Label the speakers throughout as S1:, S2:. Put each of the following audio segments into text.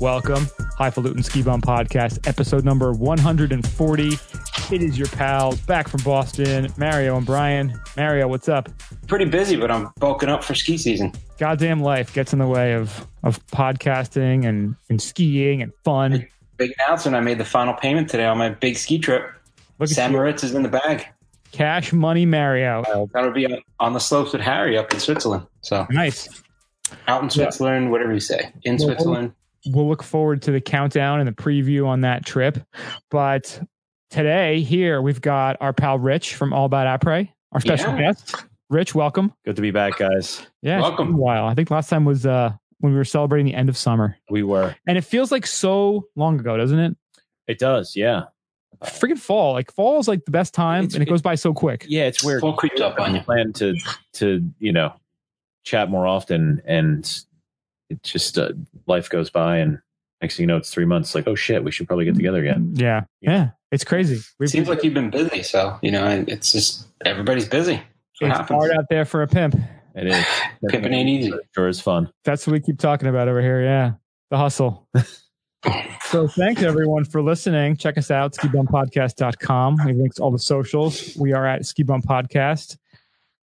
S1: Welcome, Highfalutin Ski Bum Podcast, episode number 140. It is your pals back from Boston, Mario and Brian. Mario, what's up?
S2: Pretty busy, but I'm bulking up for ski season.
S1: Goddamn life gets in the way of of podcasting and, and skiing and fun.
S2: Big announcement I made the final payment today on my big ski trip.
S1: Look at you,
S2: Samaritz is in the bag.
S1: cash money, Mario.
S2: That'll be on the slopes with Harry up in Switzerland. So
S1: Nice.
S2: out in Switzerland, whatever you say, in
S1: Well,
S2: Switzerland.
S1: we'll look forward to the countdown and the preview on that trip. But today, here we've got our pal Rich from All About Apres, our special
S2: Yeah.
S1: guest. Rich, welcome.
S3: Good to be back, guys.
S1: Yeah, it's
S2: Welcome.
S1: been a while. I think last time was uh, when we were celebrating the end of summer,
S3: We were.
S1: and it feels like so long ago, doesn't it?
S3: It does, yeah.
S1: Freaking fall! Like fall is like the best time,
S3: It's-
S1: and it goes by so quick.
S3: Yeah, it's weird.
S2: Full creeped up on you.
S3: Plan to to you know chat more often, and it just uh, life goes by, and next thing you know, it's three months. Like, oh shit, we should probably get together again.
S1: yeah, yeah. It's crazy.
S2: It
S1: We've,
S2: seems like you've been busy. So, you know, and it's just everybody's busy. That's what
S1: it's
S2: happens.
S1: hard out there for a pimp.
S3: It is
S2: Pimping ain't easy.
S3: Sure is fun.
S1: That's what we keep talking about over here. Yeah. The hustle. so thanks everyone for listening. Check us out, skibumpodcast.com. We have links to all the socials. We are at Ski Bump Podcast.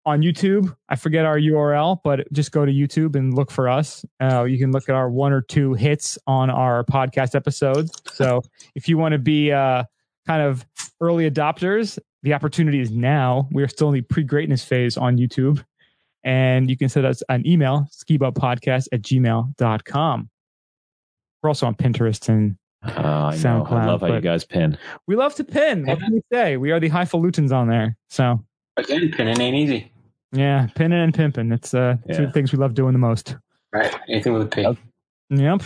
S1: On YouTube, I forget our URL, but just go to YouTube and look for us. Uh, you can look at our one or two hits on our podcast episodes. So if you want to be uh, kind of early adopters, the opportunity is now. We are still in the pre greatness phase on YouTube and you can send us an email skibubpodcast at gmail.com we're also on pinterest and
S3: Uh, I, know.
S1: SoundCloud,
S3: I love how you
S1: but-
S3: guys pin.
S1: we love to pin what can we say we are the highfalutins on there so
S2: Again, pinning ain't easy.
S1: yeah pinning and pimping it's uh two
S3: Yeah.
S1: things we love doing the most
S2: Right. Anything with a pig.
S3: Yep.
S1: yep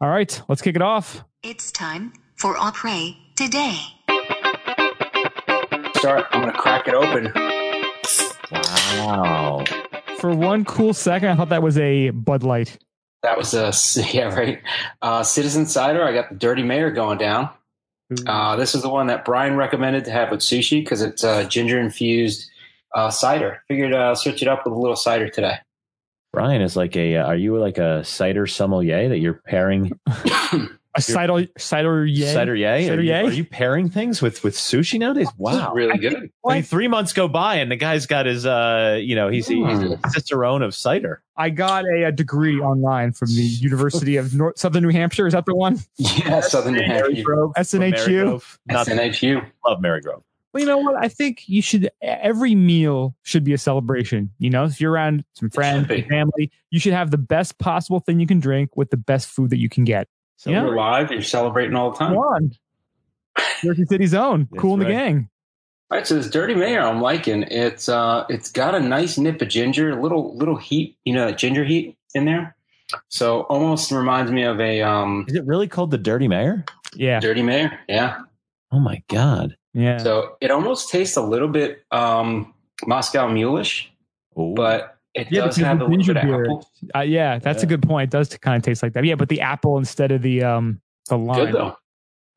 S1: all right let's kick it off
S4: It's time for Opre today.
S2: Start. I'm going to crack it open.
S3: Wow.
S1: for one cool second i thought that was a bud light
S2: That was a, yeah, right. Uh, Citizen Cider. I got the Dirty Mayor going down.
S3: Ah,
S2: Uh, this is the one that Brian recommended to have with sushi because it's uh, ginger infused uh, cider. Figured uh, switch it up with a little cider today.
S3: Brian is like a. Uh, are you like a cider sommelier that you're pairing
S1: a cider cider yeah
S3: cider yay? Are,
S1: Cider
S3: you-
S1: yay?
S3: are you pairing things with with sushi nowadays?
S2: This is
S3: Wow.
S2: really good.
S3: I mean, three months go by, and the guy's got his, uh, you know, he's, he's
S2: Hmm.
S3: a cicerone of cider.
S1: i got a, a degree online from the university of north southern new hampshire is that the one
S2: Yeah, Southern New Hampshire.
S1: snhu
S3: Marygrove. Not that
S2: SNHU.
S3: I love Marygrove.
S1: Well, you know what? I think you should. e, Every meal should be a celebration. You know, if you're around some friends,
S2: be.
S1: family, you should have the best possible thing you can drink with the best food that you can get.
S3: So
S1: Yeah.
S2: You're live. You're celebrating all the time.
S1: Come
S2: All
S1: on, Jersey City's own,
S3: That's
S1: cool in the
S3: right.
S1: gang.
S2: right, so this Dirty Mayor I'm liking. It's uh, it's got a nice nip of ginger, a little little heat, you know, that ginger heat in there. So almost reminds me of a um,
S3: Is it really called the Dirty Mayor?
S1: Yeah,
S2: Dirty Mayor. Yeah.
S3: Oh my God.
S1: yeah.
S2: So it almost tastes a little bit um, Moscow Muleish.
S3: Ooh.
S2: but it
S1: Yeah,
S2: does
S1: because
S2: have
S1: the
S2: a little
S1: ginger
S2: bit of
S1: beer
S2: apple.
S1: Uh, yeah, that's a
S3: Yeah.
S1: good point. It does kind of taste like that. Yeah, but the apple instead of the um the lime.
S2: Good though.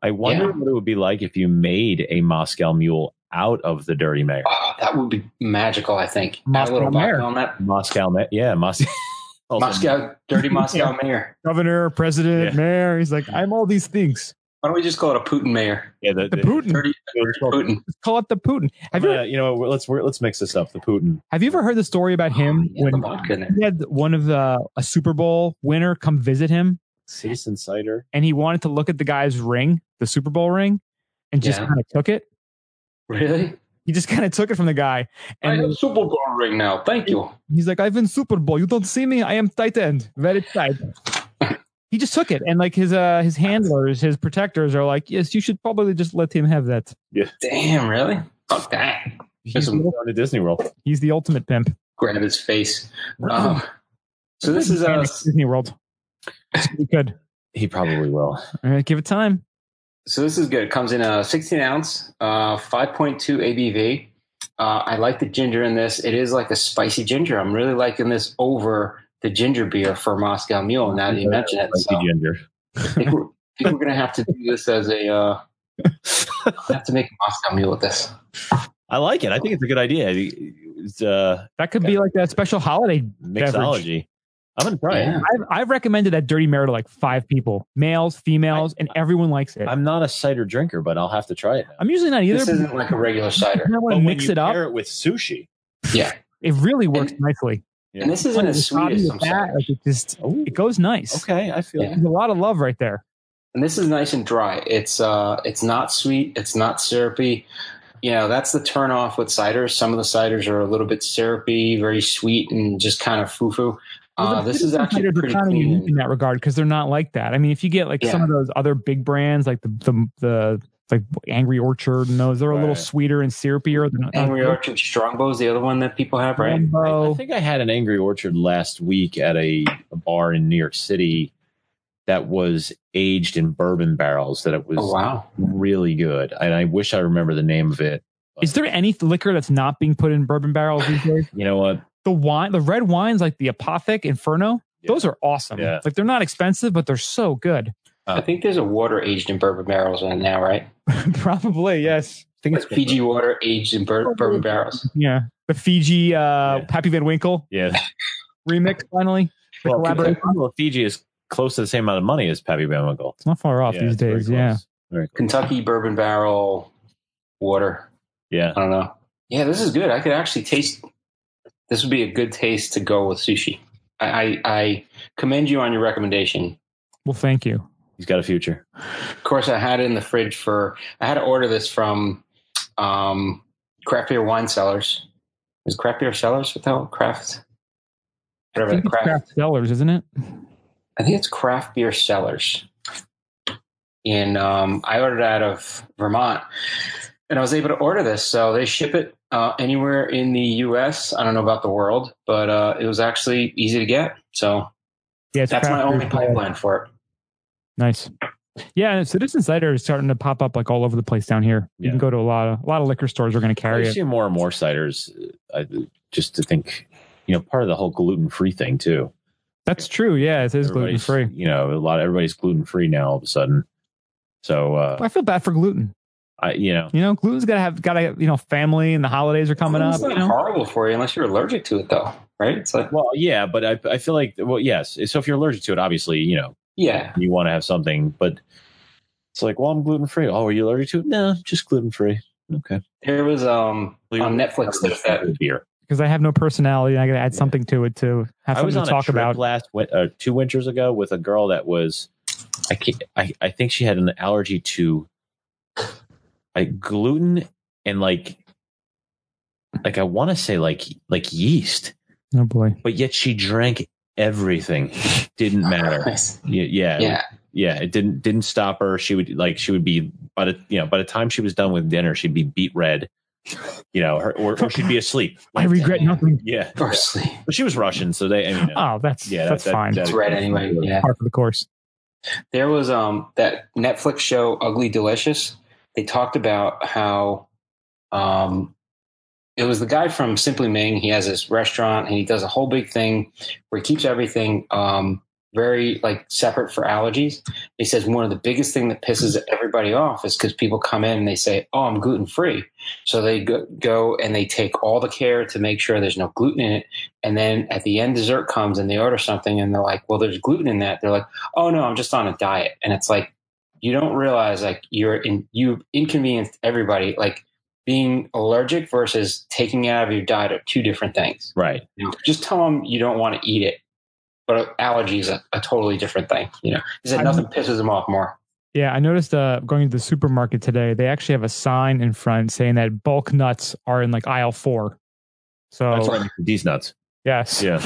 S3: I wonder
S2: Yeah.
S3: what it would be like if you made a Moscow Mule out of the Dirty Mayor.
S2: Oh, that would be magical. I think. Add a
S1: Moscow
S2: little
S1: Mare.
S2: vodka on that.
S3: Moscow, Ma- yeah, Moscow. also-
S2: Moscow, dirty Moscow mayor.
S1: Governor, president,
S3: Yeah.
S1: mayor. He's like, I'm all these things.
S2: Why don't we just call it a Putin mayor?
S3: Yeah, the,
S1: The
S3: the-
S1: Putin.
S2: Dirty Putin.
S1: Let's call it the Putin. Have you
S3: Uh, you know, let's we're, let's mix this up. The Putin.
S1: have you ever heard the story
S3: Oh,
S1: about him
S2: Oh, Yeah, the
S1: when
S2: vodka in there.
S1: he had one of the a Super Bowl winner come visit him?
S3: Citizen cider.
S1: and he wanted to look at the guy's ring, the Super Bowl ring, and just
S2: Yeah.
S1: kind of took it.
S2: Really?
S1: He just kind of took it from the guy,
S2: I
S1: and
S2: have Super Bowl ring now. Thank you.
S1: he's like, "I've been Super Bowl. You don't see me. I am tight end, very tight." he just took it, and like his uh his handlers, his protectors are like, "Yes, you should probably just let him have that."
S2: Damn, really? Fuck that.
S1: He's,
S2: Isn't-
S1: the-
S3: Going to Disney World.
S1: he's the ultimate pimp.
S2: Grab his face. Um, so this is uh,
S1: And
S2: a
S1: it's Disney World. So we could
S3: He probably will.
S1: All right, give it time.
S2: so this is good. It comes in a 16 ounce, uh, 5.2 ABV. Uh, I like the ginger in this. It is like a spicy ginger. I'm really liking this over the ginger beer for Moscow Mule. Now that you mention it,
S3: Spicy
S2: so I
S3: ginger.
S2: think we're, I think we're gonna have to do this as a. Uh, I have to make a Moscow Mule with this.
S3: I like it. I think it's a good idea. It's uh,
S1: That could be like a special holiday.
S3: mixology. I'm gonna try
S2: Yeah.
S3: it.
S1: I've, I've recommended that Dirty Mare to like five people, males, females, and everyone likes it. I'm,
S3: I'm not a cider drinker, but I'll have to try it. Now.
S1: usually not either.
S2: This isn't like a regular cider.
S1: but I want
S3: But
S1: to
S3: when
S1: mix
S3: you
S1: it up.
S3: Pair it with sushi.
S2: Yeah.
S1: It really works nicely.
S2: And this isn't
S1: Like,
S2: as sweet
S1: wasabi
S2: as
S1: with
S2: some
S1: that,
S2: cider.
S1: like, it just
S3: Ooh,
S1: it goes nice.
S3: okay, I feel.
S2: Yeah.
S1: There's a lot of love right there.
S2: And this is nice and dry. It's uh it's not sweet, it's not syrupy. You know, that's the turn off with ciders. Some of the ciders are a little bit syrupy, very sweet and just kind of foo-foo. Uh,
S1: Well, the
S2: this is
S1: Citizens
S2: actually
S1: United are
S2: pretty
S1: kind of unique in
S2: clean.
S1: that regard because they're not like that. I mean, if you get like some
S2: Yeah.
S1: of those other big brands, like the the, the like Angry Orchard and those, they're a little
S3: Right.
S1: sweeter and syrupier. Than,
S2: Angry Orchard Strongbow is the other one that people have, right?
S3: I
S1: Rainbow.
S3: think I had an Angry Orchard last week at a, a bar in New York City that was aged in bourbon barrels. That it was
S2: Oh wow.
S3: really good, and I wish I remember the name of it.
S1: Is there any liquor that's not being put in bourbon barrels these days?
S3: You know what?
S1: the wine, the red wines like the Apothic Inferno,
S3: Yeah.
S1: those are awesome.
S3: Yeah.
S1: Like they're not expensive, but they're so good.
S3: Oh.
S2: I think there's a water aged in bourbon barrels right now, right?
S1: Probably yes.
S3: I think
S2: Like Fiji water aged in bur- bourbon barrels.
S1: Yeah, the Fiji uh,
S3: Yeah.
S1: Happy Van Winkle
S3: Yeah,
S1: remix. Finally, The
S3: well,
S1: collaboration.
S3: Well, Fiji is close to the same amount of money as Pappy Van Winkle.
S1: it's not far off
S3: Yeah,
S1: these
S3: it's very
S1: days. Yeah,
S3: close. Very close.
S2: Kentucky bourbon barrel water.
S3: Yeah.
S2: I don't know. Yeah, this is good. I could actually taste. This would be a good taste to go with sushi. I, I, I commend you on your recommendation.
S1: well, thank you.
S3: He's got a future.
S2: Of course, I had it in the fridge for. I had to order this from um, craft beer wine cellars. Is it craft beer sellers what the hell? Craft.
S1: I
S2: Whatever
S1: think
S2: the
S1: it's
S2: craft.
S1: craft sellers, isn't it?
S2: I think it's craft beer cellars. In um, I ordered out of Vermont, and I was able to order this. So they ship it uh, anywhere in the U.S. I don't know about the world, but uh, it was actually easy to get. So
S1: Yeah, it's
S2: that's my
S1: craft
S2: only
S1: beer.
S2: pipeline for it.
S1: Nice. Yeah, and Citizen Cider is starting to pop up like all over the place down here. You
S3: Yeah.
S1: can go to a lot of a lot of liquor stores are going to carry
S3: I've
S1: it.
S3: seen more and more ciders. uh, I, just to think, you know, part of the whole gluten free thing too.
S1: That's true. Yeah, it is gluten
S3: Everybody's-
S1: free.
S3: You know, a lot. Everybody's gluten free now. All of a sudden, so uh,
S1: I feel bad for gluten.
S3: I, you know,
S1: You know, gluten's got to have got to you know family and the holidays are coming
S2: it's
S1: up.
S2: not
S1: You know?
S2: horrible for you unless you're allergic to it, though, right? It's like,
S3: well, yeah, but I, I feel like, well, yes. So if you're allergic to it, obviously, you know,
S2: yeah,
S3: you want to have something, but it's like, well, I'm gluten free. Oh, are you allergic to it? No, just gluten free. Okay.
S2: there was um on Netflix there's that
S3: beer.
S1: because I have no personality. and I got to add
S3: Yeah.
S1: something to it to have
S3: I was
S1: something
S3: on
S1: to
S3: a
S1: talk
S3: trip
S1: about.
S3: last win- uh, two winters ago with a girl that was, I can't, I, I think she had an allergy to like gluten and like, like I want to say like like yeast,
S1: oh boy,
S3: but yet she drank everything. Didn't matter.
S2: Nice.
S3: Y- Yeah,
S2: Yeah,
S3: yeah it didn't didn't stop her she would like she would be by the you know by the time she was done with dinner she'd be beat red you know her, or, or she'd be asleep
S1: I regret
S2: damn.
S1: nothing.
S3: yeah
S2: firstly,
S3: but she was russian so they I mean, uh,
S1: Oh, that's
S3: yeah
S1: that's
S3: that- that-
S1: fine.
S3: that-
S2: it's red anyway. Yeah.
S1: Part of the course.
S2: There was um that Netflix show Ugly Delicious. They talked about how um it was the guy from Simply Ming. He has this restaurant and he does a whole big thing where he keeps everything um very like separate for allergies. He says one of the biggest thing that pisses everybody off is because people come in and they say, "Oh, I'm gluten free," so they go, go and they take all the care to make sure there's no gluten in it. And then at the end, dessert comes and they order something and they're like, "Well, there's gluten in that." They're like oh no i'm just on a diet and it's like you don't realize like you're in you inconvenienced everybody like being allergic versus taking it out of your diet are two different things
S3: right
S2: you know, just tell them you don't want to eat it but allergy is a, a totally different thing you know he said
S1: I-
S2: nothing pisses them off more
S1: Yeah, I noticed uh, going to the supermarket today. They actually have a sign in front saying that bulk nuts are in like aisle four. So
S3: that's why I make these nuts
S1: yes,
S3: yeah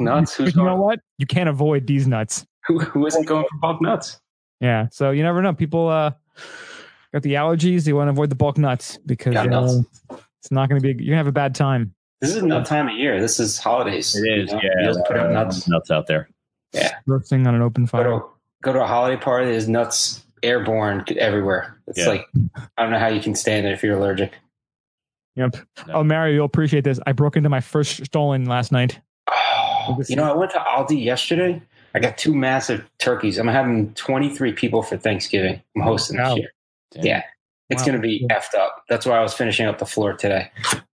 S2: nuts
S1: But
S2: who's
S1: you know
S2: going,
S1: what? You can't avoid these nuts.
S2: who, who isn't going for bulk nuts
S1: Yeah. So you never know. People uh, got the allergies. They want to avoid the bulk nuts because
S2: Yeah,
S1: you know, it's not going to be. You're gonna have a bad time.
S2: this is not time of year this is holidays
S3: it
S2: you
S3: is
S2: know?
S3: yeah
S2: You just put out
S3: uh,
S2: nuts
S3: nuts out there
S1: Roasting on an open
S2: go
S1: fire.
S2: to, go to a holiday party there's nuts airborne everywhere it's
S3: Yeah.
S2: like i don't know how you can stand it if you're allergic
S1: Yep.
S3: No.
S1: Oh, Mario, you'll appreciate this. I broke into my first stolen last night.
S2: you know, I went to Aldi yesterday. I got two massive turkeys. I'm having 23 people for Thanksgiving. I'm hosting
S1: Wow.
S2: this year. Yeah. It's
S1: Wow.
S2: going to be effed up. That's why I was finishing up the floor today.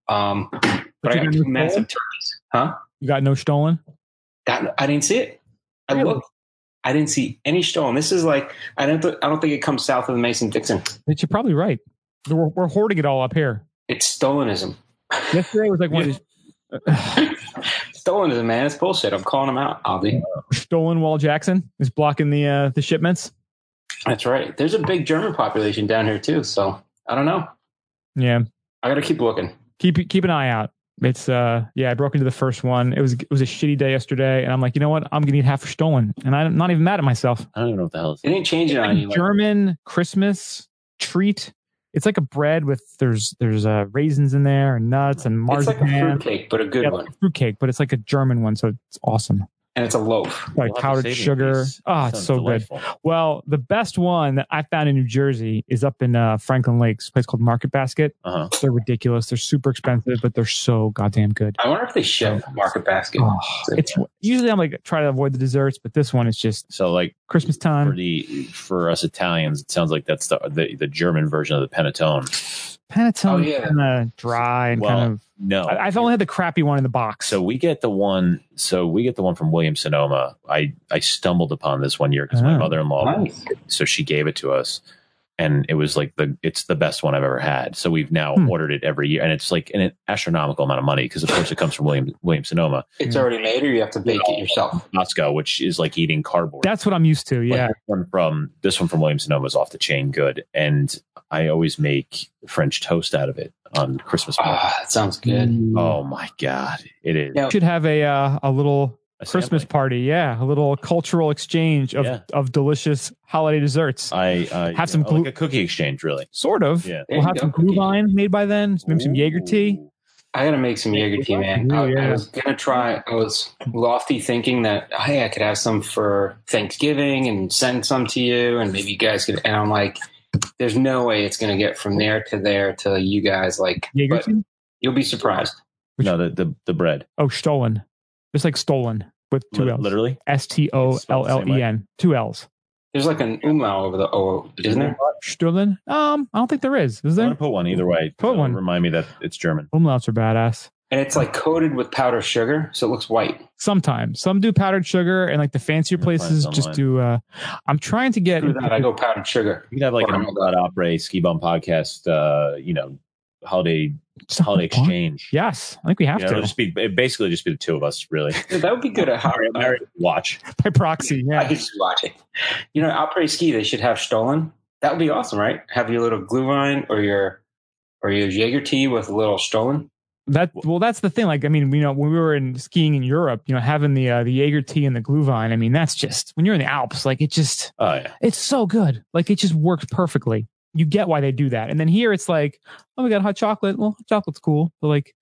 S2: Um, but
S1: But
S2: I
S1: you
S2: got
S1: didn't
S2: two
S1: call?
S2: massive turkeys. Huh?
S1: You got no stolen?
S2: That I didn't see it. I
S1: Really?
S2: looked. I didn't see any Stone. This is like I don't. Th- I don't think it comes south of the Mason Dixon.
S1: But you're probably right. We're, we're hoarding it all up here.
S2: It's Stalinism.
S1: Yesterday was like one of these
S2: Stalinism, man. It's bullshit. I'm calling them out, Aldi.
S1: stolen Wall Jackson is blocking the uh, the shipments.
S2: That's right. There's a big German population down here too. So I don't know.
S1: Yeah,
S2: I got to keep looking.
S1: keep keep an eye out. It's uh yeah, I broke into the first one. It was it was a shitty day yesterday, and I'm like, you know what? I'm gonna eat half a stolen, and I'm not even mad at myself.
S3: I don't even know what the hell. Is
S2: It ain't changing on you. like-
S1: German Christmas treat. It's like a bread with there's there's uh, raisins in there and nuts and
S2: it's like a
S1: marzipan.
S2: fruitcake, but a good
S1: Yeah,
S2: one,
S1: fruitcake, but it's like a German one, so it's awesome.
S2: and it's a loaf.
S1: Like
S3: We'll have to
S1: powdered
S3: save it.
S1: sugar.
S3: It's-
S1: Ah, it's
S3: sounds
S1: so
S3: delightful.
S1: good. Well, the best one that I found in New Jersey is up in uh, Franklin Lakes, a place called Market Basket.
S3: Uh-huh.
S1: They're ridiculous. They're super expensive, but they're so goddamn good.
S2: I wonder if they ship Market Basket.
S1: Oh, it's usually I'm like try to avoid the desserts, but this one is just
S3: So like
S1: Christmas
S3: for
S1: time.
S3: the for us Italians, it sounds like that's the the, the German version of the panettone.
S1: Panettone
S2: Oh, yeah.
S1: kind of dry and
S3: Well,
S1: kind of.
S3: No,
S1: I, I've only had the crappy one in the box.
S3: so we get the one. So we get the one from William Sonoma. I I stumbled upon this one year because my
S1: Oh.
S3: mother in law.
S2: nice.
S3: So she gave it to us, and it was like the it's the best one I've ever had. So we've now
S1: Hmm.
S3: ordered it every year, and it's like an astronomical amount of money because of course it comes from William William Sonoma
S2: It's already made, or you have to bake it yourself.
S3: Moscow, which is like eating cardboard.
S1: That's what I'm used to. Yeah.
S3: Like, this one from this one from William Sonoma is off the chain good, and I always make French toast out of it on Christmas. morning.
S2: Ah, that sounds good.
S3: Oh my god, it is
S2: Yeah.
S1: We Mm. should have a uh, a little
S3: a
S1: Christmas
S3: sampling.
S1: party. Yeah, a little cultural exchange of
S3: Yeah.
S1: of delicious holiday desserts.
S3: I uh,
S1: Have some
S3: oh, like
S1: glu-
S3: a cookie exchange, really.
S1: sort of.
S3: Yeah,
S2: There
S1: We'll
S2: you
S1: have
S2: go.
S1: some glühwein made by then. Maybe some Jaeger tea.
S3: Ooh.
S2: I gotta make some Jaeger tea, man. I, I
S1: Yeah.
S2: was gonna try. I was lofty thinking that hey, I could have some for Thanksgiving and send some to you, and maybe you guys could. And I'm like, there's no way it's gonna get from there to there to you guys. Like,
S1: Jaeger
S2: but
S1: tea.
S2: you'll be surprised.
S3: No, the the, the bread,
S1: Oh, stolen. Just like stolen with two
S3: Li-
S1: L's.
S3: literally.
S1: S T O L L E N. Two L's.
S2: There's like an umlaut over the O, isn't there?
S1: Stolen. Um, I don't think there is. Is
S3: I'm
S1: there?
S3: gonna put one either way.
S1: Put
S3: It'll
S1: one.
S3: Remind me that it's German.
S1: Umlauts are badass.
S2: And it's like coated with powdered sugar, so it looks white.
S1: Sometimes some do powdered sugar, and like the fancier
S3: I'm gonna find
S1: places
S3: it
S1: just
S3: online.
S1: do. uh I'm trying to get.
S2: Through that, I go powdered sugar.
S3: You can have like
S2: Or
S3: an
S2: I'm-
S3: Omelette Opry Ski Bum podcast. Uh, you know, holiday holiday exchange.
S1: Yes, I think we have
S3: You know,
S1: to
S3: it'll just be it'd basically just be the two of us, really.
S2: Dude, that would be good at hot.
S3: All right, watch.
S1: by proxy.
S2: I
S1: Yeah.
S2: could just watch it. You know, après ski, they should have Stollen. That would be awesome, right? Have your little glühwein or your or your Jaeger tea with a little Stollen.
S1: That well, that's the thing. Like, I mean, you know, when we were in skiing in Europe, you know, having the uh, the Jaeger tea and the Glühwein. I mean, that's just when you're in the Alps, like it just
S3: Oh yeah,
S1: it's so good. Like it just works perfectly. You get why they do that. And then here it's like, oh, we got hot chocolate. Well, hot chocolate's cool, but like,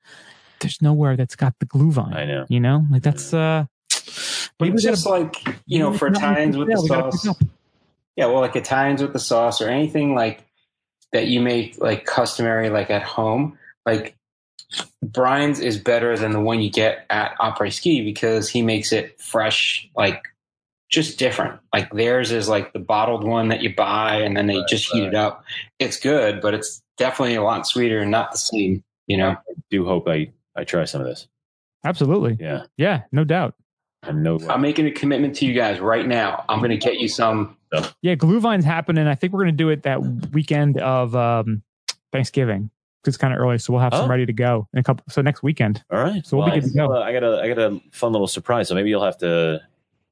S1: there's nowhere that's got the Glühwein.
S3: I know.
S1: You know, like that's uh,
S2: But
S1: maybe
S2: it's
S1: we
S2: just
S1: gotta-
S2: like you know, for Italians with
S1: Yeah,
S2: the
S1: we gotta
S2: sauce.
S1: pick up.
S2: Yeah, well, like Italians with the sauce or anything like that you make like customary like at home. Like Brian's is better than the one you get at Opry Ski because he makes it fresh, like just different. Like theirs is like the bottled one that you buy and then they
S3: Right,
S2: just heat it up. It's good, but it's definitely a lot sweeter and not the same, you know.
S3: do hope I I try some of this.
S1: Absolutely.
S3: Yeah,
S1: Yeah, no doubt.
S3: I'm no.
S2: I'm making a commitment to you guys right now. I'm gonna get you some
S1: Yeah, Glühwein's happening. I think we're going to do it that weekend of um, Thanksgiving. 'Cause It's kind of early, so we'll have
S3: Oh.
S1: some ready to go in a couple. So next weekend.
S3: All right.
S1: So we'll be
S3: I-
S1: good to go.
S3: well, I got a I got a fun little surprise. So maybe you'll have to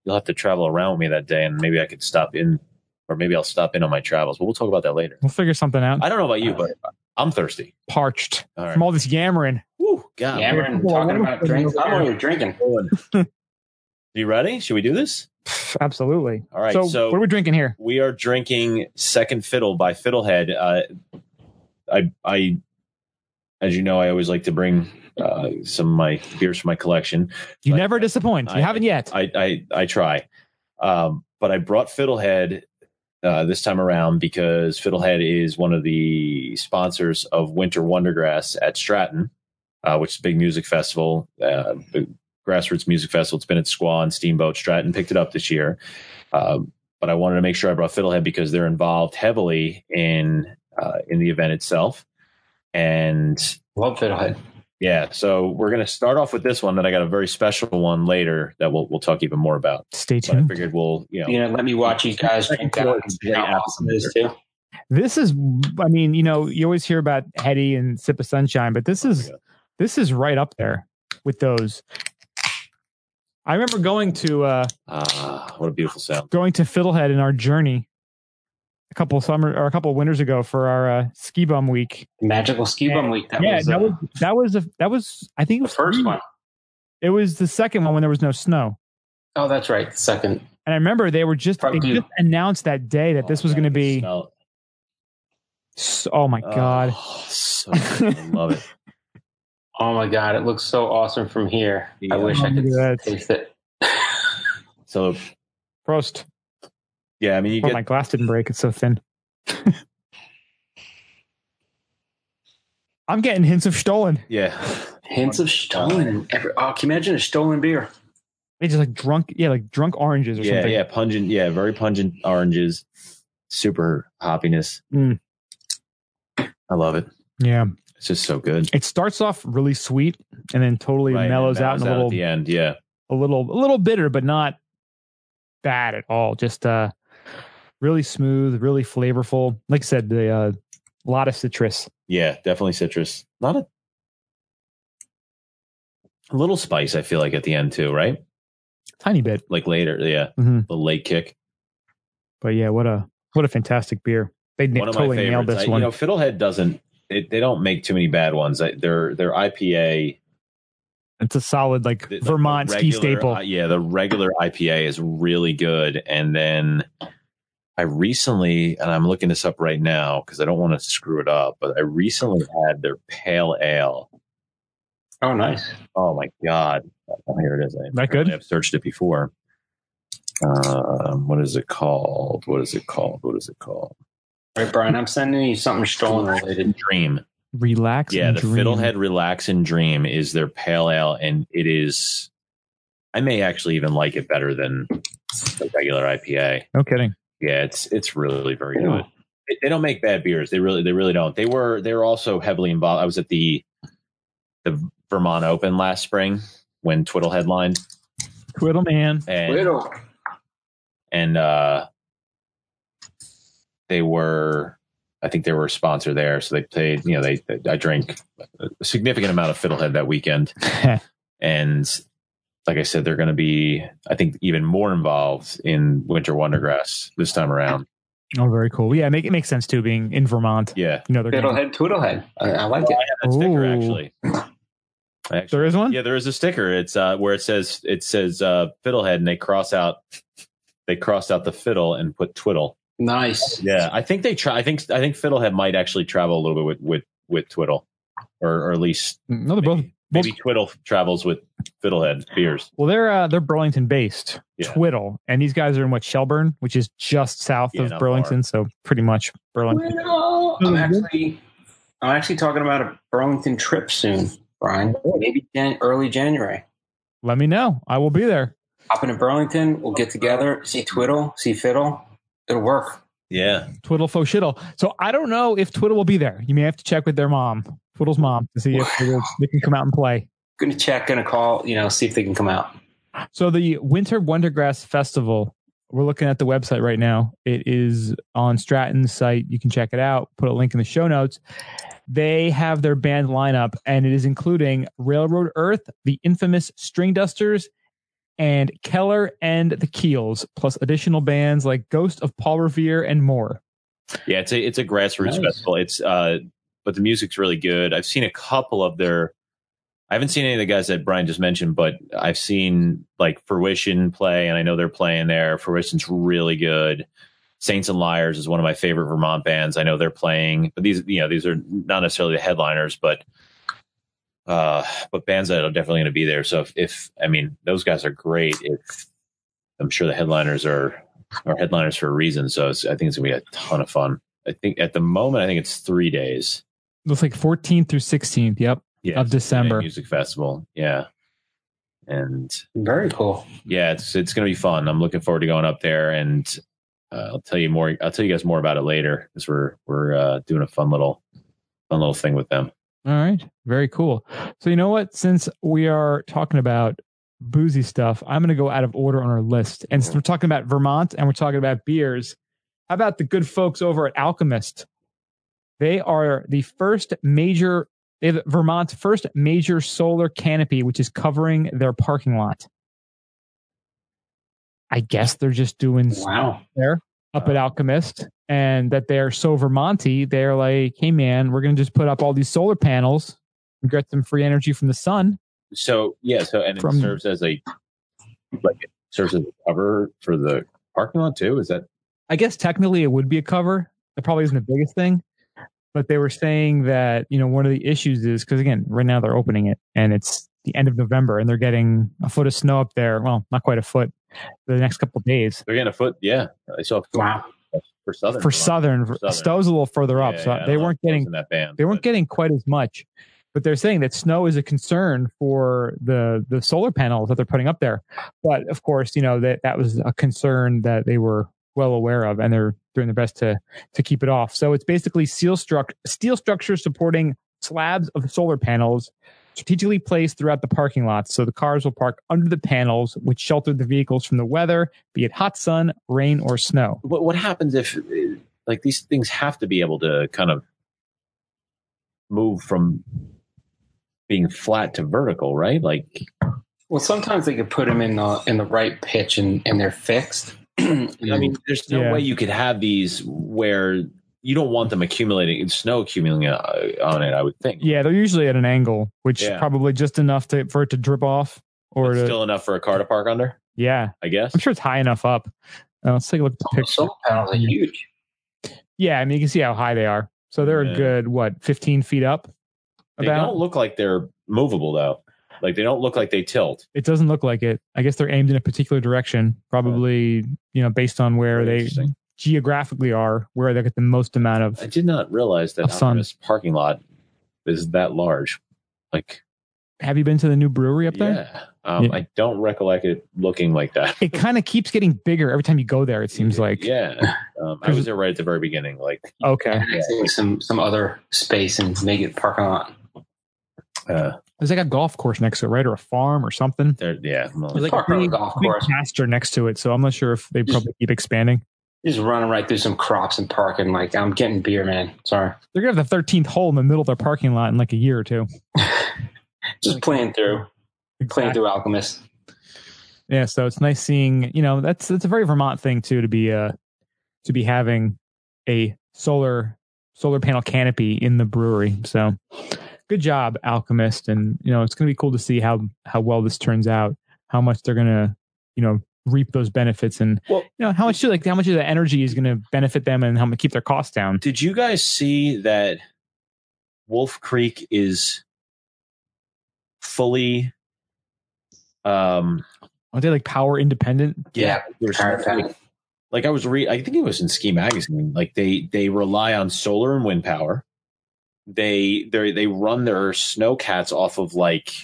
S3: you'll have to travel around with me that day, and maybe I could stop in, or maybe I'll stop in on my travels. But we'll talk about that later.
S1: We'll figure something out.
S3: I don't know about you, but I'm thirsty.
S1: Parched
S3: All right.
S1: from all this yammering.
S3: Woo, God.
S2: hammer and talking about drinks. I'm already drinking.
S3: You ready? Should we do this?
S1: Pff, Absolutely.
S3: All right.
S1: so,
S3: So,
S1: what are we drinking here?
S3: we are drinking Second Fiddle by Fiddlehead. Uh, I I as you know, I always like to bring uh, some of my beers from my collection.
S1: You
S3: I-
S1: never disappoint.
S3: I-
S1: you haven't yet.
S3: I I, I try, um, but I brought Fiddlehead uh, this time around because Fiddlehead is one of the sponsors of Winter Wondergrass at Stratton, uh, which is a big music festival, uh, big grassroots music festival. It's been at Squaw and Steamboat. Stratton picked it up this year, um, but I wanted to make sure I brought Fiddlehead because they're involved heavily in uh, in the event itself, and
S2: Love fiddlehead.
S3: Yeah, so we're gonna start off with this one. Then I got a very special one later that we'll we'll talk even more about.
S1: Stay
S3: But I
S1: tuned.
S3: figured we'll you know
S5: You know, let me watch you guys drink that and see how awesome it is too.
S1: This is, I mean, you know, you always hear about Hetty and Sip of Sunshine, but
S5: Oh
S1: this is
S3: Yeah.
S1: this is right up there with those. I remember going to uh
S3: ah, what a beautiful sound.
S1: going to Fiddlehead in our journey a couple summer or a couple winters ago for our uh, ski bum week.
S5: Magical Ski Bum Week. That
S1: yeah,
S5: was,
S1: that
S5: uh,
S1: was that was a, that was I think it
S5: the
S1: was
S5: first
S1: three.
S5: one.
S1: It was the second one when there was no snow.
S5: Oh, that's right. The second.
S1: And I remember they were just they
S5: Fuck you.
S1: just announced that day that this was going to be.
S3: Oh
S1: s- Oh my god!
S3: so good. I love it.
S5: Oh my God, it looks so awesome from here.
S3: Yeah.
S5: I wish I could
S1: Yes.
S5: taste it.
S3: So
S1: Prost!
S3: yeah, I mean you
S1: Oh,
S3: get
S1: my glass didn't break. It's so thin. I'm getting hints of stolen.
S3: yeah.
S5: Hints of stolen. Every, oh, can you imagine a stolen beer?
S1: They just like drunk, yeah, like drunk oranges or
S3: yeah,
S1: something.
S3: yeah, pungent, yeah, very pungent oranges, super hoppiness.
S1: Mm.
S3: I love it.
S1: yeah.
S3: It's just so good.
S1: It starts off really sweet and then totally
S3: Right, and it
S1: mellows out
S3: mellows
S1: in a
S3: at
S1: little,
S3: the end. Yeah,
S1: a little, a little bitter, but not bad at all. Just uh, really smooth, really flavorful. Like I said, the uh, lot of citrus.
S3: yeah, definitely citrus. Not a, a little spice. I feel like at the end too, right?
S1: tiny bit.
S3: Like later, yeah,
S1: Mhm.
S3: the late kick.
S1: But yeah, what a what a fantastic beer! They na-
S3: one of
S1: totally
S3: my
S1: nailed
S3: favorites.
S1: this
S3: I-
S1: one.
S3: You know, Fiddlehead doesn't. It, they don't make too many bad ones. I, their their IPA,
S1: it's a solid like
S3: the- the
S1: Vermont ski
S3: regular-
S1: staple.
S3: uh, yeah, the regular IPA is really good. And then I recently, and I'm looking this up right now because I don't want to screw it up, but I recently had their pale ale.
S5: Oh, nice.
S3: Oh my god! Oh, here it is. I
S1: That good?
S3: I've searched it before. Um, what is it called? What is it called? What is it called?
S5: All right, Brian, I'm sending you something stolen related.
S3: Dream.
S1: Relax.
S3: Yeah,
S1: and
S3: the
S1: dream.
S3: Fiddlehead Relax and Dream is their pale ale, and it is. I may actually even like it better than the regular IPA.
S1: No kidding.
S3: Yeah, it's it's really very
S5: Yeah.
S3: good. They, they don't make bad beers. They really they really don't. They were they were also heavily involved. I was at the the Vermont Open last spring when Twiddle headlined,
S1: Twiddle man.
S3: and
S5: Little.
S3: and uh, they were i think they were a sponsor there so they played you know they, they- i drank a significant amount of fiddlehead that weekend and like i said they're going to be i think even more involved in winter wondergrass this time around
S1: oh, very cool. Yeah, make, it makes sense too. Being in Vermont,
S3: yeah
S1: you know they're gonna,
S5: Fiddlehead, Twiddlehead. I, I like it.
S3: that sticker
S1: Ooh.
S3: actually I actually
S1: there is one.
S3: yeah there is a sticker it's uh where it says it says uh fiddlehead and they cross out they crossed out the fiddle and put twiddle
S5: Nice.
S3: Yeah, I think they try. I think I think Fiddlehead might actually travel a little bit with with with Twiddle, or or at least
S1: Mm, No, they're
S3: maybe,
S1: both.
S3: maybe Twiddle travels with Fiddlehead beers.
S1: Well, they're uh, they're Burlington based.
S3: Yeah.
S1: Twiddle, and these guys are in what Shelburne, which is just south
S3: Yeah,
S1: of
S3: not
S1: Burlington, so pretty much Burlington.
S5: Little. I'm actually, I'm actually talking about a Burlington trip soon, Brian. Maybe Jan- early January.
S1: Let me know. I will be there.
S5: Hop into Burlington. We'll get together, see Twiddle, see Fiddle. It'll work.
S3: Yeah,
S1: Twiddle faux shittle. So I don't know if Twiddle will be there. You may have to check with their mom, Twiddle's mom, to see if Twiddle, they can come out and play.
S5: Gonna check, gonna call, you know, see if they can come out.
S1: So the Winter Wondergrass Festival, we're looking at the website right now. It is on Stratton's site. You can check it out. Put a link in the show notes. They have their band lineup, and it is including Railroad Earth, the infamous String Dusters, and Keller and the Keels, plus additional bands like Ghost of Paul Revere and more.
S3: yeah. It's a it's a grassroots
S5: Nice.
S3: festival. It's uh, but the music's really good. I've seen a couple of their. I haven't seen any of the guys that Brian just mentioned, but I've seen like Fruition play, and I know they're playing there. Fruition's really good. Saints and Liars is one of my favorite Vermont bands. I know they're playing, but these you know these are not necessarily the headliners, but uh, but bands that are definitely going to be there. So if, if I mean those guys are great, if I'm sure the headliners are are headliners for a reason. So it's, I think it's going to be a ton of fun. I think at the moment I think it's three days.
S1: Looks like 14th through 16th. Yep.
S3: Yeah,
S1: Of
S3: it's a three-day
S1: December.
S3: music festival. Yeah, and
S5: Very cool.
S3: yeah, it's it's gonna be fun. I'm looking forward to going up there, and uh, I'll tell you more. I'll tell you guys more about it later because we're we're uh, doing a fun little fun little thing with them.
S1: All right. Very cool. So, you know what? Since we are talking about boozy stuff, I'm going to go out of order on our list. And since we're talking about Vermont and we're talking about beers, how about the good folks over at Alchemist? They are the first major, they have Vermont's first major solar canopy, which is covering their parking lot. I guess they're just doing
S5: Wow.
S1: there up at Alchemist and that they're so Vermonty, they're like, hey man, we're gonna just put up all these solar panels and get some free energy from the sun.
S3: So yeah, so and it
S1: From-
S3: serves as a like it serves as a cover for the parking lot too. Is that
S1: I guess technically it would be a cover. That probably isn't the biggest thing. But they were saying that, you know, one of the issues is because again, right now they're opening it and it's the end of November and they're getting a foot of snow up there. Well, not quite a foot, the next couple of days.
S3: they're getting a foot? Yeah, I saw a foot
S5: Wow.
S3: for southern
S1: For
S3: Vermont.
S1: southern,
S3: Southern.
S1: Stowe's a little further up.
S3: Yeah,
S1: so
S3: yeah, I
S1: they
S3: don't know
S1: weren't
S3: if I was
S1: getting
S3: in that band.
S1: they weren't
S3: but-
S1: getting quite as much but they're saying that snow is a concern for the the solar panels that they're putting up there but of course you know that that was a concern that they were well aware of and they're doing their best to to keep it off so it's basically seal struct steel structures supporting slabs of solar panels strategically placed throughout the parking lot so the cars will park under the panels which shelter the vehicles from the weather be it hot sun rain or snow
S3: What what happens if uh, like these things have to be able to kind of move from being flat to vertical, right? Like
S5: Well, sometimes they could put them in the in the right pitch and, and they're fixed. And
S3: I mean, there's no
S1: Mm. Yeah.
S3: way you could have these where you don't want them accumulating snow accumulating uh, on it. I would think.
S1: yeah they're usually at an angle which
S3: Yeah.
S1: probably just enough to, for it to drip off or
S3: But
S1: to,
S3: still enough for a car to park under,
S1: Yeah,
S3: I guess.
S1: I'm sure it's high enough up. Uh, let's take a look at the
S5: the
S1: picture.
S5: solar panels are huge.
S1: Yeah, I mean you can see how high they are. So they're
S3: Yeah.
S1: a good what 15 feet up.
S3: They don't
S1: About
S3: look like they're movable though. Like they don't look like they tilt.
S1: it doesn't look like it. I guess they're aimed in a particular direction, probably you know based on where
S3: Very
S1: they
S3: interesting.
S1: geographically are, where they get the most amount
S3: I
S1: of.
S3: did not realize that
S1: A sun.
S3: Optimus parking lot is that large. Like
S1: Have you been to the new brewery up there?
S3: Yeah. Um,
S1: Yeah.
S3: I don't recollect it looking like that.
S1: It kind of keeps getting bigger every time you go there. It seems like
S3: Yeah. Um, I was there right at the very beginning. Like,
S1: okay.
S5: And I think some some other space and make it parking lot.
S3: uh,
S1: There's like a golf course next to it, right, or a farm or something.
S3: there, yeah. I'm like-
S1: There's like
S5: Park
S1: a
S5: on a
S1: big,
S5: golf
S1: big
S5: course.
S1: pasture next to it, so I'm not sure if they probably keep expanding.
S5: Just running right through some crops and parking. Like I'm getting beer, man. Sorry,
S1: They're gonna have the 13th hole in the middle of their parking lot in like a year or two.
S5: just playing through, playing through Alchemist.
S1: Yeah, so it's nice seeing. You know, that's that's a very Vermont thing too to be uh to be having a solar solar panel canopy in the brewery. So good job, Alchemist, and you know it's going to be cool to see how how well this turns out, how much they're going to you know reap those benefits, and
S3: Well-
S1: you know how much like how much of the energy is going to benefit them, and how to keep their costs down.
S3: did you guys see that Wolf Creek is fully, um,
S1: Aren't they like power independent?
S5: Yeah,
S3: there's
S5: Power
S3: like,
S5: independent.
S3: like I was read, I think it was in Ski Magazine. Like they, they rely on solar and wind power. They, they, they run their snowcats off of like,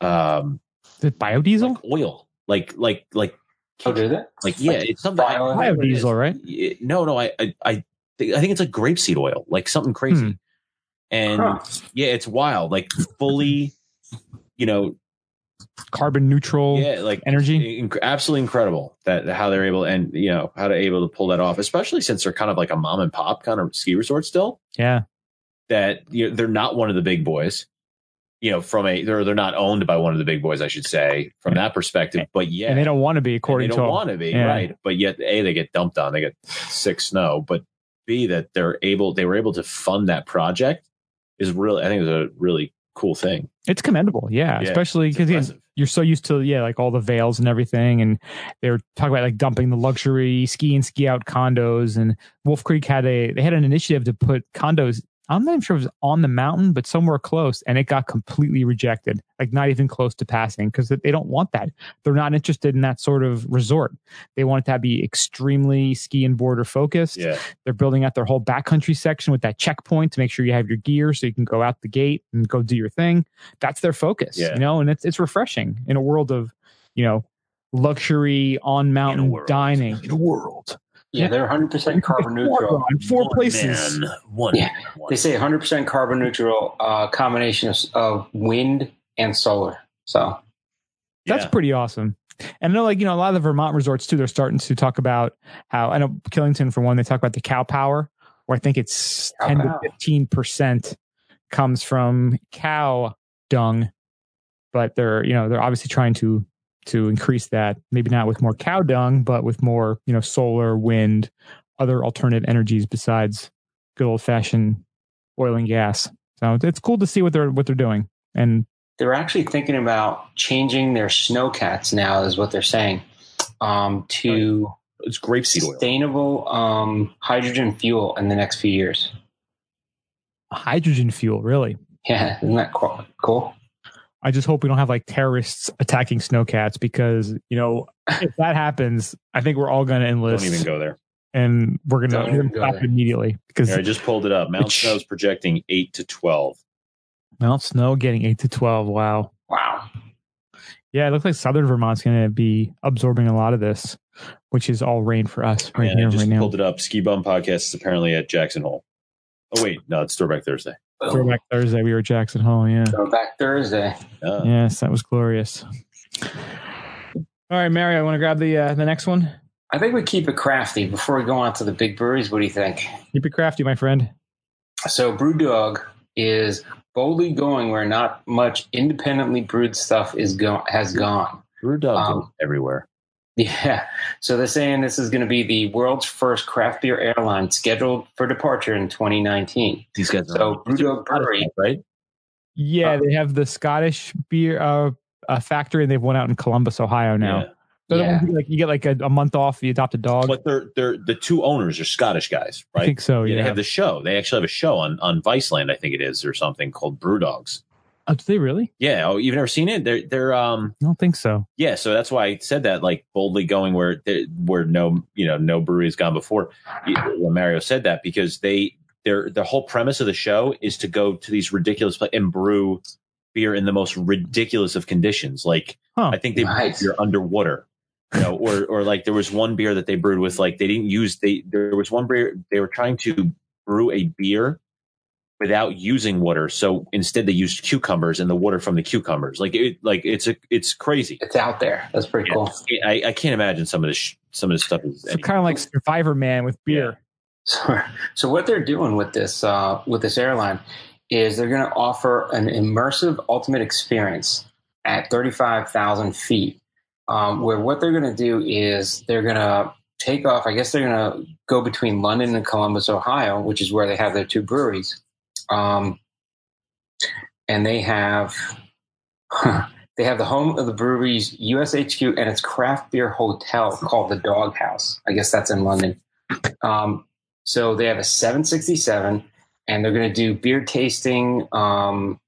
S3: um,
S1: Is it biodiesel?
S3: like oil, like like like
S5: Oh, do they?
S3: like yeah, it's something.
S5: bio-
S3: I, I don't know what it is.
S1: Biodiesel, right?
S3: Yeah, no, no, I I I think, I think it's like grapeseed oil, like something crazy.
S1: Hmm.
S3: And
S5: Huh.
S3: yeah, it's wild, like fully, you know,
S1: Carbon neutral
S3: yeah, like
S1: energy.
S3: inc- absolutely incredible that how they're able and you know how they're able to pull that off, especially since they're kind of like a mom and pop kind of ski resort still.
S1: Yeah.
S3: That you know, they're not one of the big boys. You know, from a they're they're not owned by one of the big boys, I should say, from that perspective. But yeah,
S1: and they don't want to be according
S3: and they don't
S1: to
S3: want to be
S1: yeah.
S3: right but yet a they get dumped on they get sick snow but b that they're able they were able to fund that project is really i think it's a really cool thing
S1: it's commendable yeah,
S3: Yeah,
S1: especially
S3: It's
S1: because
S3: impressive.
S1: you're so used to yeah like all the veils and everything and they were talking about like dumping the luxury ski and ski out condos and wolf creek had a they had an initiative to put condos i'm not even sure if it was on the mountain but somewhere close and it got completely rejected like not even close to passing because they don't want that they're not interested in that sort of resort they want it to be extremely ski and border focused
S3: yeah
S1: they're building out their whole backcountry section with that checkpoint to make sure you have your gear so you can go out the gate and go do your thing. That's their focus,
S3: Yeah.
S1: you know, and it's it's refreshing in a world of, you know, luxury on mountain
S3: world.
S1: dining in a world
S2: Yeah, they're 100% carbon neutral.
S1: in four places.
S3: Man, one.
S2: Yeah.
S3: one.
S2: They say 100% carbon neutral uh, combination of, of wind and solar. So
S1: That's
S3: Yeah.
S1: pretty awesome. And I know, like, you know, a lot of the Vermont resorts too, they're starting to talk about how I know Killington, for one, they talk about the cow power, where I think it's
S2: Cow
S1: 10 to
S2: power.
S1: 15% comes from cow dung. But they're, you know, they're obviously trying to to increase that, maybe not with more cow dung, but with more, you know, solar, wind, other alternative energies besides good old fashioned oil and gas. So it's cool to see what they're what they're doing. And
S2: they're actually thinking about changing their snowcats now, is what they're saying, um, to
S3: It's grapeseed oil.
S2: sustainable um, hydrogen fuel in the next few years.
S1: hydrogen fuel, really.
S2: Yeah, isn't that cool? cool?
S1: I just hope we don't have like terrorists attacking snowcats because you know if that happens, I think we're all going to
S3: Don't
S1: enlist
S3: even go there.
S1: and we're going
S2: Don't even
S1: to
S2: go
S1: stop
S2: there.
S1: immediately because
S3: Here, I just pulled it up. Mount
S1: Which-
S3: Snow's projecting eight to twelve.
S1: Mount Snow getting eight to twelve. Wow,
S2: Wow.
S1: yeah, it looks like Southern Vermont's going to be absorbing a lot of this, which is all rain for us right
S3: and
S1: here,
S3: I just
S1: right now.
S3: pulled it up. Ski Bum Podcast is apparently at Jackson Hole. Oh wait, no, it's Throwback Thursday.
S1: Throwback Thursday, we were at Jackson Hole. Yeah,
S2: Throwback Thursday.
S3: Uh,
S1: yes, that was glorious. All right, Mary, I want to grab the uh, the next one.
S2: I think we keep it crafty before we go on to the big breweries. What do you think?
S1: Keep it crafty, my friend.
S2: So BrewDog is boldly going where not much independently brewed stuff is go- has gone.
S3: Brew dog
S2: Um,
S3: goes everywhere.
S2: Yeah. So they're saying this is going to be the world's first craft beer airline scheduled for departure in 2019.
S3: These guys
S2: So BrewDog Brewery,
S3: right?
S1: Yeah,
S2: Uh,
S1: they have the Scottish beer uh, uh, factory, and they have one out in Columbus, Ohio now.
S3: Yeah.
S1: So the
S2: Yeah.
S1: ones you, like you get like a, a month off, you adopt a dog.
S3: But they're they're the two owners are Scottish guys,
S1: I
S3: right?
S1: think so.
S3: Yeah,
S1: Yeah.
S3: they have the show. They actually have a show on on Viceland, I think it is, or something called Brew Dogs.
S1: oh, do they really?
S3: Yeah. Oh, you've never seen it? They're they're um
S1: I don't think so.
S3: yeah. So that's why I said that, like boldly going where there- where no you know no brewery has gone before. You- When Mario said that because they their the whole premise of the show is to go to these ridiculous pla- and brew beer in the most ridiculous of conditions. Like
S1: Huh.
S3: I think they
S2: Nice.
S3: brewed beer underwater. You know, or or like there was one beer that they brewed with like they didn't use they there was one beer they were trying to brew a beer without using water. So instead they used cucumbers and the water from the cucumbers. Like it like it's a it's crazy.
S2: it's out there. That's pretty cool.
S3: I, I can't imagine some of this sh- some of this stuff is
S1: It's kind of like Survivor Man with beer.
S2: So, so what they're doing with this uh, with this airline is they're going to offer an immersive ultimate experience at 35,000 feet, um, where what they're going to do is they're going to take off. I guess they're going to go between London and Columbus, Ohio, which is where they have their two breweries, um, and they have. They have the home of the brewery's USHQ and its craft beer hotel called the Dog House. I guess that's in London. Um, so they have a 767, and they're going to do beer tasting, um,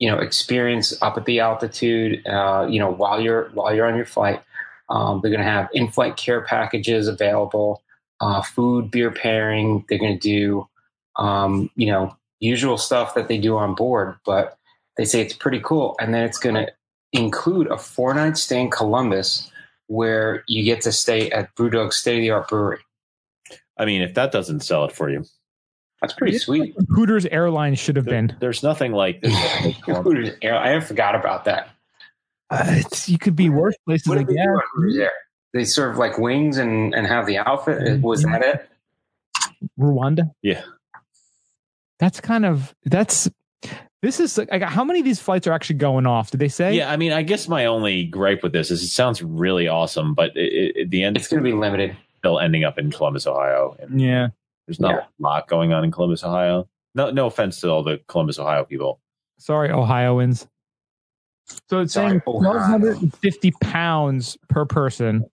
S2: you know, experience up at the altitude, uh, you know, while you're while you're on your flight. Um, they're going to have in-flight care packages available, uh, food, beer pairing. They're going to do, um, you know, usual stuff that they do on board, but they say it's pretty cool. And then it's going to include a four-night stay in Columbus, where you get to stay at Brewdog State of the Art Brewery.
S3: I mean, if that doesn't sell it for you,
S2: That's pretty sweet.
S1: Hooters Airlines should have
S3: there-
S1: been.
S3: there's nothing like this.
S2: Hooters Air. I forgot about that.
S1: Uh, it's, you could be worse places.
S2: What
S1: Like,
S2: did they do
S1: yeah,
S2: on Hooters Air? They serve like wings and, and have the
S1: Mm-hmm.
S2: outfit. Was that it?
S1: Rwanda.
S3: Yeah.
S1: That's kind of that's. This is like how many of these flights are actually going off? Did they say?
S3: yeah, I mean, I guess my only gripe with this is it sounds really awesome, but it, it, at the end,
S2: It's
S3: it's
S2: going to be limited.
S3: still ending up in Columbus, Ohio, and
S1: Yeah.
S3: there's not
S2: Yeah.
S3: a lot going on in Columbus, Ohio. No, no offense to all the Columbus, Ohio people.
S1: Sorry, Ohioans. So it's saying
S2: Sorry, Ohio.
S1: 1,250 pounds per person,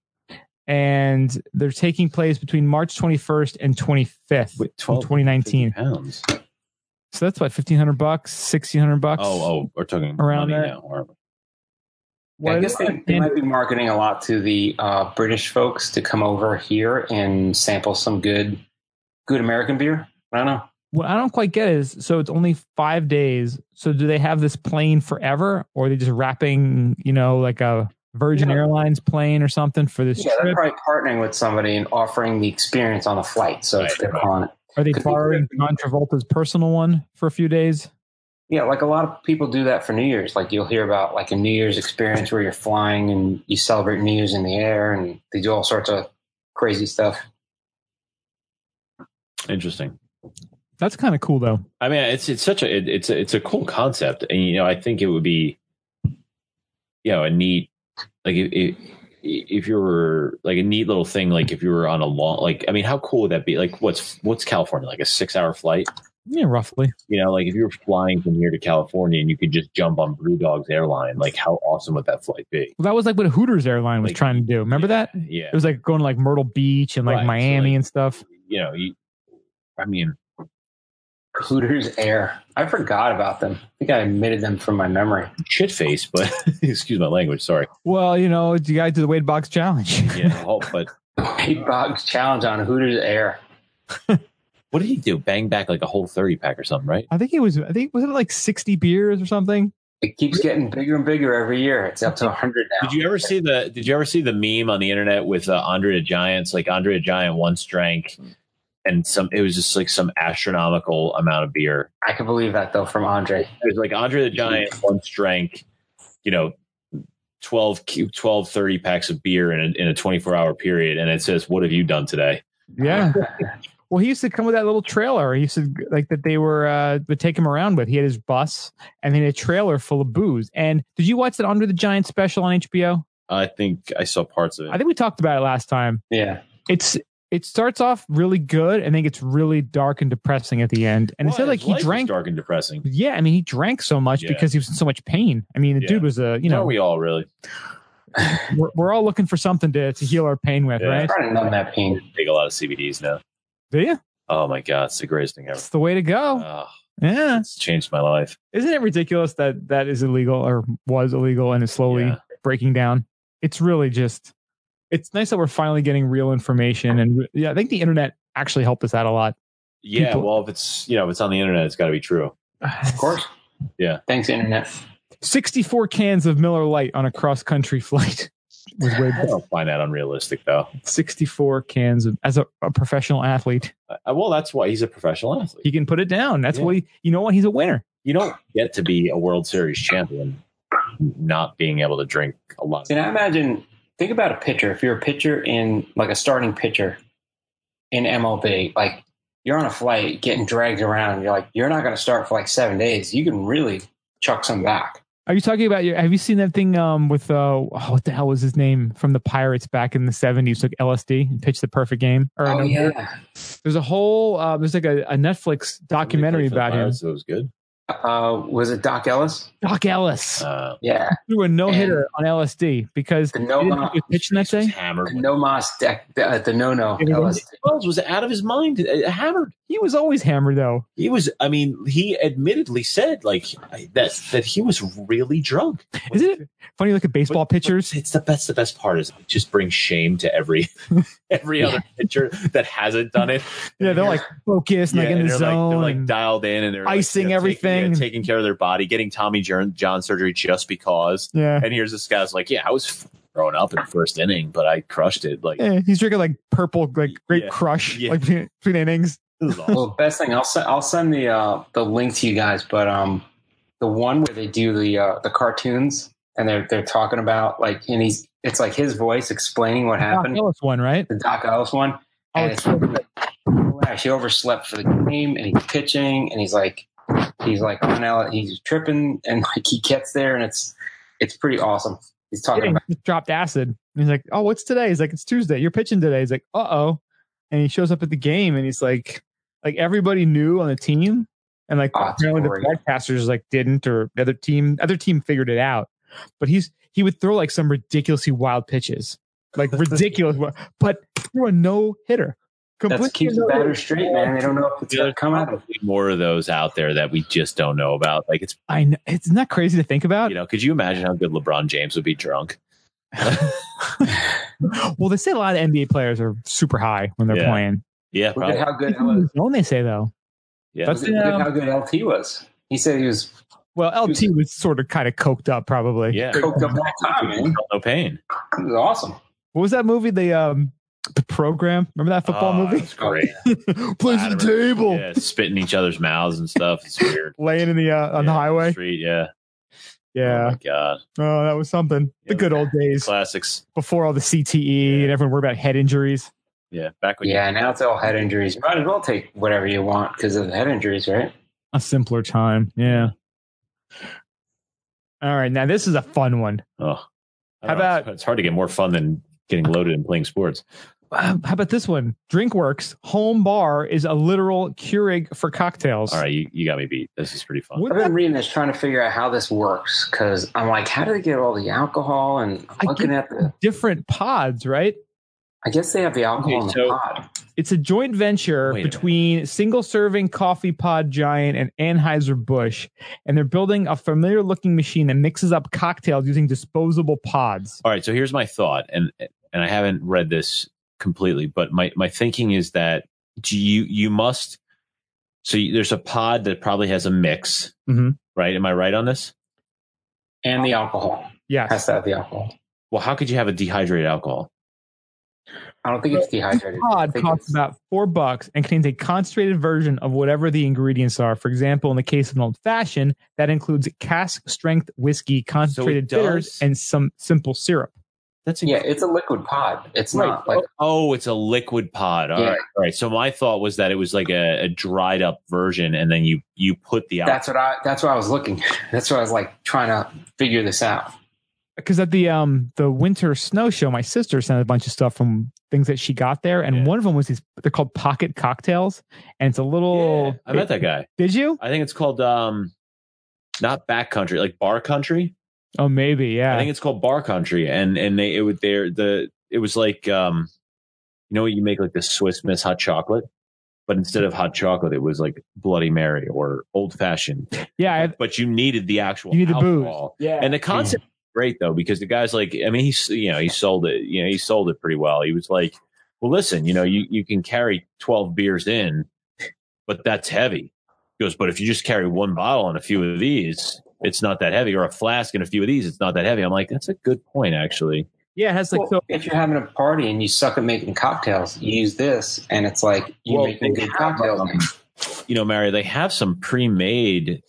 S1: and they're taking place between March 21st and 25th, in
S3: With
S1: 2019.
S3: pounds.
S1: So that's what 1,500 bucks, 1,600 bucks.
S3: Oh, oh, we're talking
S1: Around
S3: money
S1: that.
S3: now. aren't we?
S1: What
S2: I guess
S1: is
S2: they,
S1: it?
S2: they might be marketing a lot to the uh, British folks to come over here and sample some good, good American beer. I don't know.
S1: what I don't quite get is so it's only five days. So do they have this plane forever, or are they just wrapping, you know, like a Virgin
S2: Yeah.
S1: Airlines plane or something for this
S2: Yeah, they're
S1: trip?
S2: probably partnering with somebody and offering the experience on the flight. So it's
S3: Right,
S2: they're calling it.
S1: Are they
S2: could be
S1: borrowing
S2: good.
S1: John Travolta's personal one for a few days?
S2: Yeah, like a lot of people do that for New Year's. Like you'll hear about like a New Year's experience where you're flying and you celebrate New Year's in the air and they do all sorts of crazy stuff.
S3: Interesting.
S1: That's kind of cool though.
S3: I mean, it's it's such a it, it's a, it's a cool concept, and you know, I think it would be, you know, a neat like if if, if you were like a neat little thing, like if you were on a long, like I mean, how cool would that be? Like, what's what's California like a six hour flight?
S1: Yeah, roughly.
S3: You know, like if you were flying from here to California and you could just jump on Blue Dog's airline, like how awesome would that flight be?
S1: Well, that was like what Hooters airline was
S3: Like,
S1: trying to do. Remember that?
S3: Yeah,
S1: It was like going to like Myrtle Beach and like
S3: Right, so,
S1: Miami
S3: like-
S1: and stuff.
S3: you know, you, I mean,
S2: Hooters Air. I forgot about them. I think I omitted them from my memory.
S3: shit face, but excuse my language, sorry.
S1: Well, you know, you guys do the Wade Box Challenge.
S3: Yeah, oh, but
S2: Big Box Challenge on Hooters Air.
S3: what did he do? Bang back like a whole thirty pack or something, right?
S1: I think it was. I think was it like sixty beers or something?
S2: It keeps getting bigger and bigger every year. It's up to 100 now.
S3: Did you ever see the Did you ever see the meme on the internet with uh, Andre the Giant's? Like Andre the Giant once drank, and some it was just like some astronomical amount of beer.
S2: I can believe that though from Andre.
S3: It was like Andre the Giant once drank, you know, 12, cu- 12 30 packs of beer in a, in a twenty four hour period, and it says, "What have you done today?"
S1: Yeah. Well, he used to come with that little trailer. He used to like that they were uh, would take him around with. He had his bus and then a trailer full of booze. And did you watch that Under the Giant special on HBO?
S3: I think I saw parts of
S1: I
S3: it.
S1: think we talked about it last time.
S2: Yeah.
S1: It's it starts off really good and then gets really dark and depressing at the end. And it
S3: Well,
S1: said like
S3: his
S1: he
S3: life is
S1: drank.
S3: dark and depressing.
S1: Yeah, I mean he drank so much
S3: Yeah.
S1: because he was in so much pain. I mean the
S3: Yeah.
S1: dude was a you
S3: You know,
S1: know
S3: we all really
S1: we're, we're all looking for something to, to heal our pain with,
S3: Yeah.
S1: right?
S2: Trying to numb that pain.
S3: take a lot of CBDs now.
S1: Do you?
S3: Oh my god, it's the greatest thing ever.
S1: That's the way to go.
S3: Ah,
S1: Oh, yeah.
S3: it's changed my life.
S1: Isn't it ridiculous that that is illegal or was illegal and is slowly
S3: Yeah.
S1: breaking down? It's really just, it's nice that we're finally getting real information. And re- yeah, I think the internet actually helped us out a lot.
S3: Yeah,
S1: people-
S3: well, if it's you know, if it's on the internet, it's got to be true.
S2: Of course.
S3: Yeah.
S2: Thanks, Internet.
S1: 64 cans of Miller Lite on a cross country flight was way
S3: I don't find that unrealistic, though.
S1: 64 cans of, as a, a professional athlete,
S3: Uh, well, that's why he's a professional
S1: he
S3: athlete.
S1: can put it down. That's what he, you know what? He's a winner.
S3: You don't get to be a World Series champion not being able to drink a lot.
S2: See, now imagine, think about a pitcher. If you're a pitcher in, like a starting pitcher in MLB, like you're on a flight getting dragged around. You're like, you're not going to start for like seven days. You can really chuck some back.
S1: Are you talking about your? Have you seen that thing um, with uh, oh, what the hell was his name from the Pirates back in the seventies? Took LSD and pitched the perfect game. Or
S3: Oh,
S2: Oh,
S1: no, there's a whole uh, there's like a, a Netflix documentary
S3: They played for the
S1: about him.
S3: Pirates, That was good.
S2: Uh, was it Doc Ellis?
S1: Doc Ellis
S3: Uh,
S2: Yeah.
S1: threw a no hitter on LSD because
S2: The
S1: he
S2: no
S1: didn't think he
S2: no
S1: was pitching that
S3: was
S1: day.
S3: hammered.
S2: no mas deck the, the no no
S1: It was-
S2: Ellis.
S3: Wells was out of his mind, uh, hammered.
S1: He was always hammered though.
S3: He was. I mean, he admittedly said like I- that that he was really drunk.
S1: Isn't it funny? You look at baseball
S3: But- but
S1: pitchers.
S3: It's the best. The best part is it just bring shame to every every other pitcher that hasn't done it.
S1: yeah, they're like focused, and
S3: Yeah,
S1: like in
S3: and
S1: the
S3: they're like-
S1: zone.
S3: they're like
S1: and-
S3: dialed in and they're
S1: icing
S3: like, you know, taking- yeah,
S1: everything.
S3: taking, care of their body, getting Tommy John, John surgery just because.
S1: yeah.
S3: And here's this guy's like, yeah, I was thrown up in the first inning, but I crushed it. Like
S1: Yeah, he's drinking like purple, like great
S3: Yeah.
S1: crush,
S3: Yeah.
S1: like between, between innings.
S3: this is awesome.
S2: Well, best thing I'll send I'll send the uh, the link to you guys, but um, the one where they do the uh, the cartoons and they're they're talking about like and he's it's like his voice explaining what
S1: Doc
S2: happened.
S1: Ellis one, right?
S2: The Doc Ellis one.
S1: Oh,
S2: And
S1: it's
S2: it's Flash, he overslept for the game and he's pitching and he's like he's like on out he's tripping and like he gets there and it's it's pretty awesome. He's talking
S1: Yeah,
S2: about
S1: he just dropped acid. And he's like, "Oh, what's today?" He's like, "It's Tuesday. You're pitching today." He's like, "Uh oh," and he shows up at the game, and he's like, "Like everybody knew on the team, and like
S2: Oh, it's
S1: apparently the
S2: great.
S1: broadcasters like didn't, or the other team, other team figured it out." But he's he would throw like some ridiculously wild pitches, like ridiculous, wi- but threw a no hitter.
S2: that's keeps the
S1: no-hitter.
S2: batter straight, man. They don't know if it's
S3: Yeah,
S2: gonna come out.
S3: Probably more of those out there that we just don't know about. Like it's
S1: I know. It's not crazy to think about.
S3: you know, could you imagine how good LeBron James would be drunk?
S1: Well, they say a lot of NBA players are super high when they're
S3: Yeah.
S1: playing.
S3: Yeah,
S2: Look at
S3: probably.
S2: how good
S1: Don't they say though?
S3: Yeah.
S1: That's
S2: Look at
S1: the, um,
S2: how good LT was. He said he was
S1: Well, LT was sort of kind of coked up, probably.
S3: Yeah,
S2: Coked up that time, man.
S3: felt no pain.
S2: It was awesome.
S1: What was that movie? The um, the program. Remember that football
S3: Oh,
S1: movie?
S3: It's great.
S1: Plays
S3: I
S1: at the
S3: don't
S1: table,
S3: Yeah, spitting each other's mouths and stuff. It's weird.
S1: laying in the uh, on the
S3: Yeah,
S1: highway.
S3: street. Yeah. Oh
S1: Yeah.
S3: my God.
S1: Oh, that was something. The
S3: Yeah.
S1: good old days
S3: Classics.
S1: before all the CTE
S3: Yeah.
S1: and everyone worried about head injuries.
S3: Yeah. Back when.
S2: Yeah, now it's all head injuries. You might as well take whatever you want because of the head injuries, right?
S1: A simpler time. Yeah. All right, now this is a fun one.
S3: Oh.
S1: How
S3: I don't know,
S1: about-
S3: it's- It's hard to get more fun than getting loaded and playing sports.
S1: Um, how about this one? DrinkWorks home bar is a literal Keurig for cocktails.
S3: All right, you, you got me beat. This is pretty fun.
S1: What-
S2: I've been reading this trying to figure out how this works because I'm like, how do they get all the alcohol? And I'm
S1: I
S2: looking
S1: get-
S2: at the,
S1: Different pods, right?
S2: I guess they have the alcohol
S3: Okay,
S2: in
S3: so-
S2: the pod.
S1: It's a joint venture
S3: Wait a minute.
S1: between single serving coffee pod giant and Anheuser-Busch, and they're building a familiar looking machine that mixes up cocktails using disposable pods.
S3: All right, so here's my thought, and and I haven't read this completely, but my my thinking is that do you you must so you, there's a pod that probably has a mix,
S1: Mhm.
S3: right? Am I right on this?
S2: And the alcohol.
S1: Yes.
S2: Has to have the alcohol.
S3: Well, how could you have a dehydrated alcohol?
S2: I don't think it's dehydrated. I
S1: Pod
S2: think
S1: costs
S2: it's-
S1: about four bucks and contains a concentrated version of whatever the ingredients are. For example, in the case of an old fashioned, that includes cask strength whiskey, concentrated bitters,
S3: does-
S1: and some simple syrup.
S3: That's
S2: yeah, it's a liquid pod. It's
S3: Right.
S2: not like
S3: oh, it's a liquid pod. All right,
S2: Yeah.
S3: all right. So my thought was that it was like a, a dried up version, and then you you put the alcohol.
S2: that's what I that's what I was looking. That's what I was like trying to figure this out.
S1: because at the um the winter snow show, my sister sent a bunch of stuff from things that she got there, and
S3: Yeah.
S1: one of them was these. They're called pocket cocktails, and it's a little.
S3: Yeah, I met that guy.
S1: Did you?
S3: I think it's called um, not backcountry, like bar country.
S1: Oh, maybe.
S3: I
S1: Yeah.
S3: think it's called Bar Country, and and they it was there the it was like um, you know you make like the Swiss Miss hot chocolate, but instead of hot chocolate, it was like Bloody Mary or Old Fashioned.
S1: yeah. I,
S3: But you needed the actual
S1: You need the booze.
S3: alcohol.
S2: Yeah.
S3: and the concept is great though because the guy's like I mean he's you know he sold it you know he sold it pretty well. He was like, well listen you know you you can carry twelve beers in, but that's heavy. He goes, but if you just carry one bottle and a few of these, it's not that heavy, or a flask and a few of these, it's not that heavy. I'm like, that's a good point, actually.
S1: yeah. It has like so.
S2: if you're having a party and you suck at making cocktails, you use this, and it's like you
S3: Well,
S2: make making good
S3: have,
S2: cocktails.
S3: um, You know, Mario, they have some pre-made,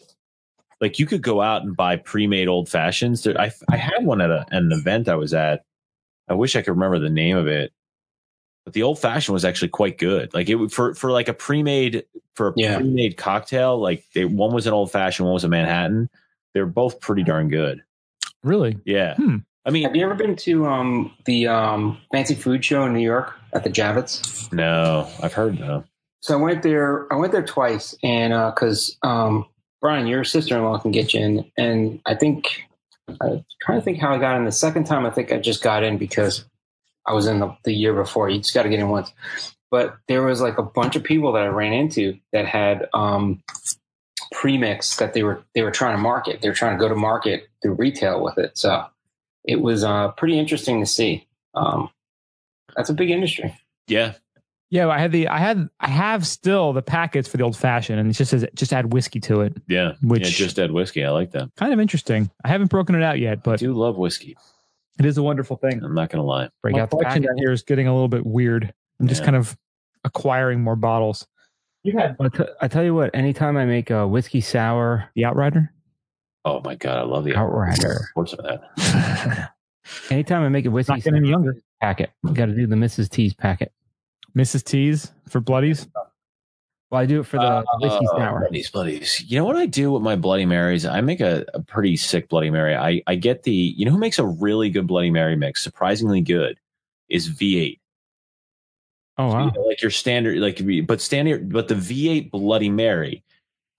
S3: like you could go out and buy pre-made old fashions. There, I I had one at, a, at an event I was at. I wish I could remember the name of it, but the old fashioned was actually quite good. Like it would- for for like a pre-made for a
S2: Yeah.
S3: pre-made cocktail. Like they, one was an old fashioned, one was a Manhattan. They're both pretty darn good.
S1: Really?
S3: Yeah,
S1: Hmm.
S3: I mean,
S2: Have you ever been to um, the um, fancy food show in New York at the Javits?
S3: no, I've heard though.
S2: So I went there. I went there twice, and because um, Brian, your sister-in-law can get you in, and I think I'm trying to think how I got in. The second time, I think I just got in because I was in the, the year before. You just got to get in once. But there was like a bunch of people that I ran into that had um, premix that they were they were trying to market. They were trying to go to market through retail with it. So it was uh, pretty interesting to see. Um, that's a big industry.
S3: Yeah,
S1: Yeah. I had the. I had. I have still the packets for the old fashioned, and it just says just add whiskey to it.
S3: yeah.
S1: Which-
S3: yeah, just add whiskey. I like that.
S1: Kind of interesting. I haven't broken it out yet,
S3: I
S1: but
S3: do love whiskey.
S1: it is a wonderful thing.
S3: I'm not gonna lie.
S1: Break
S2: My
S1: out the
S2: collection
S1: packet here is getting a little bit weird. I'm just
S3: Yeah.
S1: kind of acquiring more bottles.
S6: You had. I, t- I tell you what. Anytime I make
S2: uh,
S6: a whiskey sour
S1: The Outrider.
S3: Oh my god, I love the
S6: outrider,
S3: What's that?
S6: anytime I make a whiskey
S1: Not getting any younger.
S6: packet, got to do the Mrs. T's packet.
S1: Mrs. T's for bloodies.
S6: Well, I do it for the, the whiskey
S3: Uh,
S6: sour.
S3: Bloodies, bloodies. You know what I do with my Bloody Marys? I make a, a pretty sick Bloody Mary. I, I get the, you know who makes a really good Bloody Mary mix, surprisingly good, is V8.
S1: Oh wow.
S3: You know, like your standard, like, but standard, but the V8 Bloody Mary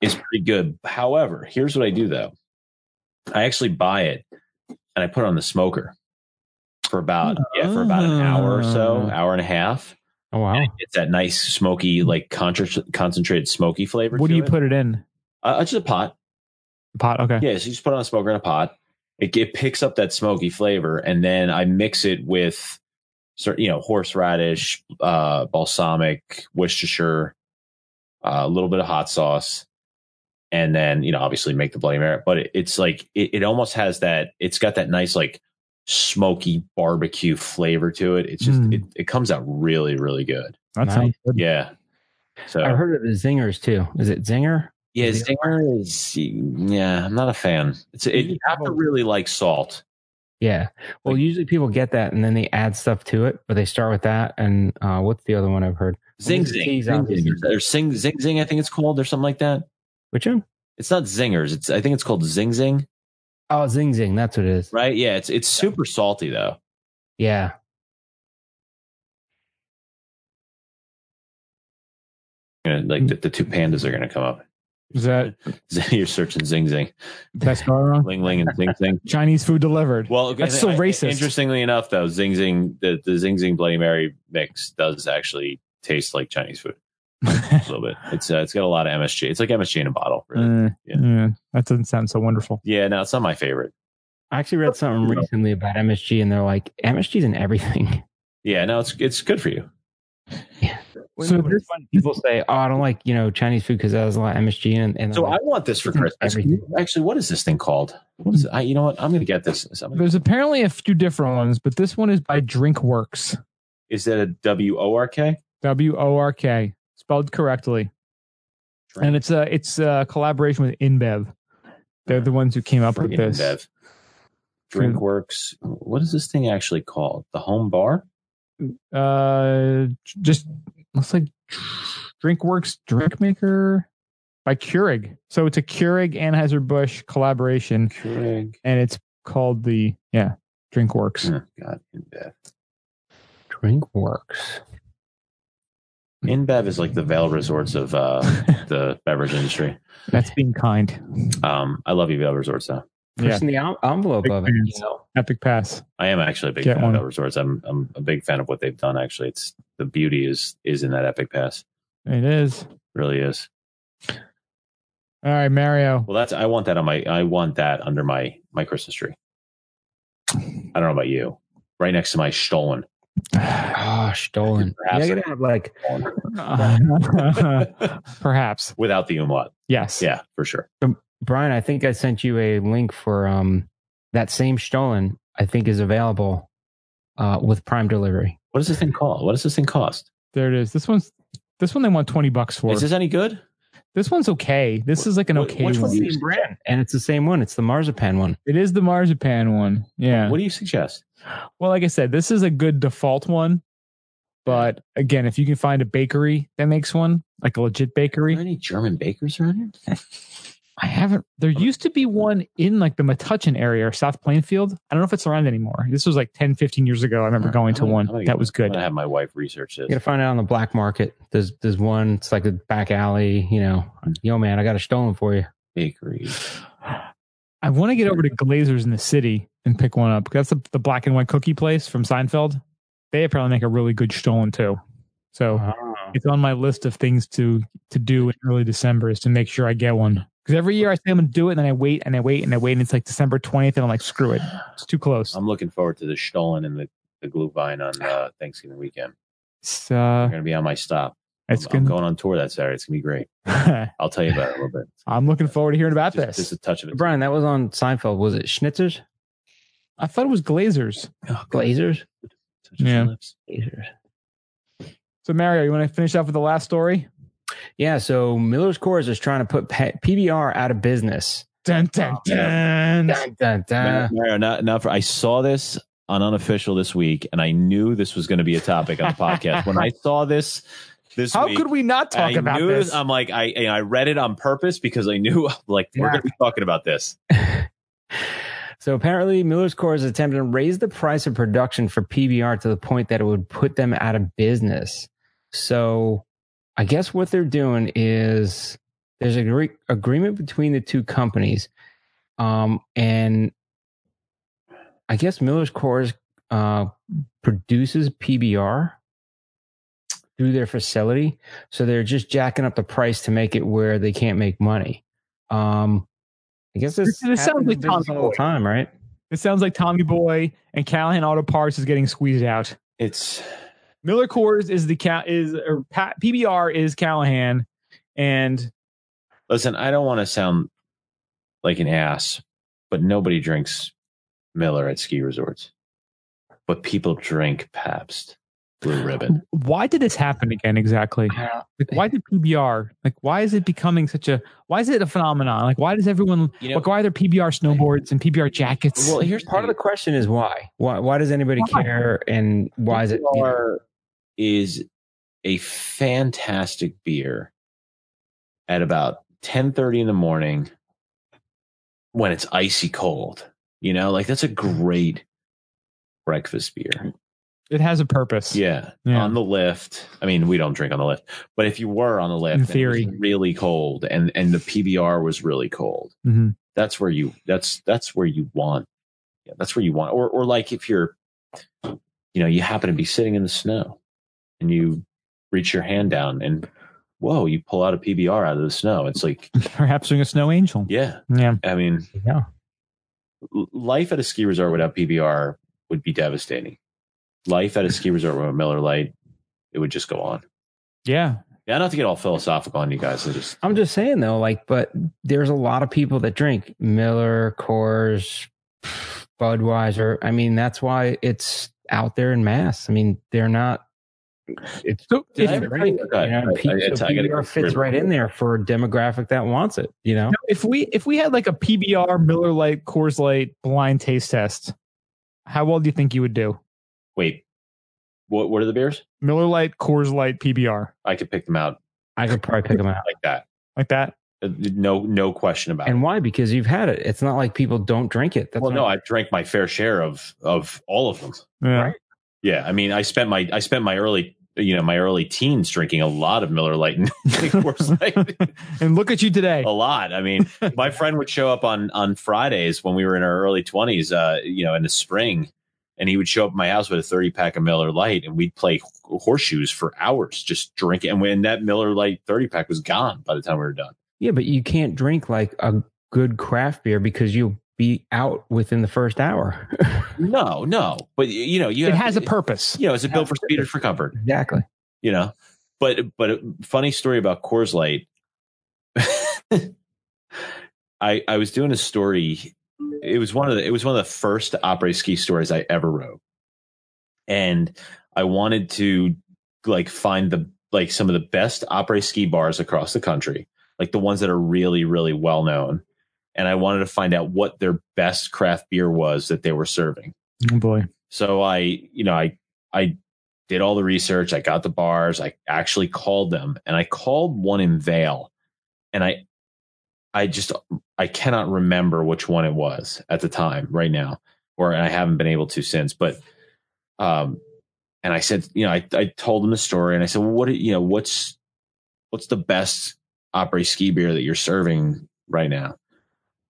S3: is pretty good. However, here's what I do though I actually buy it and I put it on the smoker for about, yeah, for about an hour or so,
S1: Ah.
S3: hour and a half.
S6: Oh wow!
S3: It's that nice smoky, like contra- concentrated smoky flavor.
S1: What
S3: to
S1: do you
S3: it.
S1: put it in?
S3: Uh, it's just a pot.
S1: Pot. Okay.
S3: Yeah, so you just put it on a smoker in a pot. It, it picks up that smoky flavor, and then I mix it with, cer- you know, horseradish, uh, balsamic, Worcestershire, uh, a little bit of hot sauce, and then you know obviously make the Bloody Mary. But it, it's like it, it almost has that. It's got that nice like smoky barbecue flavor to it. It's just
S1: Mm.
S3: it, it comes out really really good.
S1: That
S2: Nice.
S1: sounds good.
S3: Yeah. So
S2: I've heard of the zingers too. Is it zinger?
S3: yeah, Zinger is yeah. I'm not a fan. It's it, you have to really like salt.
S2: Yeah. Well, usually people get that and then they add stuff to it, but they start with that. And uh, what's the other one I've heard?
S3: Zing
S2: These
S3: zing,
S2: teas,
S3: zing
S2: obviously.
S3: zingers. or sing zing zing. I think it's called or something like that.
S2: Which one?
S3: It's not zingers. It's I think it's called zing zing.
S2: Oh, zing zing. That's what it is.
S3: Right? Yeah. It's it's super salty though.
S2: Yeah.
S3: Gonna-
S1: Hmm.
S3: Like the, the two pandas are gonna come up.
S1: Is that
S3: You're searching zing zing,
S1: that's far wrong?
S3: ling ling, and zing zing.
S1: Chinese food delivered.
S3: Well,
S1: That's so
S3: I-
S1: racist.
S3: Interestingly enough, though, zing zing, the, the zing zing Bloody Mary mix does actually taste like Chinese food a little bit. It's uh, it's got a lot of MSG. It's like MSG in a bottle. Really.
S1: Uh,
S3: Yeah.
S1: yeah, that doesn't sound so wonderful.
S3: yeah, no, it's not my favorite.
S2: I actually read something recently about MSG and they're like, MSG's in everything.
S3: Yeah, no, it's it's good for you.
S1: So
S2: When- when
S1: this-
S2: people say, oh, I don't like, you know, Chinese food because that has a lot of MSG. And, and
S3: So
S2: I'm
S3: I
S2: like,
S3: want this for
S2: Isn't
S3: Christmas.
S2: everything-
S3: Actually, what is this thing called? What
S1: Hmm.
S3: is it? I, you know what? I'm going to get this. I'm gonna-
S1: There's apparently a few different ones, but this one is by DrinkWorks.
S3: Is that a W O R K?
S1: W O R K, spelled correctly. And it's a it's a collaboration with InBev. They're the ones who came up with this.
S3: Bev. DrinkWorks. What is this thing actually called? The home bar?
S1: Uh, just looks like DrinkWorks Drink Maker by Keurig. So it's a Keurig Anheuser Busch collaboration,
S3: Keurig.
S1: and it's called the yeah DrinkWorks.
S3: Oh, God, InBev.
S2: drink works.
S3: InBev is like the Vail Resorts of uh, the beverage industry.
S1: That's being kind.
S3: Um, I love you, Vail Resorts, though.
S1: Yeah.
S2: Pushing the en- envelope
S1: Big
S2: of it.
S1: fans.
S2: You know?
S1: Epic pass.
S3: I am actually a big
S1: Get
S3: fan
S1: one.
S3: of Vail Resorts. I'm I'm a big fan of what they've done. Actually, it's the beauty is is in that Epic Pass.
S1: It is.
S3: really is.
S1: All right, Mario.
S3: Well, that's I want that on my I want that under my my Christmas tree. I don't know about you. Right next to my stolen.
S2: Oh, stolen.
S3: Perhaps.
S2: Yeah, I gotta have like,
S1: Perhaps.
S3: Without the umlaut.
S1: Yes.
S3: Yeah, for sure.
S2: Brian, I think I sent you a link for um that same Stollen, I think is available uh with Prime delivery.
S3: What does this thing called? What does this thing cost?
S1: There it is. This one's this one they want twenty bucks for.
S3: Is this any good?
S1: this one's okay. This is like an
S3: What-
S1: okay
S3: which
S1: one.
S3: one's the-
S2: brand. And it's the same one. It's the marzipan one.
S1: It is the marzipan one. Yeah.
S3: What do you suggest?
S1: Well, like I said, this is a good default one. But again, if you can find a bakery that makes one, like a legit
S3: Are there
S1: bakery,
S3: any German bakers around here?
S1: I haven't. There used to be one in like the Metuchen area or South Plainfield. I don't know if it's around anymore. This was like 10, 15 years ago. I remember going to
S3: I'm gonna-
S1: one
S3: I'm gonna-
S1: that was
S3: I'm
S1: good.
S3: gonna have my wife research this.
S2: You gotta find out on the black market. There's there's one, it's like a back alley, you know. Yo man, I got a stolen for you.
S3: Bakery.
S1: I want to get over to Glazers in the city and pick one up. That's the, the black and white cookie place from Seinfeld. They apparently make a really good Stollen too. So it's on my list of things to to do in early December is to make sure I get one. Because every year I say I'm going to do it, and then I wait and I wait and I wait, and it's like December 20th, and I'm like, screw it, it's too close.
S3: I'm looking forward to the Stollen and the, the glue vine on uh, Thanksgiving weekend.
S1: It's
S3: I'm
S1: uh,
S3: gonna be on my stop.
S1: it's
S3: I'm, I'm
S1: good.
S3: going on tour that Saturday. It's gonna be great. I'll tell you about it a little bit.
S1: I'm looking forward to hearing about
S3: Just, just
S1: this.
S3: a touch of it.
S2: Brian, that was on Seinfeld. Was it Schnitzers?
S1: I thought it was Glazers.
S3: Oh, God.
S2: Glazers?
S3: Touch of
S1: Yeah.
S3: lips.
S2: Glazers.
S1: So Mario, you want to finish off with the last story?
S2: Yeah, so Miller's Coors is trying to put P- PBR out of business.
S1: Dun dun
S3: Oh,
S1: dun.
S2: Dun, dun,
S1: Uh.
S2: dun.
S3: Mario, not, not for, I saw this on unofficial this week, and I knew this was going to be a topic on the podcast. When I saw this this
S1: How
S3: week,
S1: could we not talk
S3: I
S1: about
S3: knew um,
S1: this?
S3: I'm like, I and I read it on purpose because I knew, like, we're
S2: Yeah.
S3: going to be talking about this.
S2: So apparently, Miller's Coors is attempting to raise the price of production for PBR to the point that it would put them out of business. So I guess what they're doing is there's an agree- agreement between the two companies, um, and I guess Miller's Coors uh, produces PBR through their facility, so they're just jacking up the price to make it where they can't make money. Um, I guess this,
S1: This sounds
S2: happens in
S1: like Tom
S2: business all
S1: Ford.
S2: the time, right?
S1: It sounds like Tommy Boy and Callahan Auto Parts is getting squeezed out.
S3: It's
S1: Miller Coors is the Ca- is or Pat, PBR is Callahan, and
S3: Listen, I don't want to sound like an ass, but nobody drinks Miller at ski resorts. But people drink Pabst Blue Ribbon.
S1: Why did this happen again exactly? Like, why did PBR? Like, why is it becoming such a? Why is it a phenomenon? Like, why does everyone?
S3: You know-
S1: like, why are there PBR snowboards and PBR jackets?
S3: Well, here's
S2: Part of the question is why? Why, why does anybody
S1: Why?
S2: care? And why is it? you know,
S3: PBR is a fantastic beer at about 10:30 in the morning when it's icy cold. You know, like that's a great breakfast beer.
S1: it has a purpose.
S3: Yeah.
S1: Yeah.
S3: On the lift. I mean, we don't drink on the lift, but if you were on the lift,
S1: In
S3: and it was
S1: theory.
S3: really cold and and the PBR was really cold.
S1: Mhm.
S3: That's where you that's that's where you want. Yeah, that's where you want. Or or like if you're you know, you happen to be sitting in the snow and you reach your hand down and whoa, you pull out a PBR out of the snow. It's like,
S1: Perhaps doing a snow angel.
S3: yeah.
S1: Yeah.
S3: I mean,
S1: Yeah.
S3: l- life at a ski resort without PBR would be devastating. Life at a ski resort with a Miller Lite, it would just go on.
S1: Yeah.
S3: Yeah, not to get all philosophical on you guys. I just
S2: I'm just saying though, like, but there's a lot of people that drink Miller, Coors, Budweiser. I mean, that's why it's out there in mass. I mean, they're not. It's
S1: So
S2: you
S3: I
S1: if,
S3: ever
S2: know,
S3: tell you- I- I- I- I gotta go
S2: PBR E fits
S3: through.
S2: right in there for a demographic that wants it. You know,
S1: if we if we had like a PBR Miller Lite Coors Light blind taste test, how well do you think you would do?
S3: wait. What what are the beers?
S1: Miller Lite Coors Light PBR
S3: I could pick them out
S2: I could probably pick them out.
S3: like that.
S1: like that.
S3: Uh, No no question about
S2: And
S3: it.
S2: why? Because you've had it. It's not like people don't drink it. That's
S3: Well,
S2: what
S3: no,
S2: I'm-
S3: I drank my fair share of of all of them.
S1: Yeah.
S2: Right.
S3: Yeah, I mean, I spent my I spent my early you know my early teens drinking a lot of Miller Lite and Coors Light.
S1: and look at you today.
S3: a lot. I mean, my friend would show up on on Fridays when we were in our early twenties, uh, you know, in the spring, and he would show up at my house with a thirty pack of Miller Lite, and we'd play h- horseshoes for hours, just drinking. And when that Miller Lite thirty pack was gone by the time we were done,
S2: yeah, but you can't drink like a good craft beer because you'll be out within the first hour.
S3: no, no, but y- you know, you
S1: It
S3: have-
S1: has a purpose.
S3: you know, it's a built for speed or for comfort,
S2: exactly.
S3: you know. But but a funny story about Coors Light. I I was doing a story. It was one of the it was one of the first opera ski stories I ever wrote, and I wanted to like find the like some of the best opera ski bars across the country, like the ones that are really really well known, and I wanted to find out what their best craft beer was that they were serving.
S1: Oh boy.
S3: So I, you know, I I did all the research. I got the bars. I actually called them, and I called one in Vale, and I I just I cannot remember which one it was at the time right now, or I haven't been able to since. But um, and I said, you know, I I told them the story, and I said, well, what do- you know, what's what's the best Opry ski beer that you're serving right now?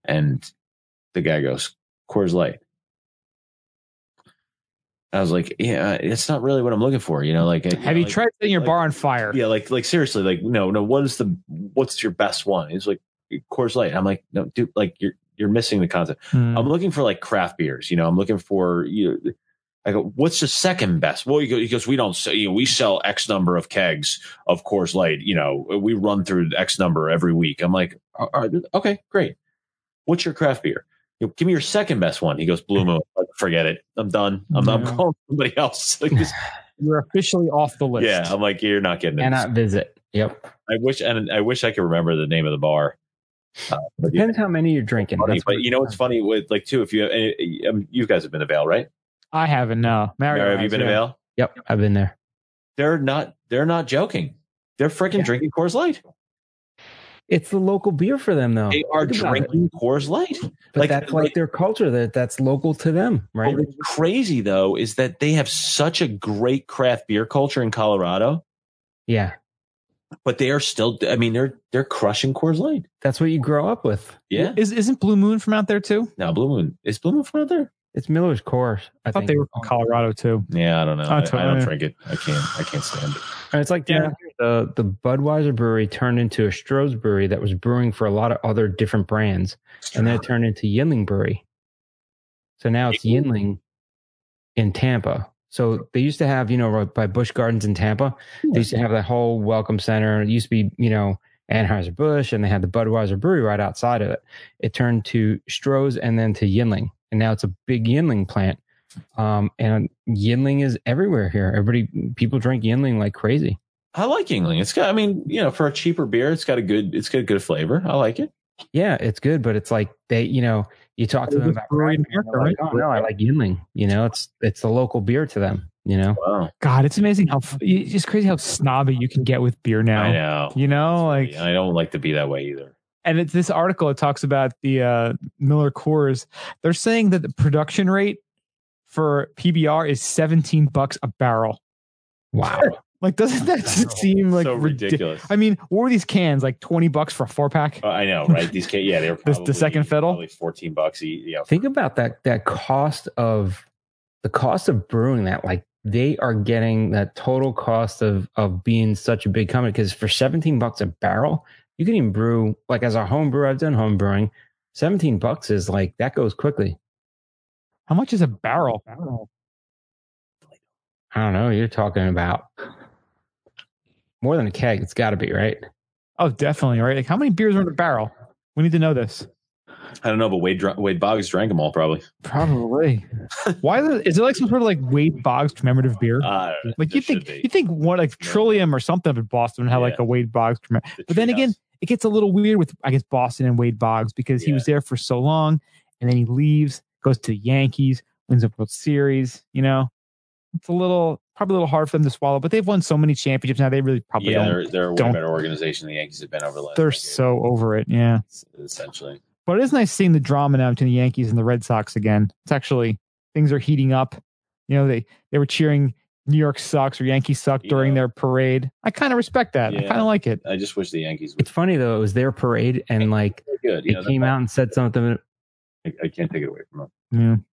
S3: And the guy goes, Coors Light. I was like, yeah, it's not really what I'm looking for, you know. Like, I-
S1: Have you
S3: like-
S1: tried setting your
S3: like-
S1: bar on fire?
S3: yeah, like like seriously, like no, no. What is the what's your best one? It's like Coors Light. I'm like, no, dude, like you're you're missing the concept.
S1: Hmm.
S3: I'm looking for like craft beers. You know, I'm looking for you. know, I go, what's the second best? Well, he goes, he goes, we don't sell. You know, we sell X number of kegs of Coors Light. You know, we run through X number every week. I'm like, all right, okay, great. What's your craft beer? You know, Give me your second best one. He goes, Blue Moon. Like, Forget it. I'm done. I'm, I'm
S1: Yeah.
S3: calling somebody else. Like,
S1: You're officially off the list.
S3: yeah, I'm like, you're not getting it.
S2: Cannot visit. Yep.
S3: I wish and I wish I could remember the name of the bar. Uh, but, yeah,
S2: Depends how many you're drinking.
S3: funny,
S2: That's
S3: but
S2: what-
S3: you know what's funny with like too if you have, any- um, you guys have been to Vale, right?
S1: I haven't. No, Mario,
S3: Mary, have you
S1: has,
S3: been to
S1: yeah.
S3: Vale?
S2: Yep, I've been there.
S3: They're not they're not joking. They're freaking
S2: Yeah.
S3: drinking Coors Light.
S2: It's the local beer for them, though.
S3: They are
S2: Think about it.
S3: drinking Coors Light.
S2: but
S3: like-
S2: that's like, their culture. That that's local to them, right?
S3: What's crazy though is that they have such a great craft beer culture in Colorado,
S2: yeah,
S3: but they are still. I mean, they're they're crushing Coors Light.
S2: that's what you grow up with.
S3: Yeah.
S1: Is isn't Blue Moon from out there too?
S3: Now Blue Moon is Blue Moon from out there?
S2: It's Miller's Coors. I,
S1: I thought
S2: think.
S1: they were from Colorado too.
S3: Yeah, I don't know. I,
S1: I don't
S3: I don't
S1: know.
S3: drink it. I can't. I can't stand it.
S2: And it's like
S1: Yeah.
S2: down here, the the Budweiser brewery turned into a Stroh's brewery that was brewing for a lot of other different brands, and then it turned into Yinling Brewery. So now it's Yinling in Tampa. So they used to have, you know, right by Bush Gardens in Tampa, they used to have that whole welcome center. It used to be, you know, Anheuser-Busch and they had the Budweiser brewery right outside of it. It turned to Stroh's and then to Yinling. And now it's a big Yinling plant. Um, and Yinling is everywhere here. Everybody, people drink Yinling like crazy.
S3: I like Yingling. It's got, I mean, you know, for a cheaper beer, it's got a good, it's got a good flavor. I like it.
S2: Yeah, it's good, but it's like they, you know, you talk to
S1: It
S2: them
S1: was
S2: about
S1: brewed in
S2: craft beer, and they're like,
S1: America,
S2: oh no, I like Yinling. You know, it's it's the local beer to them. You know,
S3: Wow.
S1: God, it's amazing how it's just crazy how snobby you can get with beer now.
S3: I know.
S1: You know, like,
S3: I don't like to be that way either.
S1: and it's this article. It talks about the uh, Miller Coors. They're saying that the production rate for PBR is 17 bucks a barrel.
S2: wow,
S1: Like, doesn't that just seem like
S3: so
S1: ridiculous?
S3: ridiculous.
S1: I mean, what were these cans like 20 bucks for a four pack?
S3: Uh, I know, right? These kids, yeah, they're
S1: The- the
S3: probably
S1: second fiddle?
S3: probably fourteen bucks. e, each, Yeah,
S2: think about that that cost of the cost of brewing that. Like they are getting that total cost of of being such a big company because for seventeen bucks a barrel, you can even brew like as a home brewer. I've done home brewing. Seventeen bucks is like that goes quickly.
S1: How much is a barrel?
S2: I don't know. You're talking about more than a keg. It's got to be right.
S1: Oh, definitely. Right. Like, how many beers are in a barrel? We need to know this.
S3: I don't know, but Wade dr- Wade Boggs drank them all probably.
S1: Probably. Why is it, is it like some sort of like Wade Boggs commemorative beer?
S3: Uh,
S1: like you think you think what like
S3: Yeah.
S1: Trillium or something up in Boston had like
S3: Yeah.
S1: a Wade Boggs commem- but then again, it gets a little weird with I guess Boston and Wade Boggs because he
S3: Yeah.
S1: was there for so long and then he leaves, goes to the Yankees, wins a World Series, you know. It's a little probably a little hard for them to swallow, but they've won so many championships now they really probably
S3: yeah,
S1: don't
S3: they're they're a way
S1: don't-
S3: better organization than the Yankees have been over the last.
S1: they're
S3: decade,
S1: so over it, yeah.
S3: s- essentially.
S1: But it is nice seeing the drama now between the Yankees and the Red Sox again. It's actually things are heating up. You know, they they were cheering New York sucks or Yankees suck during
S3: Yeah.
S1: their parade. I kind of respect that. I
S3: Yeah.
S1: kind of like it.
S3: I just wish the Yankees would
S2: It's funny though. It was their parade, and like
S3: be good.
S2: it
S3: You know,
S2: came out and said something.
S3: I, I can't take it away from them.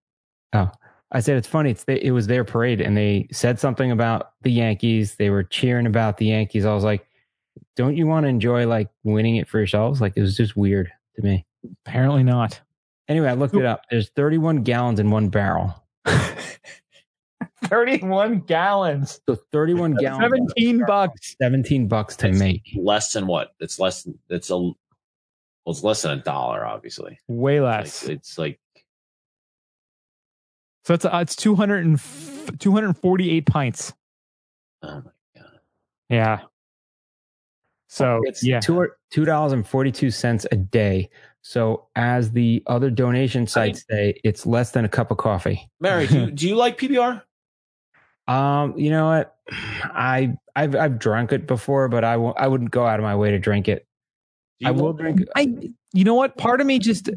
S1: Yeah.
S2: I said it's funny. It's the, it was their parade, and they said something about the Yankees. They were cheering about the Yankees. I was like, don't you want to enjoy like winning it for yourselves? Like it was just weird to me.
S1: Apparently not.
S2: Anyway, I looked it up. There's 31 gallons in one barrel.
S1: 31 gallons.
S2: So 31
S3: That's
S2: gallons,
S1: 17 bucks.
S2: 17 bucks to
S3: That's-
S2: make.
S3: Less than what? It's less. than It's a. Well, it's less than a dollar, obviously.
S1: Way
S3: Like,
S1: less.
S3: it's like
S1: So it's, uh, it's 200 and f- 248 pints.
S3: oh my,
S1: Yeah. So,
S2: it's
S1: yeah.
S2: two two dollars and forty two cents a day. So as the other donation sites say, it's less than a cup of coffee.
S3: Mary, do you, do you like PBR?
S2: Um, you know what? I I've I've drunk it before, but I w- I wouldn't go out of my way to drink it.
S3: Do you
S2: I will
S3: like-
S2: drink.
S1: I, you know what? Part of me just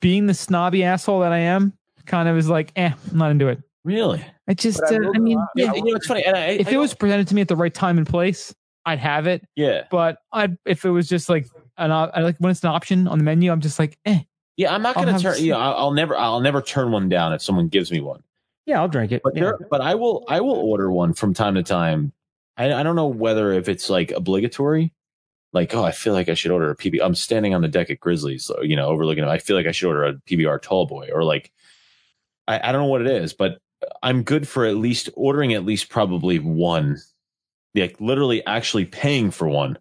S1: being the snobby asshole that I am kind of is like, eh, I'm not into it.
S3: Really?
S1: I just,
S2: But I
S1: uh,
S2: will
S1: I
S2: go
S1: mean,
S2: out.
S1: yeah,
S3: you know, it's funny. And I,
S1: if
S3: I
S1: it
S3: don't-
S1: was presented to me at the right time and place, I'd have it.
S3: yeah,
S1: But I, if it was just like an, op- I like when it's an option on the menu, I'm just like, eh.
S3: Yeah, I'm not
S1: I'll
S3: going to
S1: have
S3: turn.
S1: some.
S3: You know, I'll, I'll never. I'll never turn one down if someone gives me one.
S2: Yeah, I'll drink it.
S3: But
S2: Yeah.
S3: there, but I will. I will order one from time to time. I, I don't know whether if it's like obligatory. Like, oh, I feel like I should order a PB. I'm standing on the deck at Grizzlies, so, you know, overlooking it. I feel like I should order a PBR tall boy or like, I, I don't know what it is, but I'm good for at least ordering at least probably one, like literally actually paying for one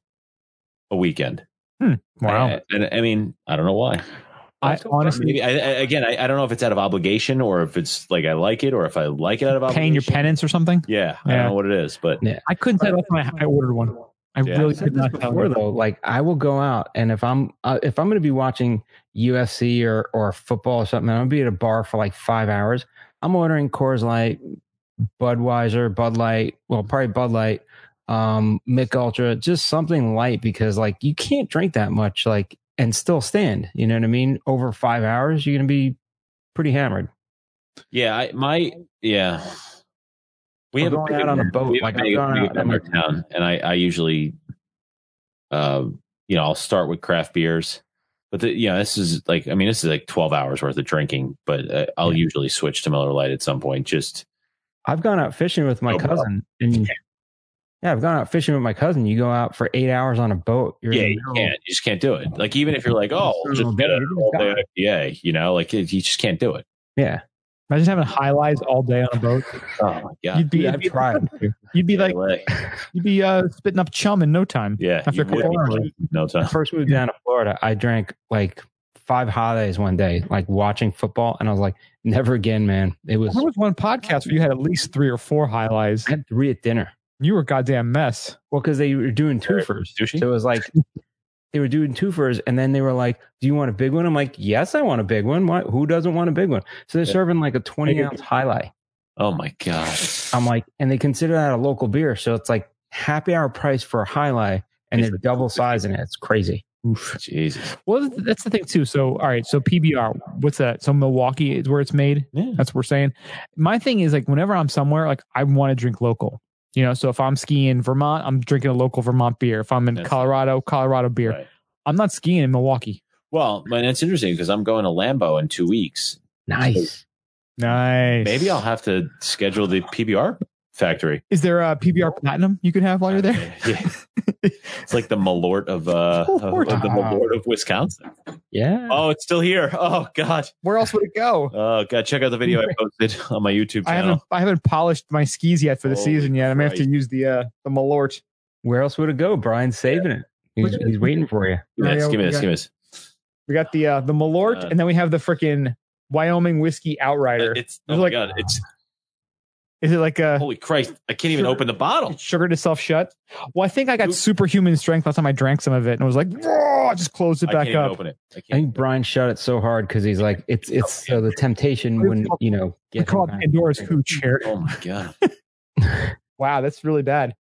S3: a weekend. I- And I, mean, I don't know why.
S1: I honestly
S3: Maybe I, I, again, I, I don't know if it's out of obligation or if it's like I like it or if I like it out of obligation.
S1: paying your penance or something.
S3: Yeah, I
S1: Yeah.
S3: don't know what it is, but
S1: I couldn't tell you last time I, I ordered one. I
S3: Yeah.
S1: really
S2: I said
S1: could
S2: this
S1: not tell.
S2: before
S1: you.
S2: though. Like I will go out, and if I'm uh, if I'm going to be watching UFC or or football or something, I'm going to be at a bar for like five hours. I'm ordering Coors Light, Budweiser, Bud Light. Well, probably Bud Light, um, Mick Ultra, just something light because like you can't drink that much, like and still stand. You know what I mean? Over five hours, you're going to be pretty hammered.
S3: yeah, I, my yeah. We
S2: Or
S3: have
S2: going
S3: big
S2: out on a
S3: event-
S2: boat,
S3: we have
S2: like
S3: a
S2: I've
S3: big
S2: gone out
S3: event
S2: on
S3: in
S2: a-
S3: our town, and I, I usually, um, you know, I'll start with craft beers, but the, you know, this is like, I mean, this is like twelve hours worth of drinking, but uh, I'll usually switch to Miller Lite at some point. Just
S2: I've gone out fishing with my
S3: Oh, well.
S2: cousin and. Yeah, I've gone out fishing with my cousin. You go out for eight hours on a boat. You're in
S3: yeah,
S2: the
S3: you
S2: middle of
S3: can't. You just can't do it. Like even if you're like, oh,
S2: It's a
S3: just
S2: little
S3: get
S2: bit-
S3: an all day IPA, you know, like it, you just can't do it.
S2: Yeah.
S1: Imagine having high lives all day on a boat.
S3: Oh my god!
S1: You'd be,
S2: Yeah,
S1: you'd
S2: I've
S1: be,
S2: tried.
S1: you'd be
S3: Yeah,
S1: like, you'd be uh, spitting up chum in no time.
S3: yeah,
S1: After
S3: you
S1: a couple
S3: would be
S1: hours.
S3: clean in no time.
S2: First moved down to Florida, I drank like five holidays one day, like watching football, and I was like, never again, man. It was
S1: There was one podcast where you had at least three or four high lives.
S2: I had three at dinner.
S1: You were a goddamn mess.
S2: Well, because they were doing twofers.
S3: Sushi?
S2: So it was like they were doing twofers, and then they were like, "Do you want a big one?" I'm like, "Yes, I want a big one. Why, who doesn't want a big one?" So they're
S3: Yeah.
S2: serving like a 20 ounce highlight.
S3: Oh my god!
S2: I'm like, and they consider that a local beer, so it's like happy hour price for a highlight, and
S3: It's
S2: they're
S3: the-
S2: double sizing it. It's crazy.
S3: Jesus.
S1: Well, that's the thing too. So, all right. So PBR, what's that? So Milwaukee is where it's made.
S3: Yeah.
S1: That's what we're saying. My thing is like whenever I'm somewhere, like I want to drink local. You know, so if I'm skiing in Vermont, I'm drinking a local Vermont beer. If I'm in
S3: That's-
S1: Colorado, Colorado beer.
S3: Right.
S1: I'm not skiing in Milwaukee.
S3: Well, man, it's interesting because I'm going to Lambo in two weeks.
S2: Nice.
S1: Nice.
S3: Maybe I'll have to schedule the PBR factory.
S1: Is there a PBR Platinum you could have while you're there?
S3: Yeah. it's like the Malort of uh, of- of the
S2: Wow.
S3: Malort of Wisconsin.
S2: Yeah.
S3: Oh, it's still here. Oh God.
S1: Where else would it go?
S3: Oh God. Check out the video I posted on my YouTube
S1: I haven't
S3: channel.
S1: I haven't polished my skis yet for the
S3: Holy
S1: season yet. I'm gonna have to
S3: Christ.
S1: use the uh the Malort.
S2: Where else would it go? Brian's saving it. He's,
S1: Look at-
S2: he's waiting for you.
S3: Give me this.
S1: Mario,
S3: Give
S1: we
S3: me this.
S1: got-
S3: Give me this.
S1: We got the uh the Malort
S3: Uh,
S1: and then we have the freaking Wyoming whiskey outrider.
S3: It's oh
S1: It's
S3: my
S1: like-
S3: God. It's
S1: Is it like a
S3: holy Christ. I can't even
S1: Sure.
S3: open the bottle.
S1: it Oh. sugared itself shut? Well, I think I got
S3: Oop.
S1: superhuman strength last time I drank some of it and it was like, "Whoa," I just closed it
S3: I can't
S1: back
S3: even
S1: up.
S3: open it. I
S2: I
S3: can't.
S2: think Brian shot it so hard because he's like, it's it's so the temptation wouldn't, you know,
S1: We
S2: get
S1: call it
S2: him back.
S1: Pandora's Hooch here.
S3: Oh my God.
S1: Wow, that's really bad.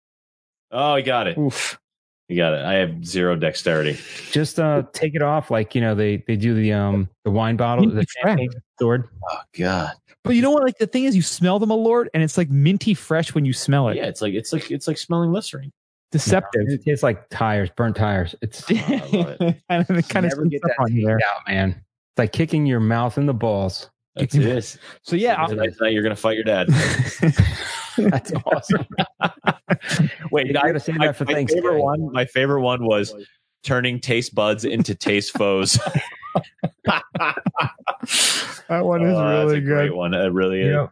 S3: Oh, I got it.
S1: Oof.
S3: You got it. I have zero dexterity.
S2: Just uh, take it off, like you know they they do the um the wine bottle, the
S1: Minty fresh.
S2: champagne sword.
S3: Oh God.
S1: But you know what? Like the thing is you smell the Malort and it's like minty fresh when you smell it.
S3: yeah, it's like it's like it's like smelling Listerine.
S1: Deceptive.
S2: It tastes like tires, burnt tires. It's
S3: love
S1: and it kind
S2: Never
S1: of
S2: get
S1: gets up
S2: that
S1: on you there.
S2: freaked out, man. It's like kicking your mouth in the balls.
S3: That's it.
S1: So yeah, I-
S3: Tonight's night you're gonna fight your dad.
S2: That's awesome.
S3: Wait,
S2: You gotta save that for Thanksgiving.
S3: favorite one. My favorite one was turning taste buds into taste foes.
S1: that one is
S3: Oh, that's
S1: really
S3: a great
S1: good.
S3: one. It really
S2: You
S3: is.
S2: know,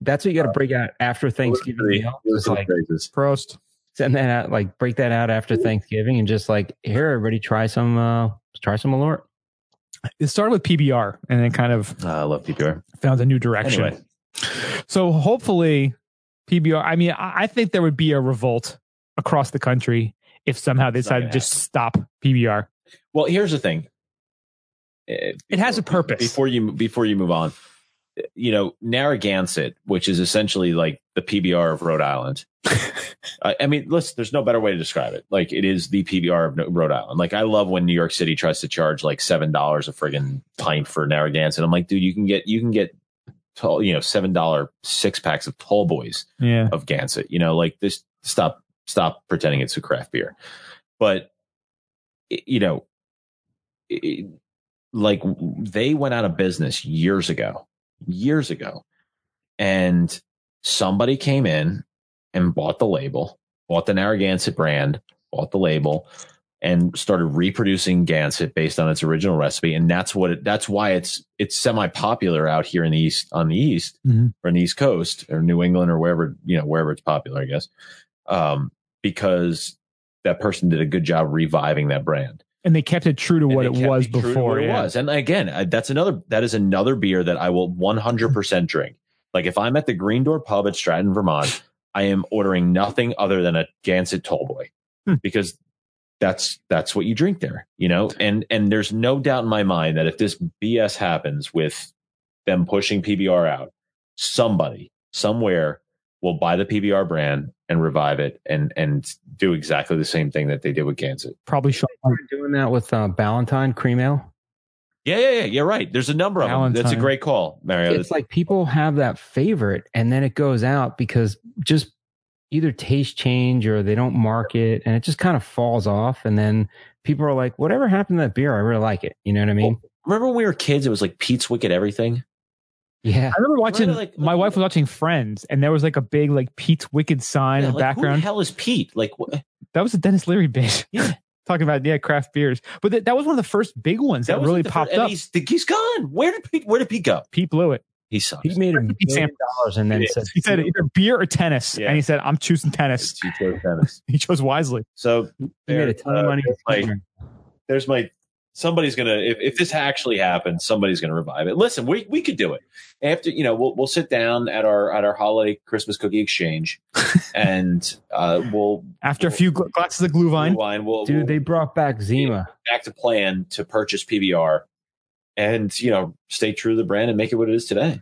S2: that's what you got to
S3: uh,
S2: break out after Thanksgiving.
S3: Those are
S2: meal.
S3: the- those
S2: Just
S3: are the
S2: like
S3: phrases.
S1: Prost.
S2: send that out, like break that out after
S3: Mm-hmm.
S2: Thanksgiving, and just like here, everybody, try some, uh try some Malort.
S1: It started with PBR and then kind of
S3: Ah, I love PPR.
S1: found a new direction.
S3: Anyway,
S1: So hopefully, PBR. I mean, I, I think there would be a revolt across the country if somehow they
S3: It's not
S1: decided
S3: gonna
S1: to just stop PBR.
S3: well, here's the thing. It
S1: It has a purpose.
S3: Before you before you move on, you know Narragansett, which is essentially like the PBR of Rhode Island. I, I mean, listen, there's no better way to describe it. Like it is the PBR of No- Rhode Island. Like I love when New York City tries to charge like seven dollars a friggin' pint for Narragansett. I'm like, dude, you can get you can get tall, you know, seven dollar six packs of tall boys
S1: yeah.
S3: of Gansett. You know, like this stop stop pretending it's a craft beer. But i- you know, i- like they went out of business years ago, years ago, and somebody came in and bought the label, bought the Narragansett brand, bought the label, and started reproducing Gansett based on its original recipe. And that's what it, that's why it's it's semi popular out here in the east on the east
S1: Mhm.
S3: or in the east coast or New England or wherever you know wherever it's popular, I guess, um, because that person did a good job reviving that brand
S1: And they kept it true to what it
S3: and they kept
S1: was
S3: it true to
S1: before.
S3: what it
S1: yeah.
S3: was and again I- that's another that is another beer that i will 100% drink like if i'm at the green door pub at stratton vermont i am ordering nothing other than a gansett tallboy
S1: Hmm.
S3: because that's that's what you drink there you know and and there's no doubt in my mind that if this bs happens with them pushing pbr out somebody somewhere will buy the pbr brand and revive it and and do exactly the same thing that they did with gansett
S1: Probably Sean. White.
S2: Doing that with uh, Ballantine cream ale.
S3: Yeah, yeah, yeah. You're right. There's a number of them. That's a
S1: Valentine.
S3: great call, Mario.
S2: it's
S3: That's-
S2: like people have that favorite and then it goes out because just either taste change or they don't market and it just kind of falls off and then people are like whatever happened to that beer i really like it you know what i mean
S3: remember when we were kids? It was like Pete's Wicked Everything.
S2: yeah
S1: I remember watching.
S3: Remember, like,
S1: my
S3: like-
S1: wife was watching Friends, and there was like a big like Pete's Wicked sign
S3: Yeah,
S1: in
S3: like,
S1: the
S3: Who the
S1: background.
S3: hell is Pete? Like, wh-
S1: that was a Dennis Leary bit.
S3: Yeah.
S1: Talking about yeah, craft beers, but th- that was one of the first big ones that,
S3: was
S1: really
S3: like the
S1: popped
S3: first- and
S1: up.
S3: He's, he's gone. Where did Pete? Where did Pete go?
S1: Pete blew it.
S3: He sucks.
S2: He made a
S1: Sam
S2: billion dollars and then
S3: It
S2: said,
S1: He said either beer or tennis,
S3: Yeah.
S1: and he said I'm choosing tennis.
S3: He chose tennis.
S1: He chose wisely.
S3: So
S2: he made a ton of
S3: uh,
S2: money.
S3: there's my, there's my somebody's gonna if, if this actually happens, somebody's gonna revive it. Listen, we we could do it. After you know, we'll we'll sit down at our at our holiday Christmas cookie exchange and uh we'll
S1: After a few gl- glasses of glue vine,
S3: wine we'll,
S2: Dude,
S3: we'll
S2: they brought back Zima.
S3: back to plan to purchase PBR and you know, stay true to the brand and make it what it is today.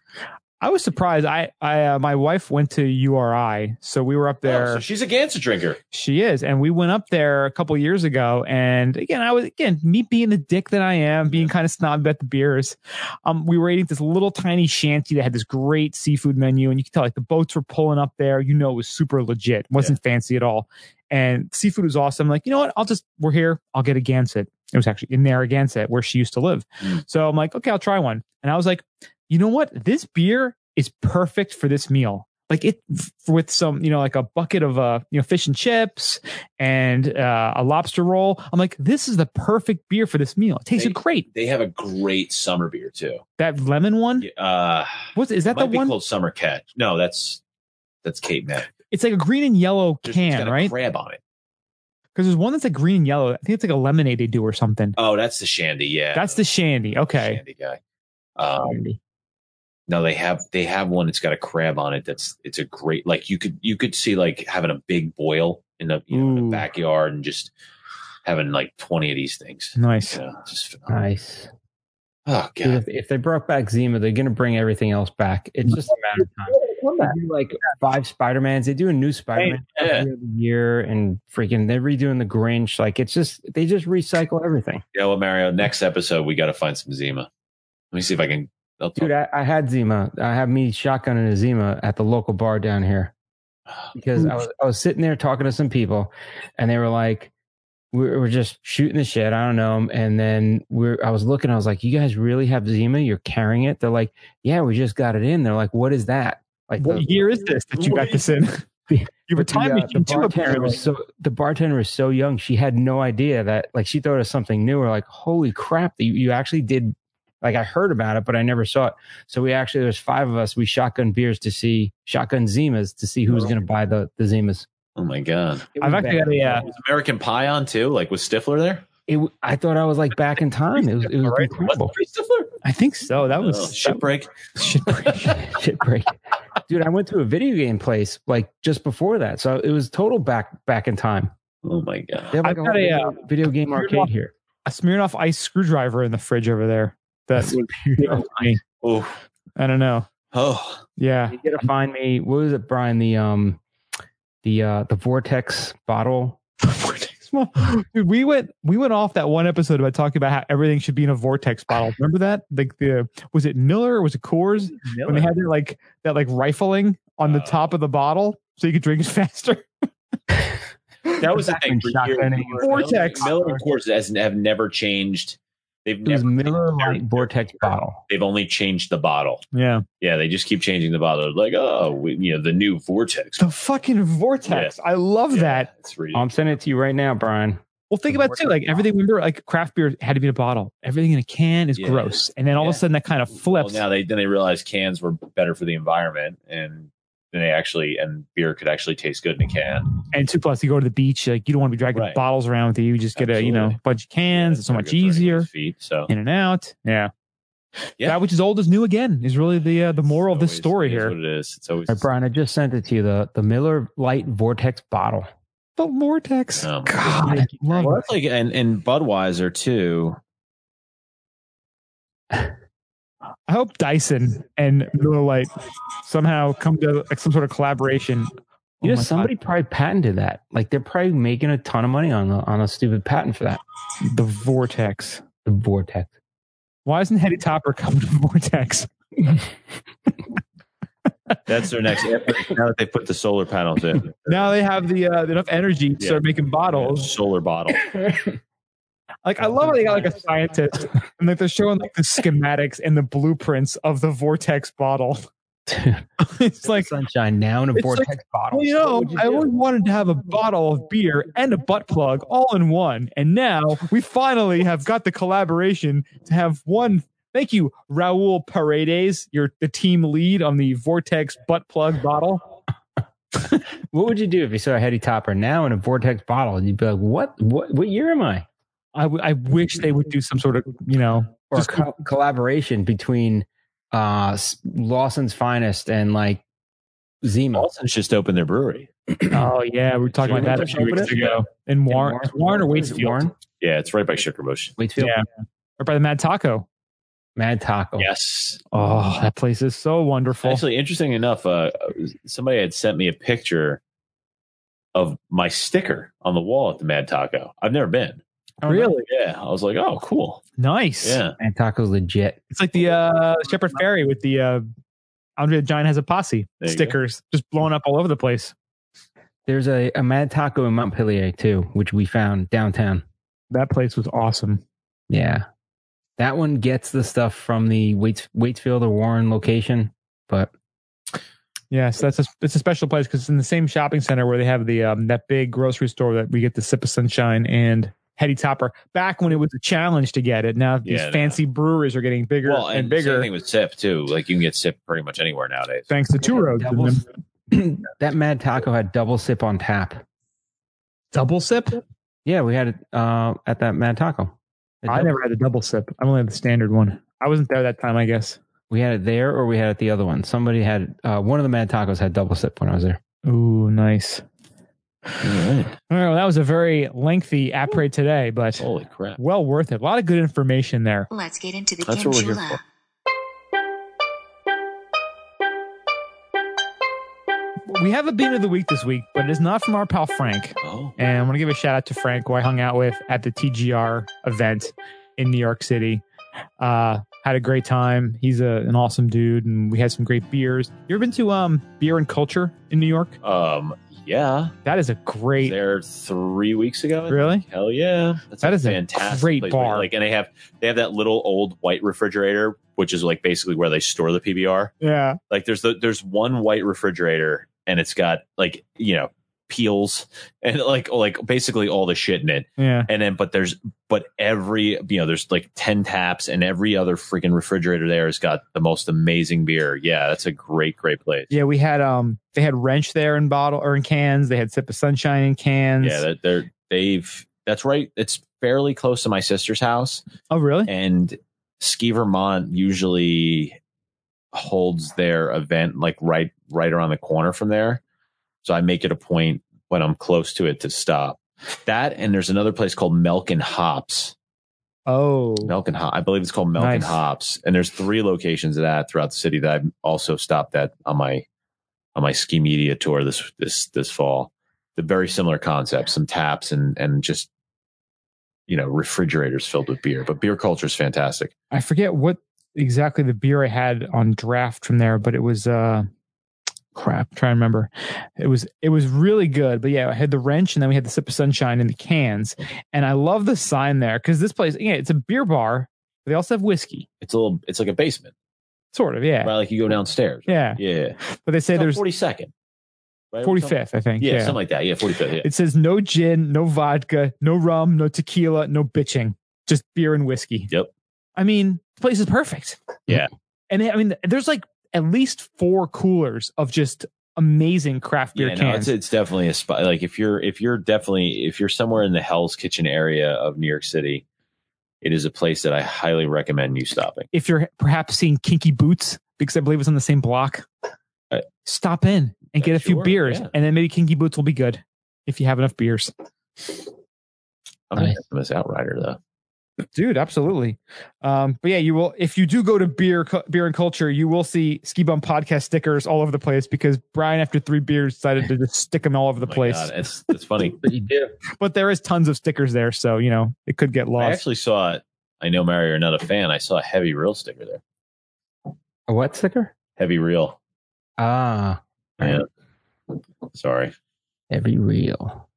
S1: I was surprised. I, I, uh, my wife went to URI, so we were up there.
S3: Oh, so she's a Ganser drinker.
S1: She is, and we went up there a couple years ago. And again, I was again me being the dick that I am, being kind of snob about the beers. Um, we were eating at this little tiny shanty that had this great seafood menu, and you could tell like the boats were pulling up there. You know, it was super legit, It wasn't fancy at all, and seafood was awesome. Like, you know what? I'll just we're here. I'll get a Gansett. It was actually in Narragansett where she used to live.
S3: Mm.
S1: So I'm like, okay, I'll try one. And I was like, you know what? This beer is perfect for this meal. Like it f- with some, you know, like a bucket of uh, you know, fish and chips and uh, a lobster roll. I'm like, this is the perfect beer for this meal. It tasted
S3: They-
S1: great.
S3: They have a great summer beer too.
S1: That lemon one,
S3: Uh
S1: what's is that
S3: might
S1: Hmm. the
S3: be
S1: one?
S3: called Summer Cat. No, that's that's Cape May.
S1: It's like a green and yellow
S3: There's- it's got
S1: can,
S3: a
S1: right?
S3: Crab on it.
S1: Because there's one that's like green and yellow. I think it's like a lemonade they do or something.
S3: Oh, that's the Shandy. Yeah,
S1: That's the shandy. Okay.
S3: Shandy guy. Um, no, they have they have one. It's got a crab on it. That's it's a great like you could you could see like having a big boil in the you know, in
S1: Ooh.
S3: the backyard and just having like twenty of these things.
S1: Nice.
S3: You know, just phenomenal.
S2: Nice.
S3: oh
S2: Dude,
S3: god,
S2: if, if they brought back Zima, they're going to bring everything else back. It's just a matter of time. They do like five Spider-Mans. They do a new Spider-Man
S3: Hey, yeah.
S2: every other year and freaking they're redoing the Grinch. Like it's just, they just recycle everything.
S3: you know what, Mario? Next episode we got to find some Zima. Let me see if I can. I'll talk-
S2: Dude, I, I had Zima. I had me shotgun and a Zima at the local bar down here because I was, I was sitting there talking to some people and they were like, we were just shooting the shit. I don't know. And then we're, I was looking, I was like, you guys really have Zima? You're carrying it? They're like, yeah, we just got it in. They're like, what is that? Like,
S1: What
S2: the-
S1: year is this that you got this in? you were
S2: But the,
S1: time
S2: uh, the
S1: machine too,
S2: bartender
S1: apparently.
S2: was so the bartender was so young she had no idea that like she thought it was something new or like holy crap that you, you actually did like i heard about it but i never saw it so we actually there's five of us we shotgun beers to see shotgun zimas to see who was going to buy the the zimas
S3: Oh my god,
S2: It
S1: I've
S2: was
S1: actually
S2: bad.
S1: got a uh,
S3: was American Pie on too? Like was Stifler there?
S2: It w- i thought i was like back in time it was, it was
S3: All right.
S2: incredible
S3: Was Stifler?
S1: I think so. That was
S3: Oh,
S1: that
S3: shit break.
S1: Shit break.
S2: shit break dude i went to a video game place like just before that so it was total back back in time
S3: Oh my god.
S2: they have like
S1: I've
S2: a
S1: got a,
S2: whole video, video game
S1: weird
S2: arcade
S1: one.
S2: here
S1: a Smirnoff ice screwdriver in the fridge over there. That's I
S3: Oh,
S1: don't know.
S3: oh.
S1: Yeah.
S2: you gotta find me what was it brian the um the uh the vortex bottle
S1: Dude, we went we went off that one episode about talking about how everything should be in a vortex bottle. Remember that? Like the was it Miller or was it Coors when they had that like that like rifling on the
S3: Uh,
S1: top of the bottle so you could drink it faster.
S3: That was the
S2: Back when
S3: thing. for
S2: shotgunning
S3: years.
S2: was-
S1: Vortex.
S3: Miller and Coors has, have never changed. They've
S2: it was
S3: never.
S2: miller Lite vortex bottle
S3: They've only changed the bottle.
S1: Yeah.
S3: Yeah, they just keep changing the bottle. They're Like, oh, we, you know, the new Vortex.
S1: The fucking vortex. I love
S3: Yeah,
S1: that.
S3: It's ridiculous.
S2: i'm sending it to you right now brian
S1: Well, think about it too. Like everything, remember, like craft beer had to be in a bottle. Everything in a can is
S3: Yeah.
S1: gross, and then all of a
S3: Yeah.
S1: sudden that kind of flips.
S3: Well, now they then they realized cans were better for the environment, and then they actually and beer could actually taste good in a can.
S1: and two plus, you go to the beach. Like you don't want to be dragging
S3: Right.
S1: bottles around with you. You just get a you know
S3: Absolutely.
S1: bunch of cans. it's so
S3: Very
S1: much
S3: good for
S1: easier.
S3: everybody's Feet, so
S1: in and out. Yeah.
S3: Yeah.
S1: That which is old is new again is really the uh, the moral of this
S3: Always-
S1: story
S3: it is
S1: here.
S3: What it is. It's always.
S2: all right brian i just sent it to you the the miller Lite vortex bottle
S1: The vortex.
S3: Oh my
S1: God, I
S2: goodness.
S1: love
S3: Well,
S1: it.
S3: that's like and and Budweiser too.
S1: I hope Dyson and Miller Lite somehow come to like some sort of collaboration.
S2: you
S1: Oh
S2: know
S1: my
S2: somebody probably patented that like they're probably making a ton of money on the on a stupid patent for that
S1: God. the vortex.
S2: the vortex
S1: Why isn't Hetty Topper coming to the vortex?
S3: That's their next. now that they put the solar panels in,
S1: Now they have the uh, enough energy to
S3: Yeah.
S1: start making bottles.
S3: solar bottle.
S1: Like I love how they got like a scientist and like they're showing like the schematics and the blueprints of the vortex bottle. it's like
S2: sunshine now in a
S1: It's
S2: vortex bottle
S1: Well, you
S2: What
S1: know,
S2: would you
S1: I
S2: do?
S1: always wanted to have a bottle of beer and a butt plug all in one, and now we finally have got the collaboration to have one Thank you, Raul Paredes. You're the team lead on the Vortex butt plug bottle.
S2: What would you do if you saw a heady topper now in a vortex bottle? And you'd be like, "What? What? What year am I?"
S1: I, w- I wish they would do some sort of, you know,
S2: Or
S1: Just-
S2: co- collaboration between uh, S- Lawson's Finest and like Zima.
S3: Alston's just opened their brewery.
S1: oh, yeah, we were talking about that a few weeks ago. In Warren, Warren or Waitsfield?
S2: Warren?
S3: Yeah, it's right by Sugar Bush.
S2: Waitsfield.
S1: Yeah. Or by the Mad Taco.
S2: Mad Taco.
S3: Yes.
S1: Oh, that place is so wonderful.
S3: Actually, interesting enough, uh, somebody had sent me a picture of my sticker on the wall at the Mad Taco. I've never been.
S1: Oh, Really?
S3: Yeah. I was like, oh, cool.
S1: Nice.
S3: Yeah.
S2: Mad Taco's legit.
S1: It's like the uh, Shepherd Ferry with the uh, Andre the Giant has a posse
S3: There you go.
S1: stickers just blowing up all over the place.
S2: There's a, a Mad Taco in Montpelier too, which we found downtown.
S1: That place was awesome.
S2: Yeah. That one gets the stuff from the Waits, Waitsfield or Warren location, but
S1: Yeah, so that's a, it's a special place because it's in the same shopping center where they have the um, that big grocery store that we get the Sip of Sunshine and Hetty Topper. Back when it was a challenge to get it, now these
S3: Yeah, no.
S1: fancy breweries are getting bigger
S3: well,
S1: and,
S3: and
S1: bigger
S3: Same thing with sip too. Like you can get sip pretty much anywhere nowadays.
S1: thanks to two roads.
S2: Double- that Mad Taco had double sip on tap.
S1: double sip?
S2: Yeah, we had it uh, at that Mad Taco. The
S1: I
S2: double-
S1: never had the double sip. I only had the standard one. I wasn't there that time, I guess.
S2: We had it there, or we had it the other one. Somebody had uh, one of the Mad Tacos had double sip when I was there.
S1: Ooh, nice.
S3: All right.
S1: All right, well, that was a very lengthy apres today, but
S3: Holy crap.
S1: well worth it. A lot of good information there.
S4: Let's get into the
S3: That's what we're here
S4: Kimchula.
S1: We have a bean of the week this week, but it is not from our pal Frank.
S3: Oh.
S1: And I want to give a shout out to Frank, who I hung out with at the TGR event in New York City. Uh, had a great time. He's a, an awesome dude, and we had some great beers. You ever been to um, Beer and Culture in New York?
S3: Um. Yeah.
S1: That is a great,
S3: There three weeks ago. I think.
S1: really?
S3: Hell yeah! That's
S1: That
S3: a
S1: is a
S3: fantastic
S1: great
S3: place.
S1: bar.
S3: Like, and they have they have that little old white refrigerator, which is like basically where they store the PBR.
S1: Yeah.
S3: Like, there's the, there's one white refrigerator, and it's got like you know peels and like like basically all the shit in it.
S1: Yeah.
S3: And then, but there's but every you know there's like ten taps, and every other freaking refrigerator there has got the most amazing beer. Yeah, that's a great great place.
S1: Yeah, we had um they had wrench there in bottle or in cans. They had sip of sunshine in cans.
S3: Yeah, that they're they've that's right. It's fairly close to my sister's house.
S1: oh really?
S3: and ski vermont usually holds their event like right right around the corner from there so i make it a point when i'm close to it to stop that and there's another place called milk and hops
S1: Oh.
S3: milk and hop i believe it's called milk and
S1: Nice.
S3: hops and there's three locations of that throughout the city that i've also stopped at on my on my ski media tour this this this fall the very similar concept some taps and and just you know refrigerators filled with beer but beer culture is fantastic
S1: I forget what exactly the beer I had on draft from there, but it was uh crap, try to remember. It was it was really good. But yeah, I had the wrench and then we had the sip of sunshine in the cans. And I love the sign there because this place, yeah, it's a beer bar, but they also have whiskey.
S3: it's a little it's like a basement
S1: Sort of, yeah.
S3: right like you go downstairs
S1: yeah.
S3: yeah
S1: But they say there's
S3: forty second right?
S1: forty
S3: Something-
S1: fifth, I think.
S3: yeah,
S1: Yeah.
S3: something like that yeah forty fifth yeah.
S1: It says no gin, no vodka, no rum, no tequila, no bitching, just beer and whiskey.
S3: Yep.
S1: I mean, the place is perfect.
S3: Yeah.
S1: And I mean, there's like at least four coolers of just amazing craft beer
S3: yeah, no, it's,
S1: cans.
S3: it's definitely a spot like if you're if you're definitely if you're somewhere in the hell's kitchen area of new york city it is a place that i highly recommend you stopping
S1: if you're perhaps seeing Kinky Boots, because I believe it's on the same block,
S3: Uh,
S1: stop in and get a few
S3: sure,
S1: beers,
S3: yeah.
S1: and then maybe Kinky Boots will be good if you have enough beers.
S3: i'm gonna
S2: Nice.
S3: have this outrider though
S1: dude absolutely um but yeah you will if you do go to beer Cu- beer and culture you will see ski bum podcast stickers all over the place because brian after three beers decided to just stick them all over the
S3: Oh my
S1: place
S3: God, it's it's funny
S2: But you do.
S1: but there is tons of stickers there so you know it could get
S3: i
S1: lost
S3: actually saw it i know mary you're not a fan i saw a heavy reel sticker there
S2: A what sticker?
S3: heavy reel
S2: Ah,
S3: yeah sorry
S2: every reel.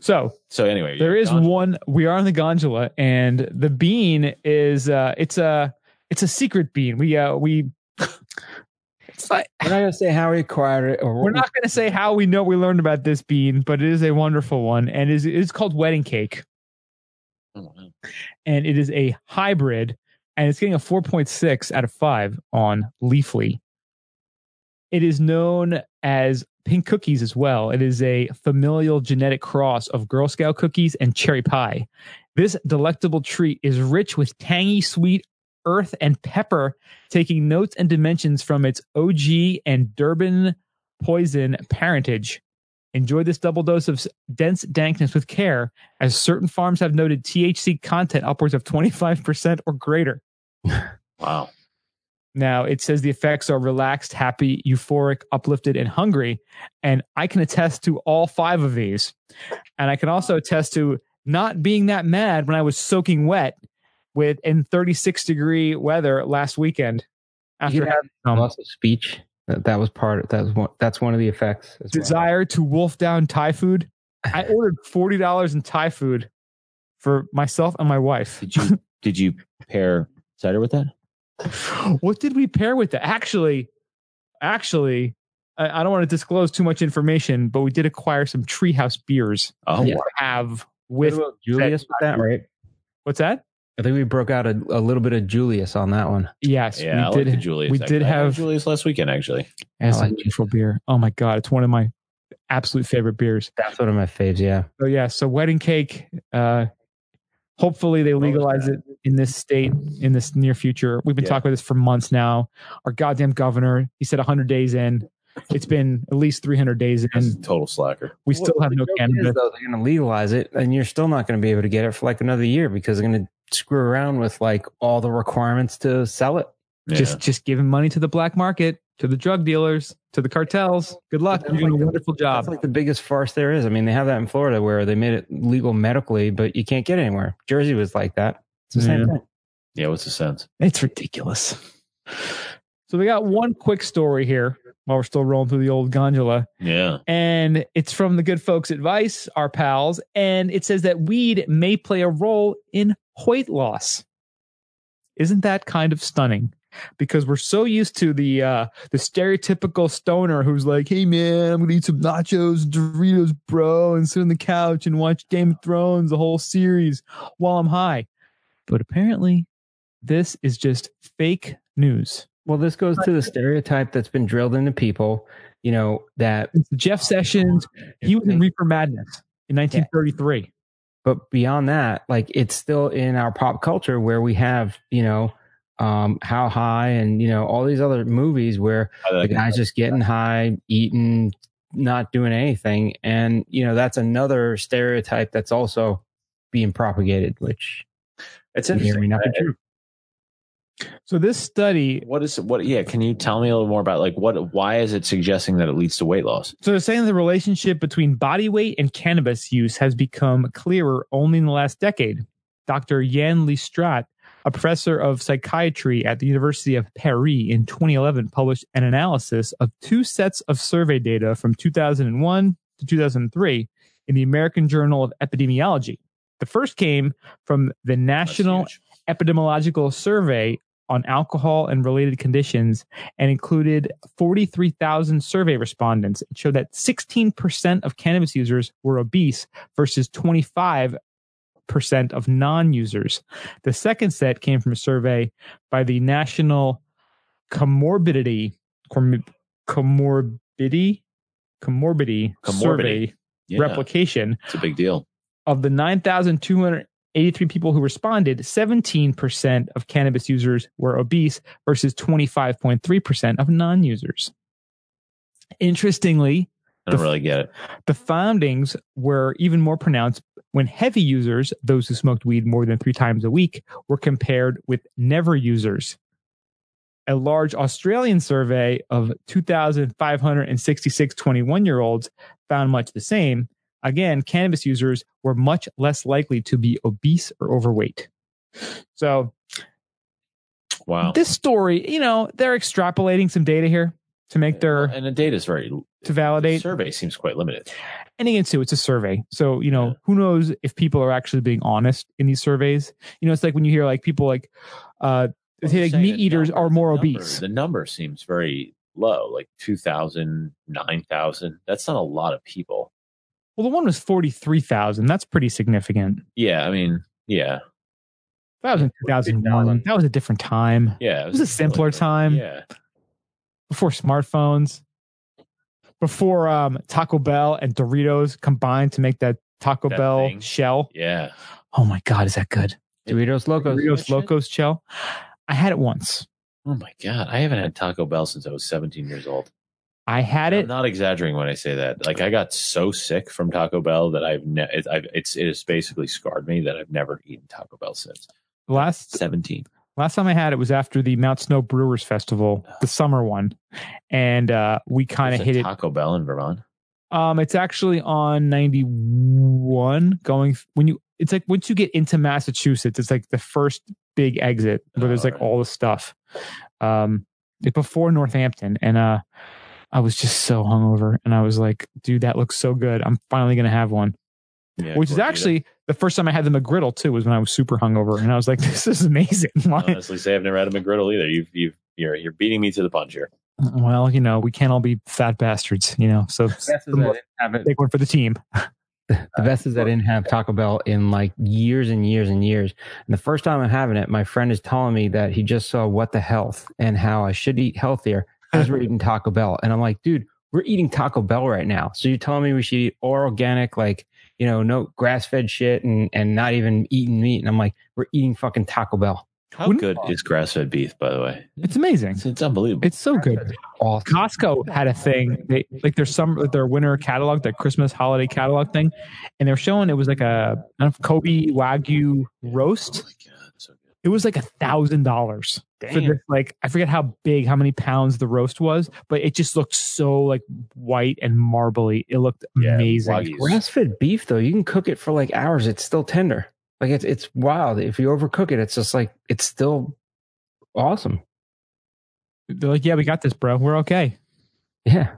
S1: so
S3: so anyway
S1: there is
S3: Don-
S1: one we are on the gondola and the bean is uh it's a it's a secret bean we uh we it's like
S2: We're not gonna say how we acquired it, or what
S1: we're not going to say how we know we learned about this bean, but it is a wonderful one, and is it's called wedding cake.
S3: Oh, wow.
S1: and it is a hybrid and it's getting a 4.6 out of 5 on Leafly. It is known as pink cookies as well. It is a familial genetic cross of Girl Scout cookies and cherry pie. This delectable treat is rich with tangy, sweet earth and pepper, taking notes and dimensions from its OG and Durban poison parentage. Enjoy this double dose of s- dense dankness with care, as certain farms have noted THC content upwards of 25% or greater.
S3: Wow.
S1: Now, it says the effects are relaxed, happy, euphoric, uplifted, and hungry. And I can attest to all five of these. And I can also attest to not being that mad when I was soaking wet with in 36 degree weather last weekend.
S2: You
S1: After
S2: have
S1: Um,
S2: loss of speech. That, that was part. Of, that was one. That's one of the effects. as well.
S1: desire to wolf down Thai food, I ordered $40 in Thai food for myself and my wife.
S3: Did you did you pair cider with that?
S1: what did we pair with that? Actually, actually, I, I don't want to disclose too much information, but we did acquire some treehouse beers
S3: Oh,
S2: Yeah.
S3: wow.
S1: to have
S2: What
S1: with
S2: about Julius with that, right?
S1: what's that?
S2: I think we broke out a, a little bit of Julius on that one.
S1: Yes,
S3: yeah. I
S1: we
S3: like the
S1: did.
S3: Julius.
S1: we
S3: actually.
S1: did
S3: I had
S1: have-
S3: Julius last weekend actually.
S1: It's
S2: I like
S1: a beautiful beer. Oh my god, it's one of my absolute favorite beers.
S2: That's one of my faves. Yeah.
S1: So yeah, so wedding cake. Uh, hopefully they
S3: What was
S1: legalize
S3: that?
S1: it in this state in this near future. We've been
S3: Yeah.
S1: talking about this for months now. Our goddamn governor, he said 100 days in. It's been at least 300 days
S3: That's
S1: in.
S3: a total slacker.
S1: We still have no candidate.
S2: though, they're going to legalize it, and you're still not going to be able to get it for like another year because they're going to screw around with like all the requirements to sell it.
S3: Yeah.
S1: Just just giving money to the black market, to the drug dealers, to the cartels. Good luck. You're doing a wonderful
S2: That's
S1: job.
S2: like the biggest farce there is. I mean, they have that in Florida where they made it legal medically, but you can't get anywhere. Jersey was like that. It's the same
S1: Yeah.
S2: thing.
S3: yeah. What's the sense?
S1: It's ridiculous. So we got one quick story here while we're still rolling through the old gondola.
S3: Yeah.
S1: And it's from the good folks at Vice, our pals. And it says that weed may play a role in weight loss. Isn't that kind of stunning? Because we're so used to the uh, the stereotypical stoner who's like, "Hey man, I'm gonna eat some nachos, Doritos, bro, and sit on the couch and watch Game of Thrones, the whole series, while I'm high." But apparently, this is just fake news.
S2: Well, this goes to the stereotype that's been drilled into people, you know, that,
S1: It's Jeff Sessions, he was in Reefer Madness in 1933.
S2: but beyond that, like it's still in our pop culture where we have, you know, um, how high and, you know, all these other movies where
S3: I
S2: the
S3: like
S2: guy's just getting high, eating, not doing anything. And, you know, that's another stereotype that's also being propagated, which
S3: It's
S2: may or may
S3: interesting.
S2: not be
S3: I-
S2: true.
S1: So this study,
S3: What is what? Yeah. Can you tell me a little more about like what? Why is it suggesting that it leads to weight loss?
S1: so they're saying the relationship between body weight and cannabis use has become clearer only in the last decade. Dr. Yan Listrat, a professor of psychiatry at the University of Paris in 2011, published an analysis of two sets of survey data from 2001 to 2003 in the American Journal of Epidemiology. The first came from the
S3: That's
S1: National
S3: huge.
S1: epidemiological survey on alcohol and related conditions and included 43,000 survey respondents. It showed that 16% of cannabis users were obese versus 25% of non users. The second set came from a survey by the National Comorbidity, Comor- Comorbidity, Comorbidity, Survey
S3: Yeah,
S1: replication
S3: It's a big deal.
S1: of the 9,283 people who responded, 17% of cannabis users were obese versus 25.3% of non users. Interestingly,
S3: I don't
S1: The-
S3: really get it.
S1: the findings were even more pronounced when heavy users, those who smoked weed more than three times a week, were compared with never users. A large Australian survey of 2,566 21 year olds found much the same. Again, cannabis users were much less likely to be obese or overweight. So,
S3: Wow.
S1: this story, you know, they're extrapolating some data here to make their,
S3: and the data is very
S1: to validate.
S3: survey seems quite limited.
S1: and again too it's a survey so you know
S3: Yeah.
S1: who knows if people are actually being honest in these surveys you know it's like when you hear like people like uh they say, like
S3: Saying
S1: meat
S3: the
S1: eaters
S3: number-
S1: are more
S3: the number-
S1: obese
S3: The number seems very low, like 2,000, 9,000. That's not a lot of people.
S1: well the one was 43000 that's pretty significant
S3: Yeah, I mean, yeah.
S1: That was in 2001. That was a different time.
S3: Yeah,
S1: It was a simpler time
S3: Yeah,
S1: before smartphones, before um, Taco Bell and Doritos combined to make that Taco
S3: That
S1: Bell
S3: thing.
S1: shell.
S3: yeah.
S1: Oh my God, is that good?
S2: Doritos Locos.
S1: Doritos Locos shell. I had it once.
S3: Oh my god, I haven't had Taco Bell since I was 17 years old.
S1: I had
S3: I'm
S1: it.
S3: not exaggerating when I say that. Like I got so sick from Taco Bell that I've, ne- it, I've it's it has basically scarred me that I've never eaten Taco Bell since
S1: Last
S3: 17.
S1: Last time I had it was after the Mount Snow Brewers Festival, the summer one, and uh, we kind of
S3: There's a
S1: hit it.
S3: Taco Bell in Vermont.
S1: Um, it's actually on ninety one going when you. It's like once you get into Massachusetts, it's like the first big exit where there's like
S3: Alright.
S1: all the stuff. Um, it's before Northampton, and uh, I was just so hungover, and I was like, "Dude, that looks so good. I'm finally gonna have one."
S3: Yeah,
S1: Which is
S3: gordita.
S1: actually the first time I had the McGriddle too was when I was super hungover, and I was like, "This is amazing." Like,
S3: honestly say I've never had a McGriddle either. You've you've you're you're beating me to the punch here.
S1: Well, you know, we can't all be fat bastards, you know. So
S2: The best is I didn't have it-
S1: take one for the team.
S2: the best is I didn't have Taco Bell in like years and years and years. And the first time I'm having it, my friend is telling me that he just saw What the Health and how I should eat healthier as we're eating Taco Bell. And I'm like, dude, we're eating Taco Bell right now. So you're telling me we should eat all organic, like, you know, no grass fed shit and, and not even eating meat. And I'm like, we're eating fucking Taco Bell.
S3: How
S1: Wouldn't-
S3: good is grass fed beef, by the way?
S1: It's amazing.
S3: It's, it's unbelievable.
S1: It's so good.
S2: Awesome.
S1: Costco had a thing. They like their some like their winter catalog, their Christmas holiday catalog thing, and they were showing it was like a I don't know, Kobe Wagyu roast.
S3: Oh my god, so good.
S1: It was like a thousand dollars for this. Like I forget how big, how many pounds the roast was, but it just looked so like white and marbly. It looked
S3: Yeah,
S1: amazing.
S3: Wagyu.
S2: Grass fed beef though, you can cook it for like hours. It's still tender. Like it's it's wild. If you overcook it, it's just like it's still awesome.
S1: They're like, yeah, we got this, bro. We're okay.
S2: Yeah.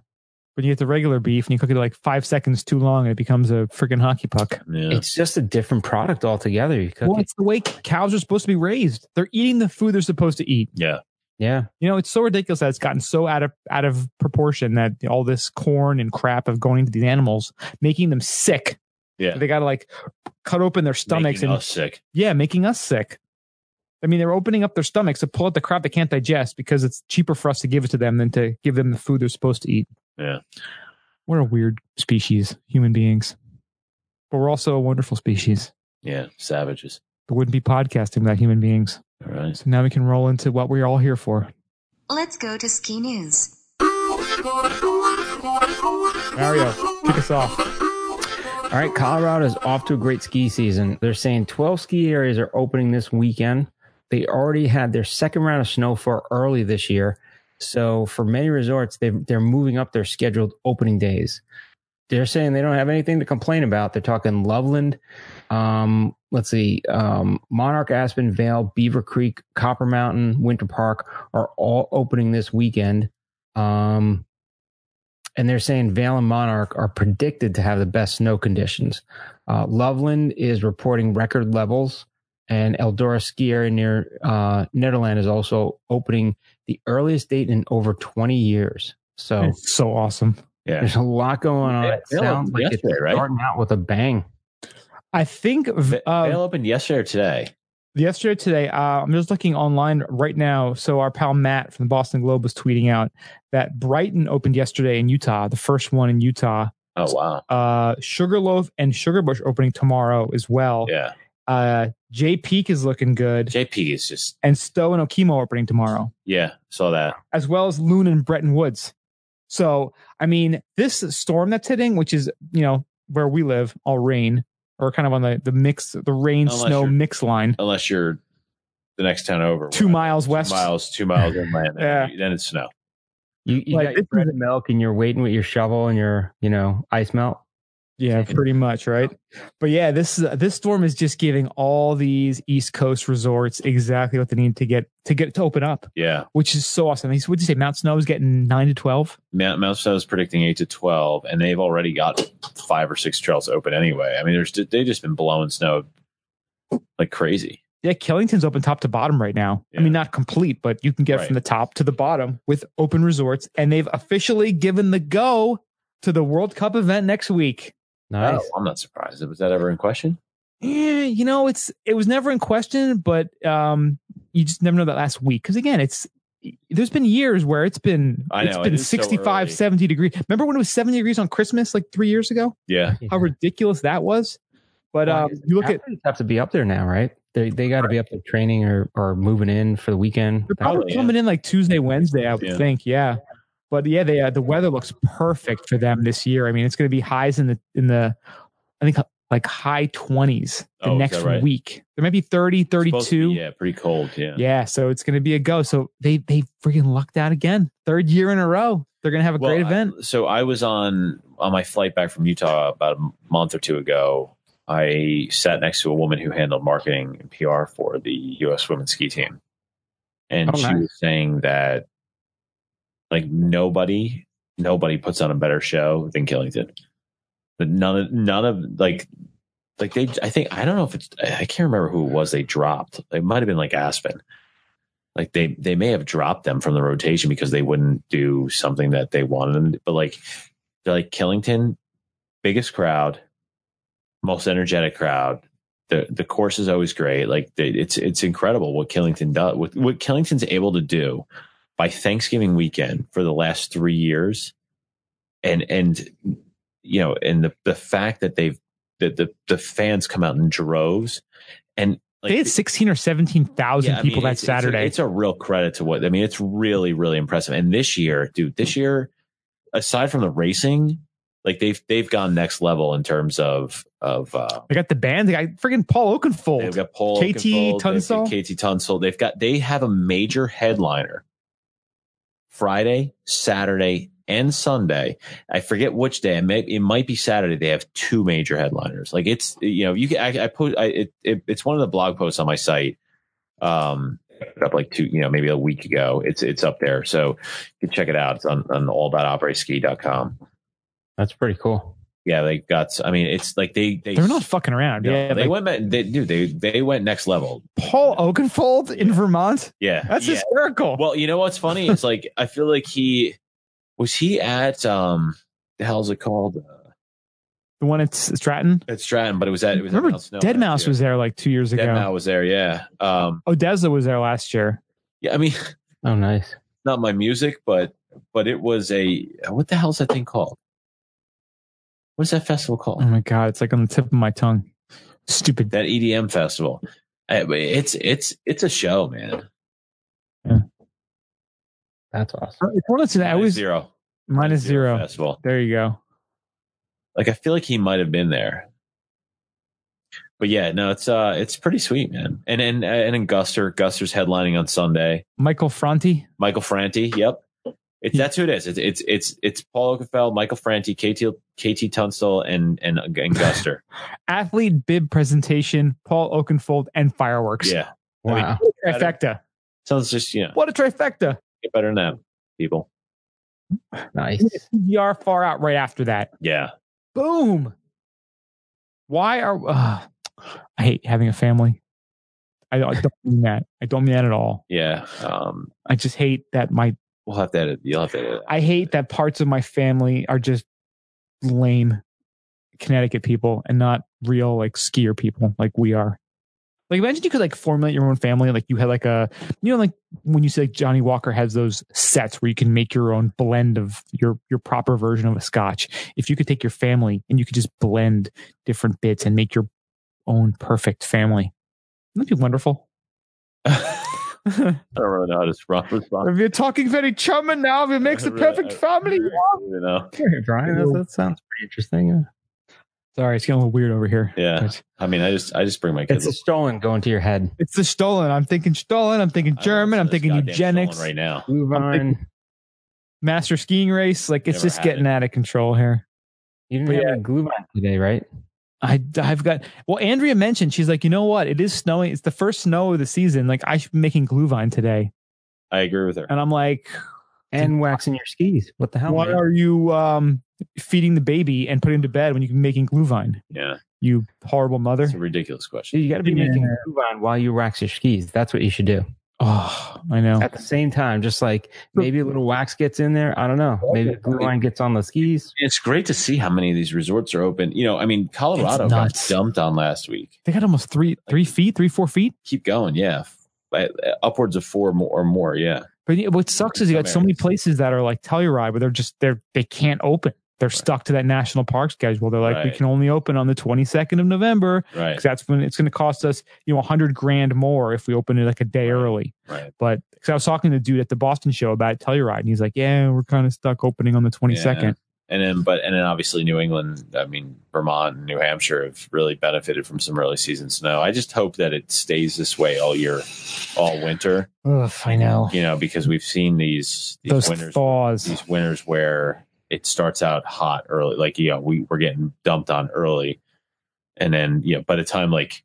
S1: But you get the regular beef and you cook it like five seconds too long, and it becomes a freaking hockey puck.
S3: Yeah.
S2: It's just a different product altogether. You cook
S1: Well,
S2: it.
S1: it's the way cows are supposed to be raised. They're eating the food they're supposed to eat.
S3: yeah.
S2: Yeah.
S1: You know, it's so ridiculous that it's gotten so out of out of proportion that all this corn and crap of going into these animals, making them sick.
S3: Yeah.
S1: They got to like cut open their stomachs
S3: Making
S1: and
S3: us sick.
S1: yeah, making us sick. I mean, they're opening up their stomachs to pull out the crap they can't digest because it's cheaper for us to give it to them than to give them the food they're supposed to eat.
S3: Yeah.
S1: We're a weird species, human beings, but we're also a wonderful species.
S3: Yeah. Savages.
S1: There wouldn't be podcasting without human beings.
S3: All right.
S1: So now we can roll into what we're all here for.
S4: Let's go to ski news.
S1: Mario, kick us off.
S2: All right, Colorado is off to a great ski season. They're saying 12 ski areas are opening this weekend. They already had their second round of snowfall early this year. So for many resorts, they they're moving up their scheduled opening days. They're saying they don't have anything to complain about. They're talking Loveland, um, let's see, um, Monarch, Aspen, Vale, Beaver Creek, Copper Mountain, Winter Park are all opening this weekend. Um, and they're saying Vale and Monarch are predicted to have the best snow conditions. Uh, Loveland is reporting record levels, and Eldora Ski Area near uh, Netherland is also opening the earliest date in over 20 years. So
S1: It's so awesome.
S3: Yeah.
S2: there's a lot going on.
S3: Yeah,
S2: It
S3: Vail
S2: sounds like it's
S3: yesterday, right?
S2: starting out with a bang.
S1: I think v-
S3: Va-
S1: uh,
S3: Vail opened yesterday or today.
S1: yesterday or today, uh, I'm just looking online right now. So our pal Matt from the Boston Globe was tweeting out that Brighton opened yesterday in Utah, the first one in Utah.
S3: Oh wow.
S1: Uh, Sugarloaf and Sugarbush opening tomorrow as well.
S3: Yeah.
S1: Uh, J Peak is looking good,
S3: JP is just
S1: and Stowe and Okemo are opening tomorrow.
S3: yeah. Saw that.
S1: as well as Loon and Bretton Woods. So, I mean, this storm that's hitting, which is, you know, where we live, all rain or kind of on the, the mix, the rain
S3: Unless
S1: snow
S3: you're-
S1: mix line,
S3: Unless you're the next town over.
S1: two
S3: We're
S1: miles
S3: two
S1: west.
S3: miles. Two miles inland.
S1: Yeah.
S3: Then it's snow.
S2: You, you
S1: Like,
S2: got
S1: this
S2: your
S1: is-
S2: bread and milk, and you're waiting with your shovel and your, you know, ice melt.
S1: Yeah, pretty much, right? But yeah, this this storm is just giving all these East Coast resorts exactly what they need to get to get to open up,
S3: Yeah.
S1: which is so awesome. What would you say Mount Snow is getting nine to twelve?
S3: Mount, Mount Snow is predicting eight to twelve, and they've already got five or six trails open anyway. I mean, there's they just been blowing snow like crazy.
S1: Yeah, Killington's open top to bottom right now. I
S3: Yeah.
S1: mean, not complete, but you can get
S3: Right.
S1: from the top to the bottom with open resorts. And they've officially given the go to the World Cup event next week.
S2: Nice.
S3: Oh, I'm not surprised. Was that ever in question?
S1: eh, you know, it's it was never in question, but um, you just never know that last week because again, it's there's been years where it's been
S3: I
S1: it's
S3: know, it
S1: been
S3: is so
S1: 65
S3: early.
S1: 70 degrees remember when it was 70 degrees on christmas like three years ago
S3: Yeah.
S1: how ridiculous that was but um, you look at
S2: Athletes have to be up there now, right? They they got to be up there training or or moving in for the weekend.
S1: They're probably
S3: Probably, yeah.
S1: coming in like Tuesday, Wednesday, I would
S3: Yeah.
S1: think. Yeah, but yeah, they uh, the weather looks perfect for them this year. I mean, it's going to be highs in the in the I think like high twenties the
S3: Oh, is
S1: next
S3: that right?
S1: week. There might be 30,
S3: Supposed to
S1: 32.
S3: be, Yeah, pretty cold. Yeah.
S1: Yeah, so it's going to be a go. So they they freaking lucked out again, third year in a row. They're going to have a
S3: Well,
S1: great
S3: I-
S1: event.
S3: so I was on on my flight back from Utah about a month or two ago. I sat next to a woman who handled marketing and PR for the U.S. women's ski team, and
S2: Oh,
S3: she
S2: nice.
S3: was saying that like nobody nobody puts on a better show than Killington. But none of none of like like they I think I don't know if it's I I can't remember who it was they dropped. It might have been like Aspen. Like they they may have dropped them from the rotation because they wouldn't do something that they wanted them to, but like they're like Killington, biggest crowd, most energetic crowd. The the course is always great. Like they, it's it's incredible what Killington does what, what Killington's able to do by Thanksgiving weekend for the last three years. And and you know, and the the fact that they've that the the fans come out in droves and like
S1: they had sixteen or seventeen thousand
S3: yeah, I mean,
S1: people that
S3: it's- it's a-
S1: Saturday.
S3: It's a, real credit to what I mean. It's really, really impressive. And this year, dude, this year, aside from the racing, like they've they've gone next level in terms of of uh,
S1: they got the band. They got freaking Paul
S3: they've
S1: Oakenfold.
S3: got Paul
S1: KT
S3: Oakenfold, they've got
S1: Tunstall?
S3: KT Tunstall. They've got they have a major headliner Friday, Saturday, and Sunday. I forget which day. It, may, it might be Saturday. They have two major headliners. Like it's you know you can I, I put I, it, it it's one of the blog posts on my site. Um, up like two you know maybe a week ago. It's it's up there, so you can check it out. It's on on allaboutoperateski.com.
S2: That's pretty cool.
S3: Yeah, they got. I mean, it's like they they
S1: They're not fucking around.
S3: No,
S1: yeah,
S3: they
S1: like
S3: went. back- They, dude, they they went next level.
S1: Paul Oakenfold in Vermont.
S3: Yeah,
S1: That's
S3: yeah.
S1: hysterical.
S3: Well, you know what's funny is like I feel like he was he at um the hell's it called uh,
S1: the one at Stratton.
S3: at Stratton, but it was at it was
S1: Remember,
S3: at Mount Snow
S1: Dead
S3: last
S1: Mouse
S3: year.
S1: was there like two years
S3: Dead
S1: ago.
S3: Mouse was there. Yeah, um,
S1: Odessa was there last year.
S3: yeah. I mean,
S2: Oh, nice.
S3: not my music, but but it was a what the hell's that thing called? What is that festival
S1: Oh
S3: called?
S1: my god, it's like on the tip of my tongue. Stupid.
S3: That EDM festival. Uh, but It's it's it's a show, man.
S2: That's awesome.
S1: It's one of those that I
S3: Minus
S1: always
S3: zero
S1: minus zero.
S3: festival.
S1: There you go.
S3: Like I feel like he might have been there. But yeah, no, it's uh it's pretty sweet, man. And and and in Guster, Guster's headlining on Sunday.
S1: Michael Fronti.
S3: Michael Franti, yep. It's that's who it is. It's it's it's it's Paul Oakefeld, Michael Franti, KT KT Tunstall, and and and Guster.
S1: Athlete bib presentation, Paul Oakenfold, and fireworks.
S3: yeah. I mean,
S2: Wow.
S1: What a trifecta.
S3: Sounds just you know,
S1: What a trifecta.
S3: get better than that, people.
S2: Nice.
S1: CGR far out right after that.
S3: Yeah.
S1: Boom. Why are uh, I hate having a family. I don't I don't mean that. I don't mean that at all.
S3: Yeah. Um
S1: I just hate that my
S3: we'll have to edit you'll have to edit. it.
S1: I hate that parts of my family are just lame Connecticut people and not real like skier people like we are. Like imagine you could like formulate your own family. Like you had like a you know like when you say like Johnny Walker has those sets where you can make your own blend of your your proper version of a Scotch. If you could take your family and you could just blend different bits and make your own perfect family, wouldn't that be wonderful?
S3: I don't really know how to respond. respond.
S1: If you're talking very charming now, it makes the perfect family.
S3: You know.
S2: Brian,
S1: that-
S2: sounds pretty interesting.
S1: Sorry, it's getting a little weird over here.
S3: Yeah.
S1: But-
S3: I mean I just I just bring my
S2: It's
S3: kids
S2: a stolen going to your head.
S1: It's the stolen. I'm thinking stolen. I'm thinking
S3: I don't
S1: German. I'm
S3: listen to this
S1: thinking
S3: goddamn Solon
S1: eugenics.
S3: right now.
S2: Move
S1: I'm
S2: on.
S1: Master skiing race. Like it's
S3: Never
S1: just
S3: had
S1: getting
S3: it.
S1: out of control here.
S2: You
S1: But
S2: didn't have
S1: yeah.
S2: any glue on today, right?
S1: I, I've got, well, Andrea mentioned, she's like, you know what? It is snowing. It's the first snow of the season. Like I should be making glühwein today.
S3: I agree with her.
S1: And I'm like,
S2: And waxing your skis. What the hell?
S1: why
S2: man?
S1: are you um, feeding the baby and putting him to bed when you can be making glühwein?
S3: Yeah.
S1: You horrible mother.
S3: It's a ridiculous question.
S2: Dude, you got to be
S1: Yeah.
S2: making glue on while you wax your skis. That's what you should do.
S1: Oh, I know.
S2: at the same time. Just like maybe a little wax gets in there. I don't know. Maybe glue line gets on the skis.
S3: It's great to see how many of these resorts are open. You know, I mean, Colorado got
S1: nuts.
S3: dumped on last week.
S1: They got almost three, three feet, three, four feet.
S3: Keep going, yeah, Uh, upwards of four more or more, yeah.
S1: But yeah, what sucks is you got so many places that are like Telluride, where they're just they're they can't open. They're stuck to that national park schedule. They're like, we
S3: Right.
S1: can only open on the twenty second of November
S3: Right,
S1: because that's when it's going to cost us, you know, a hundred grand more if we open it like a day early.
S3: right.
S1: But because I was talking to the dude at the Boston show about Telluride, and he's like, yeah, we're kind of stuck opening on the twenty second.
S3: And then, but and then obviously New England. I mean, Vermont and New Hampshire have really benefited from some early season snow. I just hope that it stays this way all year, all winter.
S1: Ugh, I know
S3: You know, because we've seen these these
S1: those
S3: winters
S1: thaws.
S3: these winters where it starts out hot early, like you know, we we're getting dumped on early, and then you know, by the time like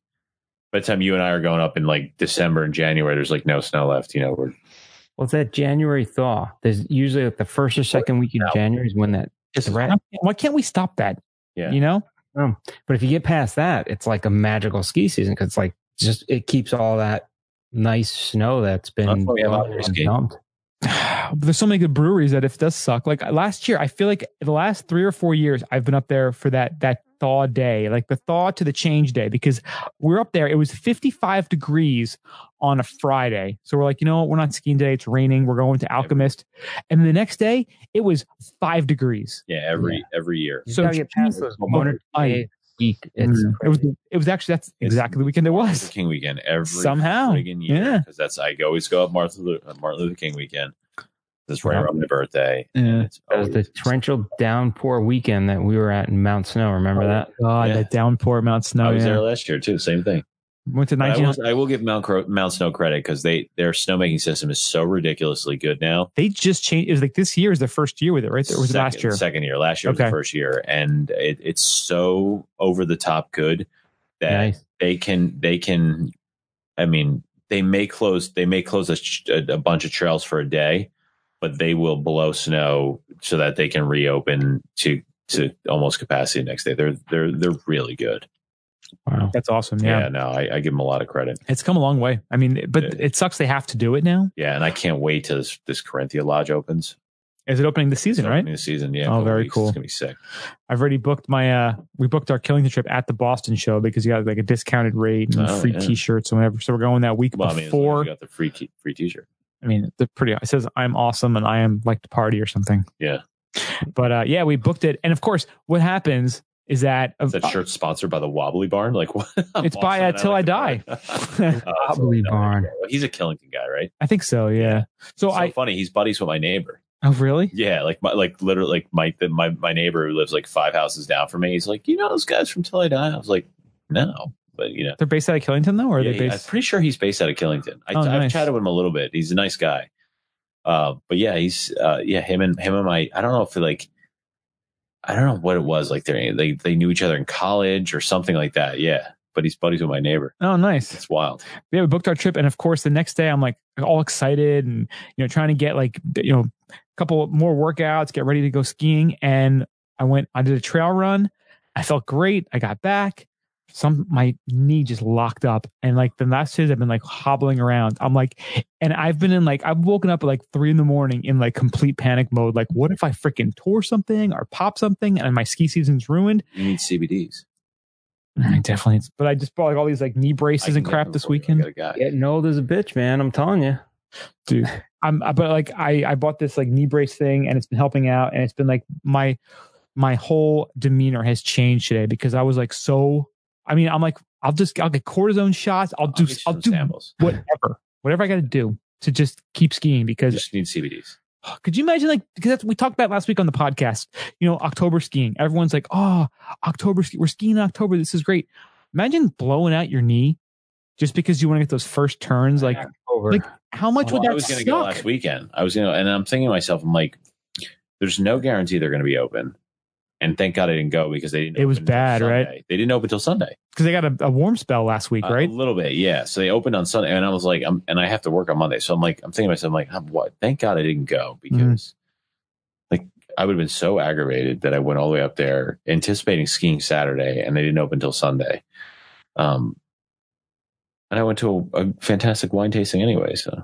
S3: by the time you and I are going up in like December and January, there's like no snow left. You know, we're
S2: Well, it's that January thaw. There's usually like the first or second week in
S3: No.
S2: January is when that is red.
S1: Why can't we stop that?
S3: Yeah.
S1: You know,
S2: But if you get past that, it's like a magical ski season because it's like just it keeps all that nice snow that's
S3: That's
S2: been
S3: why we have outdoor skiing.
S2: dumped.
S1: But there's so many good breweries that if it does suck. Like last year, I feel like the last three or four years, I've been up there for that that thaw day, like the thaw to the change day, because we we're up there. It was 55 degrees on a Friday, so we're like, you know what, we're not skiing today. It's raining. We're going to Alchemist, and the next day it was five degrees.
S3: yeah every every year.
S2: You
S1: So
S2: gotta get past
S1: Jesus
S2: those one or two
S1: Christ.
S2: days a week. It's
S3: mm-hmm.
S1: It was it was actually that's
S3: It's-
S1: exactly the weekend it
S3: Martin
S1: was.
S3: Luther King weekend every
S1: Somehow.
S3: friggin' year.
S1: Yeah.
S3: because that's I always go up Martin Luther, Martin Luther King weekend. That's right
S2: Yeah.
S3: around my birthday.
S1: Yeah.
S3: It's
S2: That was the
S3: always-
S2: torrential downpour weekend that we were at in Mount Snow. Remember
S3: Oh,
S2: that?
S1: God,
S3: Yeah.
S1: that downpour, at Mount Snow.
S3: I was
S1: oh, yeah.
S3: there last year too. Same thing.
S1: Went to
S3: But I,
S1: 19.
S3: will, I will give Mount, Cro- Mount Snow credit because they their snowmaking system is so ridiculously good now.
S1: They just changed. It was like this year is the first year with it, right? Or was it
S3: second,
S1: last year?
S3: Second year. Last year was
S1: Okay.
S3: the first year, and it, it's so over the top good that
S2: Nice.
S3: they can they can. I mean, they may close they may close a, ch- a, a bunch of trails for a day, but they will blow snow so that they can reopen to to almost capacity the next day. They're they're they're really good.
S2: Wow.
S1: That's awesome.
S3: Yeah,
S1: yeah.
S3: no, I, I give them a lot of credit.
S1: It's come a long way. I mean, but
S3: Yeah.
S1: it sucks they have to do it now.
S3: Yeah, and I can't wait till this, this Corinthia Lodge opens.
S1: Is it opening this
S3: It's
S1: season,
S3: opening
S1: right?
S3: This season,
S1: Oh,
S3: yeah. in a couple
S1: very
S3: weeks.
S1: cool.
S3: It's gonna be sick.
S1: I've already booked my uh we booked our Killington trip at the Boston show because you got like a discounted rate and
S3: Oh,
S1: free
S3: yeah.
S1: t-shirts and whatever. So we're going that week
S3: Well, I mean, as long as
S1: before.
S3: you got the free t- free T-shirt.
S1: I mean, they're pretty it says I'm awesome and I am like to party or something.
S3: Yeah.
S1: But uh yeah, we booked it. And of course, what happens is that,
S3: Is that shirt sponsored by the Wobbly Barn? Like what?
S1: It's by, uh, Till I Die.
S2: Wobbly Barn.
S3: He's a Killington guy, right?
S1: I think so, yeah. So,
S3: So,
S1: I
S3: funny. He's buddies with my neighbor.
S1: Oh really?
S3: Yeah, like my like literally like my the, my my neighbor who lives like five houses down from me. He's like, you know those guys from Till I Die. I was like, no, but you know,
S1: They're based out of Killington though, or are
S3: yeah,
S1: they
S3: he-
S1: based
S3: I'm pretty sure he's based out of Killington. I,
S1: Oh,
S3: I've
S1: nice.
S3: chatted with him a little bit. He's a nice guy. Uh, but yeah, he's uh, yeah him and him and my I don't know if like I don't know what it was like they they they knew each other in college or something like that. Yeah, but he's buddies with my neighbor.
S1: Oh nice.
S3: It's wild.
S1: yeah, we booked our trip, and of course, the next day I'm like all excited and you know trying to get like you know a couple more workouts, get ready to go skiing, and I went. I did a trail run. I felt great. I got back. Some my knee just locked up, and like the last two days I've been like hobbling around. I'm like, and I've been in like I've woken up at like three in the morning in like complete panic mode. Like, what if I freaking tore something or pop something, and my ski season's ruined?
S3: You need CBDs.
S1: I definitely. But I just bought like all these like knee
S3: I
S1: braces
S3: can
S1: and
S3: get
S1: crap
S3: them
S1: this
S3: for you. I
S1: weekend.
S3: got a guy.
S2: Getting old as a bitch, man. I'm telling you.
S1: dude. I'm I- but like I I bought this like knee brace thing and it's been helping out and it's been like my my whole demeanor has changed today because I was like so I mean I'm like I'll just I'll get cortisone shots I'll
S3: I'll
S1: do
S3: get you
S1: I'll
S3: some
S1: do
S3: samples.
S1: whatever whatever I got to do to just keep skiing
S3: You
S1: because
S3: just need CBDs.
S1: could you imagine like because that's we talked about last week on the podcast you know October skiing everyone's like oh October ski we're skiing in October this is great imagine blowing out your knee just because you want to get those first turns like
S2: Over.
S1: Like, how much
S3: Well,
S1: would that
S3: I was gonna
S1: suck?
S3: go last weekend. I was gonna, and I'm thinking to myself, I'm like, there's no guarantee they're gonna be open. And thank God I didn't go because they didn't.
S1: It was
S3: open until
S1: bad, right?
S3: Sunday. They didn't open till Sunday,
S1: because they got a, a warm spell last week,
S3: Uh,
S1: right?
S3: A little bit, yeah. So they opened on Sunday, and I was like, I'm, and I have to work on Monday, so I'm like, I'm thinking to myself, I'm like, I'm what? Thank God I didn't go because,
S1: Mm-hmm.
S3: like, I would have been so aggravated that I went all the way up there anticipating skiing Saturday, and they didn't open till Sunday. Um, and I went to a, a fantastic wine tasting anyway. So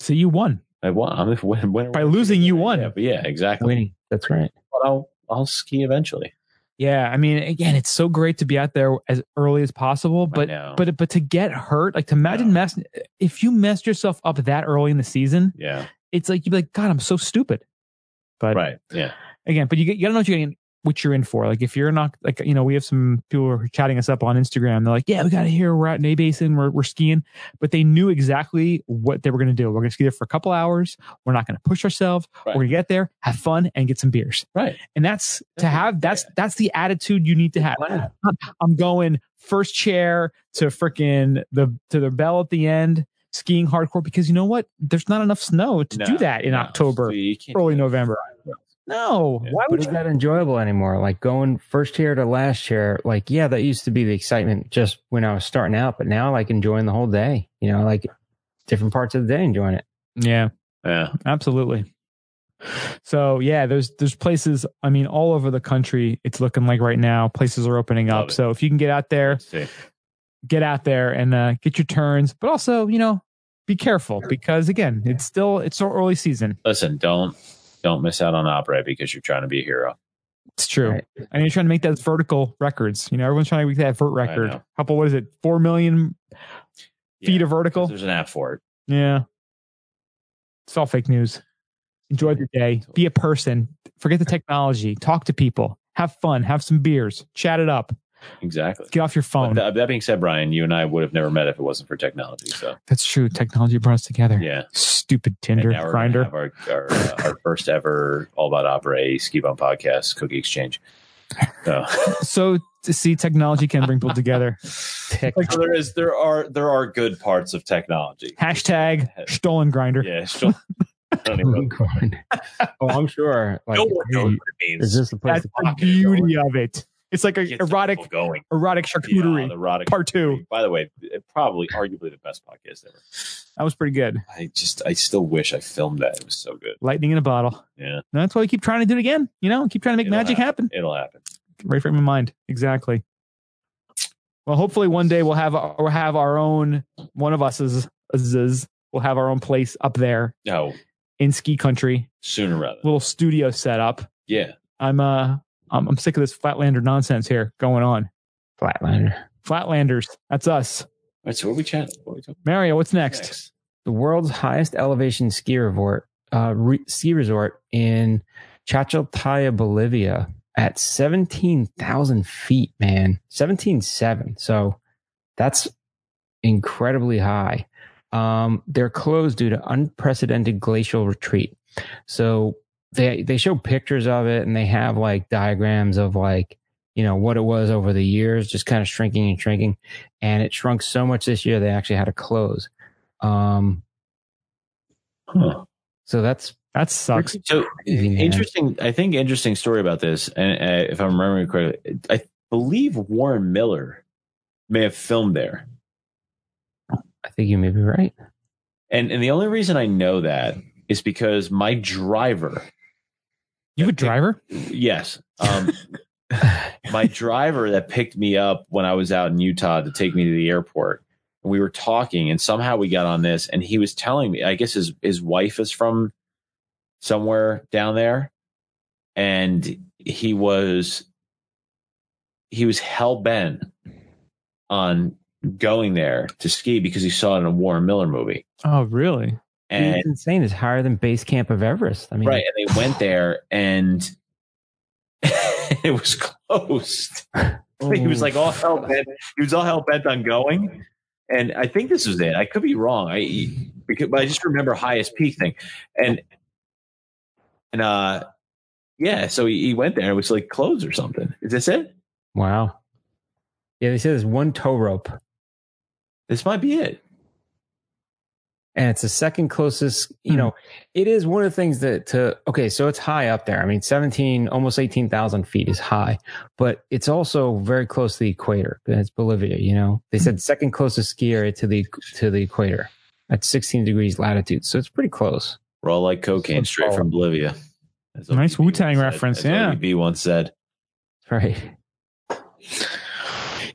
S1: So you won
S3: I won. I'm the winner. Win,
S1: by losing. You won.
S3: yeah, but yeah, exactly.
S2: Winning. That's right.
S3: But I'll I'll ski eventually.
S1: Yeah, I mean, again, it's so great to be out there as early as possible, but
S3: know.
S1: but but to get hurt, like to imagine
S3: Yeah.
S1: mess if you messed yourself up that early in the season,
S3: Yeah.
S1: it's like you'd be like, God, I'm so stupid. But
S3: Right. Yeah.
S1: again, but you, get- you gotta know what you're getting, what you're in for. Like if you're not like you know, we have some people who are chatting us up on Instagram. They're like, yeah, we got to hear we're at Nay Basin, we're we're skiing, but they knew exactly what they were gonna do. We're gonna ski there for a couple hours. We're not gonna push ourselves.
S3: Right.
S1: We're gonna get there, have fun, and get some beers.
S3: Right.
S1: And that's to
S3: Yeah.
S1: have. That's that's the attitude you need to have.
S3: Wow.
S1: I'm going first chair to freaking the to the bell at the end, skiing hardcore because you know what? There's not enough snow to
S3: No,
S1: do that in
S3: no.
S1: October,
S3: So you can't
S1: early
S3: do that.
S1: November. No,
S3: Yeah.
S1: why
S2: But
S1: would
S2: is
S1: you?
S2: that enjoyable anymore? Like going first chair to last chair, like, yeah, that used to be the excitement just when I was starting out, but now like enjoying the whole day, you know, like different parts of the day enjoying it.
S1: Yeah,
S3: Yeah.
S1: absolutely. So yeah, there's there's places. I mean, all over the country, it's looking like right now places are opening
S3: Love
S1: up.
S3: it.
S1: So if you can get out there,
S3: Let's see.
S1: get out there and uh, get your turns, but also you know be careful because again, it's still it's still early season.
S3: Listen, don't don't miss out on opera because you're trying to be a hero.
S1: It's true.
S2: Right.
S1: And you're trying to make those vertical records. You know, everyone's trying to make that vert record.
S3: know.
S1: Couple, what is it? Four million feet
S3: Yeah,
S1: of vertical.
S3: There's an app for it.
S1: Yeah. It's all fake news. Enjoy the day. Be a person. Forget the technology. Talk to people. Have fun. Have some beers. Chat it up.
S3: Exactly.
S1: Get off your
S3: But
S1: phone.
S3: that, that being said, Brian, you and I would have never met if it wasn't for technology. So
S1: That's true. Technology brought us together.
S3: yeah.
S1: Stupid
S3: And
S1: Tinder
S3: now we're gonna
S1: grinder.
S3: have our our, uh, our first ever all about opera ski bum podcast cookie exchange. So.
S1: So to see technology can bring people together.
S2: Tick.
S3: So there is there are there are good parts of technology.
S1: Hashtag stolen grinder.
S3: Yeah, sure. I don't even know.
S2: oh, I'm sure. Like,
S3: No one knows what it means.
S2: is this the place?
S1: That's
S2: To,
S1: the beauty of it. It's like
S3: Gets
S1: a
S3: the
S1: erotic
S3: people going.
S1: erotic
S3: Yeah,
S1: charcuterie.
S3: the erotic
S1: part two.
S3: charcuterie. By the way, it- probably arguably the best podcast ever.
S1: That was pretty good.
S3: I just I still wish I filmed that. It was so good.
S1: Lightning in a bottle.
S3: Yeah,
S1: And that's why we keep trying to do it again. You know, keep trying to make
S3: Yeah.
S1: magic happen.
S3: it'll happen.
S1: Right frame of mind. Exactly. Well, hopefully one day we'll have we'll have our own one of us is is we'll have our own place up there
S3: No,
S1: in ski country,
S3: sooner rather.
S1: little studio set up.
S3: yeah,
S1: I'm uh I'm, I'm sick of this flatlander nonsense here going on.
S2: Flatliner.
S1: Flatlanders, that's us.
S3: All right, so what are we chatting? What are we talking
S1: Mario, what's
S3: about
S1: next?
S2: The world's highest elevation ski resort, uh, re- ski resort in Chachaltaya, Bolivia at 17,000 feet, man. 17,7. So that's incredibly high. Um, they're closed due to unprecedented glacial retreat. So they they show pictures of it and they have like diagrams of like you know what it was over the years, just kind of shrinking and shrinking, and it shrunk so much this year they actually had to close. Um,
S3: Huh.
S2: so that's
S1: That sucks.
S3: So
S2: Crazy, man.
S3: interesting. I think interesting story about this, and uh, if I'm remembering correctly, I believe Warren Miller may have filmed there.
S2: I think you may be right.
S3: And and the only reason I know that is because my driver,
S1: You a driver?
S3: yes, um, my driver that picked me up when I was out in Utah to take me to the airport, and we were talking, and somehow we got on this, and he was telling me, I guess his his wife is from somewhere down there, and he was he was hell bent on going there to ski because he saw it in a Warren Miller movie,
S1: Oh, really?
S3: and
S2: it's insane. It's higher than base camp of Everest. I mean,
S3: right and they went there and it was closed he was like all hell bent he was all hell bent on going and i think this was it i could be wrong i because but i just remember highest peak thing and and uh yeah so he, he went there it was like closed or something is this it
S2: wow. Yeah, they said there's one tow rope,
S3: this might be it
S2: and it's the second closest. You know, it is one of the things that to okay, so it's high up there. I mean, seventeen, almost eighteen thousand feet is high, but it's also very close to the equator. and It's Bolivia. You know, they said second closest ski area to the to the equator at sixteen degrees latitude, so it's pretty close.
S3: we're all like cocaine straight from bolivia As
S1: Nice
S3: ODB once
S1: Wu-Tang
S3: said-
S1: reference,
S3: as
S1: yeah.
S3: ODB once said
S2: Right?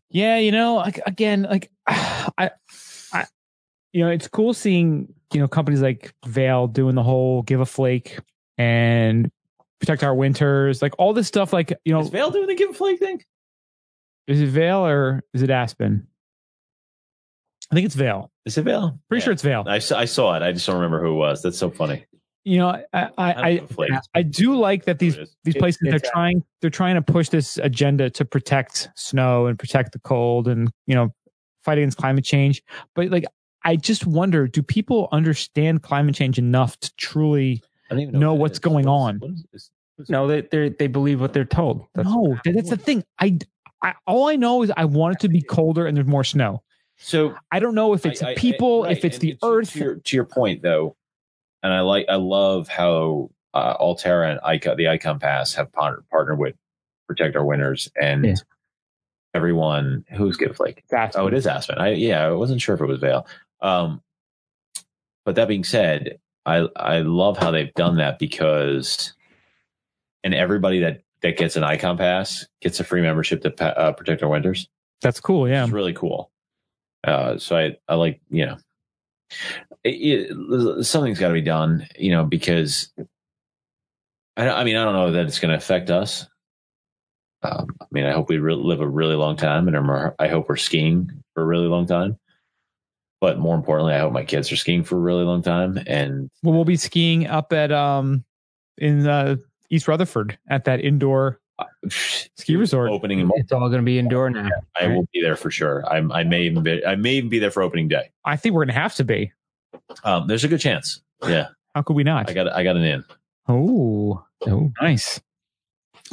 S1: Yeah, you know, like, again, like I, I you know, it's cool seeing, you know, companies like Vale doing the whole give a flake and protect our winters, like all this stuff. Like, you know,
S3: Is Vale doing the give a flake thing?
S1: is it Vale or is it Aspen? I think it's Vale.
S3: Is it Vale?
S1: Pretty sure it's Vale.
S3: I saw, I saw it. I just don't remember who it was. That's so funny.
S1: you know, I I, I,
S3: don't know if
S1: I, I do like that these
S3: it is.
S1: these
S2: It-
S1: places they're
S2: it's a-
S1: trying they're trying to push this agenda to protect snow and protect the cold and you know fight against climate change but like i just wonder do people understand climate change enough to truly
S3: I don't even
S1: know
S3: what that
S1: what's
S3: is.
S1: going
S3: What is-
S1: on.
S3: what is- is- what is-
S2: No, they they they believe what they're told. That's
S1: no that- that's the thing I, I all i know is i want it to be colder and there's more snow
S3: So
S1: i don't know if it's
S3: I- I-
S1: the people
S3: right,
S1: if it's
S3: and
S1: the
S3: to-
S1: earth
S3: To your, to your point, though, and I like I love how uh, Altera and Icon, the Icon Pass have partnered, partnered with Protect Our Winners and
S2: Yeah.
S3: everyone who's Give Flake.
S1: Aspen.
S3: Oh, it is Aspen. I yeah, I wasn't sure if it was Vale. Um, but that being said, I I love how they've done that because, and everybody that that gets an Icon Pass gets a free membership to pa- uh, Protect Our Winters.
S1: that's cool yeah
S3: It's really cool. Uh, so I, I like, you know, it, it, something's got to be done, you know, because I, don't- I mean, I don't know that it's going to affect us. Um, I mean, I hope we re- live a really long time and I'm, I hope we're skiing for a really long time. But more importantly, I hope my kids are skiing for a really long time. And
S1: well we'll be skiing up at um in uh east rutherford at that indoor
S3: Uh,
S1: ski
S3: oh.
S1: resort
S3: opening, in Mar-
S2: It's all going to be indoor now.
S3: I will be there for sure. I'm, I may even be, I may even be there for opening day.
S1: i think we're gonna have to be
S3: Um, there's a good chance. Yeah,
S1: how could we not
S3: I got, I got an in.
S1: Oh, oh, nice.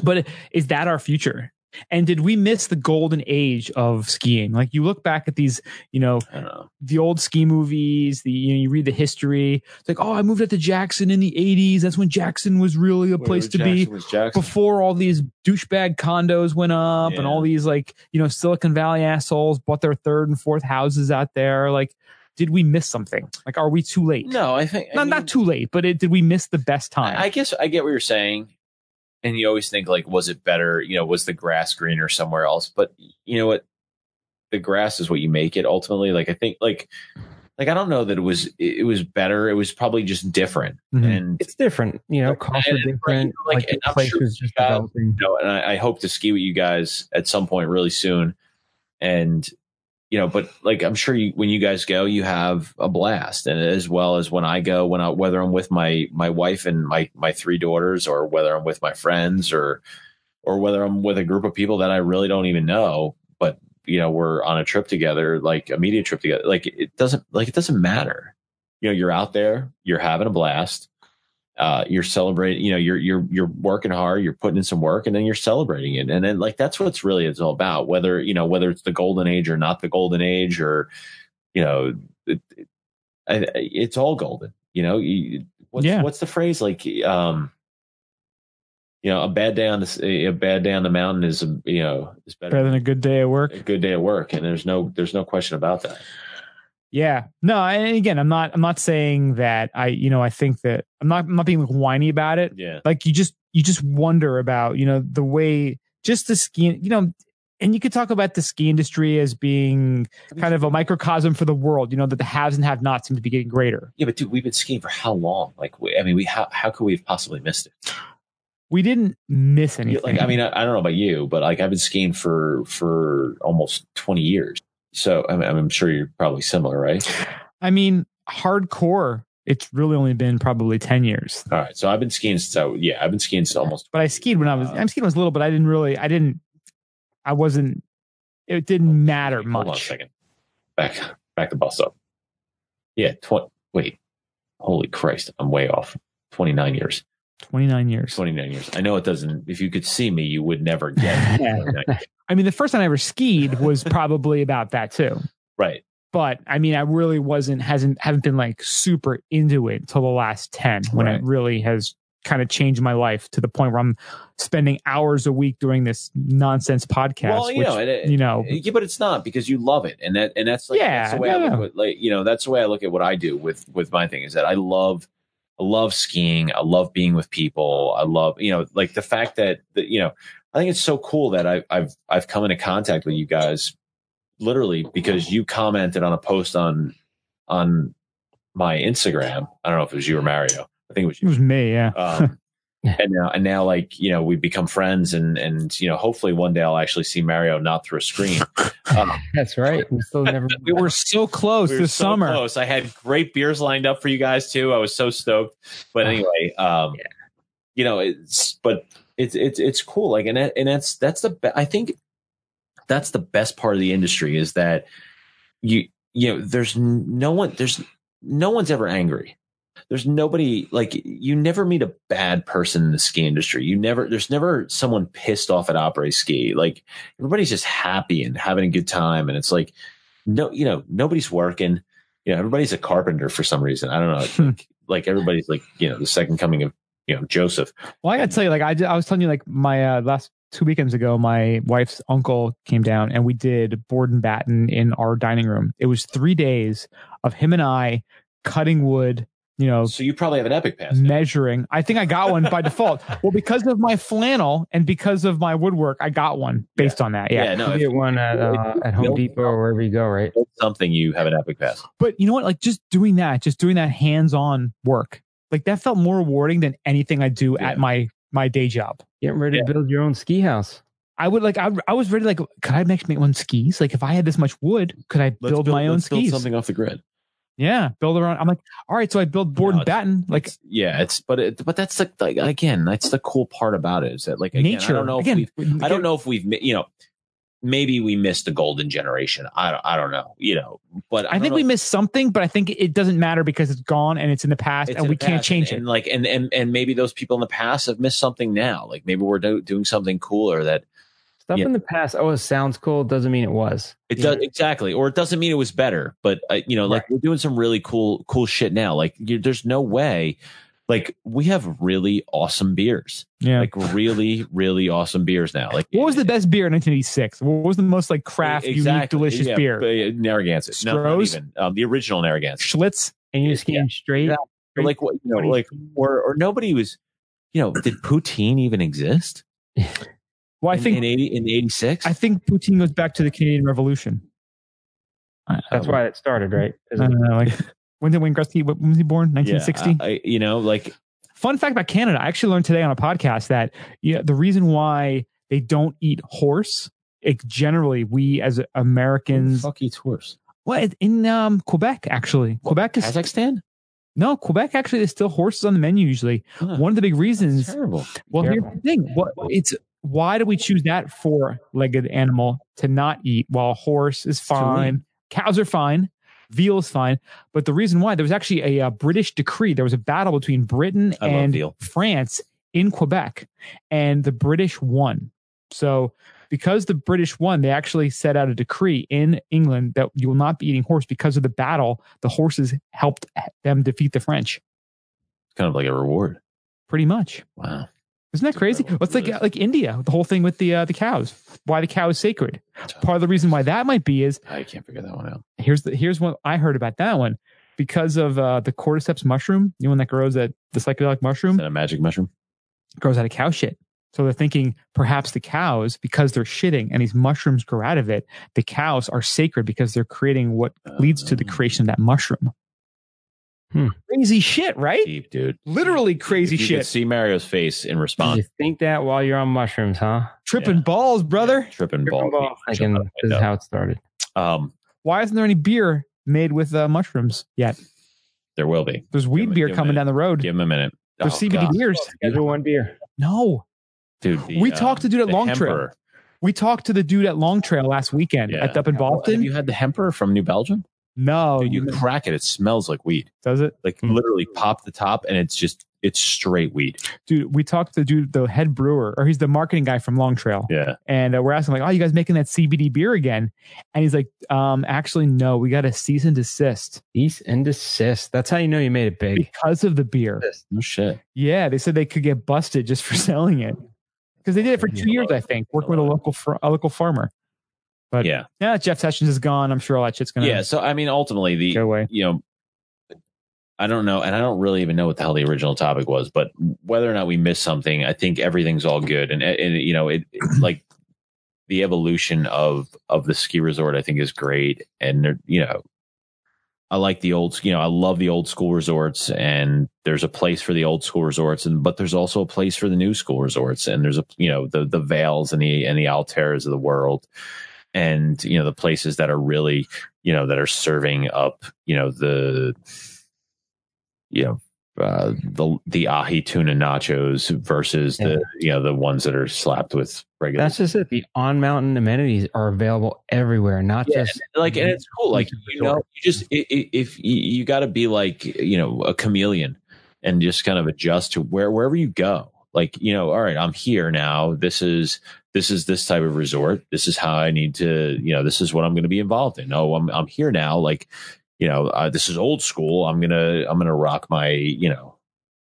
S1: But is that our future? And did we miss the golden age of skiing? Like you look back at these, you know,
S3: I don't know.
S1: the old ski movies, the you, know, you read the history. It's like, oh, I moved out to Jackson in the 80s. That's when Jackson was really a place to be before all these douchebag condos went up and
S3: Yeah.
S1: all these like, you know, Silicon Valley assholes bought their third and fourth houses out there. Like, did we miss something? Like, are we too late?
S3: No, I think I
S1: not,
S3: mean,
S1: not too late, but it, did we miss the best time?
S3: I, I guess I get what you're saying, and you always think like, was it better? You know, was the grass greener somewhere else? But you know what? The grass is what you make it. Ultimately, like I think, like, like I don't know that it was it was better. It was probably just different,
S1: Mhm.
S3: and
S2: It's different, you know. Costs are
S3: And,
S2: different.
S3: right, you know, like,
S2: like the
S3: and I'm
S2: place
S3: sure
S2: is just
S3: you got-
S2: developing.
S3: you know, and I, I hope to ski with you guys at some point really soon. And you know, but like I'm sure you, when you guys go, you have a blast, and as well as when I go, when I whether I'm with my my wife and my my three daughters, or whether I'm with my friends, or or whether I'm with a group of people that I really don't even know, but you know, we're on a trip together, like a media trip together. Like it doesn't like it doesn't matter. You know, you're out there, you're having a blast uh, you're celebrating, you know, you're, you're, you're working hard, you're putting in some work and then you're celebrating it. And then like, that's what it's really, it's all about whether, you know, whether it's the golden age or not the golden age or, you know, it, it, I- it's all golden, you know, you, what's,
S1: Yeah.
S3: what's the phrase? Like, um, you know, a bad day on the, a bad day on the mountain is, um, you know, is better,
S1: better than a good day at work.
S3: than a good day at work. And there's no, there's no question about that.
S1: Yeah. No, and again, I'm not I'm not saying that I, you know, I think that I'm not I'm not being like whiny about it.
S3: Yeah.
S1: Like you just you just wonder about, you know, the way just the ski, you know, and you could talk about the ski industry as being kind of a microcosm for the world, you know, that the haves and have nots seem to be getting greater.
S3: Yeah. But dude, we've been skiing for how long? Like, we, I mean, we, how, how could we have possibly missed it?
S1: We didn't miss
S3: Yeah,
S1: anything.
S3: Like, I mean, uh I, I don't know about you, but like I've been skiing for for almost twenty years. So I'm, I'm sure you're probably similar, right?
S1: I mean, hardcore, it's really only been probably 10 years.
S3: All right. So I've been skiing since I, yeah, I've been skiing since almost.
S1: but I skied when I was
S3: Uh,
S1: I'm skiing when I was little, but I didn't really I didn't I wasn't it didn't matter
S3: Hold on a
S1: much.
S3: second. Back back the bus up. Yeah. Twenty. Wait. Holy Christ! I'm way off. Twenty nine years.
S1: Twenty nine years.
S3: Twenty nine years. I know it doesn't. If you could see me, you would never get.
S1: Yeah.
S3: 29.
S1: I mean, the first time I ever skied was probably about that too.
S3: right.
S1: But I mean, I really wasn't hasn't haven't been like super into it till the last ten when
S3: Right.
S1: it really has kind of changed my life to the point where I'm spending hours a week doing this nonsense podcast.
S3: Well, you
S1: which,
S3: know, and it-
S1: you know,
S3: yeah, but it's not because you love it, and that and that's like
S1: Yeah,
S3: that's the way
S1: no,
S3: I
S1: no.
S3: look at like you know that's the way I look at what I do with with my thing is that I love I love skiing, I love being with people, I love you know like the fact that that you know I think it's so cool that I, I've I've come into contact with you guys literally because you commented on a post on on my Instagram. I don't know if it was you or Mario. I think it was
S1: It
S3: you.
S1: was me, yeah.
S3: Um, and now, and now, like you know, we become friends, and and you know, hopefully one day I'll actually see Mario not through a screen. Um,
S2: That's right. We still never.
S1: we were so close
S3: we were
S1: this
S3: so
S1: summer.
S3: Close. I had great beers lined up for you guys too. I was so stoked. But anyway, um, you know, it's but it's it's it's cool. Like, and that, and that's that's the be- I think that's the best part of the industry is that you you know there's no one there's no one's ever angry. There's nobody like you never meet a bad person in the ski industry. You never there's never someone pissed off at opera ski. Like everybody's just happy and having a good time, and it's like no, you know, nobody's working. You know, everybody's a carpenter for some reason. I don't know.
S1: Hmm.
S3: It's Like, like everybody's like, you know, the second coming of, you know, Joseph.
S1: Well, I got to tell you, like I, did- I was telling you, like my uh, last two weekends ago, my wife's uncle came down and we did board and batten in our dining room. It was three days of him and I cutting wood, you know,
S3: So you probably have an epic pass. now.
S1: measuring. I think I got one by default. Well, because of my flannel and because of my woodwork, I got one based on that. Yeah.
S3: Yeah, no,
S2: You
S3: if
S2: get one at, uh, at Home
S3: Nope.
S2: Depot or wherever you go, right?
S3: it's something you have an epic pass.
S1: But you know what? Like just doing that, just doing that hands-on work, like that felt more rewarding than anything I do
S3: Yeah.
S1: at my my day job.
S2: Getting ready to build your own ski house.
S1: I would like. I, I was ready. Like, could I make my own skis? Like, if I had this much wood, could I build, my own
S3: let's build
S1: skis?
S3: something off the grid.
S1: Yeah, build around. I'm like, all right. So I build board
S3: No,
S1: and batten. Like
S3: It's- yeah, it's but it, but that's the like again, that's the cool part about it is that like again,
S1: nature.
S3: I don't know if
S1: Again,
S3: we've I don't know if we've mi- you know maybe we missed the golden generation. I don't I don't know, you know, but
S1: I
S3: don't
S1: think
S3: know.
S1: we missed something, but I think it doesn't matter because it's gone and it's in the past,
S3: It's
S1: and
S3: in
S1: we
S3: the
S1: can't
S3: past,
S1: change
S3: and,
S1: it.
S3: And like, and and and maybe those people in the past have missed something now. Like maybe we're do, doing something cooler that
S2: Stuff
S3: Yeah.
S2: in the past. Oh, it sounds cool. Doesn't mean it was.
S3: it
S2: Yeah.
S3: does exactly, or it doesn't mean it was better. But uh, you know, like we're doing some really cool cool shit now. Like you, there's no way. Like we have really awesome beers,
S1: yeah.
S3: like really really awesome beers now. Like e,
S1: what was the best beer in 1986? What was the most like craft, unique,
S3: Exactly.
S1: delicious
S3: Yeah,
S1: beer?
S3: but, uh, Narragansett, no, not
S1: Stroh's?
S3: even um, the original Narragansett.
S1: Schlitz.
S2: And you're
S3: Yeah.
S2: skiing straight.
S3: Yeah. Or like what you know, like or or nobody was. You know, did poutine even exist?
S1: Well, I
S3: in, in
S1: think
S3: eighty in eighty six.
S1: I think poutine goes back to the Canadian Revolution. I-
S2: That's why it started, right? 'Cause
S1: I don't know. Uh, Like, when did Wayne Gretzky? When was he born? 1960.
S3: Yeah, I- I- you know, like
S1: Fun fact about Canada: I actually learned today on a podcast that yeah, the reason why they don't eat horse, it generally we as Americans,
S3: fuck eats horse.
S1: well, it- in um, Quebec actually, Quebec is
S3: Kazakhstan?
S1: no Quebec actually is still horses on the menu usually. One of the big reasons
S3: terrible.
S1: Well, here's
S2: Careful.
S1: the thing. What it's why do we choose that four-legged animal to not eat while a horse is
S3: lean.
S1: fine, cows are fine, veal is fine. But the reason why there was actually a, uh British decree. There was a battle between Britain
S3: I love
S1: and
S3: veal.
S1: France in Quebec, and the British won. So because the British won, they actually set out a decree in England that you will not be eating horse because of the battle. The horses helped them defeat the French,
S3: It's kind of like a reward.
S1: pretty much.
S3: Wow.
S1: Isn't that crazy?
S3: Incredible.
S1: What's
S3: It
S1: like
S3: is.
S1: like India, the whole thing with the uh, the cows. Why the cow is sacred. Part of the reason why that might be is
S3: I can't figure that one out.
S1: here's the here's what I heard about that one because of uh, the cordyceps mushroom. You know, one that grows at the psychedelic
S3: Is
S1: mushroom
S3: that a magic mushroom?
S1: grows out of cow shit. So they're thinking perhaps the cows because they're shitting and these mushrooms grow out of it. The cows are sacred because they're creating what leads to the
S3: Um,
S1: creation of that mushroom.
S2: Hmm.
S1: Crazy shit, right?
S3: Deep, dude.
S1: Literally crazy
S3: If you Could
S1: shit.
S3: see Mario's face in
S2: You
S3: response.
S2: think that while you're on mushrooms, huh?
S1: Tripping balls, brother.
S3: Tripping ball.
S2: I can. This is how it started.
S3: Um,
S1: Why isn't there any beer made with uh, mushrooms yet?
S3: there will be.
S1: There's weed
S3: Give it-
S1: beer
S3: give
S1: coming
S3: it-
S1: down the road.
S3: Give him a minute.
S1: There's
S3: Oh,
S1: CBD
S3: God.
S1: beers.
S2: Schedule one beer.
S1: No,
S3: dude.
S1: We talked to dude at
S3: the
S1: Long Trail.
S3: Hemperer.
S1: we talked to the dude at Long Trail last weekend
S3: Yeah.
S1: at up in Boston.
S3: Have you had the hemper from New Belgium?
S1: no,
S3: Dude, you crack it. It smells like weed.
S1: does it,
S3: Like literally pop the top and it's just, it's straight weed.
S1: dude? We talked to the dude, the head brewer, or he's the marketing guy from Long Trail,
S3: Yeah.
S1: and uh, we're asking like, "Oh, you guys making that CBD beer again?" And he's like, um, "Actually, no, we got a cease and desist
S2: Cease and desist. That's how you know you made it big.
S1: because of the beer."
S3: No shit.
S1: Yeah, they said they could get busted just for selling it because they did it for two years, I think, working with a local fr- a local farmer. But-
S3: yeah.
S1: Now that Jeff Sessions is gone, I'm sure all that shit's gonna
S3: Yeah. So, I mean, ultimately, the,
S1: go away.
S3: you know, I don't know, and I don't really even know what the hell the original topic was, but whether or not we missed something, I think everything's all good, and and you know, it, it- like the evolution of of the ski resort, I think is great, and there- you know, I like the old, you know, I love the old school resorts, and there's a place for the old school resorts, and but there's also a place for the new school resorts, and there's a, you know, the the Vales and the and the Alteras of the world, and you know the places that are really, you know, that are serving up, you know, the, you know. Uh, the the ahi tuna nachos versus
S2: Yeah.
S3: the you know the ones that are slapped with regular
S2: That's just it. The on mountain amenities are available everywhere, not
S3: Yeah,
S2: just
S3: like
S1: Mm-hmm.
S3: and it's cool like
S2: Mhm.
S3: you know you just i- i- if you, you got to be like you know a chameleon and just kind of adjust to where wherever you go like you know all right i'm here now this is this is this type of resort this is how i need to you know this is what i'm going to be involved in oh i'm i'm here now like you know uh, this is old school i'm going to i'm going to rock my you know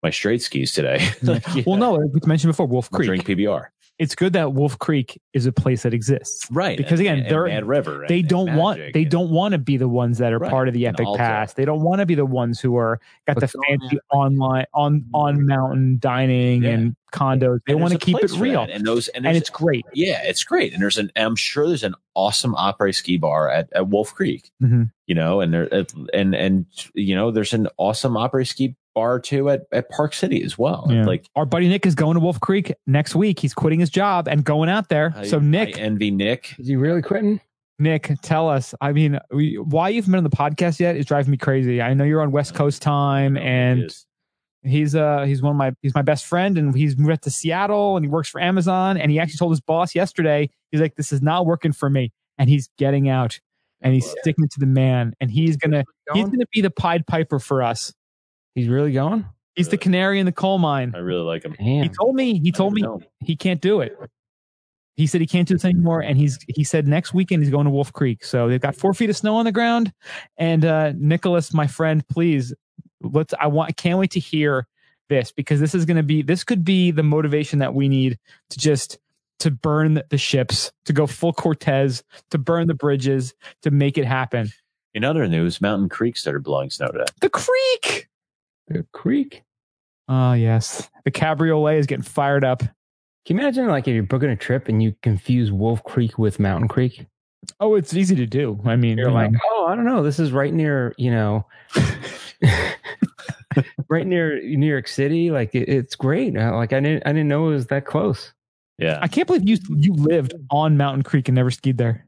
S3: my straight skis today like, you
S1: Well,
S3: know,
S1: no, like we mentioned before, Wolf
S3: I'll
S1: Creek.
S3: drink pbr
S1: It's good that Wolf Creek is a place that exists.
S3: right
S1: Because again, they're-
S3: Mad river
S1: they
S3: and- and
S1: don't want
S3: Magic
S1: they
S3: and-
S1: don't want to be the ones that are
S3: Right.
S1: part of the
S3: And
S1: epic
S3: Alta.
S1: pass. They don't want to be the ones who are got
S3: But
S1: the
S3: they're on
S1: fancy online on on mountain dining
S3: Mm-hmm. Yeah.
S1: and condos. They
S3: and
S1: want to
S3: there's a
S1: keep it
S3: place for
S1: real,
S3: that. and those and,
S1: and
S3: there's-
S1: it's great.
S3: yeah, it's great. And there's an, and I'm sure there's an awesome opera ski bar at, at Wolf Creek,
S1: Mhm.
S3: you know, and there, and, and, you know, there's an awesome opera ski bar too at, at Park City as well.
S1: Yeah.
S3: Like,
S1: Our buddy Nick is going to Wolf Creek next week. He's quitting his job and going out there.
S3: I-
S1: so Nick,
S3: I envy Nick.
S2: Is he really quitting?
S1: Nick, tell us. I mean, we, why you haven't been on the podcast yet is driving me crazy. I know you're on West Coast time, and
S3: Is-
S1: he's uh he's one of my he's my best friend and he's moved to Seattle and he works for Amazon and he actually told his boss yesterday he's like this is not working for me and he's getting out and he's sticking to the man and he's gonna he's
S2: He's,
S1: gonna be the Pied Piper for us
S2: he's really going?
S1: he's the canary in the coal mine
S3: I really like him.
S1: he
S2: Damn.
S1: told me he told me he can't do it he said he can't do this anymore and he's he said next weekend he's going to Wolf Creek so they've got four feet of snow on the ground and uh Nicholas my friend please let's I want I can't wait to hear this because this is going to be this could be the motivation that we need to just to burn the ships to go full Cortez to burn the bridges to make it happen
S3: In other news, Mountain Creek started blowing snow today.
S1: the creek
S2: The creek.
S1: oh yes the cabriolet is getting fired up
S2: Can you imagine like if you're booking a trip and you confuse Wolf Creek with Mountain Creek?
S1: oh it's easy to do I mean
S2: You're
S1: you
S2: like,
S1: know.
S2: oh, I don't know. This is right near, you know, right near New York City. Like it, it's great. Uh, Like I didn't, I didn't know it was that close.
S3: Yeah.
S1: I can't believe you you lived on Mountain Creek and never skied there.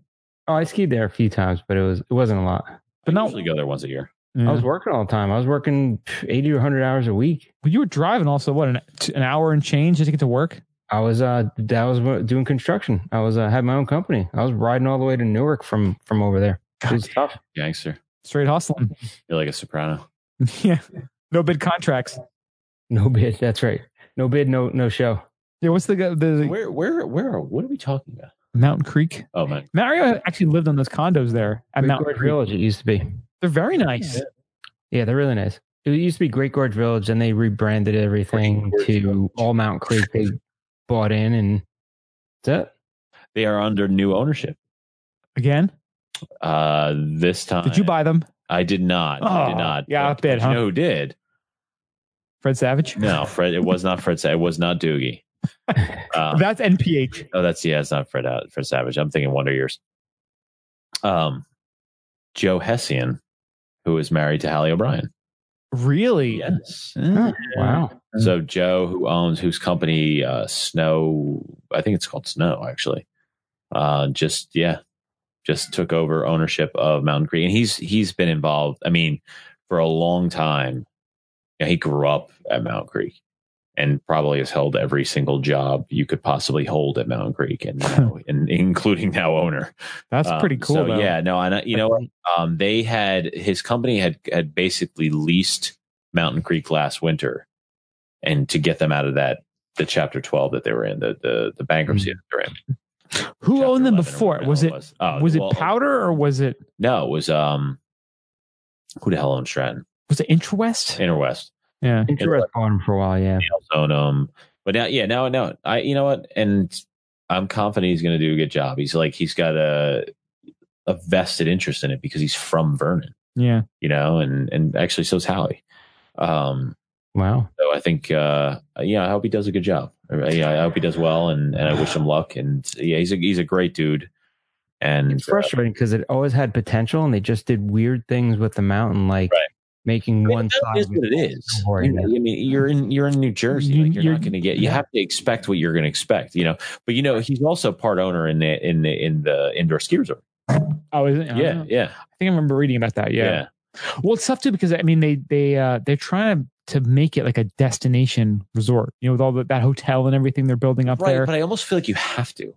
S2: Oh, I skied there a few times, but it was, it wasn't a lot.
S1: But
S3: I
S1: no,
S3: usually go there once a year.
S2: I was working all the time. I was working pff, 80 or 100 hours a week.
S1: Well, you were driving also what an, t- an hour and change just to get to work.
S2: I was uh I was wo- doing construction. I was uh, had my own company. I was riding all the way to Newark from from over there. It was tough.
S3: Gangster.
S1: Straight hustling.
S3: You're like a soprano.
S1: yeah, no bid contracts.
S2: No bid. That's right. No bid. No no show.
S1: Yeah, what's the the, the
S3: Where, where, where, what are we talking about?
S1: Mountain Creek?
S3: Oh, man.
S1: Mario actually lived on those condos there at
S2: Great
S1: Mountain
S2: Gorge
S1: Creek.
S2: Village. It used to be.
S1: They're very nice.
S2: Yeah, they're really nice. It used to be Great Gorge Village, and they rebranded everything
S3: Gorge
S2: to
S3: Village.
S2: All Mount Creek. They bought in, and that's it.
S3: They are under new ownership.
S1: Again,
S3: Uh, this time.
S1: did you buy them,
S3: I did not. I
S1: Oh,
S3: did not.
S1: yeah, I
S3: But
S1: bet,
S3: you
S1: huh?
S3: know who did?
S1: Fred Savage?
S3: No, Fred. It was not Fred. Sa- It was not Doogie. Um,
S1: That's NPH.
S3: oh, that's yeah. It's not Fred. Uh, Fred Savage. I'm thinking Wonder Years. Um, Joe Hessian, who is married to Hallie O'Brien.
S1: Really?
S3: Yes.
S2: Wow.
S3: So Joe, who owns whose company uh, Snow, I think it's called Snow actually. Uh, just yeah, just took over ownership of Mountain Creek, and he's he's been involved. I mean, for a long time. You know, he grew up at Mountain Creek, and probably has held every single job you could possibly hold at Mountain Creek, and now, and including now owner.
S1: That's
S3: Um,
S1: pretty cool.
S3: so,
S1: though.
S3: Yeah, no, and I, you know, what? um, they had his company had had basically leased Mountain Creek last winter, and to get them out of that the Chapter Twelve that they were in, the the, the bankruptcy that they're in.
S1: Hmm. Who
S3: Chapter
S1: owned them
S3: 11 or
S1: before?
S3: whatever
S1: Was
S3: the
S1: it
S3: hell was, Oh,
S1: was it
S3: well,
S1: Powder or was it
S3: No, it was um, who the hell owned Stratton
S1: was it Interwest?
S3: Interwest?
S1: Yeah.
S2: Interesting on for a while. Yeah.
S3: They also own um, but now yeah, now no, I you know what, and I'm confident he's going to do a good job. He's like he's got a a vested interest in it because he's from Vernon.
S1: Yeah.
S3: you know, and and actually so's Howie. Um,
S2: Wow.
S3: so I think, uh, yeah, I hope he does a good Uh, job. I- Yeah, I hope he does well, and, and I wish him luck. And yeah, he's a he's a great dude, And uh,
S2: It's frustrating because it always had potential, and they just did weird things with the mountain, like
S3: Right.
S2: making
S3: I mean,
S2: one
S3: that
S2: side
S3: is what it is.
S2: Don't worry,
S3: You
S2: man.
S3: know, I mean, you're in you're in New Jersey.
S1: You-
S3: Like you're,
S1: you're-
S3: not going to get. You
S1: yeah.
S3: have to expect what you're going to expect. You know, but you know he's also part owner in the in the in the indoor ski resort.
S1: Oh, is it? I
S3: yeah,
S1: don't know.
S3: yeah,
S1: I think I remember reading about that. Yeah.
S3: yeah,
S1: Well, it's tough too because I mean they they uh, they're trying to make it like a destination resort. You know, with all the, that hotel and everything they're building up
S3: Right,
S1: there.
S3: but I almost feel like you have to.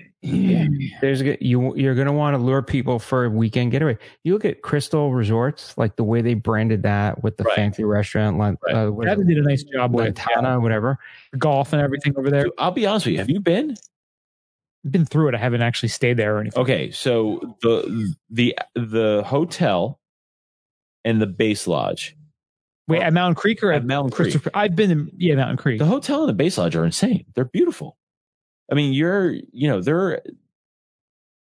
S2: There's a- you you're gonna want to lure people for a weekend getaway. You look at Crystal Resorts, like the way they branded that with the
S3: Right.
S2: fancy restaurant, like
S3: Right.
S2: uh, what is
S1: That
S2: it,
S1: did a nice job with
S2: Lantana, whatever.
S1: yeah, golf and everything over there.
S3: Dude, I'll be honest with you. Have you been?
S1: Been through it. I haven't actually stayed there or anything.
S3: Okay, so the the the hotel and the base lodge
S1: Wait, at Mountain Creek or at,
S3: at Mountain Creek.
S1: Christopher? I've been in yeah Mountain Creek.
S3: The hotel and the base lodge are insane. They're beautiful. I mean, you're you know they're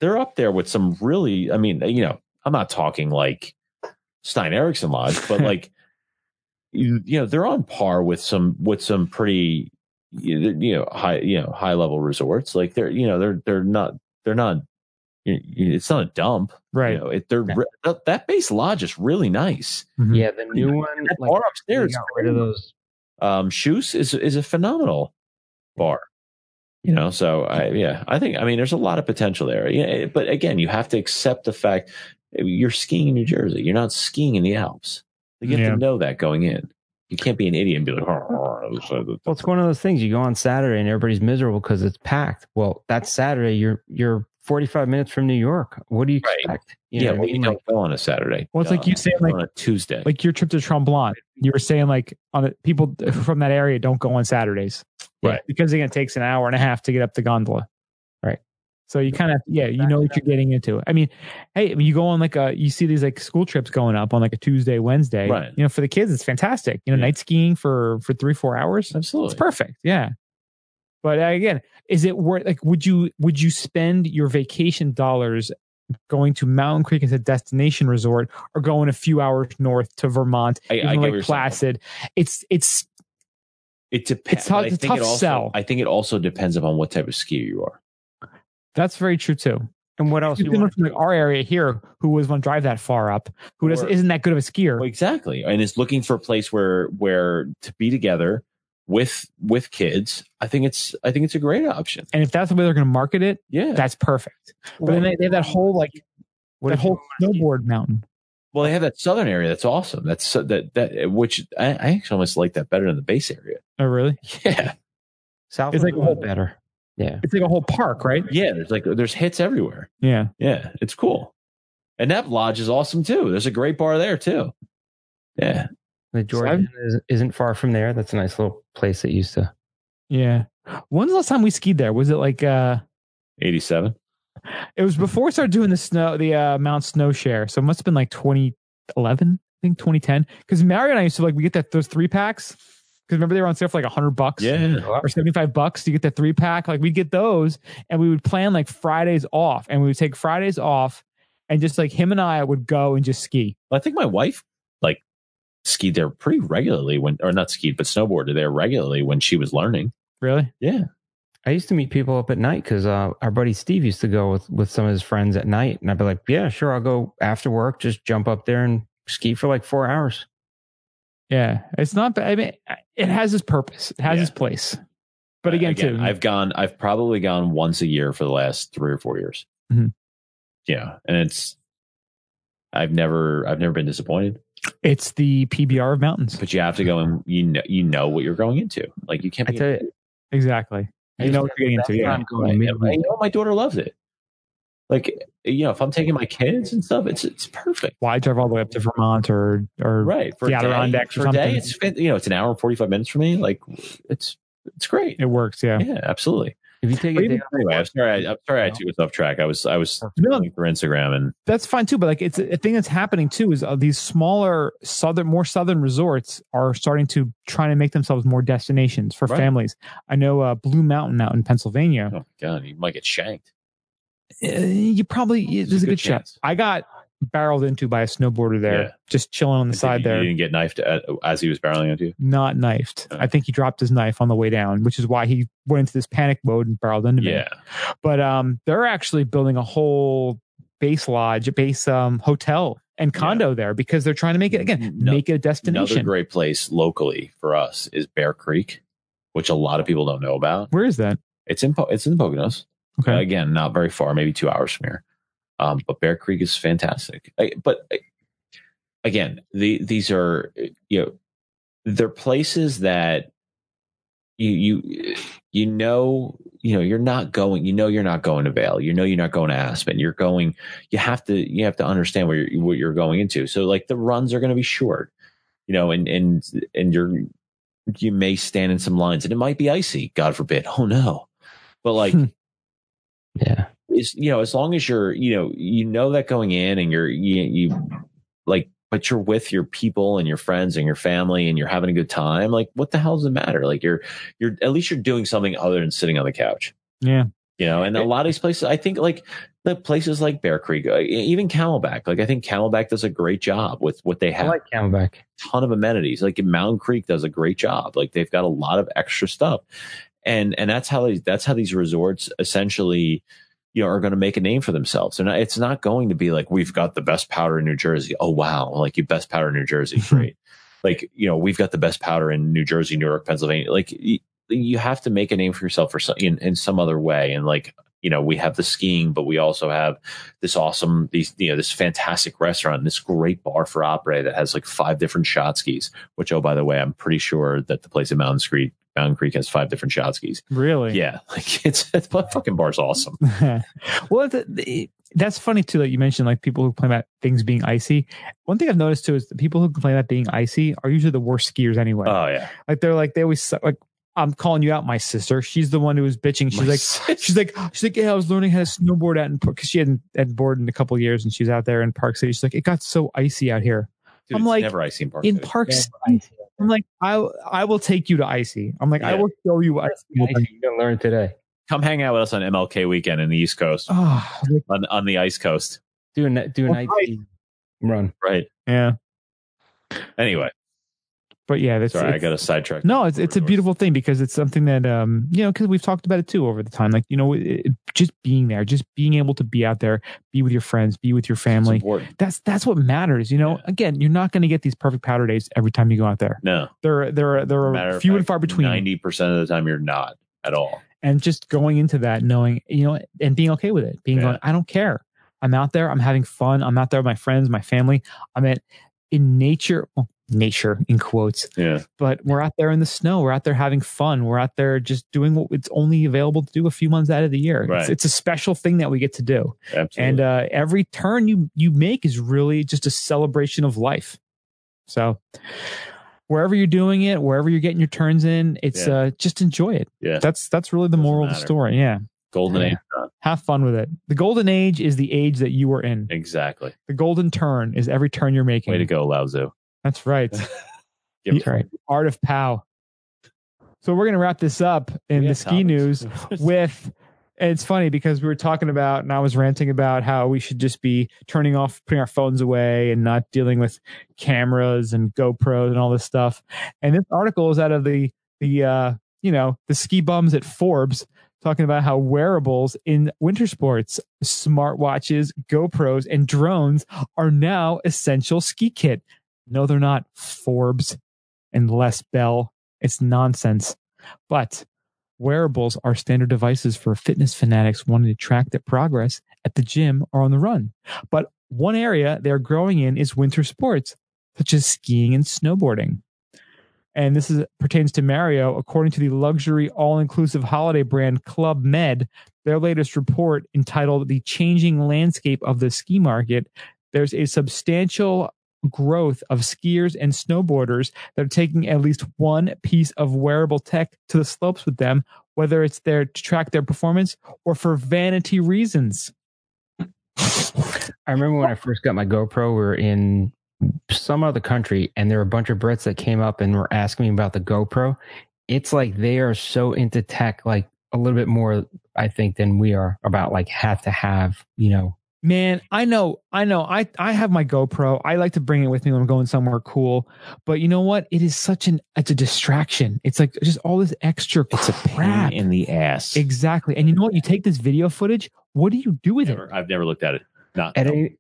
S3: they're up there with some really. I mean, you know, I'm not talking like Stein Erickson Lodge, but like you, you know they're on par with some with some pretty you know high you know high level resorts. Like they're you know they're they're not they're not. you- you- It's not a dump,
S1: right.
S3: You know, it, they're re- that- that base lodge is really nice.
S1: Mhm.
S2: Yeah, the new one.
S3: That
S2: Like,
S3: bar
S2: they
S3: upstairs,
S2: got rid of those.
S3: um Shoes is is a phenomenal bar. You know, so I yeah, I think I mean there's a lot of potential there. Yeah, eh, but again, you have to accept the fact eh, you're skiing in New Jersey. You're not skiing in the Alps. You have
S1: Yeah.
S3: to know that going in. You can't be an idiot and be like, "Oh,
S2: Well, it's one of those things. You go on Saturday and everybody's miserable because it's packed. Well, that Saturday you're you're 45 minutes from New York. What do you
S3: Right.
S2: expect? You know
S3: yeah,
S2: what I
S3: well, you
S2: mean?
S3: don't
S2: Like,
S3: go on a Saturday.
S1: Well, it's like
S3: Uh,
S1: you saying, like-
S3: on a Tuesday.
S1: Like your trip to Tremblant, you were saying like on the, people from that area don't go on Saturdays,
S3: Right.
S1: Because again, it takes an hour and a half to get up the gondola,
S2: Right.
S1: So you kind of yeah, you know what you're getting into. I mean, hey, you go on like a you see these like school trips going up on like a Tuesday, Wednesday,
S3: Right.
S1: You know, for the kids, it's fantastic. You know,
S3: Yeah.
S1: night skiing for for three four hours.
S3: absolutely.
S1: It's perfect. Yeah. But uh, again, is it worth like would you would you spend your vacation dollars going to Mountain Creek as a destination resort or going a few hours north to Vermont,
S3: I- I
S1: even
S3: get what you're
S1: like
S3: saying.
S1: Placid? It's it's
S3: It depends.
S1: It's hard-
S3: I
S1: it's a
S3: think it
S1: tough
S3: also-
S1: sell.
S3: I think it also depends upon what type of skier you are.
S1: that's very true too.
S2: and what else you
S1: Even
S2: want?
S1: from like our area here, who was going to drive that far up? Who does,
S3: Or-
S1: isn't that good of a skier?
S3: Well, exactly, and it's looking for a place where where to be together with with kids. I think it's I think it's a great option.
S1: and if that's the way they're going to market it,
S3: Yeah.
S1: that's perfect. But then they, they have that whole like
S2: What
S1: that
S2: if you
S1: whole
S2: wanna ski?
S1: snowboard mountain.
S3: well, they have that southern area. That's awesome. That's so- that that which I, I actually almost like that better than the base area.
S1: Oh, really?
S3: Yeah.
S2: South
S1: It's
S2: is
S1: like
S2: like
S1: a whole-
S2: better. Yeah.
S1: It's like a whole park, right?
S3: Yeah. There's like there's hits everywhere.
S1: Yeah.
S3: Yeah. It's cool. And that lodge is awesome too. There's a great bar there too. Yeah.
S2: The
S1: So
S2: Georgian is, isn't far from there. That's a nice little place that used to.
S1: Yeah. When's the last time we skied there? Was it like uh
S3: Eighty seven.
S1: It was before we started doing the snow, the uh, Mount Snow Share. So it must have been like 2011, I think 2010. Because Mario and I used to like we get that those three packs. Because remember they were on sale for like 100 bucks
S3: Yeah.
S1: or 75 bucks to get the three pack. Like we'd get those and we would plan like Fridays off, and we would take Fridays off, and just like him and I would go and just ski.
S3: I think my wife like skied there pretty regularly when or not skied but snowboarded there regularly when she was learning.
S1: Really?
S3: Yeah.
S2: I used to meet people up at night because uh, our buddy Steve used to go with, with some of his friends at night, and I'd be like, "Yeah, sure, I'll go after work. Just jump up there and ski for like four hours."
S1: Yeah. It's not. ba- I mean, it has its purpose. It has
S3: Yeah.
S1: its place. But again, too,
S3: I've gone, I've probably gone once a year for the last three or four years.
S1: Mhm.
S3: Yeah. And it's, I've never, I've never been disappointed,
S1: it's the PBR of mountains.
S3: but you have to go and you know, you know what you're going into. Like you can't
S2: I
S3: be,
S2: tell you,
S1: Exactly. You know what you're getting into. Yeah.
S2: I'm going
S3: Like, I
S2: midweek.
S3: know my daughter loves it. Like, you know, if I'm taking my kids and stuff, it's, it's perfect.
S1: why drive all the way up to Vermont or or
S3: Right. For
S1: The
S3: a day-
S1: Adirondacks or
S3: for a day,
S1: something.
S3: it's, fin- you know, it's an hour and 45 minutes for me. Like it's, it's great.
S1: it works, yeah.
S3: Yeah, absolutely.
S2: if you take a day,
S3: Anyway, I'm sorry. I, I'm sorry. I took us off track. I was, I was
S1: No.
S3: scrolling through Instagram and
S1: That's fine too, but like it's a thing that's happening too is uh, these smaller southern more southern resorts are starting to trying to make themselves more destinations for
S3: Right.
S1: families. I know uh, Blue Mountain out in Pennsylvania. eh,
S3: Oh my god, you might get shanked.
S1: Uh, you probably there's a good, shot.
S3: chance.
S1: I got barreled into by a snowboarder there,
S3: Yeah.
S1: just chilling on the side
S3: you,
S1: there,
S3: You didn't get knifed at, as he was barreling into you.
S1: not knifed.
S3: Uh.
S1: I think he dropped his knife on the way down, which is why he went into this panic mode and barreled into me.
S3: Yeah.
S1: But um, they're actually building a whole base lodge, a base um, hotel and condo there because they're trying to make it again,
S3: No-
S1: make it a
S3: Another
S1: destination.
S3: great place locally for us is Bear Creek, which a lot of people don't know about.
S1: Where is that?
S3: It's in Po- it's in the Poconos.
S1: Okay.
S3: Uh, again, not very far, maybe two hours from here. Um, but Bear Creek is fantastic. I, but I, again, the, these are you know they're places that you you you know you know you're not going you know you're not going to Vale you know you're not going to Aspen you're going you have to you have to understand what you're what you're going into so like the runs are going to be short you know and and and you're you may stand in some lines and it might be icy god forbid oh no but like
S2: Yeah.
S3: is you know as long as you're you know you know that going in and you're you, you like but you're with your people and your friends and your family and you're having a good time like what the hell does it matter like you're you're at least you're doing something other than sitting on the couch
S1: Yeah.
S3: you know and a lot of these places i think like the places like bear creek uh, even camelback like i think camelback does a great job with what they
S2: I
S3: have
S2: like Camelback.
S3: ton of amenities. Like Mountain Creek does a great job. Like they've got a lot of extra stuff, and and that's how they, that's how these resorts essentially, you know, are going to make a name for themselves. They're not. It's not going to be like we've got the best powder in New Jersey. Oh wow, like you best powder in New Jersey, great. like you know, we've got the best powder in New Jersey, New York, Pennsylvania. Like you, you have to make a name for yourself for some, in, in some other way, and like. You know, we have the skiing, but we also have this awesome these you know this fantastic restaurant and this great bar for opera that has like five different shot skis which oh by the way i'm pretty sure that the place at mountain creek mountain creek has five different shot skis
S1: Really?
S3: yeah like it's that fucking bar's awesome
S1: well, the, the, that's funny too that you mentioned like people who complain about things being icy. One thing I've noticed too is the people who complain about being icy are usually the worst skiers anyway.
S3: oh yeah
S1: like they're like they always suck- like I'm calling you out, my sister. She's the one who was bitching. She's
S3: My
S1: like,
S3: sis-
S1: she's like, she's like, yeah, I was learning how to snowboard out in because she hadn't had board in a couple of years, and she's out there in Park City. She's like, it got so icy out here
S3: Dude,
S1: I'm
S3: it's
S1: like,
S3: never i seen bar
S1: in
S3: City.
S1: Park City. I'm like, I I will take you to icy. I'm like, I
S3: Yeah.
S1: will show you. what Icy. will be."
S2: You're gonna learn today,
S3: come hang out with us on mlk weekend in the east coast
S1: Ah, like,
S3: on, on the ice coast
S2: do a do an
S1: Well,
S2: IT run.
S3: right
S1: yeah,
S3: anyway
S1: but yeah, that's
S3: sorry i
S1: it's-
S3: got a sidetrack
S1: No, it's it's a beautiful thing because it's something that um you know because we've talked about it too over the time. Like you know, it, it- just being there, just being able to be out there, be with your friends, be with your family. That's that's what matters. You know,
S3: Yeah.
S1: again, you're not going to get these perfect powder days every time you go out there.
S3: no
S1: There there there
S3: matter
S1: are
S3: of
S1: few and
S3: fact,
S1: far between.
S3: 90% of the time you're not at all
S1: And just going into that, knowing you know, and being okay with it, being
S3: Yeah.
S1: going, I don't care. I'm out there. I'm having fun. I'm out there with my friends, my family. I'm at in nature. Well, nature in quotes
S3: yeah
S1: but we're out there in the snow. We're out there having fun. We're out there just doing what it's only available to do a few months out of the year. It's,
S3: Right.
S1: it's a special thing that we get to do.
S3: absolutely
S1: And uh, every turn you you make is really just a celebration of life. So wherever you're doing it, wherever you're getting your turns in, it's
S3: Yeah.
S1: uh, just enjoy it.
S3: Yeah.
S1: That's that's really the
S3: Doesn't
S1: moral of the
S3: matter.
S1: story. Yeah.
S3: golden
S2: Yeah.
S3: age done.
S1: Have fun with it. The golden age is the age that you were in.
S3: exactly
S1: The golden turn is every turn you're making.
S3: way to go lao Tzu.
S1: That's right.
S3: Give
S1: That's right. Art of Pow. So we're going to wrap this up in
S3: We
S1: the
S3: have
S1: ski
S3: topics.
S1: news with. and It's funny because we were talking about, and I was ranting about how we should just be turning off, putting our phones away, and not dealing with cameras and GoPros and all this stuff. And this article is out of the the uh, you know the ski bums at Forbes talking about how wearables in winter sports, smartwatches, GoPros, and drones are now essential ski kit. No, they're not. Forbes and Les Bell. It's nonsense. But wearables are standard devices for fitness fanatics wanting to track their progress at the gym or on the run. But one area they're growing in is winter sports, such as skiing and snowboarding. And this is, pertains to Mario. According to the luxury all inclusive holiday brand Club Med, their latest report entitled The Changing Landscape of the Ski Market, there's a substantial growth of skiers and snowboarders that are taking at least one piece of wearable tech to the slopes with them, whether it's there to track their performance or for vanity reasons.
S2: I remember when I first got my GoPro, we were in some other country, and there were a bunch of Brits that came up and were asking me about the GoPro. It's like they are so into tech, like a little bit more, I think, than we are about like have to have, you know,
S1: Man, I know, I know. I I have my GoPro. I like to bring it with me when I'm going somewhere cool. But you know what? It is such an it's a distraction. It's like just all this extra
S3: It's a pain
S1: crap.
S3: in the ass.
S1: Exactly. And you know what? You take this video footage. What do you do with it?
S3: Never- I've never looked at it. Not
S2: Editing,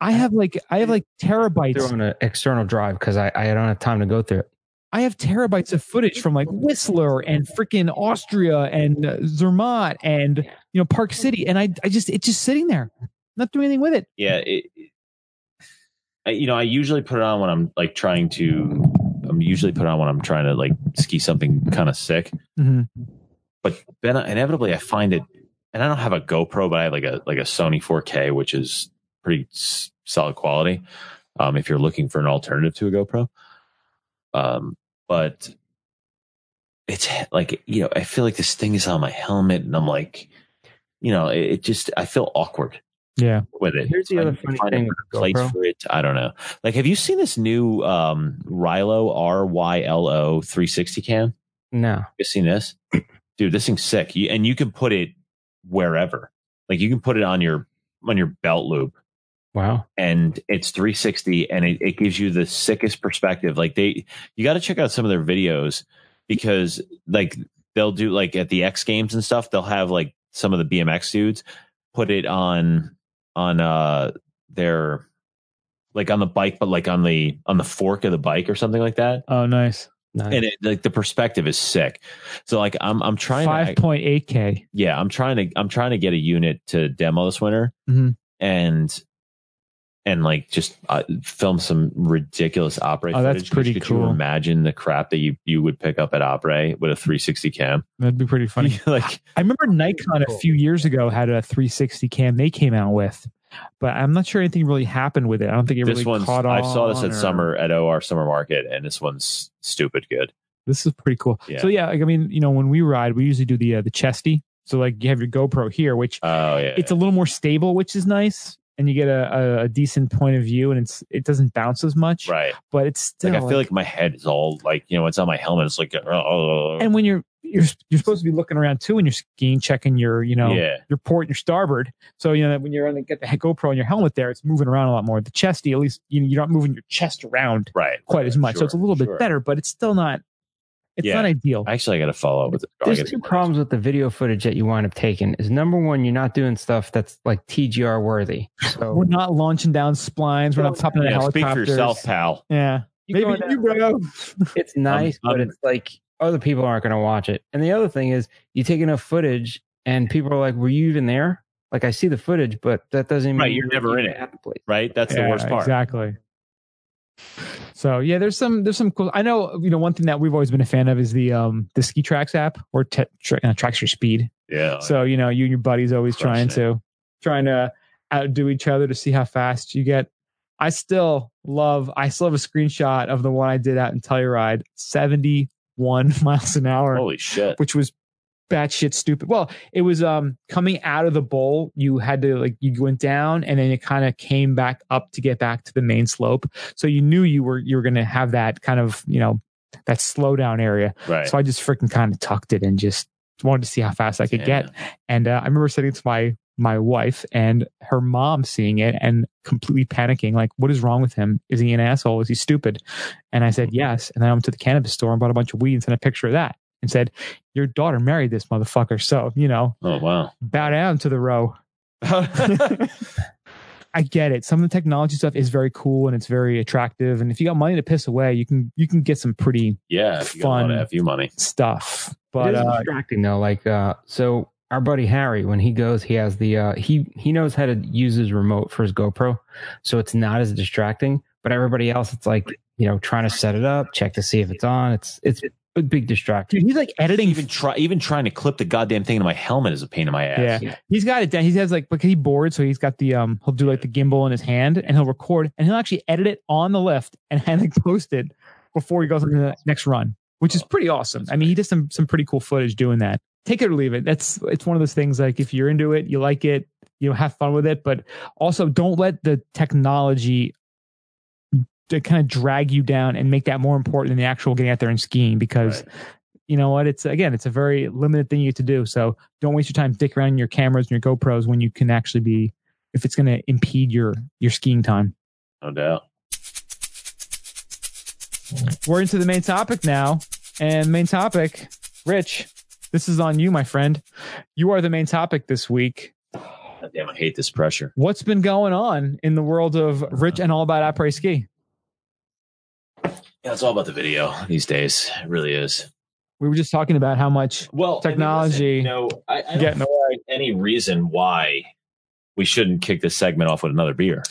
S1: I have like I have like
S2: through
S1: terabytes.
S2: on an external drive because I, I don't have time to go through it.
S1: I have terabytes of footage from like Whistler and freaking Austria and uh, Zermatt and you know Park City, and I I just it's just sitting there, not doing anything with it.
S3: yeah it, it- I, you know i usually put it on when i'm like trying to i'm usually put it on when i'm trying to like ski something kind of sick
S1: Mhm.
S3: but then I, inevitably i find it and i don't have a gopro but i have like a like a sony 4k which is pretty s- solid quality um if you're looking for an alternative to a gopro um but it's like you know i feel like this thing is on my helmet and i'm like you know it, it just i feel awkward
S1: Yeah.
S3: with it
S2: Here's the
S3: I
S2: other
S3: need to
S2: funny
S3: find a
S2: thing with
S3: place
S2: GoPro.
S3: for it. I don't know. Like, have you seen this new um Rilo R Y L O 360 cam?
S2: No.
S3: You seen this, dude? This thing's sick. You, and you can put it wherever. Like, you can put it on your on your belt loop,
S2: Wow.
S3: and it's 360, and it, it gives you the sickest perspective. Like, they you got to check out some of their videos because like they'll do like at the X Games and stuff. They'll have like some of the BMX dudes put it on on uh their like on the bike but like on the on the fork of the bike or something like that
S1: Oh, nice.
S2: Nice.
S3: and it, like the perspective is sick so like i'm i'm trying
S1: Five
S3: to
S1: point eight k.
S3: yeah i'm trying to i'm trying to get a unit to demo this winter
S1: Mhm.
S3: and and like just uh, film some ridiculous opera
S1: Oh, that's
S3: footage.
S1: pretty
S3: Could
S1: cool.
S3: you imagine the crap that you you would pick up at opera with a 360 cam
S1: That'd be pretty funny. Ah,
S3: like
S1: I remember Nikon a few years ago had a 360 cam they came out with, but I'm not sure anything really happened with it. I don't think it
S3: this
S1: really
S3: one's
S1: caught on.
S3: i saw this at
S1: or-
S3: summer at or summer market and this one's stupid good
S1: This is pretty cool.
S3: Yeah.
S1: So yeah, like, I mean, you know, when we ride, we usually do the uh, the chesty. So like you have your GoPro here, which
S3: oh yeah
S1: it's a little more stable, which is nice, and you get a, a, a decent point of view, and it's it doesn't bounce as much,
S3: right
S1: but it's still
S3: like I feel like my head is all like you know it's on my helmet. It's like oh
S1: and when you're you're you're supposed to be looking around too when you're skiing, checking your you know
S3: yeah
S1: your port and your starboard. So you know when you're on the get the GoPro on your helmet there, it's moving around a lot more. The chesty, at least you know, you're not moving your chest around
S3: right
S1: quite as much, so
S3: Sure,
S1: it's a little
S3: sure.
S1: bit better, but it's still not it's
S3: Yeah.
S1: not ideal.
S3: Actually, I got to follow up with. I
S2: There's
S3: gotta
S2: two
S3: get-
S2: problems with the video footage that you wind up taking. Is number one, you're not doing stuff that's like TGR worthy.
S1: we're
S2: So
S1: not launching down splines. We're not popping in
S3: Yeah, speak for
S1: helicopters.
S3: yourself, pal.
S1: Yeah,
S2: You
S1: maybe
S2: going down-
S1: you, bro.
S2: it's nice, but
S3: I'm-
S2: it's like other people aren't going to watch it. And the other thing is, you take enough footage, and people are like, "Were you even there?" Like, I see the footage, but that doesn't mean
S3: Right, you're never in it.
S2: at the place.
S3: Right, that's the
S1: Yeah,
S3: worst part.
S1: Exactly. So yeah, there's some there's some cool. I know you know one thing that we've always been a fan of is the um the Ski Tracks app or te- tra- uh, tracks your speed.
S3: Oh, Yeah.
S1: So you know you and your buddies always
S3: Crush
S1: trying
S3: it.
S1: to trying to outdo each other to see how fast you get. I still love I still have a screenshot of the one I did out in Telluride, seventy one miles an hour
S3: Holy shit!
S1: which was batshit stupid. Well, it was um coming out of the bowl. You had to like you went down and then it kind of came back up to get back to the main slope. So you knew you were you were gonna have that kind of you know that slow down area.
S3: Right.
S1: So I just freaking kind of tucked it and just wanted to see how fast I could get. And uh, I remember sending it to my my wife and her mom seeing it and completely panicking, like, what is wrong with him? Is he an asshole? Is he stupid? And I said, yes. And then I went to the cannabis store and bought a bunch of weed and sent a picture of that and said, your daughter married this motherfucker. So, you know,
S3: Oh wow.
S1: bow down to the row. I get it. Some of the technology stuff is very cool and it's very attractive. And if you got money to piss away, you can you can get some pretty
S3: yeah. If you got a lot
S1: Fun.
S3: of fu money.
S1: stuff. But
S2: But
S1: uh,
S2: distracting though. Like, uh, so our buddy Harry, when he goes, he has the uh, he he knows how to use his remote for his GoPro, so it's not as distracting. But everybody else, it's like you know, trying to set it up, check to see if it's on. It's it's a big distraction.
S1: dude, he's like editing
S3: Even try, even trying to clip the goddamn thing into my helmet is a pain in my ass.
S1: Yeah. He's got it down. He has like, but he bored, so he's got the um. He'll do like the gimbal in his hand, and he'll record, and he'll actually edit it on the lift and hand like post it before he goes on the next run, which is pretty awesome. I mean, he did some some pretty cool footage doing that. Take it or leave it. That's it's one of those things. Like if you're into it, you like it, you know, have fun with it, but also don't let the technology to kind of drag you down and make that more important than the actual getting out there and skiing because
S3: Right.
S1: you know what? It's again, it's a very limited thing you get to do. So don't waste your time dick around in your cameras and your GoPros when you can actually be if it's going to impede your your skiing time.
S3: no doubt.
S1: We're into the main topic now, and main topic, Rich, this is on you, my friend. You are the main topic this week.
S3: God damn, I hate this pressure.
S1: What's been going on in the world of Rich and all about après ski?
S3: Yeah, it's all about the video these days. It really is.
S1: We were just talking about how much
S3: Well,
S1: Technology.
S3: No, I, I
S1: get in
S3: don't
S1: the way.
S3: see any reason why we shouldn't kick this segment off with another beer.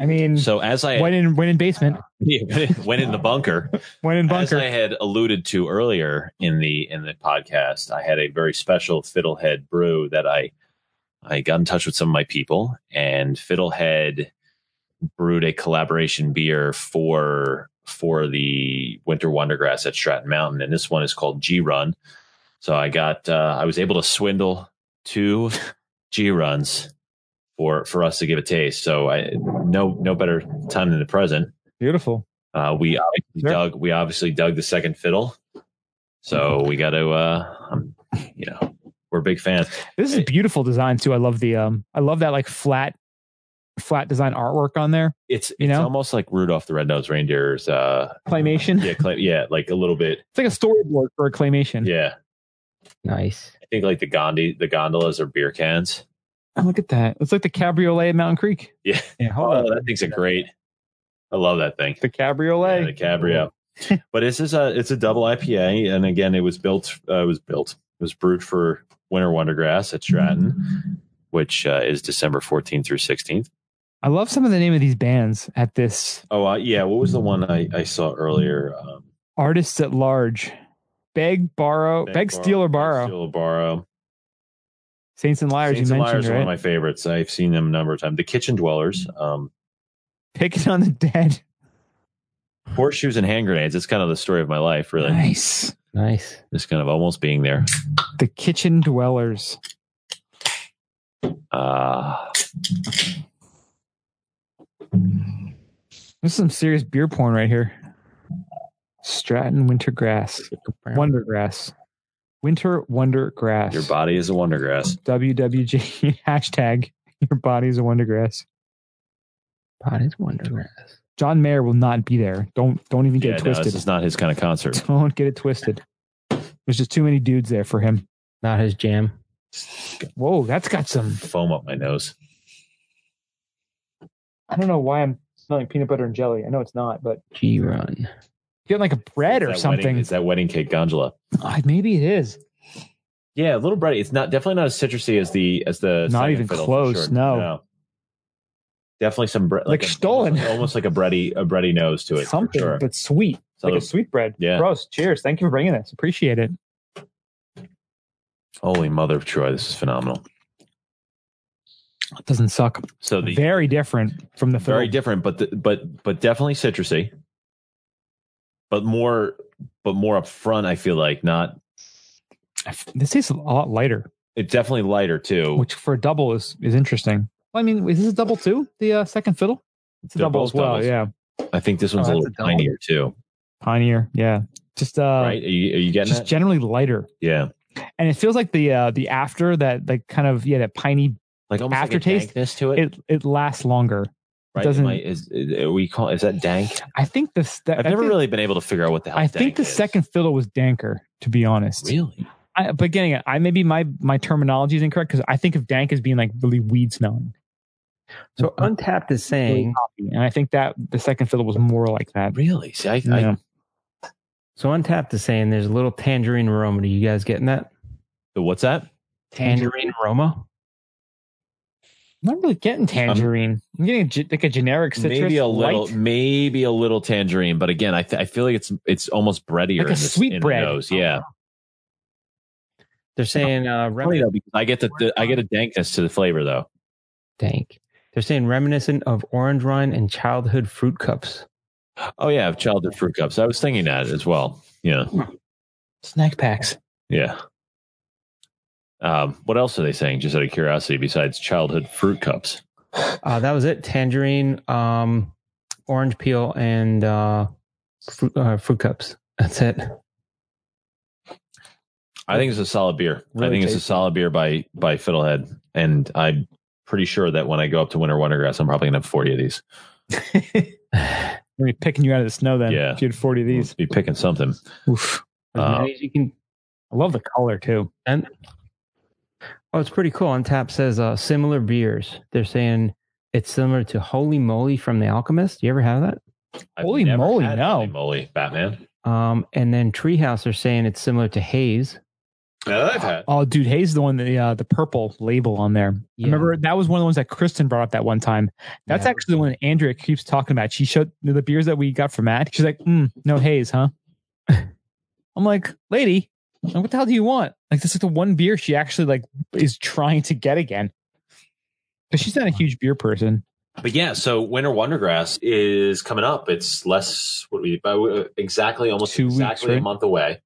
S1: I mean,
S3: So as I
S1: Mm. when in when in basement,
S3: went in the bunker,
S1: when in bunker.
S3: As I had alluded to earlier in the in the podcast, I had a very special Fiddlehead brew that I I got in touch with some of my people, and Fiddlehead brewed a collaboration beer for for the Winter Wondergrass at Stratton Mountain, and this one is called G Run. So I got uh, I was able to swindle two G runs for for us to give a taste. So I no no better time than the present.
S1: Beautiful.
S3: Uh, we obviously
S1: Sure.
S3: dug. We obviously dug the second fiddle, so we got to. Uh, um, you know, we're big fans.
S1: This is beautiful design too. I love the um I love that like flat flat design artwork on there.
S3: It's it's
S1: You know?
S3: almost like Rudolph the Red-Nosed Reindeer's. Uh,
S1: Claymation.
S3: yeah, cla yeah, like a little bit.
S1: It's like a storyboard for a claymation.
S3: Yeah,
S2: Nice.
S3: I think like the Gandhi, the gondolas are beer cans.
S1: Oh, look at that. It's like the cabriolet at Mountain Creek.
S3: Yeah.
S1: Yeah, hold
S3: Oh,
S1: on.
S3: that thing's a great. I love that thing.
S1: The cabriolet.
S3: Yeah, the cabrio. but this is a it's a double IPA, and again, it was built. Uh, it was built. It was brewed for Winter Wondergrass at
S1: Mm-hmm.
S3: Stratton, which uh, is December fourteenth through sixteenth.
S1: I love some of the name of these bands at this
S3: Oh uh, yeah, what was the one I, I saw earlier? Um,
S1: artists at large. Beg, borrow, Oh, beg, steal, or borrow.
S3: Steal or borrow.
S1: Saints and liars.
S3: Saints
S1: you
S3: and
S1: mentioned
S3: Liars are one
S1: right?
S3: of my favorites. I've seen them a number of times. The Kitchen Dwellers, um,
S1: Picking on the dead.
S3: horseshoes and hand grenades. It's kind of the story of my life, really.
S1: Nice.
S2: Nice.
S3: Just kind of almost being there.
S1: The kitchen dwellers.
S3: Uh,
S1: This is some serious beer porn right here. Stratton Wintergrass. Wondergrass. Winter Wondergrass.
S3: your body is a wondergrass.
S1: WWG hashtag your body is a wondergrass.
S2: Pot is wondergrass.
S1: John Mayer will not be there. Don't don't even get
S3: Yeah,
S1: it
S3: no, this
S1: twisted.
S3: is not his kind of concert.
S1: don't get it twisted. There's just too many dudes there for him.
S2: Not his jam.
S1: Whoa, that's got some
S3: Foam up my nose.
S1: I don't know why I'm smelling peanut butter and jelly. I know it's not, but
S2: G run.
S1: getting like a bread
S3: Is
S1: or
S3: that wedding-
S1: something.
S3: is that wedding cake gondola?
S1: Ah, maybe it is.
S3: Yeah, a little bready. It's not definitely not as citrusy as the as the
S1: Not
S3: second
S1: even
S3: fiddle, for
S1: close, no.
S3: Definitely some bre-
S1: Like
S3: a-
S1: Stollen.
S3: almost, like a bready a bready nose to it. for
S1: something,
S3: sure.
S1: but sweet.
S3: So
S1: like a sweet bread.
S3: Yeah.
S1: Gross. Cheers. Thank you for bringing this. Appreciate it.
S3: Holy mother of Troy, this is phenomenal.
S1: It doesn't suck.
S3: So the
S1: Very
S3: very,
S1: different from the very
S3: different, but the, but but definitely citrusy, but more but more upfront. I feel like not.
S1: This tastes a lot lighter,
S3: It's definitely lighter too.
S1: which for a double is is interesting. Well, I mean, is this a double too? The uh, second fiddle? It's a
S3: They're
S1: double
S3: both
S1: as well.
S3: doubles.
S1: Yeah.
S3: I think this one's
S2: Oh,
S3: a
S2: that's a
S3: little
S2: double.
S3: tinier too.
S1: Pioneer. Yeah. Just uh
S3: right? Are you, are you getting
S1: just
S3: that?
S1: generally lighter.
S3: yeah,
S1: And it feels like the uh the after that like kind of yeah, that piney
S3: like almost
S1: aftertaste,
S3: like a dankness to it.
S1: it it lasts longer.
S3: right?
S1: doesn't-
S3: Am I- is, is- are we call is that dank?
S1: I think the st-
S3: I've
S1: I
S3: never
S1: think,
S3: really been able to figure out what the hell.
S1: I think
S3: dank
S1: the
S3: is.
S1: second fiddle was danker, to be honest.
S3: really.
S1: I, but getting it, I maybe my my terminology is incorrect because I think of dank as being like really weed smelling,
S2: So untapped is saying.
S1: and I think that the second fiddle was more like that.
S3: Really? See, I,
S1: Yeah.
S3: I,
S2: So untapped is saying there's a little tangerine aroma. Do you guys getting that?
S3: the, what's that?
S2: Tangerine aroma.
S1: I'm not really getting tangerine. I'm getting a ge- like a generic citrus,
S3: Um, maybe a little,
S1: light.
S3: maybe a little tangerine, but again, I, th- I feel like it's it's almost breadier.
S1: Like a
S3: in this-
S1: sweet
S3: in the
S1: bread. Oh,
S3: nose. Yeah,
S2: They're saying uh,
S3: Funny
S2: remi-
S3: though, because I get the, the I get a dankness to the flavor though.
S2: dank. They're saying reminiscent of orange rind and childhood fruit cups.
S3: Oh yeah, of childhood fruit cups. I was thinking that as well. Yeah,
S1: snack packs.
S3: yeah. Um, what else are they saying? Just out of curiosity, besides childhood fruit cups,
S2: Uh, that was it. Tangerine, um, orange peel, and uh, fruit, uh, fruit cups. That's it.
S3: I think it's a solid beer. I
S1: Really
S3: think it's a
S1: tasty.
S3: solid beer by by Fiddlehead, and I'm pretty sure that when I go up to Winter Wondergrass, I'm probably gonna have 40 of these.
S1: We're gonna be picking you out of the snow then.
S3: Yeah.
S1: If you had 40 of these.
S3: Be picking something.
S1: Oof.
S2: As
S3: Uh,
S2: many as you can.
S1: I love the color too.
S2: And oh, it's pretty cool. On tap says uh, similar beers. They're saying it's similar to Holy Moly from The Alchemist. You ever have that?
S3: I've
S1: Holy
S3: never
S1: moly,
S3: had
S1: no.
S3: Holy moly, Batman.
S2: Um, and then Treehouse are saying it's similar to Haze.
S3: I've had.
S1: Oh, dude, Hay's the one that the uh, the purple label on there.
S2: Yeah.
S1: Remember that was one of the ones that Kristen brought up that one time. That's
S2: Yeah.
S1: actually the one Andrea keeps talking about. She showed the beers that we got from Matt. She's like, mm, "No haze, huh?" I'm like, "Lady, like, what the hell do you want?" Like this is the one beer she actually like is trying to get again. But she's not a huge beer person.
S3: But yeah, so Winter Wondergrass is coming up. It's less what we about uh, exactly almost
S1: Two weeks,
S3: exactly a
S1: right?
S3: month away.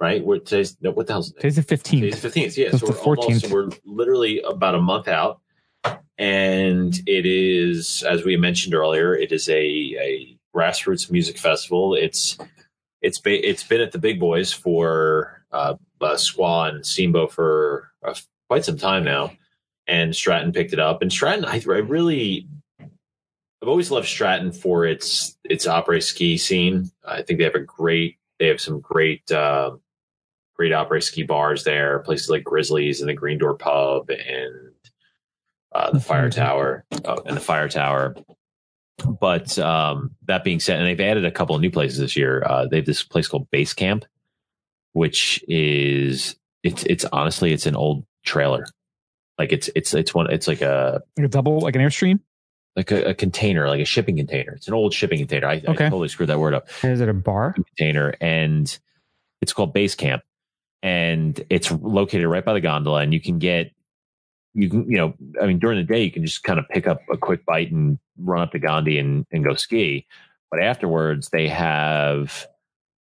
S3: Right? We're today's no, what the hell's
S1: Today's the
S3: Today's
S1: 15th.
S3: the 15th. Yeah.
S1: So
S3: so
S1: it's
S3: we're
S1: the 14th.
S3: almost, we're literally about a month out. And it is, as we mentioned earlier, it is a, a grassroots music festival. It's, it's, ba- it's been at the big boys for, uh, uh Squaw and Steambo for uh, quite some time now. And Stratton picked it up and Stratton, I, I really, I've always loved Stratton for its, its opera ski scene. I think they have a great, they have some great, um, great opera ski bars there, places like Grizzlies and the Green Door Pub and uh, the Fire Tower oh, and the Fire Tower. But um, that being said, and they've added a couple of new places this year. Uh, they have this place called Base Camp, which is it's it's honestly it's an old trailer, like it's it's it's one it's like a
S1: Like a double, like an airstream.
S3: like a, a container, like a shipping container. It's an old shipping container. I, I
S1: Okay.
S3: totally screwed that word up
S2: Is it a bar?
S3: container and it's called base camp and it's located right by the gondola and you can get you can you know i mean during the day you can just kind of pick up a quick bite and run up to gandhi and, and go ski but afterwards they have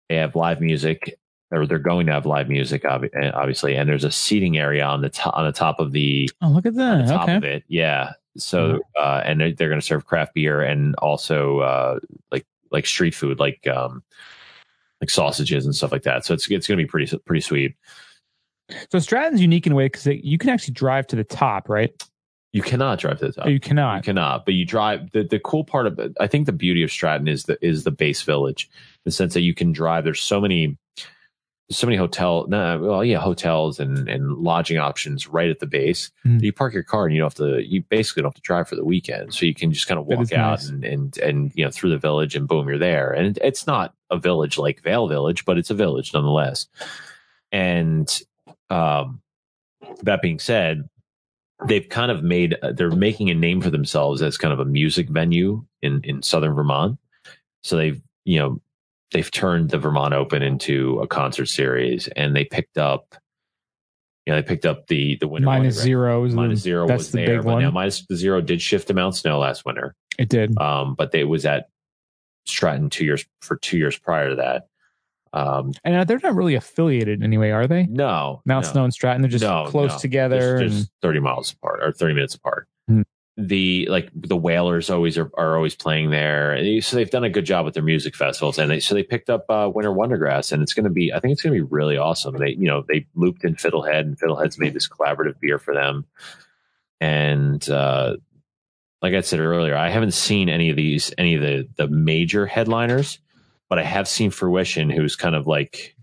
S3: they have live music or they're going to have live music obvi- eh, obviously and there's a seating area on the top on the top of the
S1: Oh, look at
S3: on the
S1: that.
S3: top
S1: Okay.
S3: of it yeah so uh and they're, they're going to serve craft beer and also uh like like street food like um like sausages and stuff like that so it's it's going to be pretty pretty sweet
S1: So Stratton's unique in a way because you can actually drive to the top, right?
S3: you cannot drive to the top
S1: Or you cannot.
S3: Oh, You cannot, but you drive. The, the cool part of I think the beauty of Stratton is the is the base village, in the sense that you can drive. There's so many, so many hotel. No, well, yeah, hotels and and lodging options right at the base.
S1: Mhm.
S3: You park your car and you don't have to. You basically don't have to drive for the weekend, so you can just kind of
S1: That is
S3: walk out
S1: nice.
S3: and, and and you know through the village and boom, you're there. And it's not a village like Vale Village, but it's a village nonetheless. And um, that being said, they've kind of made uh, they're making a name for themselves as kind of a music venue in in southern Vermont. So they've you know they've turned the Vermont Open into a concert series, and they picked up you know they picked up the the winter
S1: Minus
S3: Wondergrass.
S1: zero is
S3: Minus
S1: the,
S3: zero
S1: that's
S3: was
S1: the
S3: there,
S1: big
S3: but
S1: one.
S3: now minus zero did shift to Mount Snow last winter
S1: it did.
S3: um, but they was at Stratton two years for two years prior to that. Um,
S1: And uh, they're not really affiliated in any way, are they?
S3: no,
S1: Mount
S3: no,
S1: Snow and Stratton, they're just
S3: No,
S1: close
S3: no.
S1: together.
S3: Just,
S1: and-
S3: just thirty miles apart or thirty minutes apart.
S1: Hmm.
S3: The like the Whalers always are, are always playing there, And so they've done a good job with their music festivals. And they, so they picked up uh, Winter Wondergrass, and it's going to be I think it's going to be really awesome. They you know they looped in Fiddlehead, and Fiddlehead's made this collaborative beer for them. And uh, like I said earlier, I haven't seen any of these any of the the major headliners, but I have seen Fruition, who's kind of like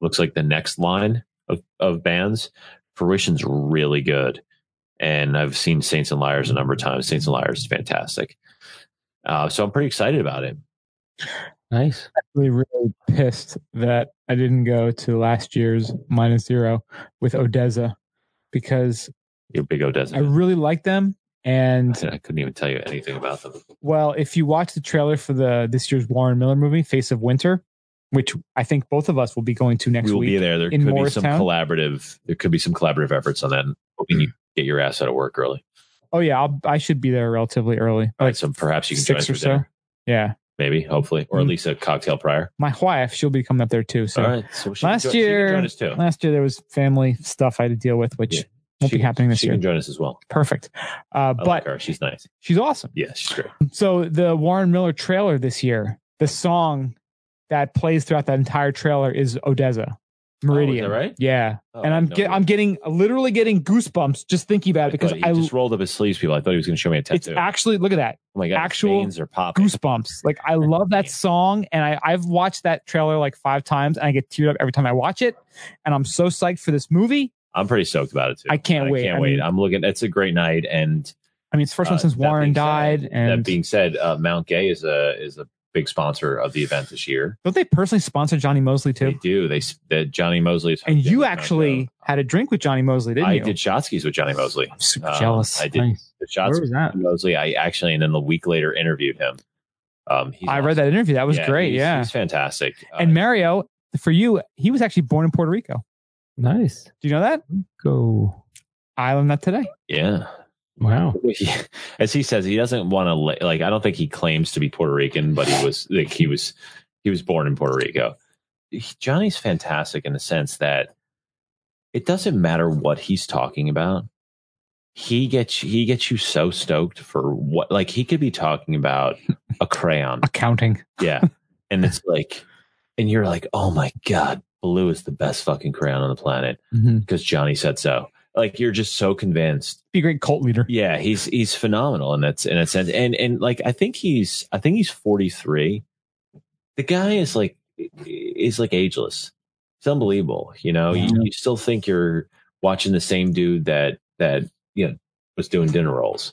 S3: looks like the next line of of bands. Fruition's really good. And I've seen Saints and Liars a number of times. Saints and Liars is fantastic. Uh, so I'm pretty excited about it.
S2: Nice.
S1: really, really pissed that I didn't go to last year's minus zero with Odessa because
S3: Your big Odessa.
S1: I really like them. And
S3: I couldn't even tell you anything about them.
S1: well, if you watch the trailer for the this year's Warren Miller movie, Face of Winter, which I think both of us will be going to next
S3: we will
S1: week.
S3: be there. There
S1: in
S3: could be some
S1: Morristown?
S3: collaborative. There could be some collaborative efforts on that. Hoping you
S1: Hmm.
S3: get your ass out of work early.
S1: Oh yeah, I'll, I should be there relatively early,
S3: All
S1: like
S3: Oh, right, so perhaps you can join
S1: six
S3: us for
S1: or so.
S3: dinner,
S1: Yeah,
S3: maybe, hopefully, or at least a cocktail prior.
S1: my wife, she'll be coming up there too. So
S3: All right. So she
S1: Last
S3: can join, she can
S1: year-
S3: join us too.
S1: last year there was family stuff I had to deal with, which
S3: Yeah.
S1: won't
S3: She-
S1: be happening this
S3: she
S1: year.
S3: can join us as well.
S1: Perfect. Uh,
S3: I
S1: but
S3: like her. She's nice.
S1: she's awesome.
S3: Yeah, she's great.
S1: So the Warren Miller trailer this year, the song that plays throughout that entire trailer is Odessa. Meridian,
S3: Oh, right?
S1: Yeah,
S3: Oh,
S1: and
S3: I
S1: I'm
S3: had no
S1: get,
S3: idea.
S1: I'm getting literally getting goosebumps just thinking about it because
S3: thought he
S1: I
S3: just rolled up his sleeves, people. I thought he was going to show me a
S1: it's
S3: tattoo.
S1: actually look at that
S3: oh my god, his
S1: actual
S3: veins are popping.
S1: goosebumps. Like I love that song, and I I've watched that trailer like five times, and I get teared up every time I watch it, and I'm so psyched for this movie.
S3: I'm pretty stoked about it too.
S1: I can't wait.
S3: I can't
S1: I
S3: wait.
S1: mean-
S3: I'm looking. It's a great night, and
S1: I mean, it's the first one
S3: Uh,
S1: since
S3: that
S1: Warren
S3: being said-
S1: died, and
S3: that being said, uh, Mount Gay is a is a big sponsor of the event this year.
S1: don't they personally sponsor Johnny Mosley
S3: They
S1: too?
S3: do. They s- that Johnny Mosley is.
S1: And
S3: hosting
S1: you
S3: Mount
S1: actually
S3: Gay.
S1: had a drink with Johnny Mosley, didn't
S3: I
S1: you?
S3: did shot skis with Johnny Mosley.
S1: I'm super
S3: Uh,
S1: jealous.
S3: I did.
S2: Nice.
S3: The
S2: Where
S3: shots
S2: was that?
S3: Mosley, I actually, and then the week later interviewed him. Um, he's
S1: I
S3: awesome.
S1: read that interview. That was
S3: Yeah,
S1: great.
S3: he's-
S1: yeah.
S3: he's fantastic. Uh,
S1: and Mario, for you, he was actually born in Puerto Rico.
S2: Nice.
S1: Do you know that?
S2: Go.
S1: I learned that today.
S3: yeah,
S2: Wow.
S3: as he says, he doesn't want to like. I don't think he claims to be Puerto Rican, but he was like he was he was born in Puerto Rico. He- Johnny's fantastic in the sense that it doesn't matter what he's talking about. He gets he gets you so stoked for what like he could be talking about a crayon
S1: Accounting.
S3: Yeah. And it's like, and you're like, oh my God, blue is the best fucking crayon on the planet because Johnny said so. Like you're just so convinced.
S1: Be a great cult leader.
S3: Yeah, he's he's phenomenal in that's in a sense. And and like I think he's I think he's 43. The guy is like is like ageless. It's unbelievable. You know, you, you still think you're watching the same dude that that you know was doing dinner rolls.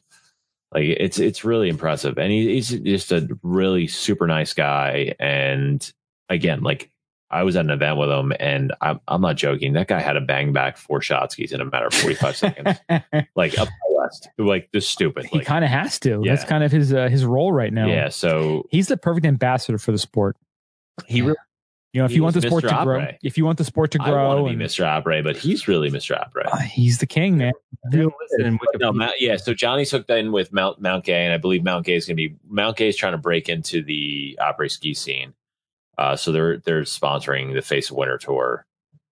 S3: Like it's it's really impressive, and he, he's just a really super nice guy. And again, like I was at an event with him, and I'm I'm not joking. That guy had a bang back four shot skis in a matter of 45 seconds, like up the west, like just stupid.
S1: he
S3: Like,
S1: kind of has to.
S3: Yeah.
S1: That's kind of his uh, his role right now.
S3: yeah, so
S1: He's the perfect ambassador for the sport.
S3: he really
S1: You know, if
S3: He
S1: you want the
S3: is
S1: sport
S3: Mr.
S1: to grow,
S3: Opry.
S1: if you want the sport to
S3: I want
S1: grow,
S3: to be
S1: and-
S3: Mr. Opry, but he's really Mr. Opry.
S1: Uh, he's the king, man. Real-
S2: And
S3: But no, Mount, yeah. So Johnny's hooked in with Mount Mount Gay, and I believe Mount Gay is going to be Mount Gay is trying to break into the opera ski scene. Uh, so they're they're sponsoring the Face of Winter tour.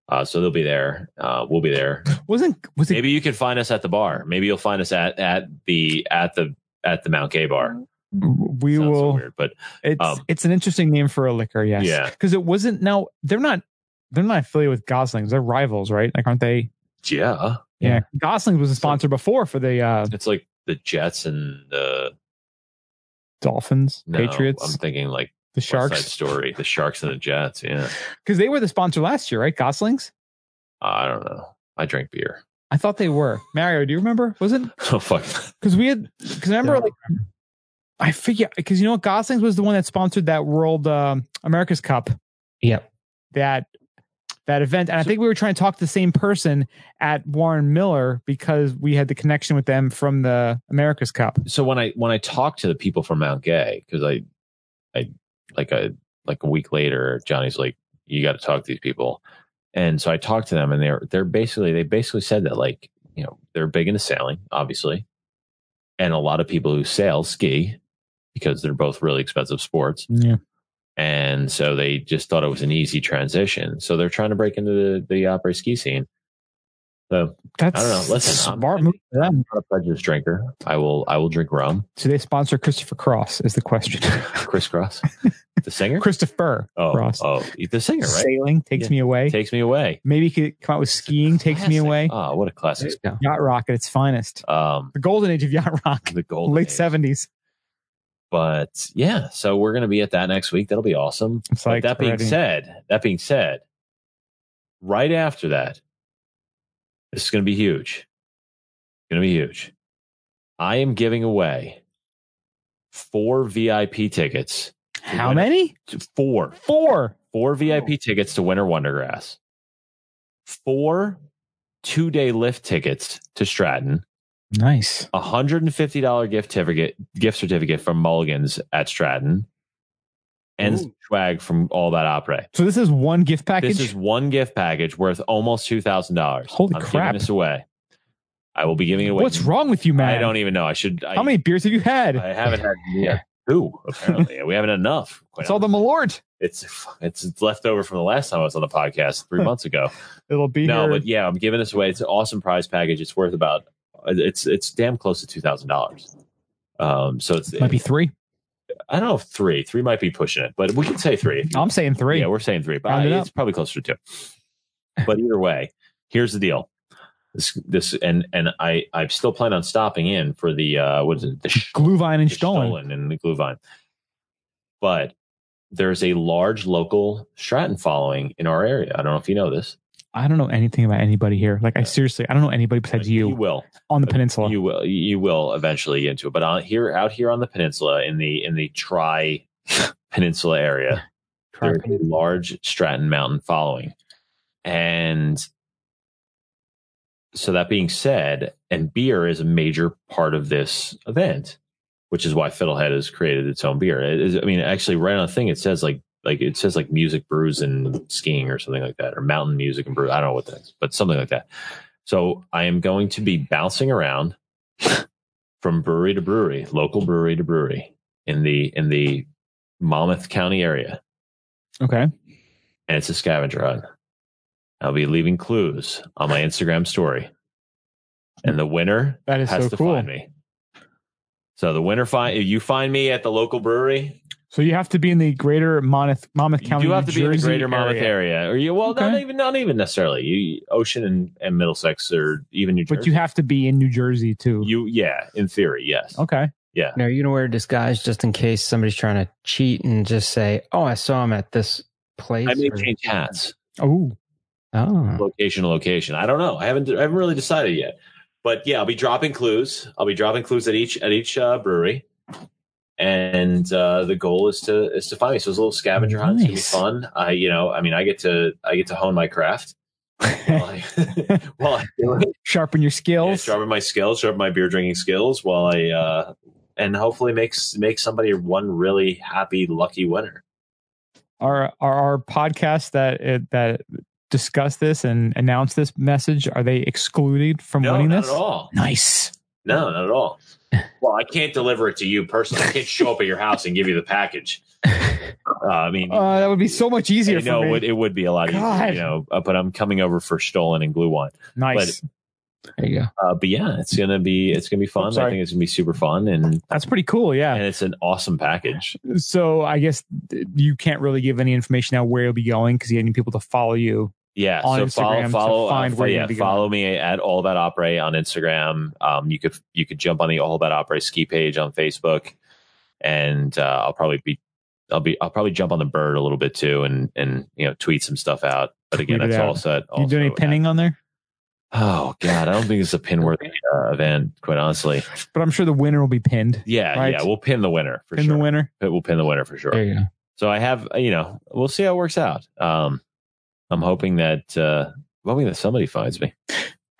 S3: Uh, so they'll be there. Uh, we'll be there.
S1: Wasn't was it
S3: Maybe you can find us at the bar. Maybe you'll find us at at the at the at the Mount Gay bar.
S1: we
S3: Sounds so
S1: will
S3: weird, but
S1: it's
S3: Um,
S1: it's an interesting name for a liquor, yes.
S3: Yeah.
S1: Because it wasn't now they're not they're not affiliated with Goslings. They're rivals, right? Like aren't they?
S3: yeah,
S1: Yeah. Goslings was a sponsor before for the uh
S3: it's like the Jets and the
S1: Dolphins,
S3: no, I'm
S1: Patriots,
S3: thinking like
S1: the
S3: West Side
S1: Sharks.
S3: story, the Sharks and the Jets. Yeah,
S1: Because they were the sponsor last year, right? Goslings?
S3: I don't know. I drink beer.
S1: I thought they were. Mario, do you remember? Was it
S3: Oh fuck.
S1: because we had because remember
S2: Yeah.
S1: like I figure because you know Goslings was the one that sponsored that World um, America's Cup.
S2: Yep.
S1: That that event, and I
S3: So-
S1: think we were trying to talk to the same person at Warren Miller because we had the connection with them from the America's Cup.
S3: so when I when I talked to the people from Mount Gay, because I, I like a like a week later, Johnny's like, you got to talk to these people, and so I talked to them, and they're they're basically they basically said that like you know they're big into sailing, obviously, and a lot of people who sail ski because they're both really expensive sports,
S1: Yeah,
S3: and so they just thought it was an easy transition. So they're trying to break into the the opera ski scene. So
S1: that's
S3: I don't know. Listen, I'm-
S1: smart move for them.
S3: I'm not a prejudice drinker. I will I will drink rum.
S1: Do they sponsor Christopher Cross? Is the question.
S3: Crisscross, the singer.
S1: Christopher
S3: Oh,
S1: Cross,
S3: oh, the singer, right?
S1: sailing takes
S3: Yeah.
S1: me away.
S3: Takes me away.
S1: Maybe he could come out with skiing takes me
S3: Classic.
S1: away.
S3: Oh, what a classic.
S2: no.
S1: yacht rock at its finest.
S3: Um,
S1: The golden age of yacht rock,
S3: the gold
S1: late seventies.
S3: But yeah, so we're gonna be at that next week. That'll be awesome.
S1: It's
S3: But
S1: like
S3: that being
S1: already-
S3: said, that being said, right after that, this is gonna be huge. Gonna be huge. I am giving away four VIP tickets.
S1: How many?
S3: Four.
S1: Four.
S3: four VIP tickets to Winter Wondergrass, four two day lift tickets to Stratton,
S1: Nice.
S3: a hundred and fifty dollar gift certificate gift certificate from Mulligan's at Stratton, and some swag from all that opera.
S1: So this is one gift package.
S3: This is one gift package worth almost two thousand dollars.
S1: Holy
S3: I'm
S1: crap.
S3: Giving this away. I will be giving it away.
S1: What's wrong with you, man?
S3: I don't even know. I should. I,
S1: How many beers have you had?
S3: I haven't had. Yeah, two apparently. we haven't had enough. quite
S1: it's all the Malort.
S3: it's it's left over from the last time I was on the podcast three months ago.
S1: It'll be
S3: No,
S1: here.
S3: but yeah, I'm giving this away. It's an awesome prize package. It's worth about it's it's damn close to two thousand dollars. Um, so it's
S1: Might be three.
S3: I don't know if three three might be pushing it, but we can say three. If you,
S1: I'm saying three.
S3: Yeah, we're saying three, but
S1: Round it
S3: it's probably closer to two. But either way, here's the deal. This, this, and and I, I still plan on stopping in for the uh, what is it? The sh-
S1: Glühwein and
S3: the
S1: Stollen.
S3: Stollen and the Glühwein. But there's a large local Stratton following in our area. I don't know if you know this.
S1: I don't know anything about anybody here. Like, I seriously, I don't know anybody besides
S3: You
S1: you
S3: will.
S1: on the peninsula.
S3: Uh, You will. You will eventually get into it. But on here, out here on the peninsula, in the in the tri peninsula area, there's a large Stratton Mountain following. And so that being said, and beer is a major part of this event, which is why Fiddlehead has created its own beer. It is, I mean, actually, right on the thing, it says like like it says like music brews and skiing or something like that, or mountain music and brew. I don't know what that is, but something like that. So I am going to be bouncing around from brewery to brewery, local brewery to brewery in the in the Monmouth County area
S1: Okay.
S3: and it's a scavenger hunt. I'll be leaving clues on my Instagram story, and the winner
S1: That is
S3: has
S1: so
S3: to
S1: cool.
S3: find me. So the winner find you find me at the local brewery.
S1: So you have to be in the greater Monmouth, Monmouth
S3: You
S1: County.
S3: do have
S1: New
S3: to be in the
S1: Jersey
S3: greater Monmouth area, or you well, not
S1: Okay.
S3: even not even necessarily you Ocean and, and Middlesex or even New Jersey.
S1: But you have to be in New Jersey, too.
S3: you yeah, in theory, yes.
S1: okay.
S2: Now, are you going to wear a disguise just in case somebody's trying to cheat and just say, oh, I saw him at this place?
S3: I may
S2: or-
S3: change hats.
S1: Oh, Hmm.
S2: Oh,
S3: location to location. I don't know. I haven't I haven't really decided yet. But yeah, I'll be dropping clues. I'll be dropping clues at each at each uh, brewery, and uh, the goal is to is to find me. So it's a little scavenger hunt. It's
S1: Nice.
S3: gonna be fun. I you know I mean I get to I get to hone my craft. While I, while I do it.
S1: sharpen your
S3: Oh. Yeah,
S1: skills.
S3: sharpen my skills, sharpen my beer drinking skills, while I uh, and hopefully makes make somebody one really happy lucky winner.
S1: are are our podcasts that it, that discuss this and announce this message are they excluded from
S3: No,
S1: winning
S3: not
S1: this?
S3: at all.
S1: Nice.
S3: No, not at all. Well, I can't deliver it to you personally. I can't show up at your house and give you the package. Uh, I mean,
S1: Uh, that would be so much easier
S3: I know
S1: for
S3: it
S1: me.
S3: would, it would be a lot easier,
S1: God.
S3: you know, uh, but I'm coming over for Stolen and Glue Wine.
S1: nice.
S2: there you go.
S3: Uh, but yeah, it's going to be, it's going to be
S1: I'm
S3: fun. I
S1: sorry.
S3: think it's going to be super fun. And,
S1: That's pretty cool.
S3: and
S1: Yeah.
S3: it's an awesome package.
S1: So I guess th- you can't really give any information now where you'll be going because you need people to follow you.
S3: Yeah.
S1: On
S3: so
S1: Instagram to
S3: follow, follow, uh,
S1: find where you're
S3: yeah,
S1: gonna be going.
S3: follow me at all about opera on Instagram. Um, you could, you could jump on the all about opera ski page on Facebook and, uh, I'll probably be, I'll be, I'll probably jump on the bird a little bit too and, and, you know, tweet some stuff out. But again,
S1: Tweet it
S3: that's
S1: out.
S3: all set.
S1: You do any
S3: also at-
S1: pinning on there?
S3: Oh God, I don't think it's a pin worthy uh, event, quite honestly.
S1: But I'm sure the winner will be pinned.
S3: Yeah,
S1: Right.
S3: yeah, we'll pin the winner for
S1: Pin
S3: sure.
S1: the winner.
S3: We'll pin the winner for sure.
S2: There you go.
S3: So I have, you know, we'll see how it works out. Um, I'm hoping that, uh, I'm hoping that somebody finds me.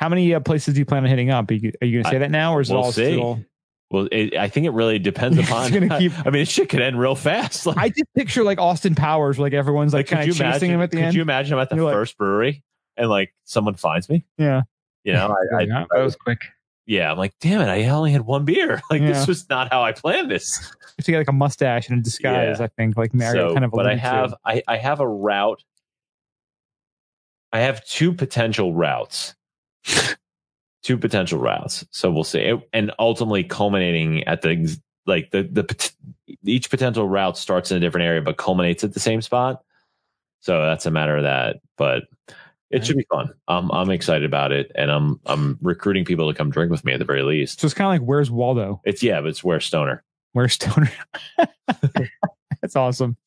S1: How many uh, places do you plan on hitting up? Are you, are you going to say that now, or is
S3: We'll
S1: it all
S3: see.
S1: still?
S3: Well, it, I think it really depends
S1: It's
S3: upon.
S1: gonna keep-
S3: I mean, shit could end real fast. Like,
S1: I just picture like Austin Powers, like everyone's like,
S3: could
S1: kind of chasing
S3: imagine?
S1: him at the
S3: could
S1: end.
S3: you imagine I'm at the
S1: You're like-
S3: first brewery and like someone finds me?
S1: yeah.
S3: You know, I, I,
S2: Yeah, that was quick.
S3: yeah, I'm like, damn it, I only had one beer. Like,
S1: Yeah.
S3: this was not how I planned this.
S1: If you get like a mustache and a disguise, I think like Mario
S3: so,
S1: kind of.
S3: but I
S1: alluded to.
S3: have I, I have a route. I have two potential routes. two potential routes. So we'll see. It- and ultimately culminating at the ex- like the the pot- each potential route starts in a different area but culminates at the same spot. So that's a matter of that, but it should be fun. I'm I'm excited about it and I'm I'm recruiting people to come drink with me at the very least.
S1: So it's kind of like where's Waldo?
S3: It's yeah, but it's where stoner.
S1: Where's Stoner? That's awesome.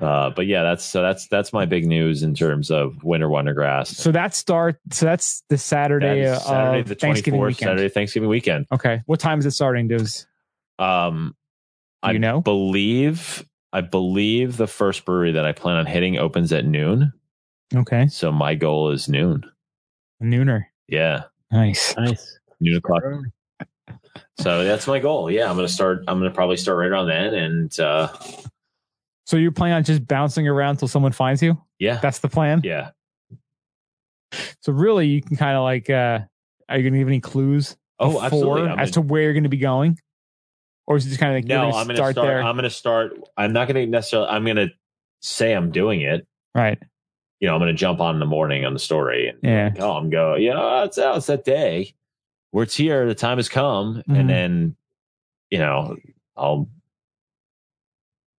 S3: Uh, but yeah, that's so that's that's my big news in terms of winter wondergrass.
S1: So that start. So that's the Saturday,
S3: That
S1: uh,
S3: is Saturday
S1: of
S3: the
S1: Thanksgiving
S3: 24th,
S1: weekend.
S3: Saturday Thanksgiving weekend.
S1: Okay. What time is it starting? Does
S3: Um,
S1: Do you
S3: I
S1: know?
S3: believe I believe the first brewery that I plan on hitting opens at noon.
S1: okay
S3: So my goal is noon.
S1: nooner.
S3: Yeah,
S1: Nice.
S2: Nice.
S3: noon o'clock. So that's my goal. Yeah, I'm gonna start. I'm gonna probably start right around then, and uh,
S1: So you plan on just bouncing around till someone finds you?
S3: yeah,
S1: That's the plan.
S3: yeah.
S1: So really, you can kind of like, uh, are you going to give any clues?
S3: Oh,
S1: before
S3: absolutely. I'm
S1: as
S3: gonna-
S1: to where you're going to be going, or is it just kind of like
S3: no,
S1: you're
S3: I'm
S1: going to
S3: gonna
S1: start
S3: start.
S1: there?
S3: I'm gonna start. I'm not gonna necessarily. I'm gonna say I'm doing it.
S1: right.
S3: you know, I'm going to jump on in the morning on the story and
S1: Yeah.
S3: like, oh, I'm go, you know, it's out, it's that day. We're it's here. The time has come.
S1: Mhm.
S3: And then, you know, I'll,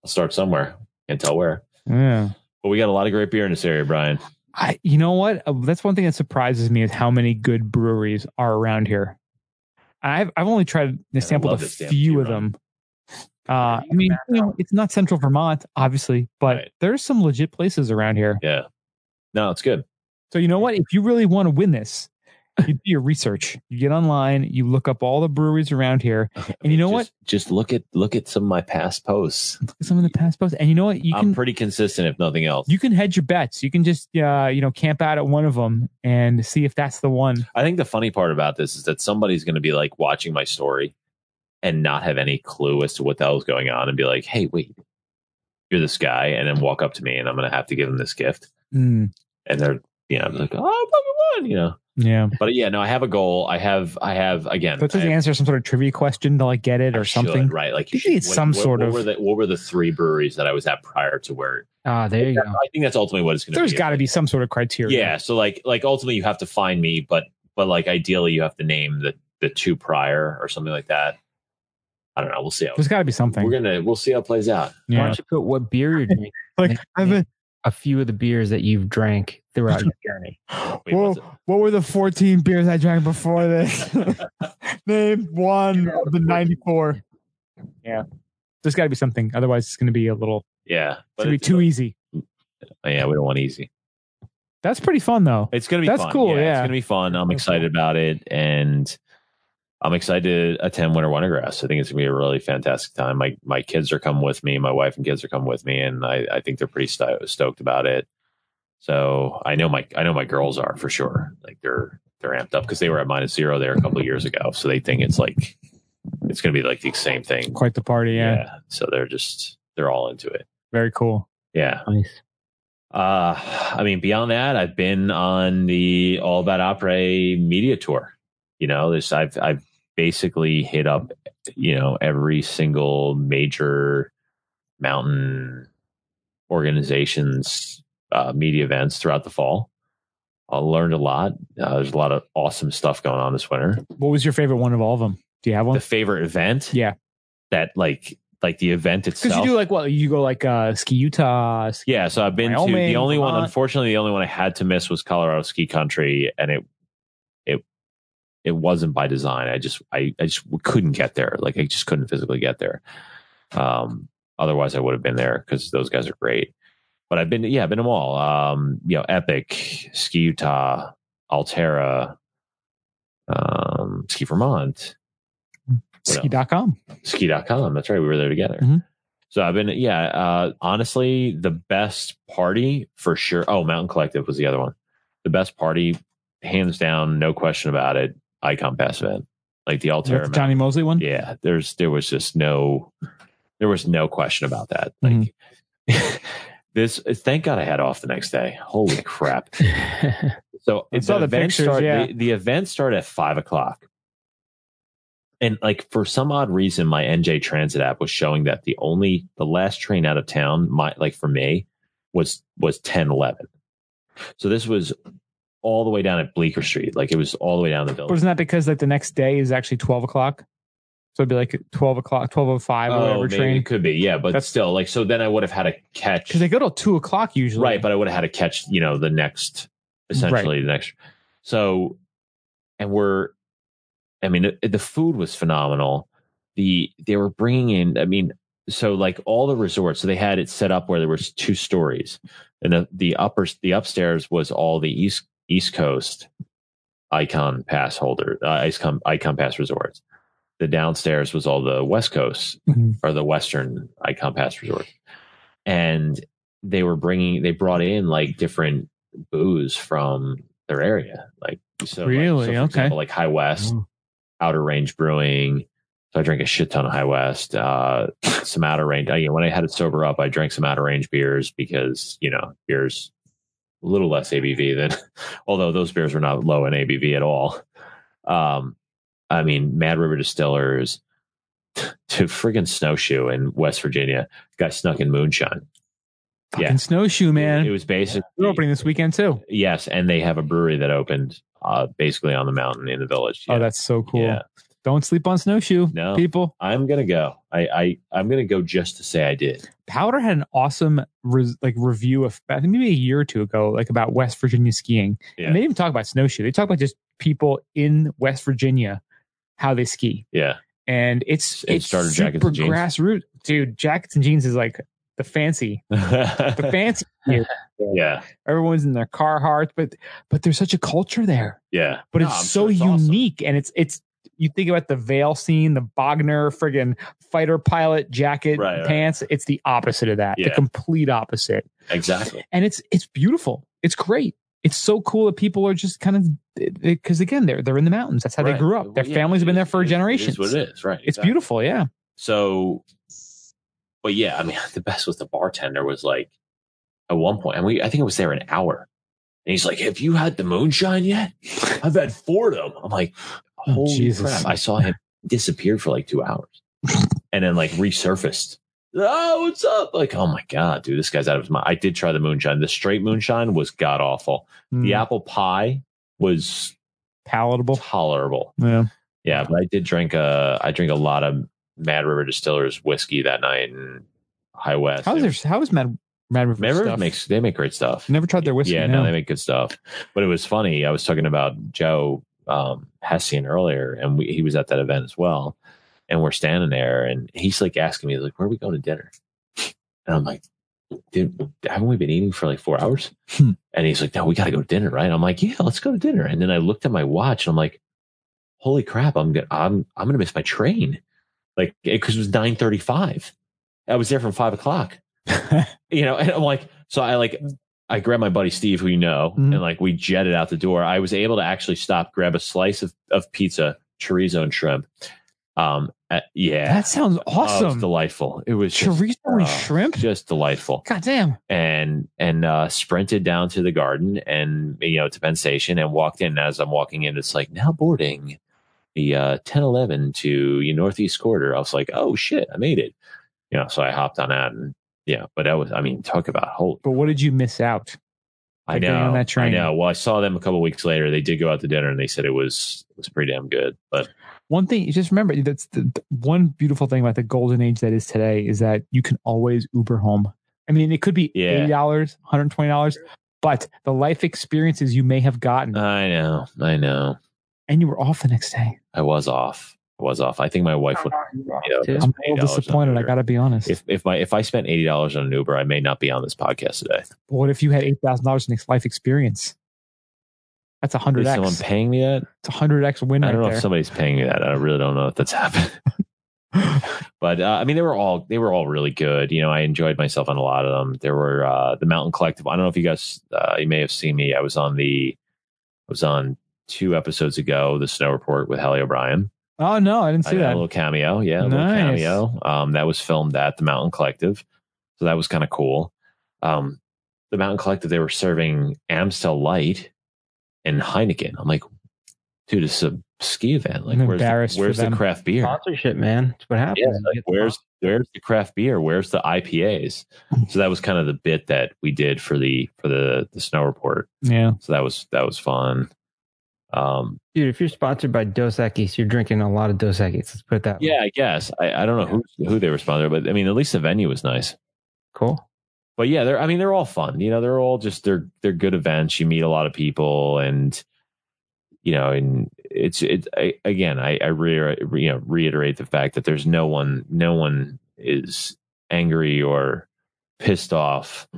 S3: I'll start somewhere. Can't tell where.
S1: Yeah.
S3: But we got a lot of great beer in this area, Brian.
S1: I, you know what? Uh, That's one thing that surprises me is how many good breweries are around here. I've I've only tried
S3: I
S1: sampled a
S3: love this damn
S1: few of
S3: Huron.
S1: them. Uh, I mean, you know, it's not Central Vermont, obviously, but
S3: Right.
S1: there's some legit places around here.
S3: Yeah. No, it's good.
S1: So you know what? If you really want to win this, you do your research. You get online, you look up all the breweries around here,
S3: And
S1: you know what?
S3: Just look at look at some of my past posts.
S1: look at some of the past posts, and you know what? You
S3: I'm
S1: can
S3: pretty consistent, if nothing else.
S1: you can hedge your bets. You can just uh, you know camp out at one of them and see if that's the one.
S3: I think the funny part about this is that somebody's going to be like watching my story and not have any clue as to what the hell's going on and be like, hey, wait, you're this guy. And then walk up to me and I'm going to have to give them this gift. Hmm.
S1: Mm,
S3: And they're, you know, like, oh, fucking one, you know.
S1: yeah.
S3: But yeah, no, I have a goal. I have, I have, again,
S1: So it says
S3: I have-
S1: answer some sort of trivia question to like get it
S3: I
S1: or
S3: should,
S1: something.
S3: right? Like,
S1: You need some
S3: what,
S1: sort
S3: what
S1: of-
S3: Were the, what were the three breweries that I was at prior to where?
S2: Ah, there you go.
S3: I think that's ultimately what it's going to be.
S1: There's got to
S3: Like,
S1: be some sort of criteria.
S3: yeah so like like ultimately you have to find me but but like ideally you have to name the the two prior or something like that i don't know we'll see how
S1: There's got to be
S3: we're
S1: something.
S3: gonna we'll see how it plays out
S2: Why
S1: Yeah.
S2: don't you put what beer you're drinking?
S1: Like, I've been,
S2: A few of the beers that you've drank throughout your journey.
S3: Wait,
S1: Whoa.
S3: what's it-
S1: what were the 14 beers I drank before this? Name one of the 94. Yeah. There's got to be something. Otherwise, it's going to be a little,
S3: yeah
S1: it's going to be too easy.
S3: easy yeah we don't want easy
S1: That's pretty fun, though.
S3: it's gonna be
S1: That's
S3: fun.
S1: cool, yeah.
S3: it's gonna be fun i'm
S1: That's
S3: excited about it and i'm excited to attend winter wondergrass i think it's gonna be a really fantastic time my my kids are coming with me my wife and kids are coming with me and i i think they're pretty sto- stoked about it so i know my i know my girls are for sure like they're they're amped up because they were at minus zero there a couple of years ago so they think it's like it's gonna be like the same thing
S1: Quite the party. Yeah.
S3: so they're just they're all into it
S1: Very cool.
S3: yeah
S2: Nice.
S3: uh, I mean, beyond that, I've been on the All About Opry media tour. You know, this I've I've basically hit up, you know, every single major mountain organizations uh, media events throughout the fall. I learned a lot. Uh, there's a lot of awesome stuff going on this winter.
S1: What was your favorite one of all of them? Do you have one?
S3: The favorite event,
S1: Yeah.
S3: that like like the event
S1: Because you
S3: itself.
S1: do like, well, you go like uh, Ski Utah. Ski-
S3: Yeah, so I've been to
S1: Wyoming,
S3: the only one.
S1: Vermont.
S3: Unfortunately, the only one I had to miss was Colorado Ski Country, and it it it wasn't by design. I just I I just couldn't get there. Like I just couldn't physically get there. Um, otherwise, I would have been there because those guys are great. But I've been yeah, I've been to them all. Um, you know, Epic, Ski Utah, Altera, um, Ski Vermont, else?
S1: Ski.com.
S3: ski.com. That's right. We were there together.
S1: Mhm.
S3: So I've been, yeah, uh, honestly, the best party for sure. Oh, Mountain Collective was the other one. The best party, hands down, no question about it. Icon Pass event, like the
S1: Is that
S3: Altera.
S1: the Johnny Mosley one?
S3: Yeah, there's there was just no, there was no question about that. Like this. Thank God I had off the next day. Holy crap! So
S1: I saw the
S3: event
S1: pictures,
S3: start-
S1: yeah.
S3: the, the event started at five o'clock. And like for some odd reason, my NJ Transit app was showing that the only the last train out of town, my like for me, was was ten eleven. So this was all the way down at Bleecker Street. Like it was all the way down the
S1: But
S3: building.
S1: isn't that because like the next day is actually 12 o'clock? So it'd be like 12 o'clock, 12.05 or whatever
S3: Oh, maybe
S1: train.
S3: it could be, yeah, but
S1: That's-
S3: still, like so then I would have had to catch
S1: Because they go till 2 o'clock usually.
S3: Right, but I would have had to catch, you know, the next essentially the next. So, and we're, I mean, it, the food was phenomenal. The they were bringing in, I mean, so like all the resorts, so they had it set up where there was two stories, and the, the upper the upstairs was all the east East Coast icon pass holder uh, icon icon pass resorts. The downstairs was all the West Coast
S1: Mhm.
S3: or the Western icon pass resorts, and they were bringing they brought in like different booze from their area like so like-
S1: Really?
S3: so for
S1: Okay.
S3: example, like high west
S1: Oh.
S3: outer range brewing so i drank a shit ton of high west uh some outer range I, you know, when i had it sober up i drank some outer range beers because you know beers a little less abv than although those beers were not low in abv at all um i mean mad river distillers to friggin snowshoe in west virginia guy snuck in moonshine
S1: Fucking
S3: yeah.
S1: snowshoe,
S3: it
S1: man.
S3: was basically
S1: They're opening this weekend too.
S3: Yes, and they have a brewery that opened uh, basically on the mountain in the village.
S1: Oh, that's so cool.
S3: Yeah.
S1: Don't sleep on snowshoe,
S3: No.
S1: people.
S3: I'm gonna go. I, I I'm gonna go just to say I did.
S1: Powder had an awesome res, like review of I think maybe a year or two ago, like about West Virginia skiing.
S3: Yeah.
S1: And they didn't talk about snowshoe. They talk about just people in West Virginia how they ski,
S3: Yeah,
S1: and it's
S3: And
S1: it's
S3: starter
S1: super
S3: jackets and jeans.
S1: grassroots, dude. Jackets and jeans is like the fancy, the fancy. here.
S3: yeah,
S1: Everyone's in their Carhartt, but but there's such a culture there.
S3: yeah.
S1: but
S3: No,
S1: it's
S3: I'm
S1: so
S3: sure awesome.
S1: unique and it's it's you think about the veil scene the bogner friggin fighter pilot jacket
S3: Right, right.
S1: pants it's the opposite of that the
S3: Yeah.
S1: complete opposite
S3: Exactly.
S1: and it's it's beautiful it's great it's so cool that people are just kind of because again they're they're in the mountains that's how they
S3: Right.
S1: grew up their
S3: Well, yeah,
S1: families have
S3: it
S1: been there
S3: is-
S1: for
S3: it is-
S1: generations
S3: It is what it is, right?
S1: It's
S3: exactly.
S1: beautiful yeah
S3: So, but yeah, I mean, the best was the bartender was like, at one point, and we, I think it was there an hour, and he's like, "Have you had the moonshine yet? I've had four of them." I'm like,
S1: Oh,
S3: "Holy
S1: Jesus.
S3: crap!" I saw him disappear for like two hours, and then like resurfaced. Oh, what's up? Like, oh my god, dude, this guy's out of his mind. I did try the moonshine. The straight moonshine was god awful. The
S1: Mm,
S3: apple pie was
S1: palatable
S3: tolerable.
S1: yeah
S3: Yeah, but I did drink a I drink a lot of Mad River Distillers whiskey that night in High West.
S1: how's their how's mad mad river
S3: Mad River
S1: stuff?
S3: makes they make great stuff.
S1: never tried their whiskey
S3: yeah, no. they make good stuff. But it was funny. I was talking about Joe um, Hessian earlier, and we, he was at that event as well. And we're standing there, and he's like asking me, like, "Where are we going to dinner?" And I'm like, "Dude, haven't we been eating for like four hours?"
S1: Hmm.
S3: And he's like, "No, we got to go to dinner, right?" I'm like, "Yeah, let's go to dinner." And then I looked at my watch, and I'm like, "Holy crap! I'm gonna I'm I'm gonna miss my train." Like, because it was nine thirty five. I was there from five o'clock. you know, and I'm like, so I like, I grabbed my buddy Steve, who you know,
S1: Mhm.
S3: and like we jetted out the door. I was able to actually stop, grab a slice of, of pizza, chorizo and shrimp. Um, uh, yeah,
S1: that sounds
S3: Oh, it was
S1: awesome
S3: delightful. It was just,
S1: chorizo and
S3: uh,
S1: shrimp
S3: just delightful,
S1: god damn
S3: and and uh, sprinted down to the garden and you know to Penn Station and walked in. And as I'm walking in, it's like now boarding the uh, 1011 to your northeast quarter. I was like, oh shit, I made it. You know, so I hopped on that and yeah, but that was, I mean, talk about holy
S1: but what did you miss out
S3: I
S1: like getting
S3: know.
S1: on that train.
S3: I know. Well, I saw them a couple weeks later. They did go out to dinner, and they said it was it was pretty damn good. But
S1: one thing just remember that's the, the one beautiful thing about the golden age that is today is that you can always uber home i mean it could be
S3: Yeah.
S1: $80 $120 but the life experiences you may have gotten
S3: I know, I know,
S1: and you were off the next day
S3: I was off. I was off. I think my wife would. You know, if I
S2: I'm
S1: i'm
S3: spent
S1: a little
S3: $80 on
S1: disappointed i
S3: Uber.
S1: gotta be honest
S3: If if my if I spent eighty dollars on an Uber, I may not be on this podcast today.
S1: But what if you had $8000 in life experience that's a
S3: Is someone
S1: 100x
S3: paying me that?
S1: it's a 100x win
S3: I
S1: right
S3: don't know
S1: there
S3: if somebody's paying me that. I really don't know if that's happened. but uh, I mean, they were all they were all really good. You know, I enjoyed myself on a lot of them. There were uh, the Mountain Collective. I don't know if you guys uh, you may have seen me. I was on the I was on two episodes ago the Snow Report with Hallie O'Brien.
S1: oh no i didn't
S3: I
S1: see
S3: did
S1: that
S3: a little cameo, yeah, a
S1: Nice.
S3: little cameo. Um, that was filmed at the Mountain Collective, so that was kind of cool. Um, the Mountain Collective they were serving Amstel Light and Heineken. I'm like, dude, it's a ski event. Like,
S1: I'm
S3: where's
S1: embarrassed
S3: the,
S1: for
S3: where's the
S1: them.
S3: craft beer?
S2: Sponsorship, man. That's what happens.
S3: yeah,
S2: You
S3: like
S2: get the
S3: where's where's the craft beer? Where's the IPAs? So that was kind of the bit that we did for the for the the snow report.
S1: yeah
S3: So that was that was fun. Um,
S2: Dude, if you're sponsored by Dos Equis, you're drinking a lot of Dos Equis. Let's put it that way.
S3: yeah, I guess I, I don't know who who they were sponsored, but I mean, at least the venue was nice.
S2: Cool.
S3: But yeah, they're I mean they're all fun. You know, they're all just they're they're good events. You meet a lot of people, and you know, and it's it I, again. I I re, you know reiterate the fact that there's no one no one is angry or pissed off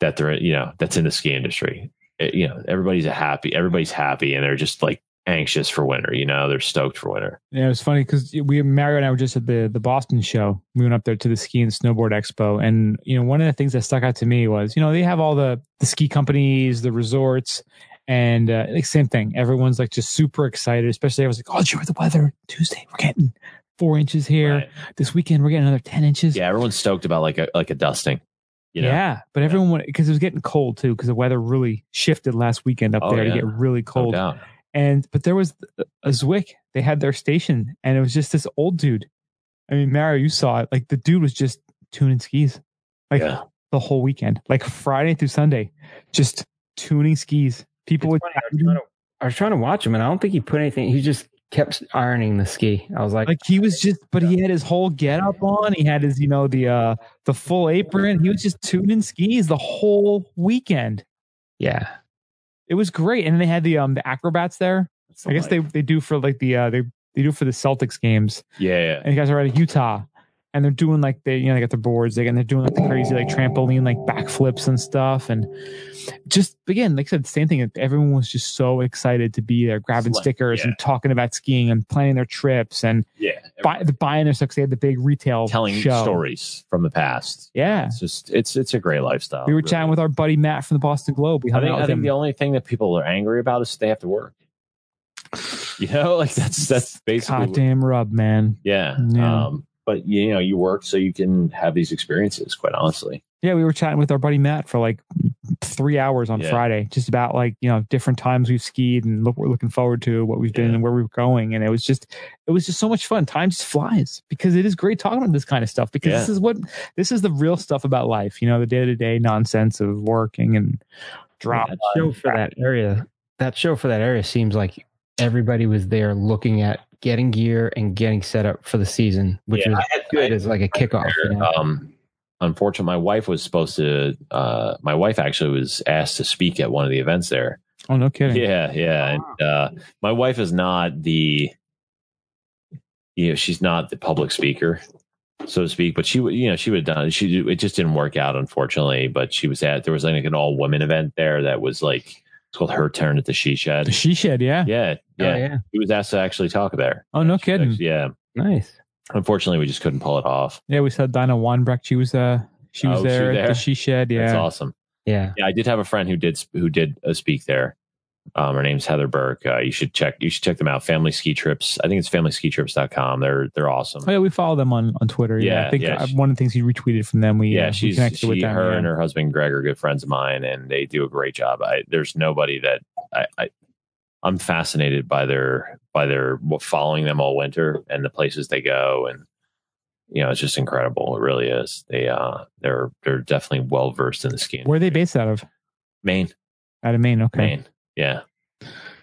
S3: that they're you know that's in the ski industry. It- you know, everybody's a happy. Everybody's happy, and they're just like anxious for winter. You know, they're stoked for winter.
S1: Yeah, it was funny because we Mario and I were just at the the Boston show. We went up there to the ski and snowboard expo, and you know one of the things that stuck out to me was you know they have all the the ski companies, the resorts, and uh, like same thing. Everyone's like just super excited, especially I was like, oh, sure, the weather Tuesday we're getting four inches here
S3: Right.
S1: this weekend we're getting another ten inches.
S3: Yeah, everyone's stoked about like a like a dusting. You know?
S1: yeah, but everyone because it was getting cold too because the weather really shifted last weekend up
S3: Oh,
S1: there
S3: yeah.
S1: to get really
S3: no
S1: cold
S3: doubt.
S1: and but there was a Zwick. They had their station, and it was just this old dude. I mean, Mario, you saw it. Like the dude was just tuning skis, like
S3: Yeah.
S1: the whole weekend, like Friday through Sunday, just tuning skis. People would
S2: I was trying to watch him, and I don't think he put anything. He just kept ironing the ski. I was like,
S1: Like he was just, but he had his whole getup on. He had his, you know, the uh the full apron. He was just tuning skis the whole weekend.
S2: yeah,
S1: It was great, and they had the um the acrobats there. I guess they they do for like the uh they they do for the Celtics games.
S3: Yeah.
S1: And you guys are out of Utah, and they're doing like they you know they got their boards, they and they're doing like the crazy like trampoline like backflips and stuff, and just again like I said, same thing. Everyone was just so excited to be there, grabbing
S3: Slut,
S1: stickers
S3: yeah.
S1: and talking about skiing and planning their trips and
S3: Yeah.
S1: buy, the buying their stuff. 'cause They had the big retail
S3: Telling
S1: show.
S3: stories from the past.
S1: Yeah,
S3: It's just it's it's a great lifestyle.
S1: we were
S3: really.
S1: chatting with our buddy Matt from the Boston Globe. We
S3: I
S1: hung
S3: think
S1: out
S3: I
S1: with
S3: think
S1: him.
S3: the only thing that people are angry about is they have to work. You know, like that's that's basically
S1: God damn rub, man.
S3: yeah.
S1: Yeah.
S3: Um, but you know, you work so you can have these experiences. Quite honestly,
S1: Yeah, we were chatting with our buddy Matt for like three hours on
S3: Yeah.
S1: Friday, just about like you know different times we've skied and look, what we're looking forward to, what we've been
S3: Yeah.
S1: and where we're going, and it was just it was just so much fun. Time just flies because it is great talking about this kind of stuff because
S3: Yeah.
S1: this is what this is the real stuff about life. You know, the day to day nonsense of working and drop.
S2: that
S3: uh,
S2: show for that area. That show for that area seems like everybody was there looking at getting gear and getting set up for the season, which
S3: Yeah,
S2: is
S3: I had- I
S2: good
S3: had
S2: as like a kickoff. you know?
S3: um, unfortunately, my wife was supposed to. Uh, my wife actually was asked to speak at one of the events there.
S1: Oh no, kidding.
S3: Yeah, yeah. And, uh, my wife is not the, you know, she's not the public speaker, so to speak. But she, would, you know, she would have done. She it just didn't work out, unfortunately. But she was at there was like an all women event there that was like it's called her turn at the she
S1: The
S3: shed.
S1: she shed. Yeah.
S3: Yeah,
S2: Oh,
S3: yeah.
S2: yeah,
S3: She was asked to actually talk there.
S1: Oh no,
S3: She was
S1: kidding.
S3: actually- Yeah.
S2: nice.
S3: Unfortunately, we just couldn't pull it off.
S1: Yeah, we saw Dinah Wanbrecht. She was uh she was
S3: Oh, she
S1: there at
S3: there?
S1: the she shed. Yeah.
S3: That's awesome.
S2: Yeah,
S3: Yeah, I did have a friend who did who did uh, speak there. Um, her name's Heather Burke. Uh, you should check you should check them out. Family Ski Trips. I think it's FamilySkiTrips.com. They're they're awesome.
S1: Oh yeah, we follow them on on Twitter. Yeah,
S3: Yeah,
S1: I think
S3: yeah,
S1: uh,
S3: she-
S1: one of the things he retweeted from them. We
S3: yeah,
S1: uh, we
S3: she's
S1: connected
S3: she,
S1: with them,
S3: her
S1: yeah.
S3: and her husband Greg are good friends of mine, and they do a great job. I there's nobody that I, I I'm fascinated by their by their well, following them all winter and the places they go, and you know it's just incredible. It really is. They uh they're they're definitely well versed in the skiing.
S1: Where are they based out of?
S3: Maine,
S1: Out of Maine. Okay,
S3: Maine, yeah.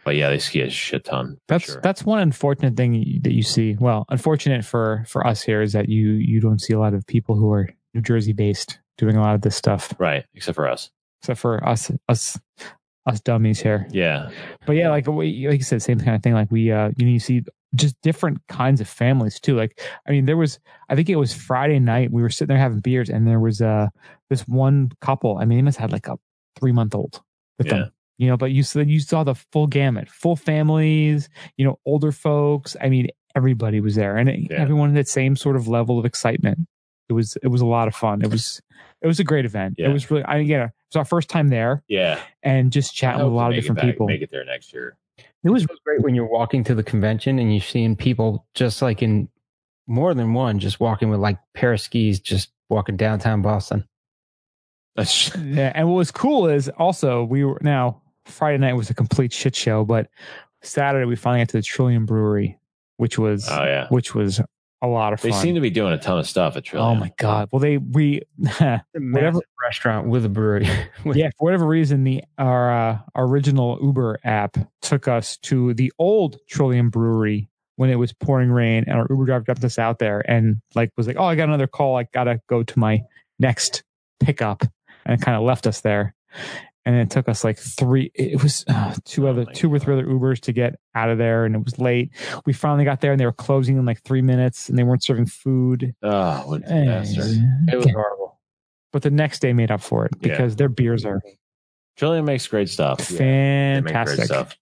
S3: But yeah, they ski a shit ton. for
S1: that's
S3: sure.
S1: that's one unfortunate thing you- that you see. Well, unfortunate for for us here is that you you don't see a lot of people who are New Jersey based doing a lot of this stuff,
S3: right, except for us.
S1: except for us us us dummies here.
S3: Yeah,
S1: But yeah, like we, like you said, same kind of thing. Like we, uh, you know, you see just different kinds of families too. Like, I mean, there was, I think it was Friday night. We were sitting there having beers, and there was uh this one couple. I mean, they must have had like a three month old with
S3: Yeah.
S1: them, you know. But you saw you saw the full gamut, full families, you know, older folks. I mean, everybody was there, and it,
S3: Yeah.
S1: everyone had that same sort of level of excitement. It was it was a lot of fun. It was it was a great event.
S3: Yeah.
S1: It was really I again it was our first time there
S3: yeah.
S1: and just
S3: I
S1: chatting
S3: hope
S1: with a
S3: to
S1: lot of
S3: make it
S1: different
S3: back-
S1: people.
S3: Make it there next year.
S2: it was great when you're walking to the convention and you're seeing people just like in more than one, just walking with like pair of skis, just walking downtown Boston.
S3: That's
S1: Yeah, and what was cool is also we were now Friday night was a complete shit show, but Saturday we finally got to the Trillium Brewery, which was
S3: oh yeah.
S1: which was a lot of
S3: They
S1: fun.
S3: seem to be doing a ton of stuff at Trillium.
S1: oh my god! Well, they we yeah
S2: Whatever restaurant with a brewery. With-
S1: for whatever reason the our uh, original Uber app took us to the old Trillium Brewery when it was pouring rain, and our Uber driver dropped us out there and like was like, oh, I got another call, I gotta go to my next pickup, and kind of left us there. And it took us like three. It was uh, two
S3: Oh
S1: other,
S3: my
S1: two or three other Ubers to get out of there, and it was late. We finally got there, and they were closing in like three minutes, and they weren't serving food.
S3: Oh, what a disaster.
S2: it was horrible.
S1: But the next day made up for it
S3: Yeah.
S1: because their beers are
S3: Trillium makes great stuff. They make
S1: fantastic.
S3: great stuff.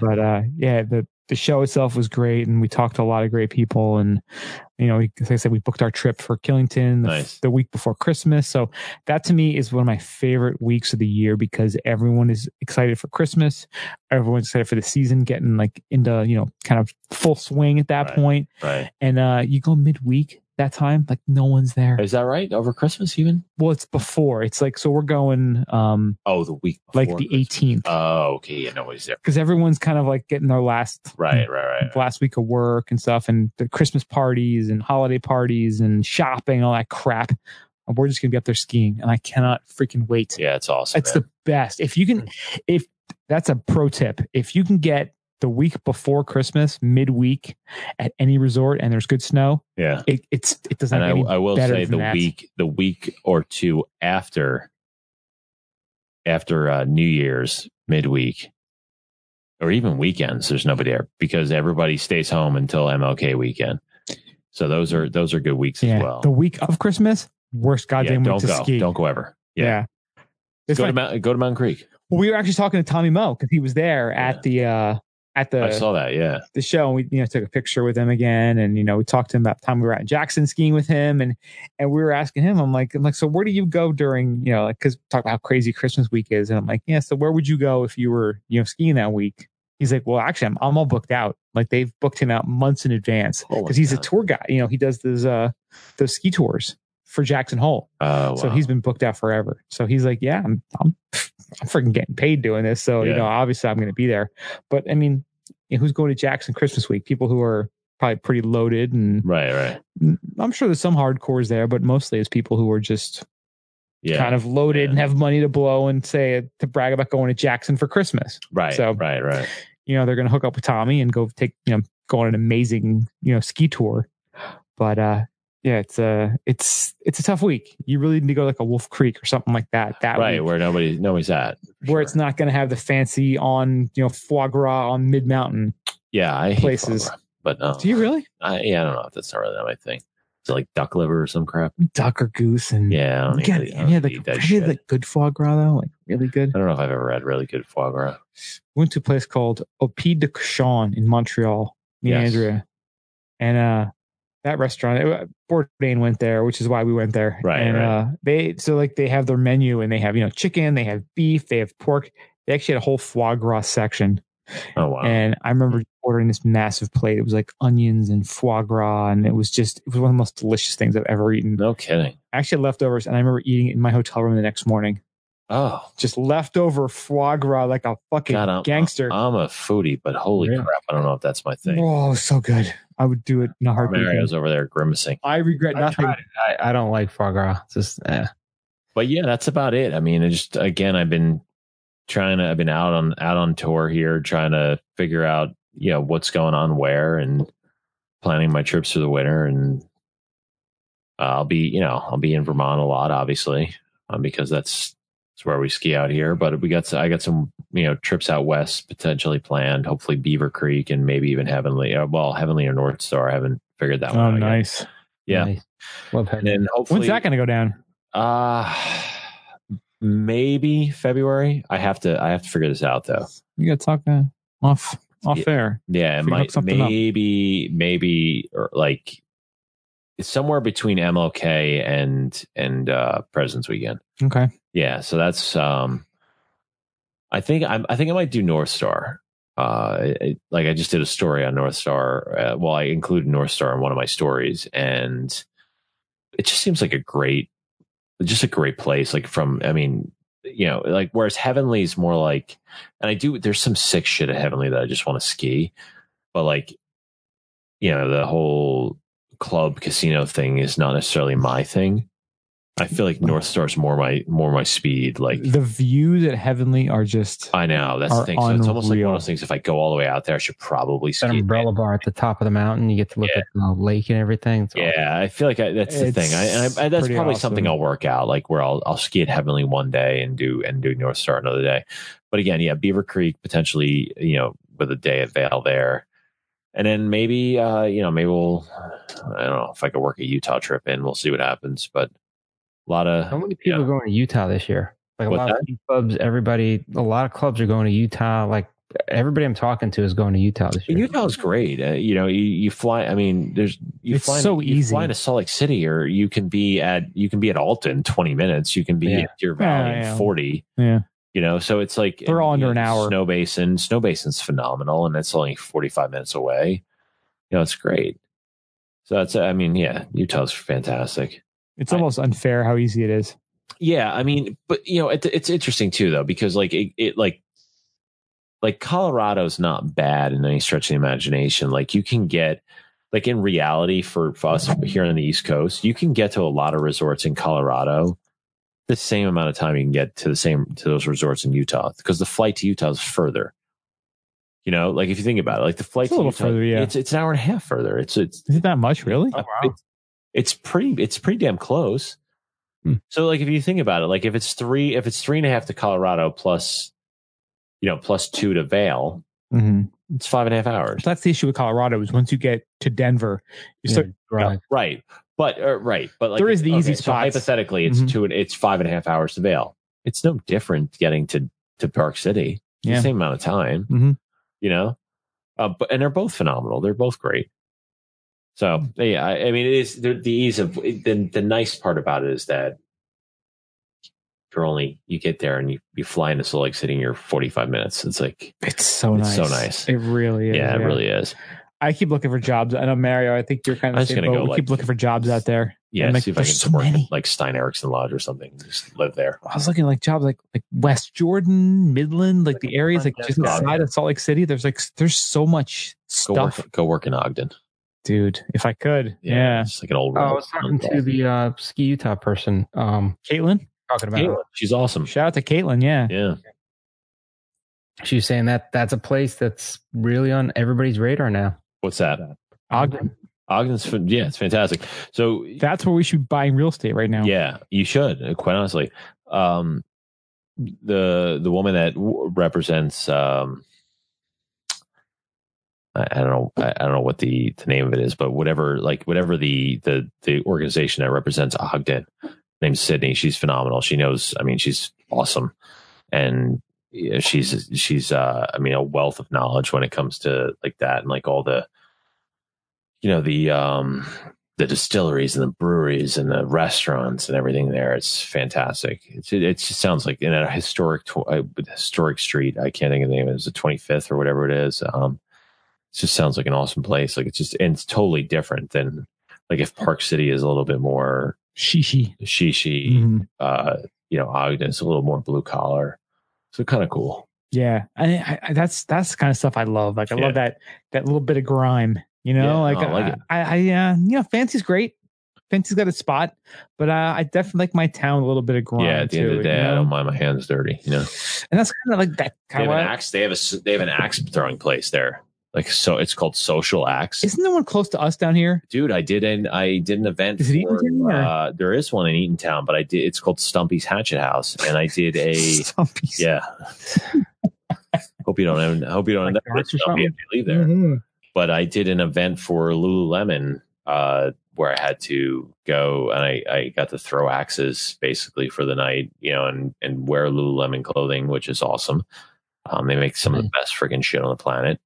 S1: But uh, yeah, the the show itself was great, and we talked to a lot of great people. And you know, we, like I said, we booked our trip for Killington the,
S3: Nice.
S1: the week before Christmas. So that to me is one of my favorite weeks of the year because everyone is excited for Christmas. Everyone's excited for the season, getting like into you know kind of full swing at that
S3: Right.
S1: point.
S3: Right.
S1: And uh, you go midweek that time, like no one's there.
S3: Is that right? Over Christmas even?
S1: Well, it's before. It's like so we're going um
S3: Oh, the week
S1: like
S3: before
S1: the
S3: Christmas.
S1: 18th
S3: Oh, okay. Yeah, nobody's there.
S1: because everyone's kind of like getting their last
S3: Right, right, right.
S1: last week of work and stuff and the Christmas parties and holiday parties and shopping, all that crap. And we're just gonna be up there skiing and I cannot freaking wait.
S3: Yeah, it's awesome. Hmm.
S1: it's the best. If you can if that's a pro tip. If you can get the week before Christmas, midweek, at any resort, and there's good snow,
S3: Yeah.
S1: it it's it doesn't.
S3: And
S1: Get
S3: I,
S1: any
S3: I will
S1: better
S3: say
S1: than
S3: the
S1: that.
S3: week the week or two after after uh, New Year's midweek or even weekends, there's nobody there because everybody stays home until MLK weekend. So those are those are good weeks
S1: yeah,
S3: as well.
S1: the week of Christmas, worst
S3: Yeah,
S1: goddamn week
S3: don't
S1: to
S3: go.
S1: ski.
S3: Don't go ever. Yeah.
S1: It's
S3: go
S1: funny.
S3: to Mount, go to Mountain Creek.
S1: Well, we were actually talking to Tommy Moe because he was there at the uh at
S3: I
S1: the
S3: saw that. Yeah.
S1: the show and we you know took a picture with him again and you know we talked to him about the time we were out in Jackson skiing with him and and we were asking him I'm like I'm like so where do you go during you know like because talk about how crazy Christmas week is and I'm like yeah so where would you go if you were you know skiing that week he's like well actually I'm, I'm all booked out like they've booked him out months in advance
S3: Oh my
S1: because he's a
S3: God.
S1: tour guy you know he does those uh those ski tours for Jackson Hole
S3: Oh,
S1: so
S3: wow.
S1: he's been booked out forever. So he's like, yeah, I'm I'm I'm freaking getting paid doing this. So you
S3: Yeah.
S1: know, obviously I'm going to be there. But I mean, you know, who's going to Jackson Christmas week? People who are probably pretty loaded, and
S3: right, right.
S1: I'm sure there's some hardcores there, but mostly it's people who are just
S3: Yeah.
S1: kind of loaded
S3: Yeah.
S1: and have money to blow and say to brag about going to Jackson for Christmas.
S3: right.
S1: so-
S3: right, right.
S1: You know, they're going to hook up with Tommy and go take you know go on an amazing you know ski tour. But uh yeah, it's uh it's it's a tough week. You really need to go to like a Wolf Creek or something like that. That
S3: Right.
S1: week.
S3: Where nobody nobody's at. for
S1: where
S3: sure.
S1: it's not going to have the fancy on you know foie gras on mid mountain.
S3: yeah, I hate
S1: places.
S3: Barbara, but no.
S1: Do you really
S3: I, yeah, I don't know if that's not really my thing. It's like duck liver or some crap.
S1: duck or goose and
S3: Yeah, I don't,
S1: Mm. yeah,
S3: eat- I
S1: yeah,
S3: don't
S1: yeah,
S3: eat
S1: like
S3: that
S1: really
S3: shit. Uh,
S1: like good foie gras though, like really good.
S3: I don't know if I've ever had really good foie gras.
S1: Went to a place called Opie de Cochon in Montreal, me and
S3: Yes.
S1: Andrea, and uh, that restaurant. It, uh, Bourdain went there, which is why we went there.
S3: Right,
S1: and
S3: right.
S1: Uh, they so like they have their menu and they have you know chicken, they have beef, they have pork. They actually had a whole foie gras section.
S3: Oh wow,
S1: And I remember ordering this massive plate. It was like onions and foie gras, and it was just it was one of the most delicious things I've ever eaten.
S3: no kidding.
S1: I actually had leftovers, and I remember eating it in my hotel room the next morning.
S3: Oh
S1: Just leftover foie gras, like a fucking
S3: God, I'm,
S1: gangster.
S3: I'm a foodie, but holy
S1: Really?
S3: crap, I don't know if that's my thing.
S1: oh, so good! I would do it in a heartbeat.
S3: Mario's over there grimacing,
S1: I regret
S2: I
S1: nothing.
S2: tried it. I, I don't like foie gras. It's just eh.
S3: but yeah, that's about it. I mean, it just again, I've been trying to. I've been out on out on tour here, trying to figure out you know what's going on where and planning my trips for the winter. And uh, I'll be you know I'll be in Vermont a lot, obviously, um, because that's that's where we ski out here. But we got some, I got some you know trips out west potentially planned. Hopefully Beaver Creek and maybe even Heavenly. Uh, well, Heavenly or North Star. I haven't figured that one
S1: Oh,
S3: out. yet.
S1: nice.
S3: Yeah.
S2: Nice. Love
S3: And
S2: having
S3: then hopefully
S1: When's that going to go down?
S3: uh maybe February. I have to I have to figure this out though.
S1: You got to talk uh, off off
S3: Yeah.
S1: air.
S3: Yeah, it
S1: Figure
S3: might
S1: something up.
S3: maybe maybe or like it's somewhere between MLK and and uh President's Weekend.
S1: Okay.
S3: Yeah, so that's um I think I'm I think I might do North Star. Uh it- it- like I just did a story on North Star. Uh, well, I included North Star in one of my stories and it just seems like a great just a great place like from I mean, you know, like whereas Heavenly is more like and I do there's some sick shit at Heavenly that I just want to ski, but like you know, the whole club casino thing is not necessarily my thing. I feel like North Star's more my more my speed. Like
S1: the views at Heavenly are just
S3: I know that's the
S1: are
S3: thing. So it's almost like one
S1: unreal.
S3: of those things. If I go all the way out there, I should probably
S2: that
S3: ski.
S2: umbrella bar at the top of the mountain. You get to look
S3: Yeah.
S2: at the lake and everything. It's awesome.
S3: Yeah, I feel like I, that's the
S1: It's
S3: thing. I, and I, I that's
S1: pretty
S3: probably
S1: awesome.
S3: something I'll work out, like where I'll I'll ski at Heavenly one day and do and do North Star another day. But again, yeah, Beaver Creek potentially, you know, with a day at Vale there, and then maybe uh, you know maybe we'll I don't know if I could work a Utah trip in. We'll see what happens, but a lot of
S2: How many people
S3: Yeah.
S2: are going to Utah this year? Like a
S3: What's
S2: lot of clubs, everybody, a lot of clubs are going to Utah. Like everybody I'm talking to is going to Utah this year.
S3: Utah is great. Uh, you know, you, you fly. I mean, there's you
S1: It's
S3: fly.
S1: so
S3: you
S1: easy.
S3: Fly to Salt Lake City, or you can be at you can be at Alton twenty minutes. You can be
S2: Yeah.
S3: at Deer Valley
S1: Yeah, yeah.
S3: in forty.
S1: Yeah.
S3: You know, so it's like
S1: They're all under
S3: you know,
S1: an hour.
S3: Snow Basin. Snow Basin's phenomenal, and it's only forty five minutes away. You know, it's great. So that's. I mean, yeah, Utah's fantastic.
S1: it's
S3: I-
S1: almost unfair how easy it is.
S3: Yeah, I mean, but you know, it, it's interesting too, though, because like it, it like like Colorado's not bad in any stretch of the imagination. Like you can get like in reality for, for us here on the East Coast, you can get to a lot of resorts in Colorado the same amount of time you can get to the same to those resorts in Utah because the flight to Utah is further. You know, like if you think about it, like the flight
S1: It's a little further, yeah.
S3: it's it's an hour and a half further. It's it's
S1: Is it that much, really?
S5: Oh, wow.
S3: it's, it's pretty it's pretty damn close.
S1: Hmm.
S3: So like if you think about it, like if it's three if it's three and a half to Colorado plus you know, plus two to Vale,
S2: Mm-hmm.
S3: it's five and a half hours.
S1: That's the issue with Colorado is once you get to Denver, you start
S2: right.
S3: Right. But uh, right. But like
S1: There is the easy
S3: so
S1: spots.
S3: hypothetically it's
S1: Mhm.
S3: two and it's five and a half hours to Vale. It's no different getting to to Park City. It's
S1: Yeah.
S3: The same amount of time.
S1: Mhm.
S3: You know? Uh, but and they're both phenomenal. They're both great. So
S1: Hmm.
S3: yeah, I, I mean it is the, the ease of the the nice part about it is that you're only you get there and you, you fly into Salt Lake City in your 45 minutes. It's like
S1: It's so
S3: It's
S1: nice.
S3: so nice.
S1: It really
S3: yeah,
S1: is.
S3: it really is.
S1: I keep looking for jobs. I know Mario. I think you're kind of
S3: I'm
S1: the
S3: just
S1: same
S3: gonna
S1: boat.
S3: go,
S1: we
S3: like-
S1: keep looking for jobs out there.
S3: Yeah,
S1: And, like,
S3: see if I can
S1: there's so
S3: work at,
S1: many.
S3: like Stein Erickson Lodge or something. Just live there.
S1: I was looking at, like jobs like like West Jordan, Midland, like,
S3: Like,
S1: the areas like
S3: front
S1: just
S3: desk
S1: outside of Salt Lake City. There's like there's so much
S3: Go
S1: stuff,
S3: work, go work in Ogden.
S1: dude. If I could, yeah.
S3: It's like an old.
S2: Oh, I
S3: road.
S2: was talking to the uh, ski Utah person. Um,
S1: Caitlin,
S2: talking about.
S3: Yeah, She's awesome.
S1: shout out to Caitlin. Yeah,
S3: Yeah.
S2: She was saying that that's a place that's really on everybody's radar now.
S3: What's that?
S1: Ogden.
S3: Ogden's. fan- Yeah, it's fantastic. So
S1: That's where we should be buying real estate right now.
S3: yeah, you should. uh, Quite honestly, um, the the woman that w- represents. Um, I I don't know. I I don't know what the, the name of it is, but whatever, like whatever the the the organization that represents Ogden, named Sydney. She's phenomenal. She knows. I mean, she's awesome, and yeah, she's she's. Uh, I mean, a wealth of knowledge when it comes to like that and like all the, you know, the um the distilleries and the breweries and the restaurants and everything there. It's fantastic. It's, it, it just sounds like in a historic tw- uh, historic street. I can't think of the name. It's the twenty fifth or whatever it is. Um, it just sounds like an awesome place. Like it's just and it's totally different than like if Park City is a little bit more
S1: Shishi.
S3: shishi,
S1: Mm-hmm.
S3: uh, you know, Ogden. It's a little more blue collar. So kind of cool.
S1: Yeah, I, I, I- that's that's the kind of stuff I love. Like I
S3: Yeah.
S1: love that that little bit of grime. You know,
S3: Yeah,
S1: like,
S3: no, I like it.
S1: I, I, uh, you know, fancy's great. Fancy's got a spot, but uh, I definitely like my town with a little bit of grime.
S3: yeah. At the end of
S1: too,
S3: the day,
S1: you know?
S3: I don't mind my hands dirty. You know,
S1: and that's kind of like that
S3: they have
S1: kind
S3: an
S1: of.
S3: axe. They have a s- they have an axe throwing place there. Like so, it's called Social Axe.
S1: Isn't there one close to us down here?
S3: Dude, I did an I did an event.
S1: Is it
S3: for,
S1: Eatontown or-
S3: uh, there is one in Eatontown, but I did. It's called Stumpy's Hatchet House, and I did a
S1: Stumpy's.
S3: yeah. hope you don't. I hope you don't
S1: Like
S3: end up with
S1: darts or
S3: Stumpy if you leave there.
S1: Mhm.
S3: but I did an event for Lululemon uh, where I had to go and I, I got to throw axes basically for the night, you know, and, and wear Lululemon clothing, which is awesome. Um, they make some of the best freaking shit on the planet.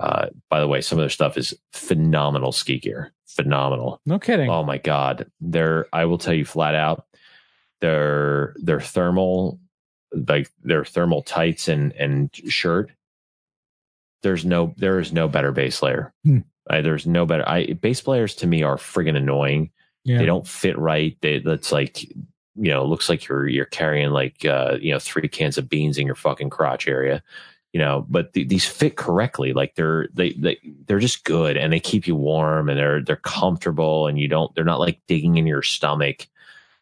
S3: Uh, by the way, some of their stuff is phenomenal ski gear, phenomenal.
S1: No kidding.
S3: Oh my god, they're I will tell you flat out, their their thermal like their thermal tights and and shirt. There's no there is no better base layer.
S1: Hmm.
S3: I, there's no better. I base layers to me are friggin' annoying.
S1: yeah.
S3: They don't fit right. They that's like you know looks like you're you're carrying like uh you know three cans of beans in your fucking crotch area. You know, but th- these fit correctly. Like they're they they they're just good and they keep you warm and they're they're comfortable and you don't they're not like digging in your stomach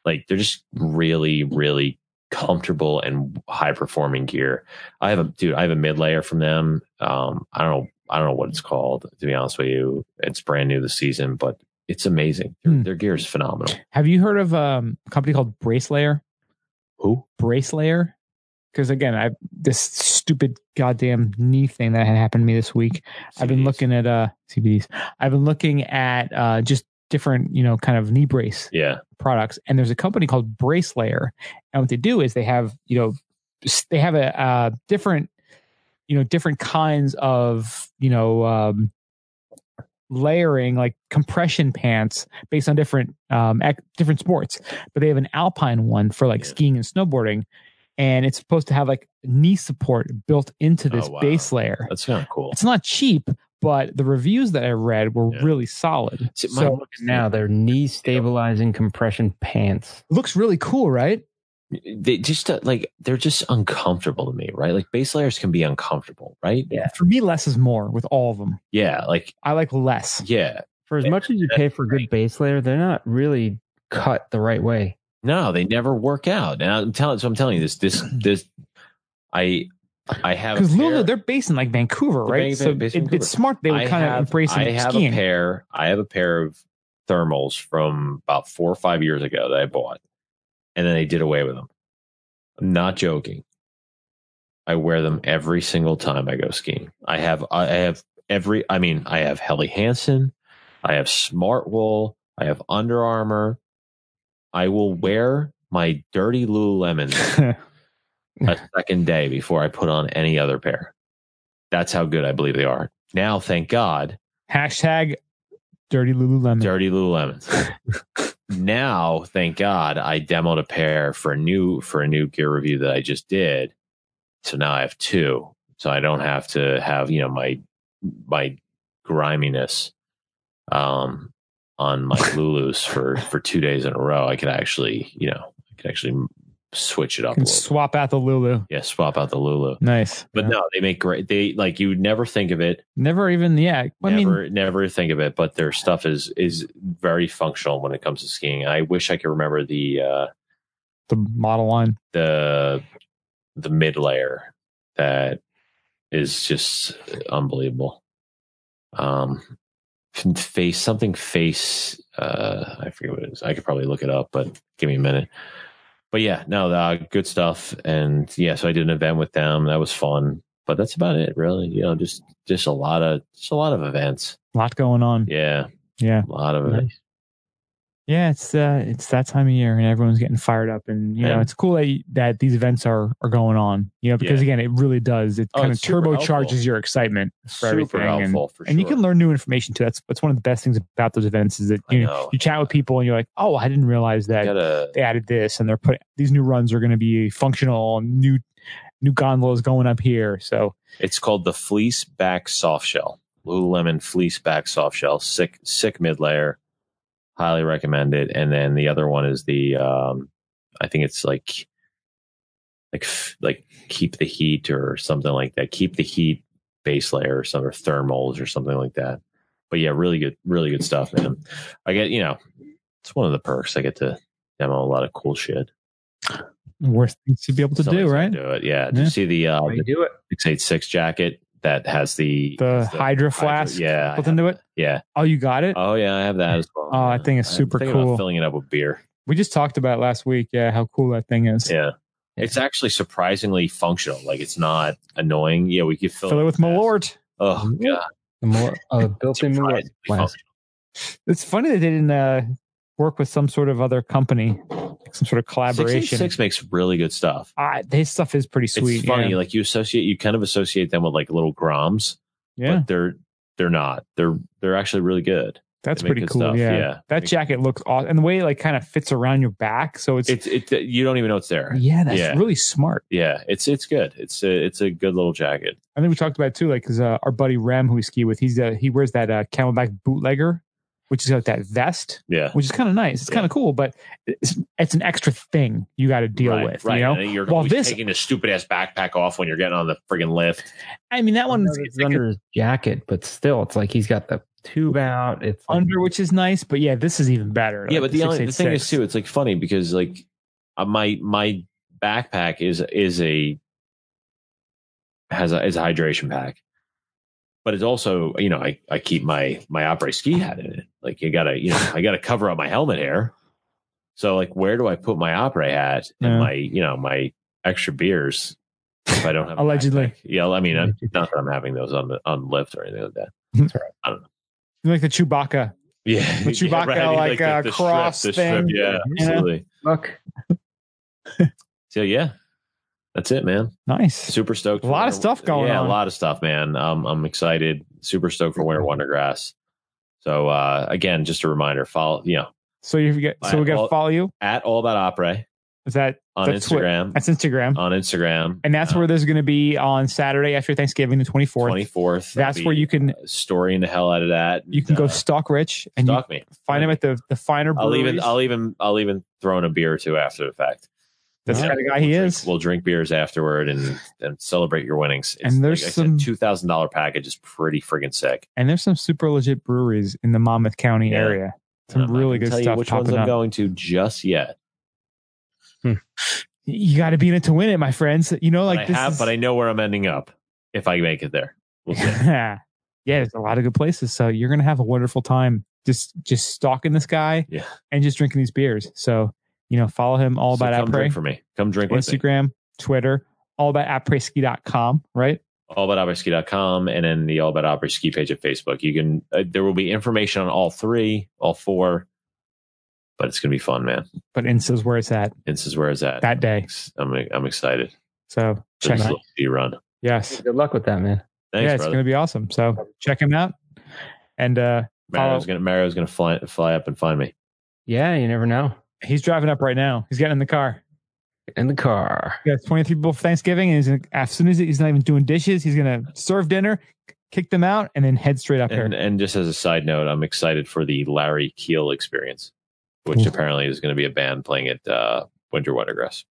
S3: like they're just really really comfortable and high performing gear i have a dude i have a mid layer from them um i don't know i don't know what it's called to be honest with you it's brand new this season but it's amazing their,
S1: Hmm.
S3: their gear is phenomenal
S1: Have you heard of um, a company called Bracelayer?
S3: who
S1: brace layer because again i this stupid goddamn knee thing that had happened to me this week i've been
S3: CDs.
S1: looking at uh cbds i've been looking at uh just different you know kind of knee brace
S3: yeah
S1: products and there's a company called brace layer and what they do is they have you know s- they have a uh different you know different kinds of you know um layering like compression pants based on different um ac- different sports but they have an alpine one for like
S3: Yeah.
S1: skiing and snowboarding and it's supposed to have like knee support built into
S3: Oh,
S1: this
S3: wow.
S1: base layer
S3: that's kind of cool
S1: it's not cheap but the reviews that i read were
S3: Yeah.
S1: really solid
S3: See, my-
S1: so
S2: Now they're knee stabilizing compression pants.
S1: looks really cool right
S3: they just uh, like they're just uncomfortable to me right like base layers can be uncomfortable right
S2: Yeah.
S1: for me less is more with all of them
S3: yeah like
S1: i like less
S3: yeah
S2: For as much as you pay for good base layer, they're not really cut the right way.
S3: No, they never work out. And I'm telling, so I'm telling you this, this, this, I, I have a
S1: Because Lulu,
S3: pair-
S1: they're based in like Vancouver,
S3: They're
S1: right?
S3: based-
S1: so
S3: based in
S1: it,
S3: Vancouver.
S1: it's smart they would
S3: I
S1: kind
S3: have-
S1: of embrace
S3: I
S1: some
S3: have
S1: skiing.
S3: a pair. I have a pair of thermals from about four or five years ago that I bought, and then they did away with them. I'm not joking. I wear them every single time I go skiing. I have I have every. I mean, I have Helly Hansen. I have Smart Wool. I have Under Armour. I will wear my dirty Lululemon a second day before I put on any other pair. That's how good I believe they are. Now, thank God,
S1: Hashtag dirty Lululemon.
S3: dirty Lululemons. now, thank God, I demoed a pair for a new for a new gear review that I just did. So now I have two. So I don't have to have you know my my griminess um on my Lulus for for two days in a row. I could actually you know I could actually switch it up. A
S1: Can
S3: little. bit.
S1: swap out the Lulu.
S3: Yeah, swap out the Lulu.
S1: Nice.
S3: But
S1: Yeah.
S3: no, they make great. They like you would never think of it.
S1: Never even, yeah. I
S3: never,
S1: mean,
S3: never think of it. But their stuff is is very functional when it comes to skiing. I wish I could remember the uh,
S1: the model line.
S3: the the mid layer that is just unbelievable. Um, face something face. Uh, I forget what it is. I could probably look it up, but give me a minute. But yeah, no, uh, good stuff. And yeah, so I did an event with them. That was fun. But that's about it, really. You know, just just a lot of just a lot of events.
S1: lot going on.
S3: Yeah,
S1: Yeah.
S3: a lot of
S1: Nice.
S3: events.
S1: Yeah, it's uh, it's that time of year and everyone's getting fired up, and you know
S3: Yeah.
S1: it's cool that, you- that these events are are going on. You know, because again, it really does. It
S3: Oh,
S1: kind of
S3: it's super helpful.
S1: turbocharges your excitement, for
S3: Super
S1: everything,
S3: helpful for sure.
S1: and you can learn new information too. That's that's one of the best things about those events is that
S3: I
S1: you
S3: know,
S1: you chat
S3: yeah.
S1: with people and you're like, oh, I didn't realize that
S3: You gotta-
S1: they added this, and they're putting these new runs are going to be functional, and new new gondolas going up here. So
S3: It's called the fleece back soft shell. Lululemon fleece back soft shell. Sick, sick mid layer. Highly recommend it. And then the other one is the, um, I think it's like, like, f- like keep the heat or something like that. Keep the heat base layer or some or thermals or something like that. But yeah, really good, really good stuff, man. I get, you know, it's one of the perks. I get to demo a lot of cool shit.
S1: worth things to be able to
S3: Somebody's
S1: do,
S3: gonna
S1: right?
S3: Do it, yeah. Did
S1: Yeah.
S3: you see the uh,
S2: How you
S3: the
S2: do it.
S3: six eight six jacket that has the
S1: The
S3: has
S1: Hydra flask.
S3: Yeah, I
S1: Built into
S3: have-
S1: it.
S3: Yeah.
S1: Oh, you got it.
S3: Oh yeah, I have that as well.
S1: Oh, that thing is
S3: I'm
S1: super
S3: thinking about
S1: cool.
S3: filling it up with beer.
S1: we just talked about it last week. Yeah, how cool that thing is.
S3: Yeah. It's actually surprisingly functional. Like it's not annoying. Yeah, we could fill,
S1: Fill it with Malort. Mm-hmm.
S3: Oh yeah,
S2: The more uh, built-in Malort.
S3: surprisingly
S2: Wow.
S3: functional.
S1: It's funny that they didn't uh, work with some sort of other company, like some sort of collaboration.
S3: 686 makes really good stuff.
S1: Ah, his stuff is pretty sweet.
S3: it's funny,
S1: Yeah.
S3: like you associate, you kind of associate them with like little groms,
S1: Yeah,
S3: but they're they're not. They're they're actually really good.
S1: that's
S3: they make
S1: pretty
S3: good
S1: cool.
S3: stuff,
S1: Yeah.
S3: yeah.
S1: that
S3: Make-
S1: jacket looks awesome, and the way it like kind of fits around your back, so it's,
S3: It's it you don't even know it's there.
S1: yeah, that's
S3: yeah.
S1: really smart.
S3: Yeah, it's it's good. It's a it's a good little jacket.
S1: I think we talked about it too, like because uh, our buddy Rem, who we ski with, he's uh, he wears that uh, Camelback bootlegger, which is like that vest,
S3: Yeah.
S1: which is kind of nice. It's
S3: Yeah.
S1: kind of cool, but it's, it's an extra thing you got to deal
S3: right,
S1: with.
S3: Right.
S1: You know,
S3: and then you're
S1: Well,
S3: always
S1: this-
S3: taking the stupid ass backpack off when you're getting on the friggin' lift.
S1: I mean that
S2: One
S1: one
S2: is under his jacket, but still, it's like he's got the tube out. It's like,
S1: under, which is nice, but yeah, this is even better.
S3: yeah,
S1: like
S3: but the, only, the thing is
S1: 686.
S3: too, it's like funny because like uh, my my backpack is is a has a is a hydration pack, but it's also you know I I keep my my opera ski hat in it. Like you gotta you know I gotta cover up my helmet hair. So like where do I put my opera hat and
S1: Yeah.
S3: my you know my extra beers if I don't have a
S1: Allegedly.
S3: backpack? Yeah, I mean I'm, not that I'm having those on the on lift or anything like that.
S1: You like the Chewbacca.
S3: Yeah,
S1: The Chewbacca, like, uh, cross thing. Yeah.
S3: Yeah, absolutely.
S2: look,
S3: So yeah, that's it, man.
S1: Nice.
S3: Super stoked.
S1: A lot of
S3: Winter-
S1: stuff going
S3: yeah,
S1: on.
S3: a lot of stuff, man. Um, I'm excited. Super stoked for Winter Wondergrass. So uh, again, just a reminder: follow, you know,
S1: So you get so we got to
S3: Well-
S1: follow you.
S3: at All About Opera
S1: Is that
S3: on
S1: That's what-
S3: Instagram.
S1: that's Instagram?
S3: on Instagram,
S1: and that's
S3: uh,
S1: where there's going to be on Saturday after Thanksgiving, the 24th.
S3: 24th.
S1: That's where you can
S3: story in the hell out of that.
S1: you can
S3: Uh,
S1: go stalk Rich and
S3: stalk me.
S1: you find him at the the finer.
S3: I'll even,
S1: breweries.
S3: I'll even, I'll even throw in a beer or two after the fact.
S1: that's the
S3: Yeah.
S1: kind of guy he
S3: drink-
S1: is.
S3: We'll drink beers afterward and and celebrate your winnings.
S1: And there's
S3: like I said,
S1: some-
S3: two thousand dollar package is pretty friggin' sick.
S1: And there's some super legit breweries in the Monmouth County
S3: Yeah.
S1: area.
S3: And
S1: Some
S3: I'm not
S1: really
S3: gonna
S1: good
S3: tell you
S1: stuff
S3: which ones
S1: popping
S3: I'm
S1: up.
S3: going to just yet.
S1: you got to be in it to win it, my friends. You know,
S3: But
S1: like
S3: I have, but I know where I'm ending up if I make it there. We'll see.
S1: yeah, there's a lot of good places. So you're gonna have a wonderful time just just stalking this guy
S3: Yeah.
S1: and just drinking these beers. So you know, follow him all
S3: So
S1: about
S3: come
S1: Apres
S3: drink for me. Come drink with me.
S1: Instagram, Twitter, all about apreski.com, right?
S3: all about albertski.com and then the all about Opry ski page at facebook you can uh, there will be information on all three all four but it's gonna be fun man
S1: But Insta's where it's at
S3: this is where it's at
S1: that day.
S3: i'm, I'm excited
S1: So
S3: for
S1: check
S3: this
S1: out.
S3: little speed run
S1: Yes.
S2: Good luck with that, man.
S3: thanks
S1: yeah, it's
S3: brother
S1: going to be awesome. So check him out. And uh,
S3: mario's
S1: follow-
S3: gonna mario's gonna fly fly up and find me
S2: Yeah, you never know.
S1: he's driving up right now. He's getting in the car.
S2: In the car.
S1: He got 23 people for Thanksgiving. And he's gonna, as soon as he- he's not even doing dishes, he's going to serve dinner, k- kick them out, and then head straight up
S3: and
S1: here.
S3: and just as a side note i'm excited for the larry keel experience which
S1: Oof.
S3: apparently is going to be a band playing at uh winter watergrass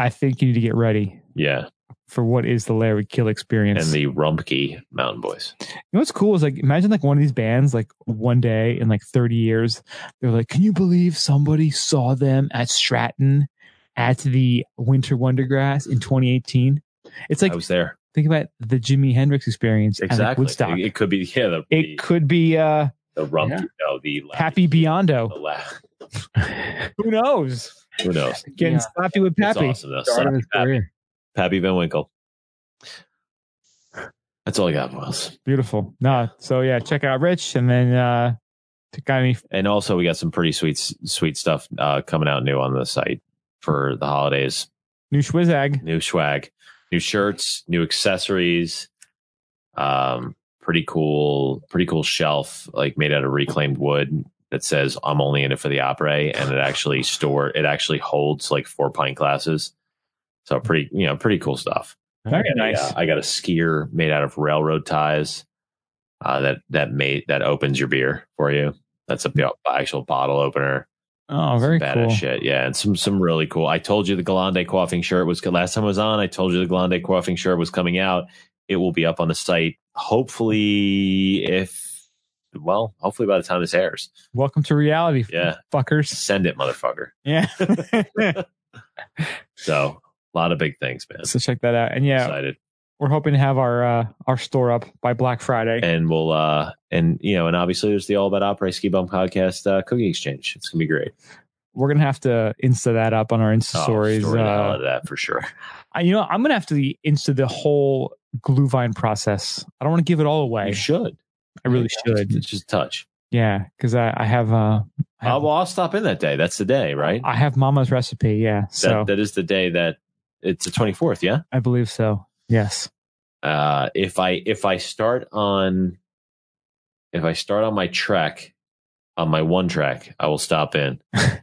S1: I think you need to get ready
S3: yeah
S1: for what is the Larry Kill experience.
S3: and the rumpke mountain boys
S1: You know what's cool is like imagine like one of these bands like one day in like 30 years they're like can you believe somebody saw them at Stratton at the Winter Wondergrass in 2018 it's like
S3: i was there
S1: think about the Jimi Hendrix experience at like
S3: exactly
S1: Woodstock
S3: It,
S1: it,
S3: it could be yeah the, the-
S1: could be uh
S3: The rump,
S2: Yeah.
S3: no, the la-
S1: Happy
S3: the
S1: Biondo
S3: la-
S1: who knows
S3: Who knows?
S1: getting
S2: Yeah.
S1: sloppy with
S3: That's
S1: Pappy
S3: awesome. Though.
S2: Start of his
S3: Pappy,
S2: career.
S3: Pappy Van Winkle. That's all I got, Miles.
S1: beautiful no so yeah check out Rich and then uh got any
S3: And also, we got some pretty sweet, sweet stuff uh, coming out new on the site for the holidays.
S1: new Schwizag
S3: New swag, new shirts, new accessories. Um, pretty cool, pretty cool shelf like made out of reclaimed wood that says "I'm only in it for the opera," and it actually store it actually holds like four pint glasses. So pretty, you know, pretty cool stuff.
S1: very
S3: I got a,
S1: nice
S3: uh, I got a skier made out of railroad ties uh, that that made that opens your beer for you. That's
S1: Hmm.
S3: a b- actual bottle opener.
S1: oh
S3: Some
S1: very
S3: badass
S1: cool
S3: shit. Yeah, and some some really cool. I told you the Galande quaffing shirt was last time I was on. I told you the Galande quaffing shirt was coming out. It will be up on the site. Hopefully, if well, hopefully by the time this airs,
S1: welcome to reality
S3: Yeah.
S1: fuckers
S3: send it, motherfucker.
S1: yeah
S3: So a lot of big things, man.
S1: So check that out. And yeah,
S3: Excited.
S1: we're hoping to have our uh, our store up by Black Friday.
S3: and we'll uh and you know and obviously there's the all about opera ski bum podcast uh cookie exchange it's gonna be great
S1: we're gonna have to insta that up on our Insta
S3: Oh,
S1: stories.
S3: story the hell out
S1: Uh,
S3: of that for sure
S1: I, you know, I'm gonna have to insta the whole Glühwein process. I don't want to give it all away.
S3: you should
S1: I really
S3: Just-
S1: should.
S3: just, touch
S1: Yeah, because I, I have uh, I
S3: uh,
S1: have, Oh,
S3: well i'll stop in that day that's the day right
S1: I have Mama's recipe. Yeah, so
S3: that, that is the day that it's the 24th yeah
S1: I believe so. Yes.
S3: uh if i if i start on if i start on my trek on my one track i will stop in if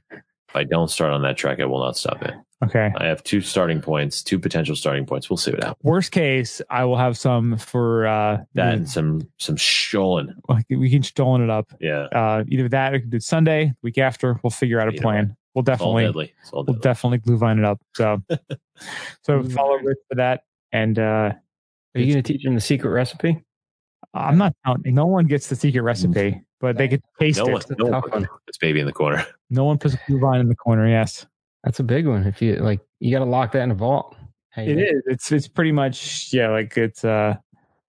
S3: i don't start on that track i will not stop in
S1: Okay.
S3: i have two starting points two potential starting points we'll see what happens
S1: Worst case, I will have some for uh,
S3: that and some some showing
S1: we- We can stolen it up.
S3: yeah
S1: Uh, either that or we can do it Sunday, week after. We'll figure out a
S3: Either
S1: plan. We'll definitely.
S3: All deadly. It's all
S1: we'll
S3: deadly.
S1: definitely glue vine it up. So, so follow Rich for that. And uh,
S2: Are you going to teach him the secret recipe?
S1: I'm not counting. No one gets the secret recipe, but they get to taste
S3: no
S1: it.
S3: one,
S2: a
S3: no one
S2: tough
S3: puts
S2: one.
S3: this baby in the corner.
S1: No one puts glue vine in the corner. Yes,
S2: That's a big one. If you like, you got to lock that in a vault. Hey,
S1: it is. It's it's pretty much yeah. Like it's uh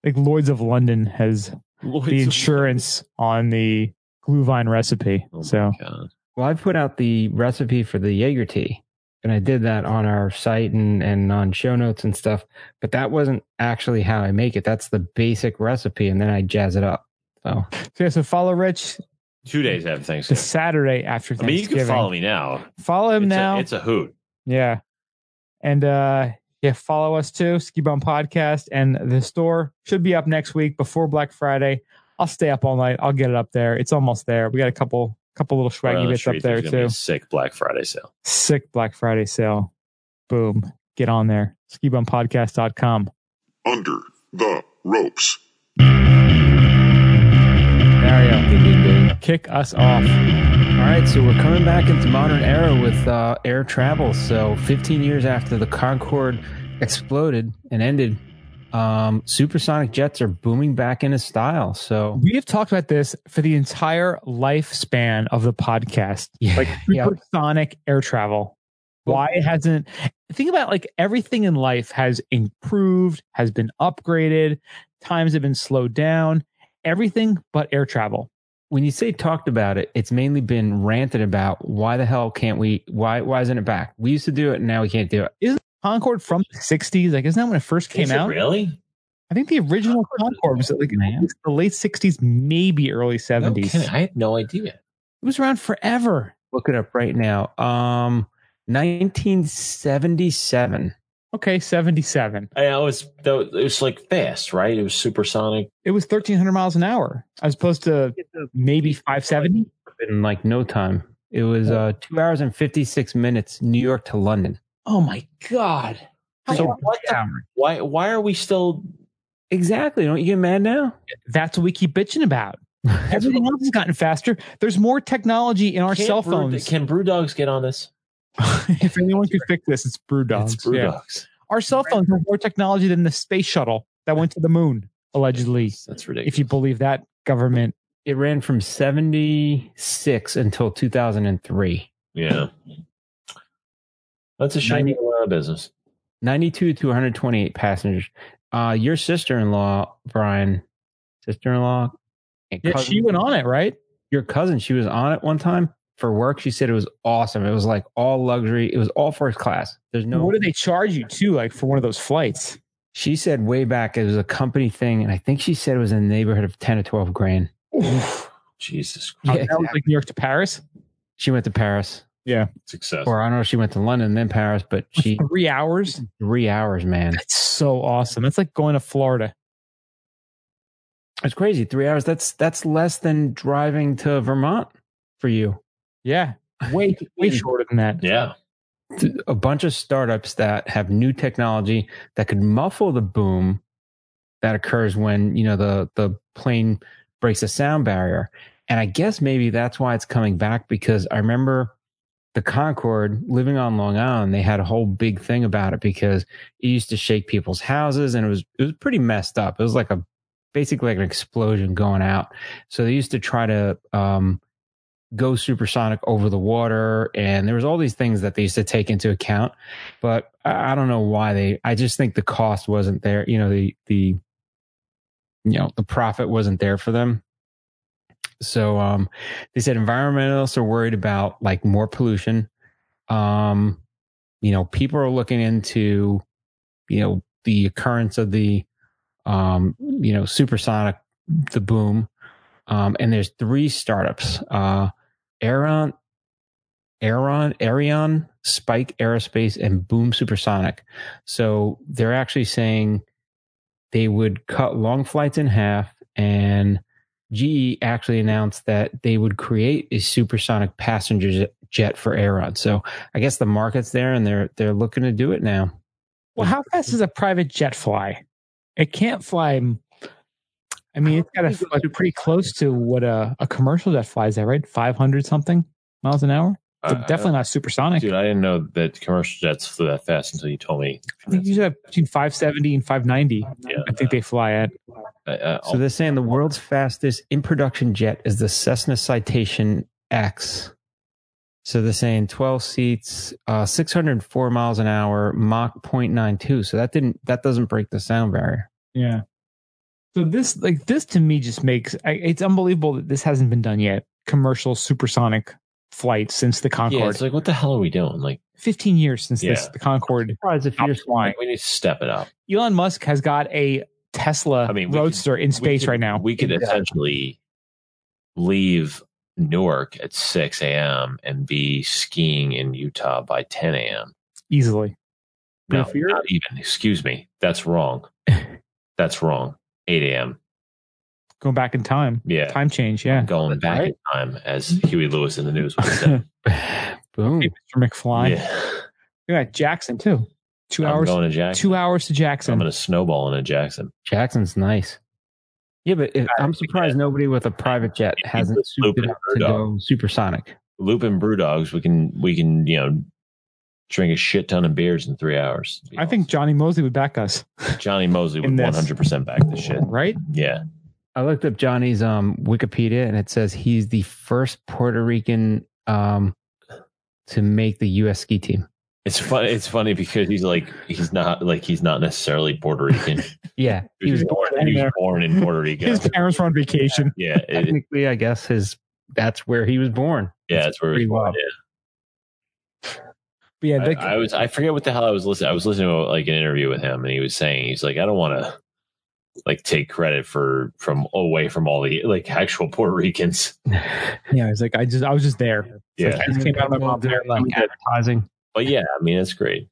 S1: like Lloyd's of London has the insurance on the glue vine recipe.
S3: Oh my
S1: so
S3: God.
S2: Well, I put out the recipe for the Jaeger tea, and I did that on our site and, and on show notes and stuff. But that wasn't actually how I make it. That's the basic recipe, and then I jazz it up. So
S1: so yeah. So follow Rich
S3: two days after
S1: the
S3: Thanksgiving.
S1: Saturday after
S3: I mean, you
S1: Thanksgiving.
S3: can follow me now.
S1: Follow him
S3: it's
S1: now.
S3: A, it's a hoot.
S1: Yeah. And uh yeah, follow us too, Ski Bum Podcast and the store should be up next week before Black Friday. I'll stay up all night. I'll get it up there. It's almost there. We got a couple couple little
S3: Right
S1: swaggy
S3: on the
S1: bits up
S3: street,
S1: there
S3: there's gonna
S1: too.
S3: be a sick Black Friday sale.
S1: Sick Black Friday sale. Boom. Get on there. SkiBumPodcast.com.
S7: Under the ropes.
S1: Mario, kick us off.
S2: All right, so we're coming back into modern era with uh, air travel. So, 15 years after the Concorde exploded and ended, um, supersonic jets are booming back into style. So,
S1: We have talked about this for the entire lifespan of the podcast.
S2: yeah,
S1: Like
S2: yeah,
S1: supersonic air travel. Why it hasn't? Think about like everything in life has improved, has been upgraded, times have been slowed down, everything but air travel.
S2: when you say talked about it, it's mainly been ranted about. Why the hell can't we? Why why isn't it back? We used to do it, and now we can't do it.
S1: Concorde from the 60s, like, isn't that when it first came
S3: Is it
S1: out?
S3: really?
S1: I think the original Concorde was like
S2: Man.
S1: the late 60s, maybe early
S3: No
S1: 70s.
S3: kidding. I had no idea.
S1: it was around forever.
S2: Look it up right now. Um, 1977.
S1: Okay, 77.
S3: I I was that was- it was like fast, right? It was supersonic.
S1: It was 1,300 miles an hour as opposed to maybe 570.
S2: In like no time, it was uh two hours and 56 minutes, New York to London.
S3: Oh my god! So what? the-
S2: Yeah.
S3: why why are we still?
S2: Exactly. Don't you get mad now?
S1: That's what we keep bitching about. Everything else has gotten faster. There's more technology in our
S3: can't
S1: cell
S3: brew-
S1: phones.
S3: can brew dogs get on this?
S1: if anyone could fix this, it's brew dogs.
S3: It's brew
S1: Yeah.
S3: dogs.
S1: Our cell phones have more technology than the space shuttle that went to the moon, allegedly,
S3: That's ridiculous.
S1: if you believe that government.
S2: It ran from 76 until 2003.
S3: Yeah. That's a shame
S2: Ninety-
S3: we're out of business.
S2: 92 to 128 passengers. Uh, your sister in law, Brian, sister in law, and
S1: Yeah,
S2: cousin-
S1: she went on it, right?
S2: your cousin, she was on it one time for work. She said it was awesome. It was like all luxury. It was all first class. There's no,
S1: What do they charge you too, like for one of those flights?
S2: she said way back, it was a company thing. And I think she said it was in the neighborhood of 10 or 12 grand.
S3: Jesus
S1: Yeah,
S3: Christ.
S1: that was like New York to Paris.
S2: She went to Paris,
S3: Success.
S2: or I don't know if she went to London, then Paris, but she,
S1: Three hours.
S2: three hours, man.
S1: That's so awesome. That's like going to Florida.
S2: It's crazy. Three hours. That's, that's less than driving to Vermont for you.
S1: Yeah, way way shorter than that.
S3: Yeah.
S2: th- a bunch of startups that have new technology that could muffle the boom that occurs when you know the the plane breaks a sound barrier and i guess maybe that's why it's coming back because i remember the concord living on long island they had a whole big thing about it because it used to shake people's houses and it was it was pretty messed up it was like a basically like an explosion going out so they used to try to um go supersonic over the water and there was all these things that they used to take into account but i I don't know why they i just think the cost wasn't there you know the the you know the profit wasn't there for them so um they said environmentalists are worried about like more pollution um you know people are looking into you know the occurrence of the um you know supersonic the boom um and there's three startups uh Aeron, Aeron, Arion, Spike Aerospace, and Boom Supersonic. So they're actually saying they would cut long flights in half. And GE actually announced that they would create a supersonic passenger j- jet for Aeron. So I guess the market's there, and they're they're looking to do it now.
S1: Well, how fast does a private jet fly? It can't fly. I mean, it's got to fly pretty close to what a, a commercial jet flies at, right? 500 something miles an hour? It's
S3: Uh,
S1: definitely not supersonic.
S3: Dude, I didn't know that commercial jets flew that fast until you told me.
S1: I think you should have between 570 and 590.
S3: Yeah.
S1: I think they fly at.
S3: Uh, uh,
S2: So they're saying the world's fastest in production jet is the Cessna Citation X. So they're saying 12 seats, uh, 604 miles an hour, Mach 0.92. So that didn't that doesn't break the sound barrier.
S1: Yeah. So this, like this, to me just makes I, it's unbelievable that this hasn't been done yet. Commercial supersonic flight since the
S3: yeah,
S1: Concorde.
S3: it's like, what the hell are we doing? Like,
S1: 15 years since this
S3: Yeah.
S1: the Concorde.
S2: Surprised if you're
S1: stopped flying.
S3: we need to step it up.
S1: Elon Musk has got a Tesla
S3: I mean, we
S1: Roadster in
S3: We
S1: space
S3: could-
S1: right now.
S3: Uh, We could essentially leave Newark at 6 a.m. and be skiing in Utah by 10 a.m.
S1: easily. But
S3: No,
S1: if you're-
S3: not even. Excuse me. That's wrong. That's wrong. 8 a.m.
S1: Going back in time,
S3: Yeah.
S1: time Mm-hmm. change. Yeah,
S3: Going back in time, as Huey Lewis in the news would say.
S2: Boom.
S1: Hey, Mr. McFly.
S3: yeah.
S1: Yeah, Jackson too. 2
S3: I'm
S1: hours.
S3: going to Jackson.
S1: Two hours to
S3: I'm
S1: Jackson.
S3: going to snowball into Jackson.
S2: Jackson's nice. Yeah, but if, I'm surprised nobody with a private jet
S3: If you
S2: hasn't
S3: put
S2: souped it
S3: Lupin
S2: up to go supersonic.
S3: Loop and brew dogs. We can we can you know drink a shit ton of beers in three hours.
S1: I think Johnny Mosley would back us,
S3: Johnny Mosley
S1: in
S3: would
S1: this.
S3: 100 percent back the shit.
S1: right?
S3: Yeah,
S2: I looked up Johnny's um, Wikipedia, and it says he's the first Puerto Rican um, to make the U.S. ski team.
S3: It's fun. It's funny because he's like he's not like he's not necessarily Puerto Rican.
S2: Yeah,
S3: He was
S1: He's
S3: born.
S1: born
S3: He was
S1: there.
S3: born in Puerto Rico.
S1: His parents were on vacation.
S3: yeah, it,
S2: technically, I guess his that's where he was born.
S3: yeah. That's where he
S2: Pretty
S3: was born.
S2: wild.
S1: But yeah,
S3: I,
S1: Vic,
S3: I was I forget what the hell I was listening. I was listening to like an interview with him, and he was saying he's like I don't want to like take credit for from away from all the like actual Puerto Ricans.
S1: yeah, he's like, I just, I was just there.
S3: Yeah,
S1: I just came out of my mom's hair.
S2: like advertising.
S3: but yeah, I mean that's great.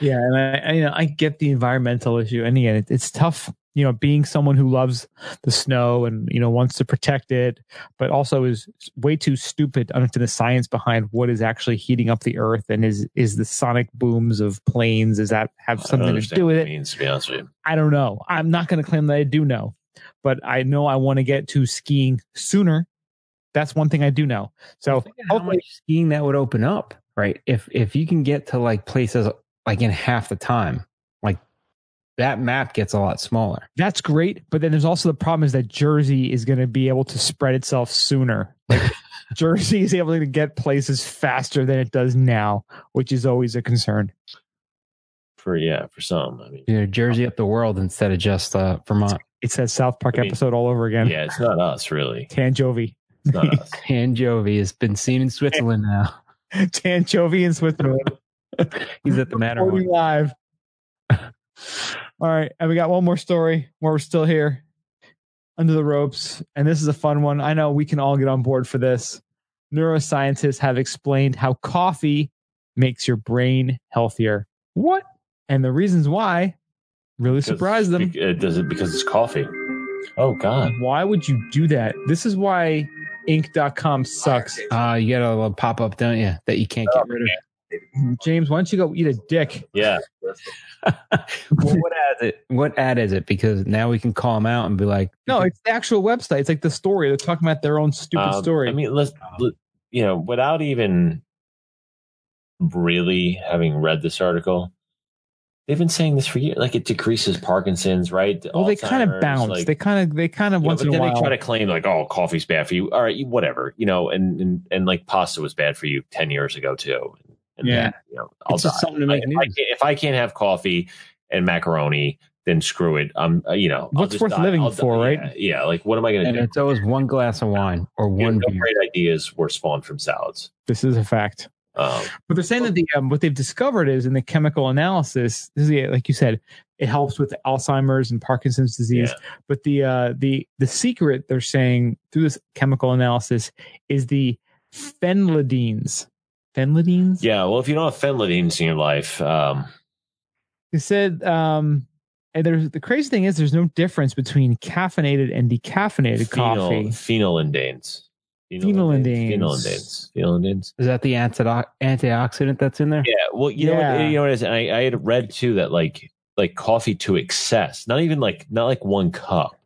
S1: Yeah, and I, I, you know, I get the environmental issue, and again, it, it's tough. You know, being someone who loves the snow and you know wants to protect it, but also is way too stupid to the science behind what is actually heating up the earth and is is the sonic booms of planes does that have
S3: I don't
S1: something to
S3: understand
S1: do with
S3: what
S1: it?
S3: Means to be honest with you,
S1: I don't know. I'm not going to claim that I do know, but I know I want to get to skiing sooner. That's one thing I do know. So
S2: Think of How
S1: hopefully-
S2: much skiing that would open up, right? If if you can get to like places like in half the time, like that map gets a lot smaller.
S1: that's great. But then there's also the problem is that Jersey is going to be able to spread itself sooner. Like Jersey is able to get places faster than it does now, which is always a concern.
S3: for yeah, for some. I mean,
S2: You know, Jersey up the world instead of just uh, Vermont.
S1: It's that South Park
S3: I mean,
S1: episode all over again.
S3: yeah, it's not us really.
S1: Tanjovi.
S3: It's not us.
S2: And Jovi has been seen in Switzerland now.
S1: Tanjovi in Switzerland.
S2: He's at the Matterhorn.
S1: Reporting live. All right, and we got one more story where we're still here under the ropes, and this is a fun one. I know we can all get on board for this. Neuroscientists have explained how coffee makes your brain healthier. What? And the reasons why really surprised them.
S3: Be- uh, does it because it's coffee? Oh God,
S1: Why would you do that? This is why Inc.com sucks.
S2: Uh, you got a little pop up, don't you? That you can't
S1: Oh.
S2: get rid of.
S1: James, why don't you go eat a dick?
S3: yeah.
S2: Well, what ad is it? What ad is it? Because now we can call them out and be like,
S1: No, it's the actual website. It's like the story. They're talking about their own stupid
S3: Um,
S1: story.
S3: I mean, let's let- you know, without even really having read this article, they've been saying this for years. Like it decreases Parkinson's, right?
S1: well, they kind of
S3: Alzheimer's,
S1: bounce.
S3: like-
S1: they kind of, they kind of
S3: Yeah,
S1: once
S3: but
S1: in a
S3: then
S1: while.
S3: they try to claim like, oh, coffee's bad for you. All right, you- whatever, you know, and and and like pasta was bad for you ten years ago too. And
S1: Yeah.
S3: then, you know, I'll
S2: It's just
S3: die.
S2: something to make
S3: I-
S2: news.
S3: I can't- if I can't have coffee and macaroni, then screw it. I'm, uh, you know, I'll
S1: What's
S3: just
S1: worth
S3: die.
S1: living
S3: I'll
S1: for,
S3: die.
S1: right?
S3: Yeah, yeah, like what am I going
S2: and
S3: to do?
S2: it's always one glass of wine or
S3: You know,
S2: one
S3: no
S2: beer.
S3: great ideas were spawned from salads.
S1: This is a fact.
S3: Um,
S1: But they're saying that the um, what they've discovered is in the chemical analysis, this is the, like you said, it helps with Alzheimer's and Parkinson's disease. But the uh, the the secret they're saying through this chemical analysis is the phenylidines. Phenylidines.
S3: Yeah, well, if you don't have fenlidines in your life, um,
S1: They said, um, and there's the crazy thing is there's no difference between caffeinated and decaffeinated coffee.
S3: phenyl, phenylindines.
S1: Phenylindines.
S3: Phenylindines. Phenylindines.
S2: Is that the antidoc- antioxidant that's in there?
S3: Yeah, well, you know, what,
S1: Yeah.
S3: you know what it is. And I, I had read too that like like coffee to excess, not even like not like one cup,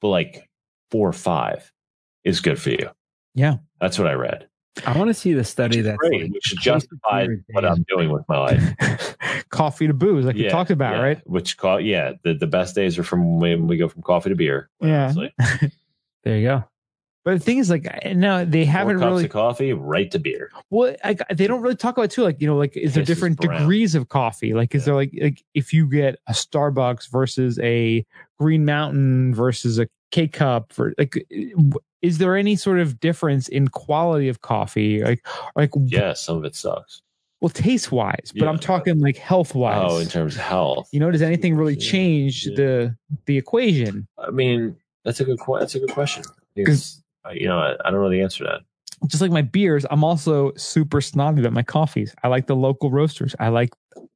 S3: but like four or five is good for you.
S1: Yeah.
S3: that's what I read.
S2: I want to see the study
S3: Which is um,
S2: that's
S3: great,
S2: like,
S3: which justifies what I'm doing with my life.
S1: coffee to booze, like we
S3: Yeah,
S1: talked about,
S3: yeah.
S1: right?
S3: Which co- yeah, the, the best days are from when we go from coffee to beer.
S1: Yeah.
S3: It's like
S2: There you go.
S1: But the thing is, like, no, they
S3: four
S1: haven't
S3: cups
S1: really Oh,
S3: of coffee, right to beer.
S1: Well, I, they don't really talk about it too. Like you know, like is there
S3: This is
S1: different
S3: brown.
S1: degrees of coffee? Like is
S3: Yeah.
S1: there like like if you get a Starbucks versus a Green Mountain versus a K cup for like eh, is there any sort of difference in quality of coffee? Like like
S3: Yeah, some of it sucks.
S1: well, taste wise, but
S3: Yeah.
S1: I'm talking like health wise.
S3: Oh, in terms of health.
S1: you know, does anything really
S3: Yeah,
S1: change
S3: yeah.
S1: the the equation?
S3: I mean, that's a good que- that's a good question. Because
S1: 'Cause-
S3: you know, I, I don't know the answer to that.
S1: Just like my beers, I'm also super snobby about my coffees. I like the local roasters. I like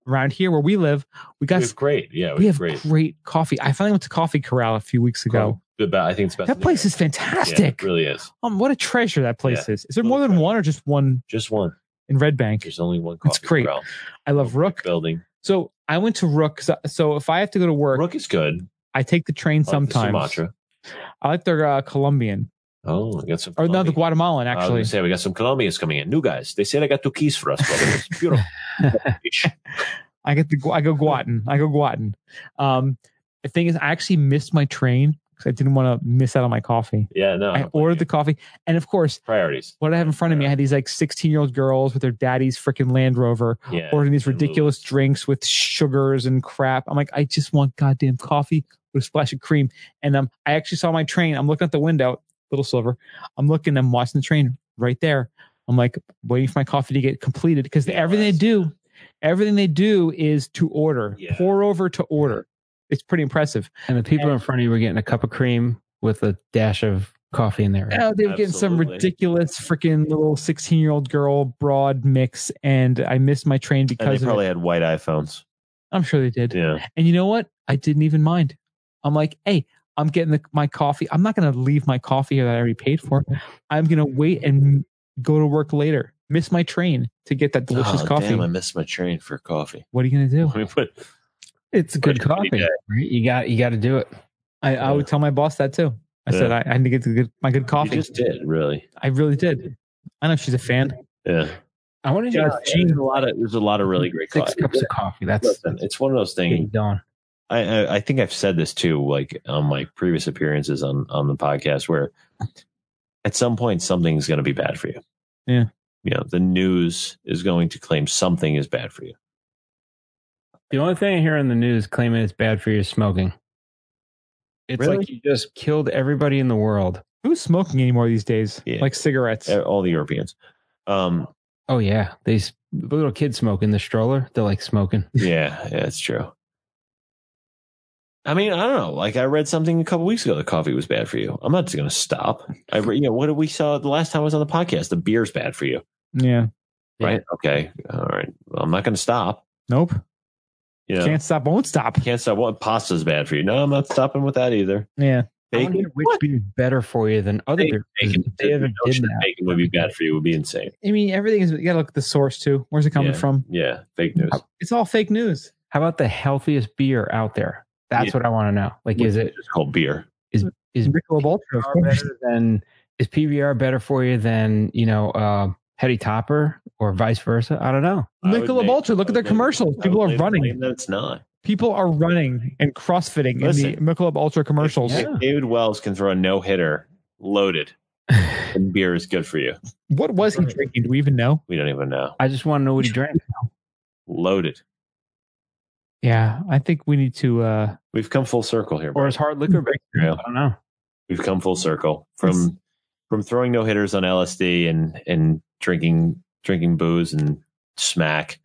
S1: around here where we live, we got
S3: we have great, yeah, we,
S1: we
S3: have
S1: have
S3: great.
S1: great. coffee. I finally went to Coffee Corral a few weeks ago.
S3: The be- I think it's best. in
S1: That
S3: the
S1: place is
S3: area.
S1: fantastic.
S3: Oh, Yeah, it really is.
S1: um, what a treasure that place is. Is there
S3: Little
S1: more than
S3: treasure.
S1: one or just one
S3: Just one.
S1: in Red Bank?
S3: There's only one. Coffee
S1: It's great.
S3: Corral.
S1: I love Rook.
S3: building.
S1: So I went to Rook. So, so if I have to go to work,
S3: Rook is good.
S1: I take the train
S3: I like the
S1: sometimes.
S3: Sumatra.
S1: I like their uh, Colombian
S3: Oh, we got some.
S1: or no, the
S3: Colombian.
S1: Guatemalan
S3: Uh, I was
S1: actually.
S3: gonna say we got some Colombians coming in. New guys. They said I got two keys for us. Brother. It's beautiful.
S1: I get the gu- I go Guatin. I go Guatin. Um, the thing is, I actually missed my train because I didn't want to miss out on my coffee.
S3: Oh, Yeah, no.
S1: I
S3: don't blame
S1: ordered
S3: you.
S1: the coffee, and of course,
S3: priorities.
S1: what I have in front of me, I had these like 16 year old girls with their daddy's freaking Land Rover
S3: Yeah.
S1: ordering these
S3: and
S1: ridiculous drinks with sugars and crap. I'm like, I just want goddamn coffee with a splash of cream. And um, I actually saw my train. I'm looking at the window, little silver. I'm looking, I'm watching the train right there. I'm like waiting for my coffee to get completed because
S3: Yeah,
S1: everything they
S3: that's-
S1: do, everything they do is to order,
S3: Yeah.
S1: pour over to order. It's pretty impressive.
S2: And the people in front of you were getting a cup of cream with a dash of coffee in there. right?
S1: Oh, they were getting some
S3: Absolutely.
S1: ridiculous freaking little 16 year old girl broad mix. And I missed my train
S3: And they
S1: because of
S3: probably
S1: it.
S3: had white iPhones.
S1: I'm sure they did.
S3: Yeah.
S1: And you know what? I didn't even mind. I'm like, hey, I'm getting the, my coffee. I'm not going to leave my coffee here that I already paid for. I'm going to wait and go to work later. Miss my train to get that delicious
S3: Oh,
S1: coffee.
S3: Damn, I missed my train for coffee.
S1: what are you going to do?
S3: Let me put
S2: It's good
S3: Pretty-
S2: coffee.
S3: pretty good.
S2: Right? You got you got to do it.
S1: I, I would tell my boss that too. I said I, I need to get the good, my good
S3: You
S1: coffee.
S3: just did, really.
S1: I really did. I know she's a fan.
S3: Yeah.
S2: I wanted you
S3: Yeah,
S2: to
S3: yeah, there's a lot of there's a lot of really great
S2: six
S3: coffee.
S2: cups of coffee. That's
S3: Listen, it's one of those
S2: getting
S3: things.
S2: done.
S3: I, I I think I've said this too, like on my previous appearances on on the podcast, where at some point something's going to be bad for you.
S1: Yeah.
S3: You know, the news is going to claim something is bad for you.
S2: The only thing I hear in the news claiming it's bad for you is smoking. It's
S3: Really?
S2: like you just killed everybody in the world.
S1: Who's smoking anymore these days?
S3: Yeah.
S1: Like cigarettes.
S3: Uh, All the Europeans. Um.
S2: Oh yeah, they s- the little kids smoke in the stroller. They're like smoking.
S3: Yeah, yeah, it's true. I mean, I don't know. Like I read something a couple weeks ago that coffee was bad for you. I'm not just going to stop. I re- you know what did we saw the last time I was on the podcast? The beer's bad for you,
S1: Yeah.
S2: Yeah.
S3: right? Okay, all right. Well, I'm not going to stop.
S1: Nope.
S3: You know,
S1: Can't stop. Won't stop.
S3: Can't stop. What pasta's bad for you? No, I'm not stopping with that either.
S1: Yeah.
S2: I wanna
S3: Bacon,
S2: hear which
S3: What?
S2: beer is better for you than other
S3: Bacon,
S2: beer?
S3: bacon.
S2: They
S3: The
S2: haven't did
S3: notion that
S2: that.
S3: Bacon would be bad for you. Would be insane.
S1: I mean, everything is, you got to look at the source too. Where's it coming
S3: Yeah.
S1: from?
S3: Yeah, fake news.
S1: It's all fake news.
S2: How about the healthiest beer out there? That's
S3: Yeah.
S2: what I want to know. Like, is it
S3: It's called beer.
S2: is
S1: Michelob Ultra, of
S2: PBR
S1: course.
S2: better than is PBR better for you than you know uh, Hetty Topper or vice versa? I don't know.
S3: I would
S1: Michelob
S3: make-
S1: Ultra, look
S3: I
S1: at their
S3: would make-
S1: commercials.
S3: I
S1: People
S3: would
S1: are
S3: make the
S1: running.
S3: claim That it's not.
S1: People are running and crossfitting
S3: Listen.
S1: in the Michelob Ultra commercials.
S2: Yeah.
S3: If David Wells can throw a no hitter loaded, and beer is good for you.
S1: What was he drinking? Do we even know?
S3: We don't even know.
S2: I just want to know what he drank.
S3: Loaded.
S1: Yeah, I think we need to. uh
S3: We've come full circle here.
S2: or
S3: Bro.
S2: is hard liquor better?
S3: Yeah.
S2: I don't know.
S3: We've come full circle from from throwing no hitters on LSD and and drinking drinking booze and smack.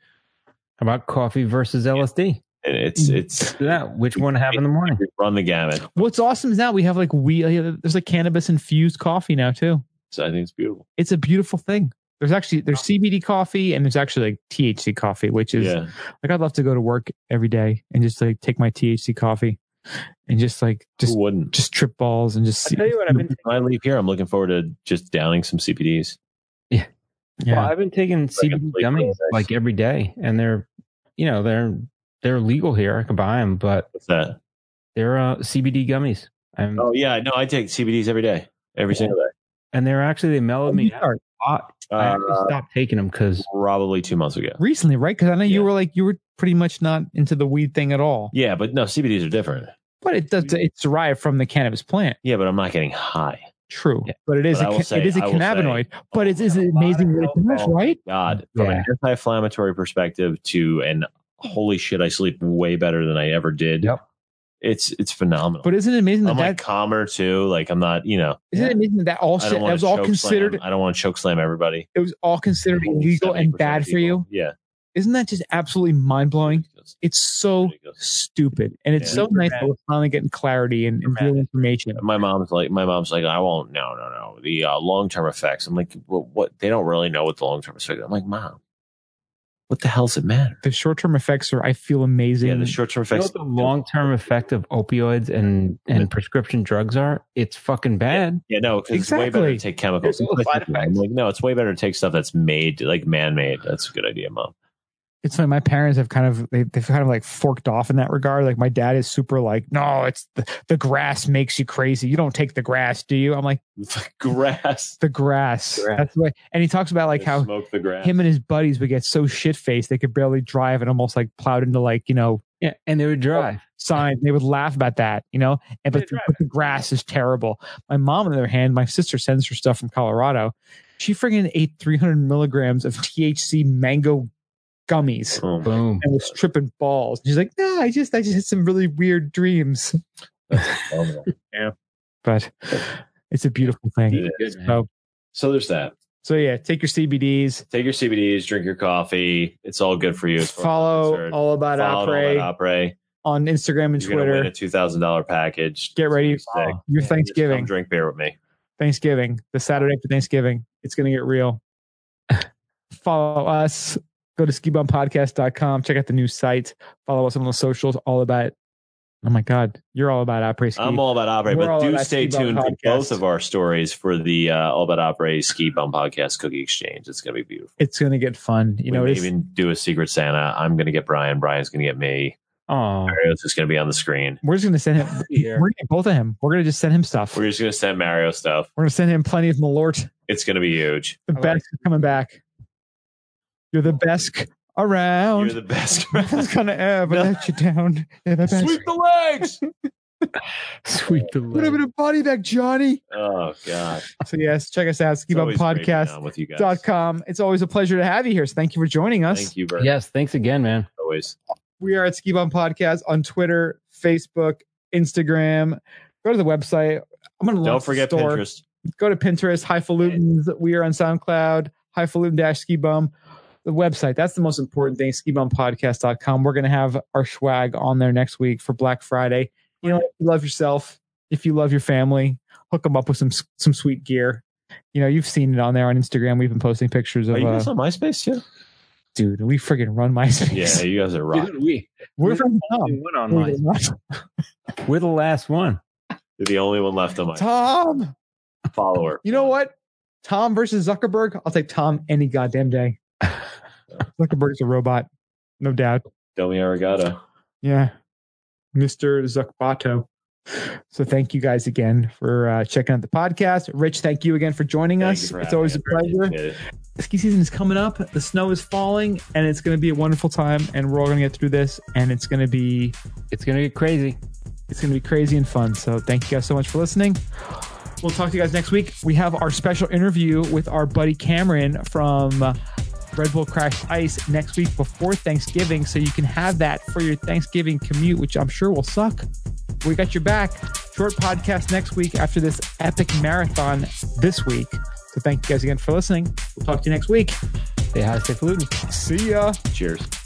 S2: How about coffee versus LSD?
S3: And it's it's
S2: Do that. Which one to have in the morning?
S3: we run the gamut.
S1: What's awesome is now we have like we uh, there's like cannabis infused coffee now too.
S3: So I think it's beautiful.
S1: It's a beautiful thing. There's actually there's CBD coffee and there's actually like THC coffee, which is
S3: Yeah.
S1: like I'd love to go to work every day and just like take my THC coffee and just like
S3: Who
S1: just
S3: wouldn't?
S1: just trip balls and just
S2: I tell you what, I've been
S3: When I leave here, I'm looking forward to just downing some CPDs.
S1: yeah.
S2: Well, I've been taking CBD
S3: complete
S2: gummies
S3: relax.
S2: like every day, and they're, you know, they're they're legal here. I can buy them, but
S3: What's that?
S2: they're uh, CBD gummies. I'm,
S3: Oh yeah, no, I take CBDs every day, every single day.
S2: and they're actually they mellowed me out a lot. I
S3: Uh,
S2: actually stopped taking them because
S3: probably two months ago.
S1: recently, right? Because I know
S3: Yeah.
S1: you were like you were pretty much not into the weed thing at all.
S3: Yeah, but no, CBDs are different.
S1: But it does it's derived from the cannabis plant.
S3: Yeah, but I'm not getting high.
S1: True.
S2: Yeah.
S1: But it is
S3: But I
S1: a
S3: will
S1: ca-
S3: say-
S1: it is a
S3: I will say-
S1: cannabinoid. but it is
S3: A lot of
S1: amazingly
S3: health
S1: much,
S3: problems.
S1: right?
S3: God, from
S2: Yeah.
S3: an anti-inflammatory perspective to an holy shit, I sleep way better than I ever did.
S2: Yep.
S3: It's it's phenomenal.
S1: But isn't it amazing that,
S3: I'm like
S1: that
S3: calmer too. Like I'm not, you know,
S1: not it amazing that, that all
S3: I
S1: shit,
S3: don't
S1: that
S3: want
S1: was
S3: to
S1: all
S3: choke
S1: considered
S3: Slam. I don't want to choke slam everybody.
S1: it was all considered illegal
S3: 70%
S1: and
S3: of
S1: bad for
S3: people.
S1: you?
S3: Yeah.
S1: Isn't that just absolutely mind blowing? It's so stupid. And it's
S3: Yeah.
S1: so nice that we're finally getting clarity and, and real information.
S3: My mom's like, my mom's like, I won't. No, no, no. The uh, long term effects. I'm like, well, what? They don't really know what the long term effects. I'm like, mom, what the hell's it matter?
S1: The short term effects are I feel amazing.
S3: Yeah, the short term
S2: you know
S3: effects.
S2: what the long term effect of opioids and and prescription drugs are. It's fucking bad.
S3: Yeah, no, 'cause it's way better
S1: Exactly.
S3: to take chemicals.
S1: Here's all the side
S3: I'm like, no, it's way better to take stuff that's made, like man made. That's a good idea, mom.
S1: it's funny. My parents have kind of they, they've kind of like forked off in that regard. Like my dad is super like, no, it's the, the grass makes you crazy. You don't take the grass, do you? I'm like
S3: grass.
S1: the grass.
S2: Grass.
S1: That's the way. And he talks about like how
S3: smoke the grass.
S1: him and his buddies would get so shit faced they could barely drive and almost like plowed into like you know
S2: Yeah, and
S3: Oh.
S2: they would drive.
S1: sign. They would laugh about that, you know. And but,
S3: Yeah, drive
S1: but the grass is terrible. My mom, on the other hand, my sister sends her stuff from Colorado. She friggin' ate 300 milligrams of THC mango gummies
S3: Oh my-
S2: Boom.
S1: and was tripping balls. She's like, "No, I just, I just had some really weird dreams."
S3: phenomenal.
S1: But it's a beautiful thing.
S3: Yeah.
S2: Good, man.
S1: So,
S3: so there's that.
S1: so yeah, take your CBDs.
S3: Take your CBDs, drink your coffee. It's all good for you. as far as I'm
S1: Follow
S3: concerned.
S1: all about
S3: Follow All
S1: Opry
S3: About Opry.
S1: on Instagram and
S3: You're gonna win
S1: Twitter.
S3: a two thousand dollar package.
S1: Get ready.
S3: It's gonna be sick.
S1: Your
S3: Just
S1: Thanksgiving.
S3: come drink beer with me.
S1: Thanksgiving, the Saturday after Thanksgiving. It's going to get real. Follow us. Go to skibumpodcast.com. Check out the new site. Follow us on the socials. All about, oh my God, you're all about opera ski.
S3: I'm all about Opry,
S1: We're
S3: but
S1: all
S3: do
S1: about
S3: stay
S1: Ski Bum
S3: tuned for
S1: Podcast.
S3: both of our stories for the uh, All About Opry Ski Bum Podcast Cookie Exchange. It's gonna be beautiful.
S1: it's going to get fun. You
S3: we
S1: know,
S3: may
S1: it is,
S3: even do a Secret Santa. I'm gonna get Brian. Brian's gonna get me.
S2: Oh,
S3: Mario's just gonna be on the screen.
S1: we're just going to send him, we're
S2: here.
S1: going to get both of him. We're going to just send him stuff. We're
S3: We're just gonna send Mario stuff.
S1: going to send him plenty of Malort.
S3: It's gonna be huge.
S1: The
S2: I like
S1: best is coming back. You're the best around.
S3: You're the best.
S1: Nothing's going to ever
S3: No.
S1: let you down. You're the best.
S3: Sweep the legs.
S2: Sweep the
S1: Put him in
S2: leg.
S1: a body bag, Johnny.
S3: Oh God.
S1: So, yes, check us out. Ski
S3: It's
S1: Bump
S3: always great being
S1: Podcast.
S3: on with you guys.
S1: dot com. It's always a pleasure to have you here. So thank you for joining us.
S3: Thank you very
S2: Yes, thanks again, man.
S3: much. Always.
S1: We are at Ski Bum Podcast on Twitter, Facebook, Instagram. Go to the website. I'm gonna
S3: Don't
S1: launch the
S3: forget
S1: store.
S3: Pinterest.
S1: Go to Pinterest, Highfalutin's. We are on SoundCloud, Highfalutin dash Ski Bum. The website. That's the most important thing. SkiBumPodcast.com. We're gonna have our swag on there next week for Black Friday. You know, if you love yourself, if you love your family, hook them up with some some sweet gear. You know, you've seen it on there on Instagram. We've been posting pictures of
S3: Are you
S1: uh,
S3: guys on MySpace too?
S1: dude, we freaking run MySpace.
S3: Yeah, you guys are rock.
S2: we
S1: We're from
S2: we
S1: Tom.
S2: went online. We're the last one.
S3: You're the only one left on my
S1: Tom,
S3: follower.
S1: you know what? Tom versus Zuckerberg. I'll take Tom any goddamn day. Zuckerberg's a robot, no doubt.
S3: Domi Arigato.
S1: Yeah, Mr. Zuckbato. So thank you guys again for uh, checking out the podcast. Rich, thank you again for joining
S3: Thank you
S1: us.
S3: for
S1: It's
S3: having
S1: always
S3: me.
S1: a pleasure.
S3: Appreciate it.
S1: Ski season is coming up. The snow is falling, and it's going to be a wonderful time. And we're all going to get through this, and it's going to be
S2: It's gonna get crazy.
S1: It's going to be crazy and fun. So thank you guys so much for listening. We'll talk to you guys next week. We have our special interview with our buddy Cameron from uh, Red Bull Crash Ice next week before Thanksgiving. So you can have that for your Thanksgiving commute, which I'm sure will suck. We got your back. Short podcast next week after this epic marathon this week. So thank you guys again for listening. We'll talk to you next week.
S2: Say hi, stay pollutant.
S1: See ya.
S3: Cheers.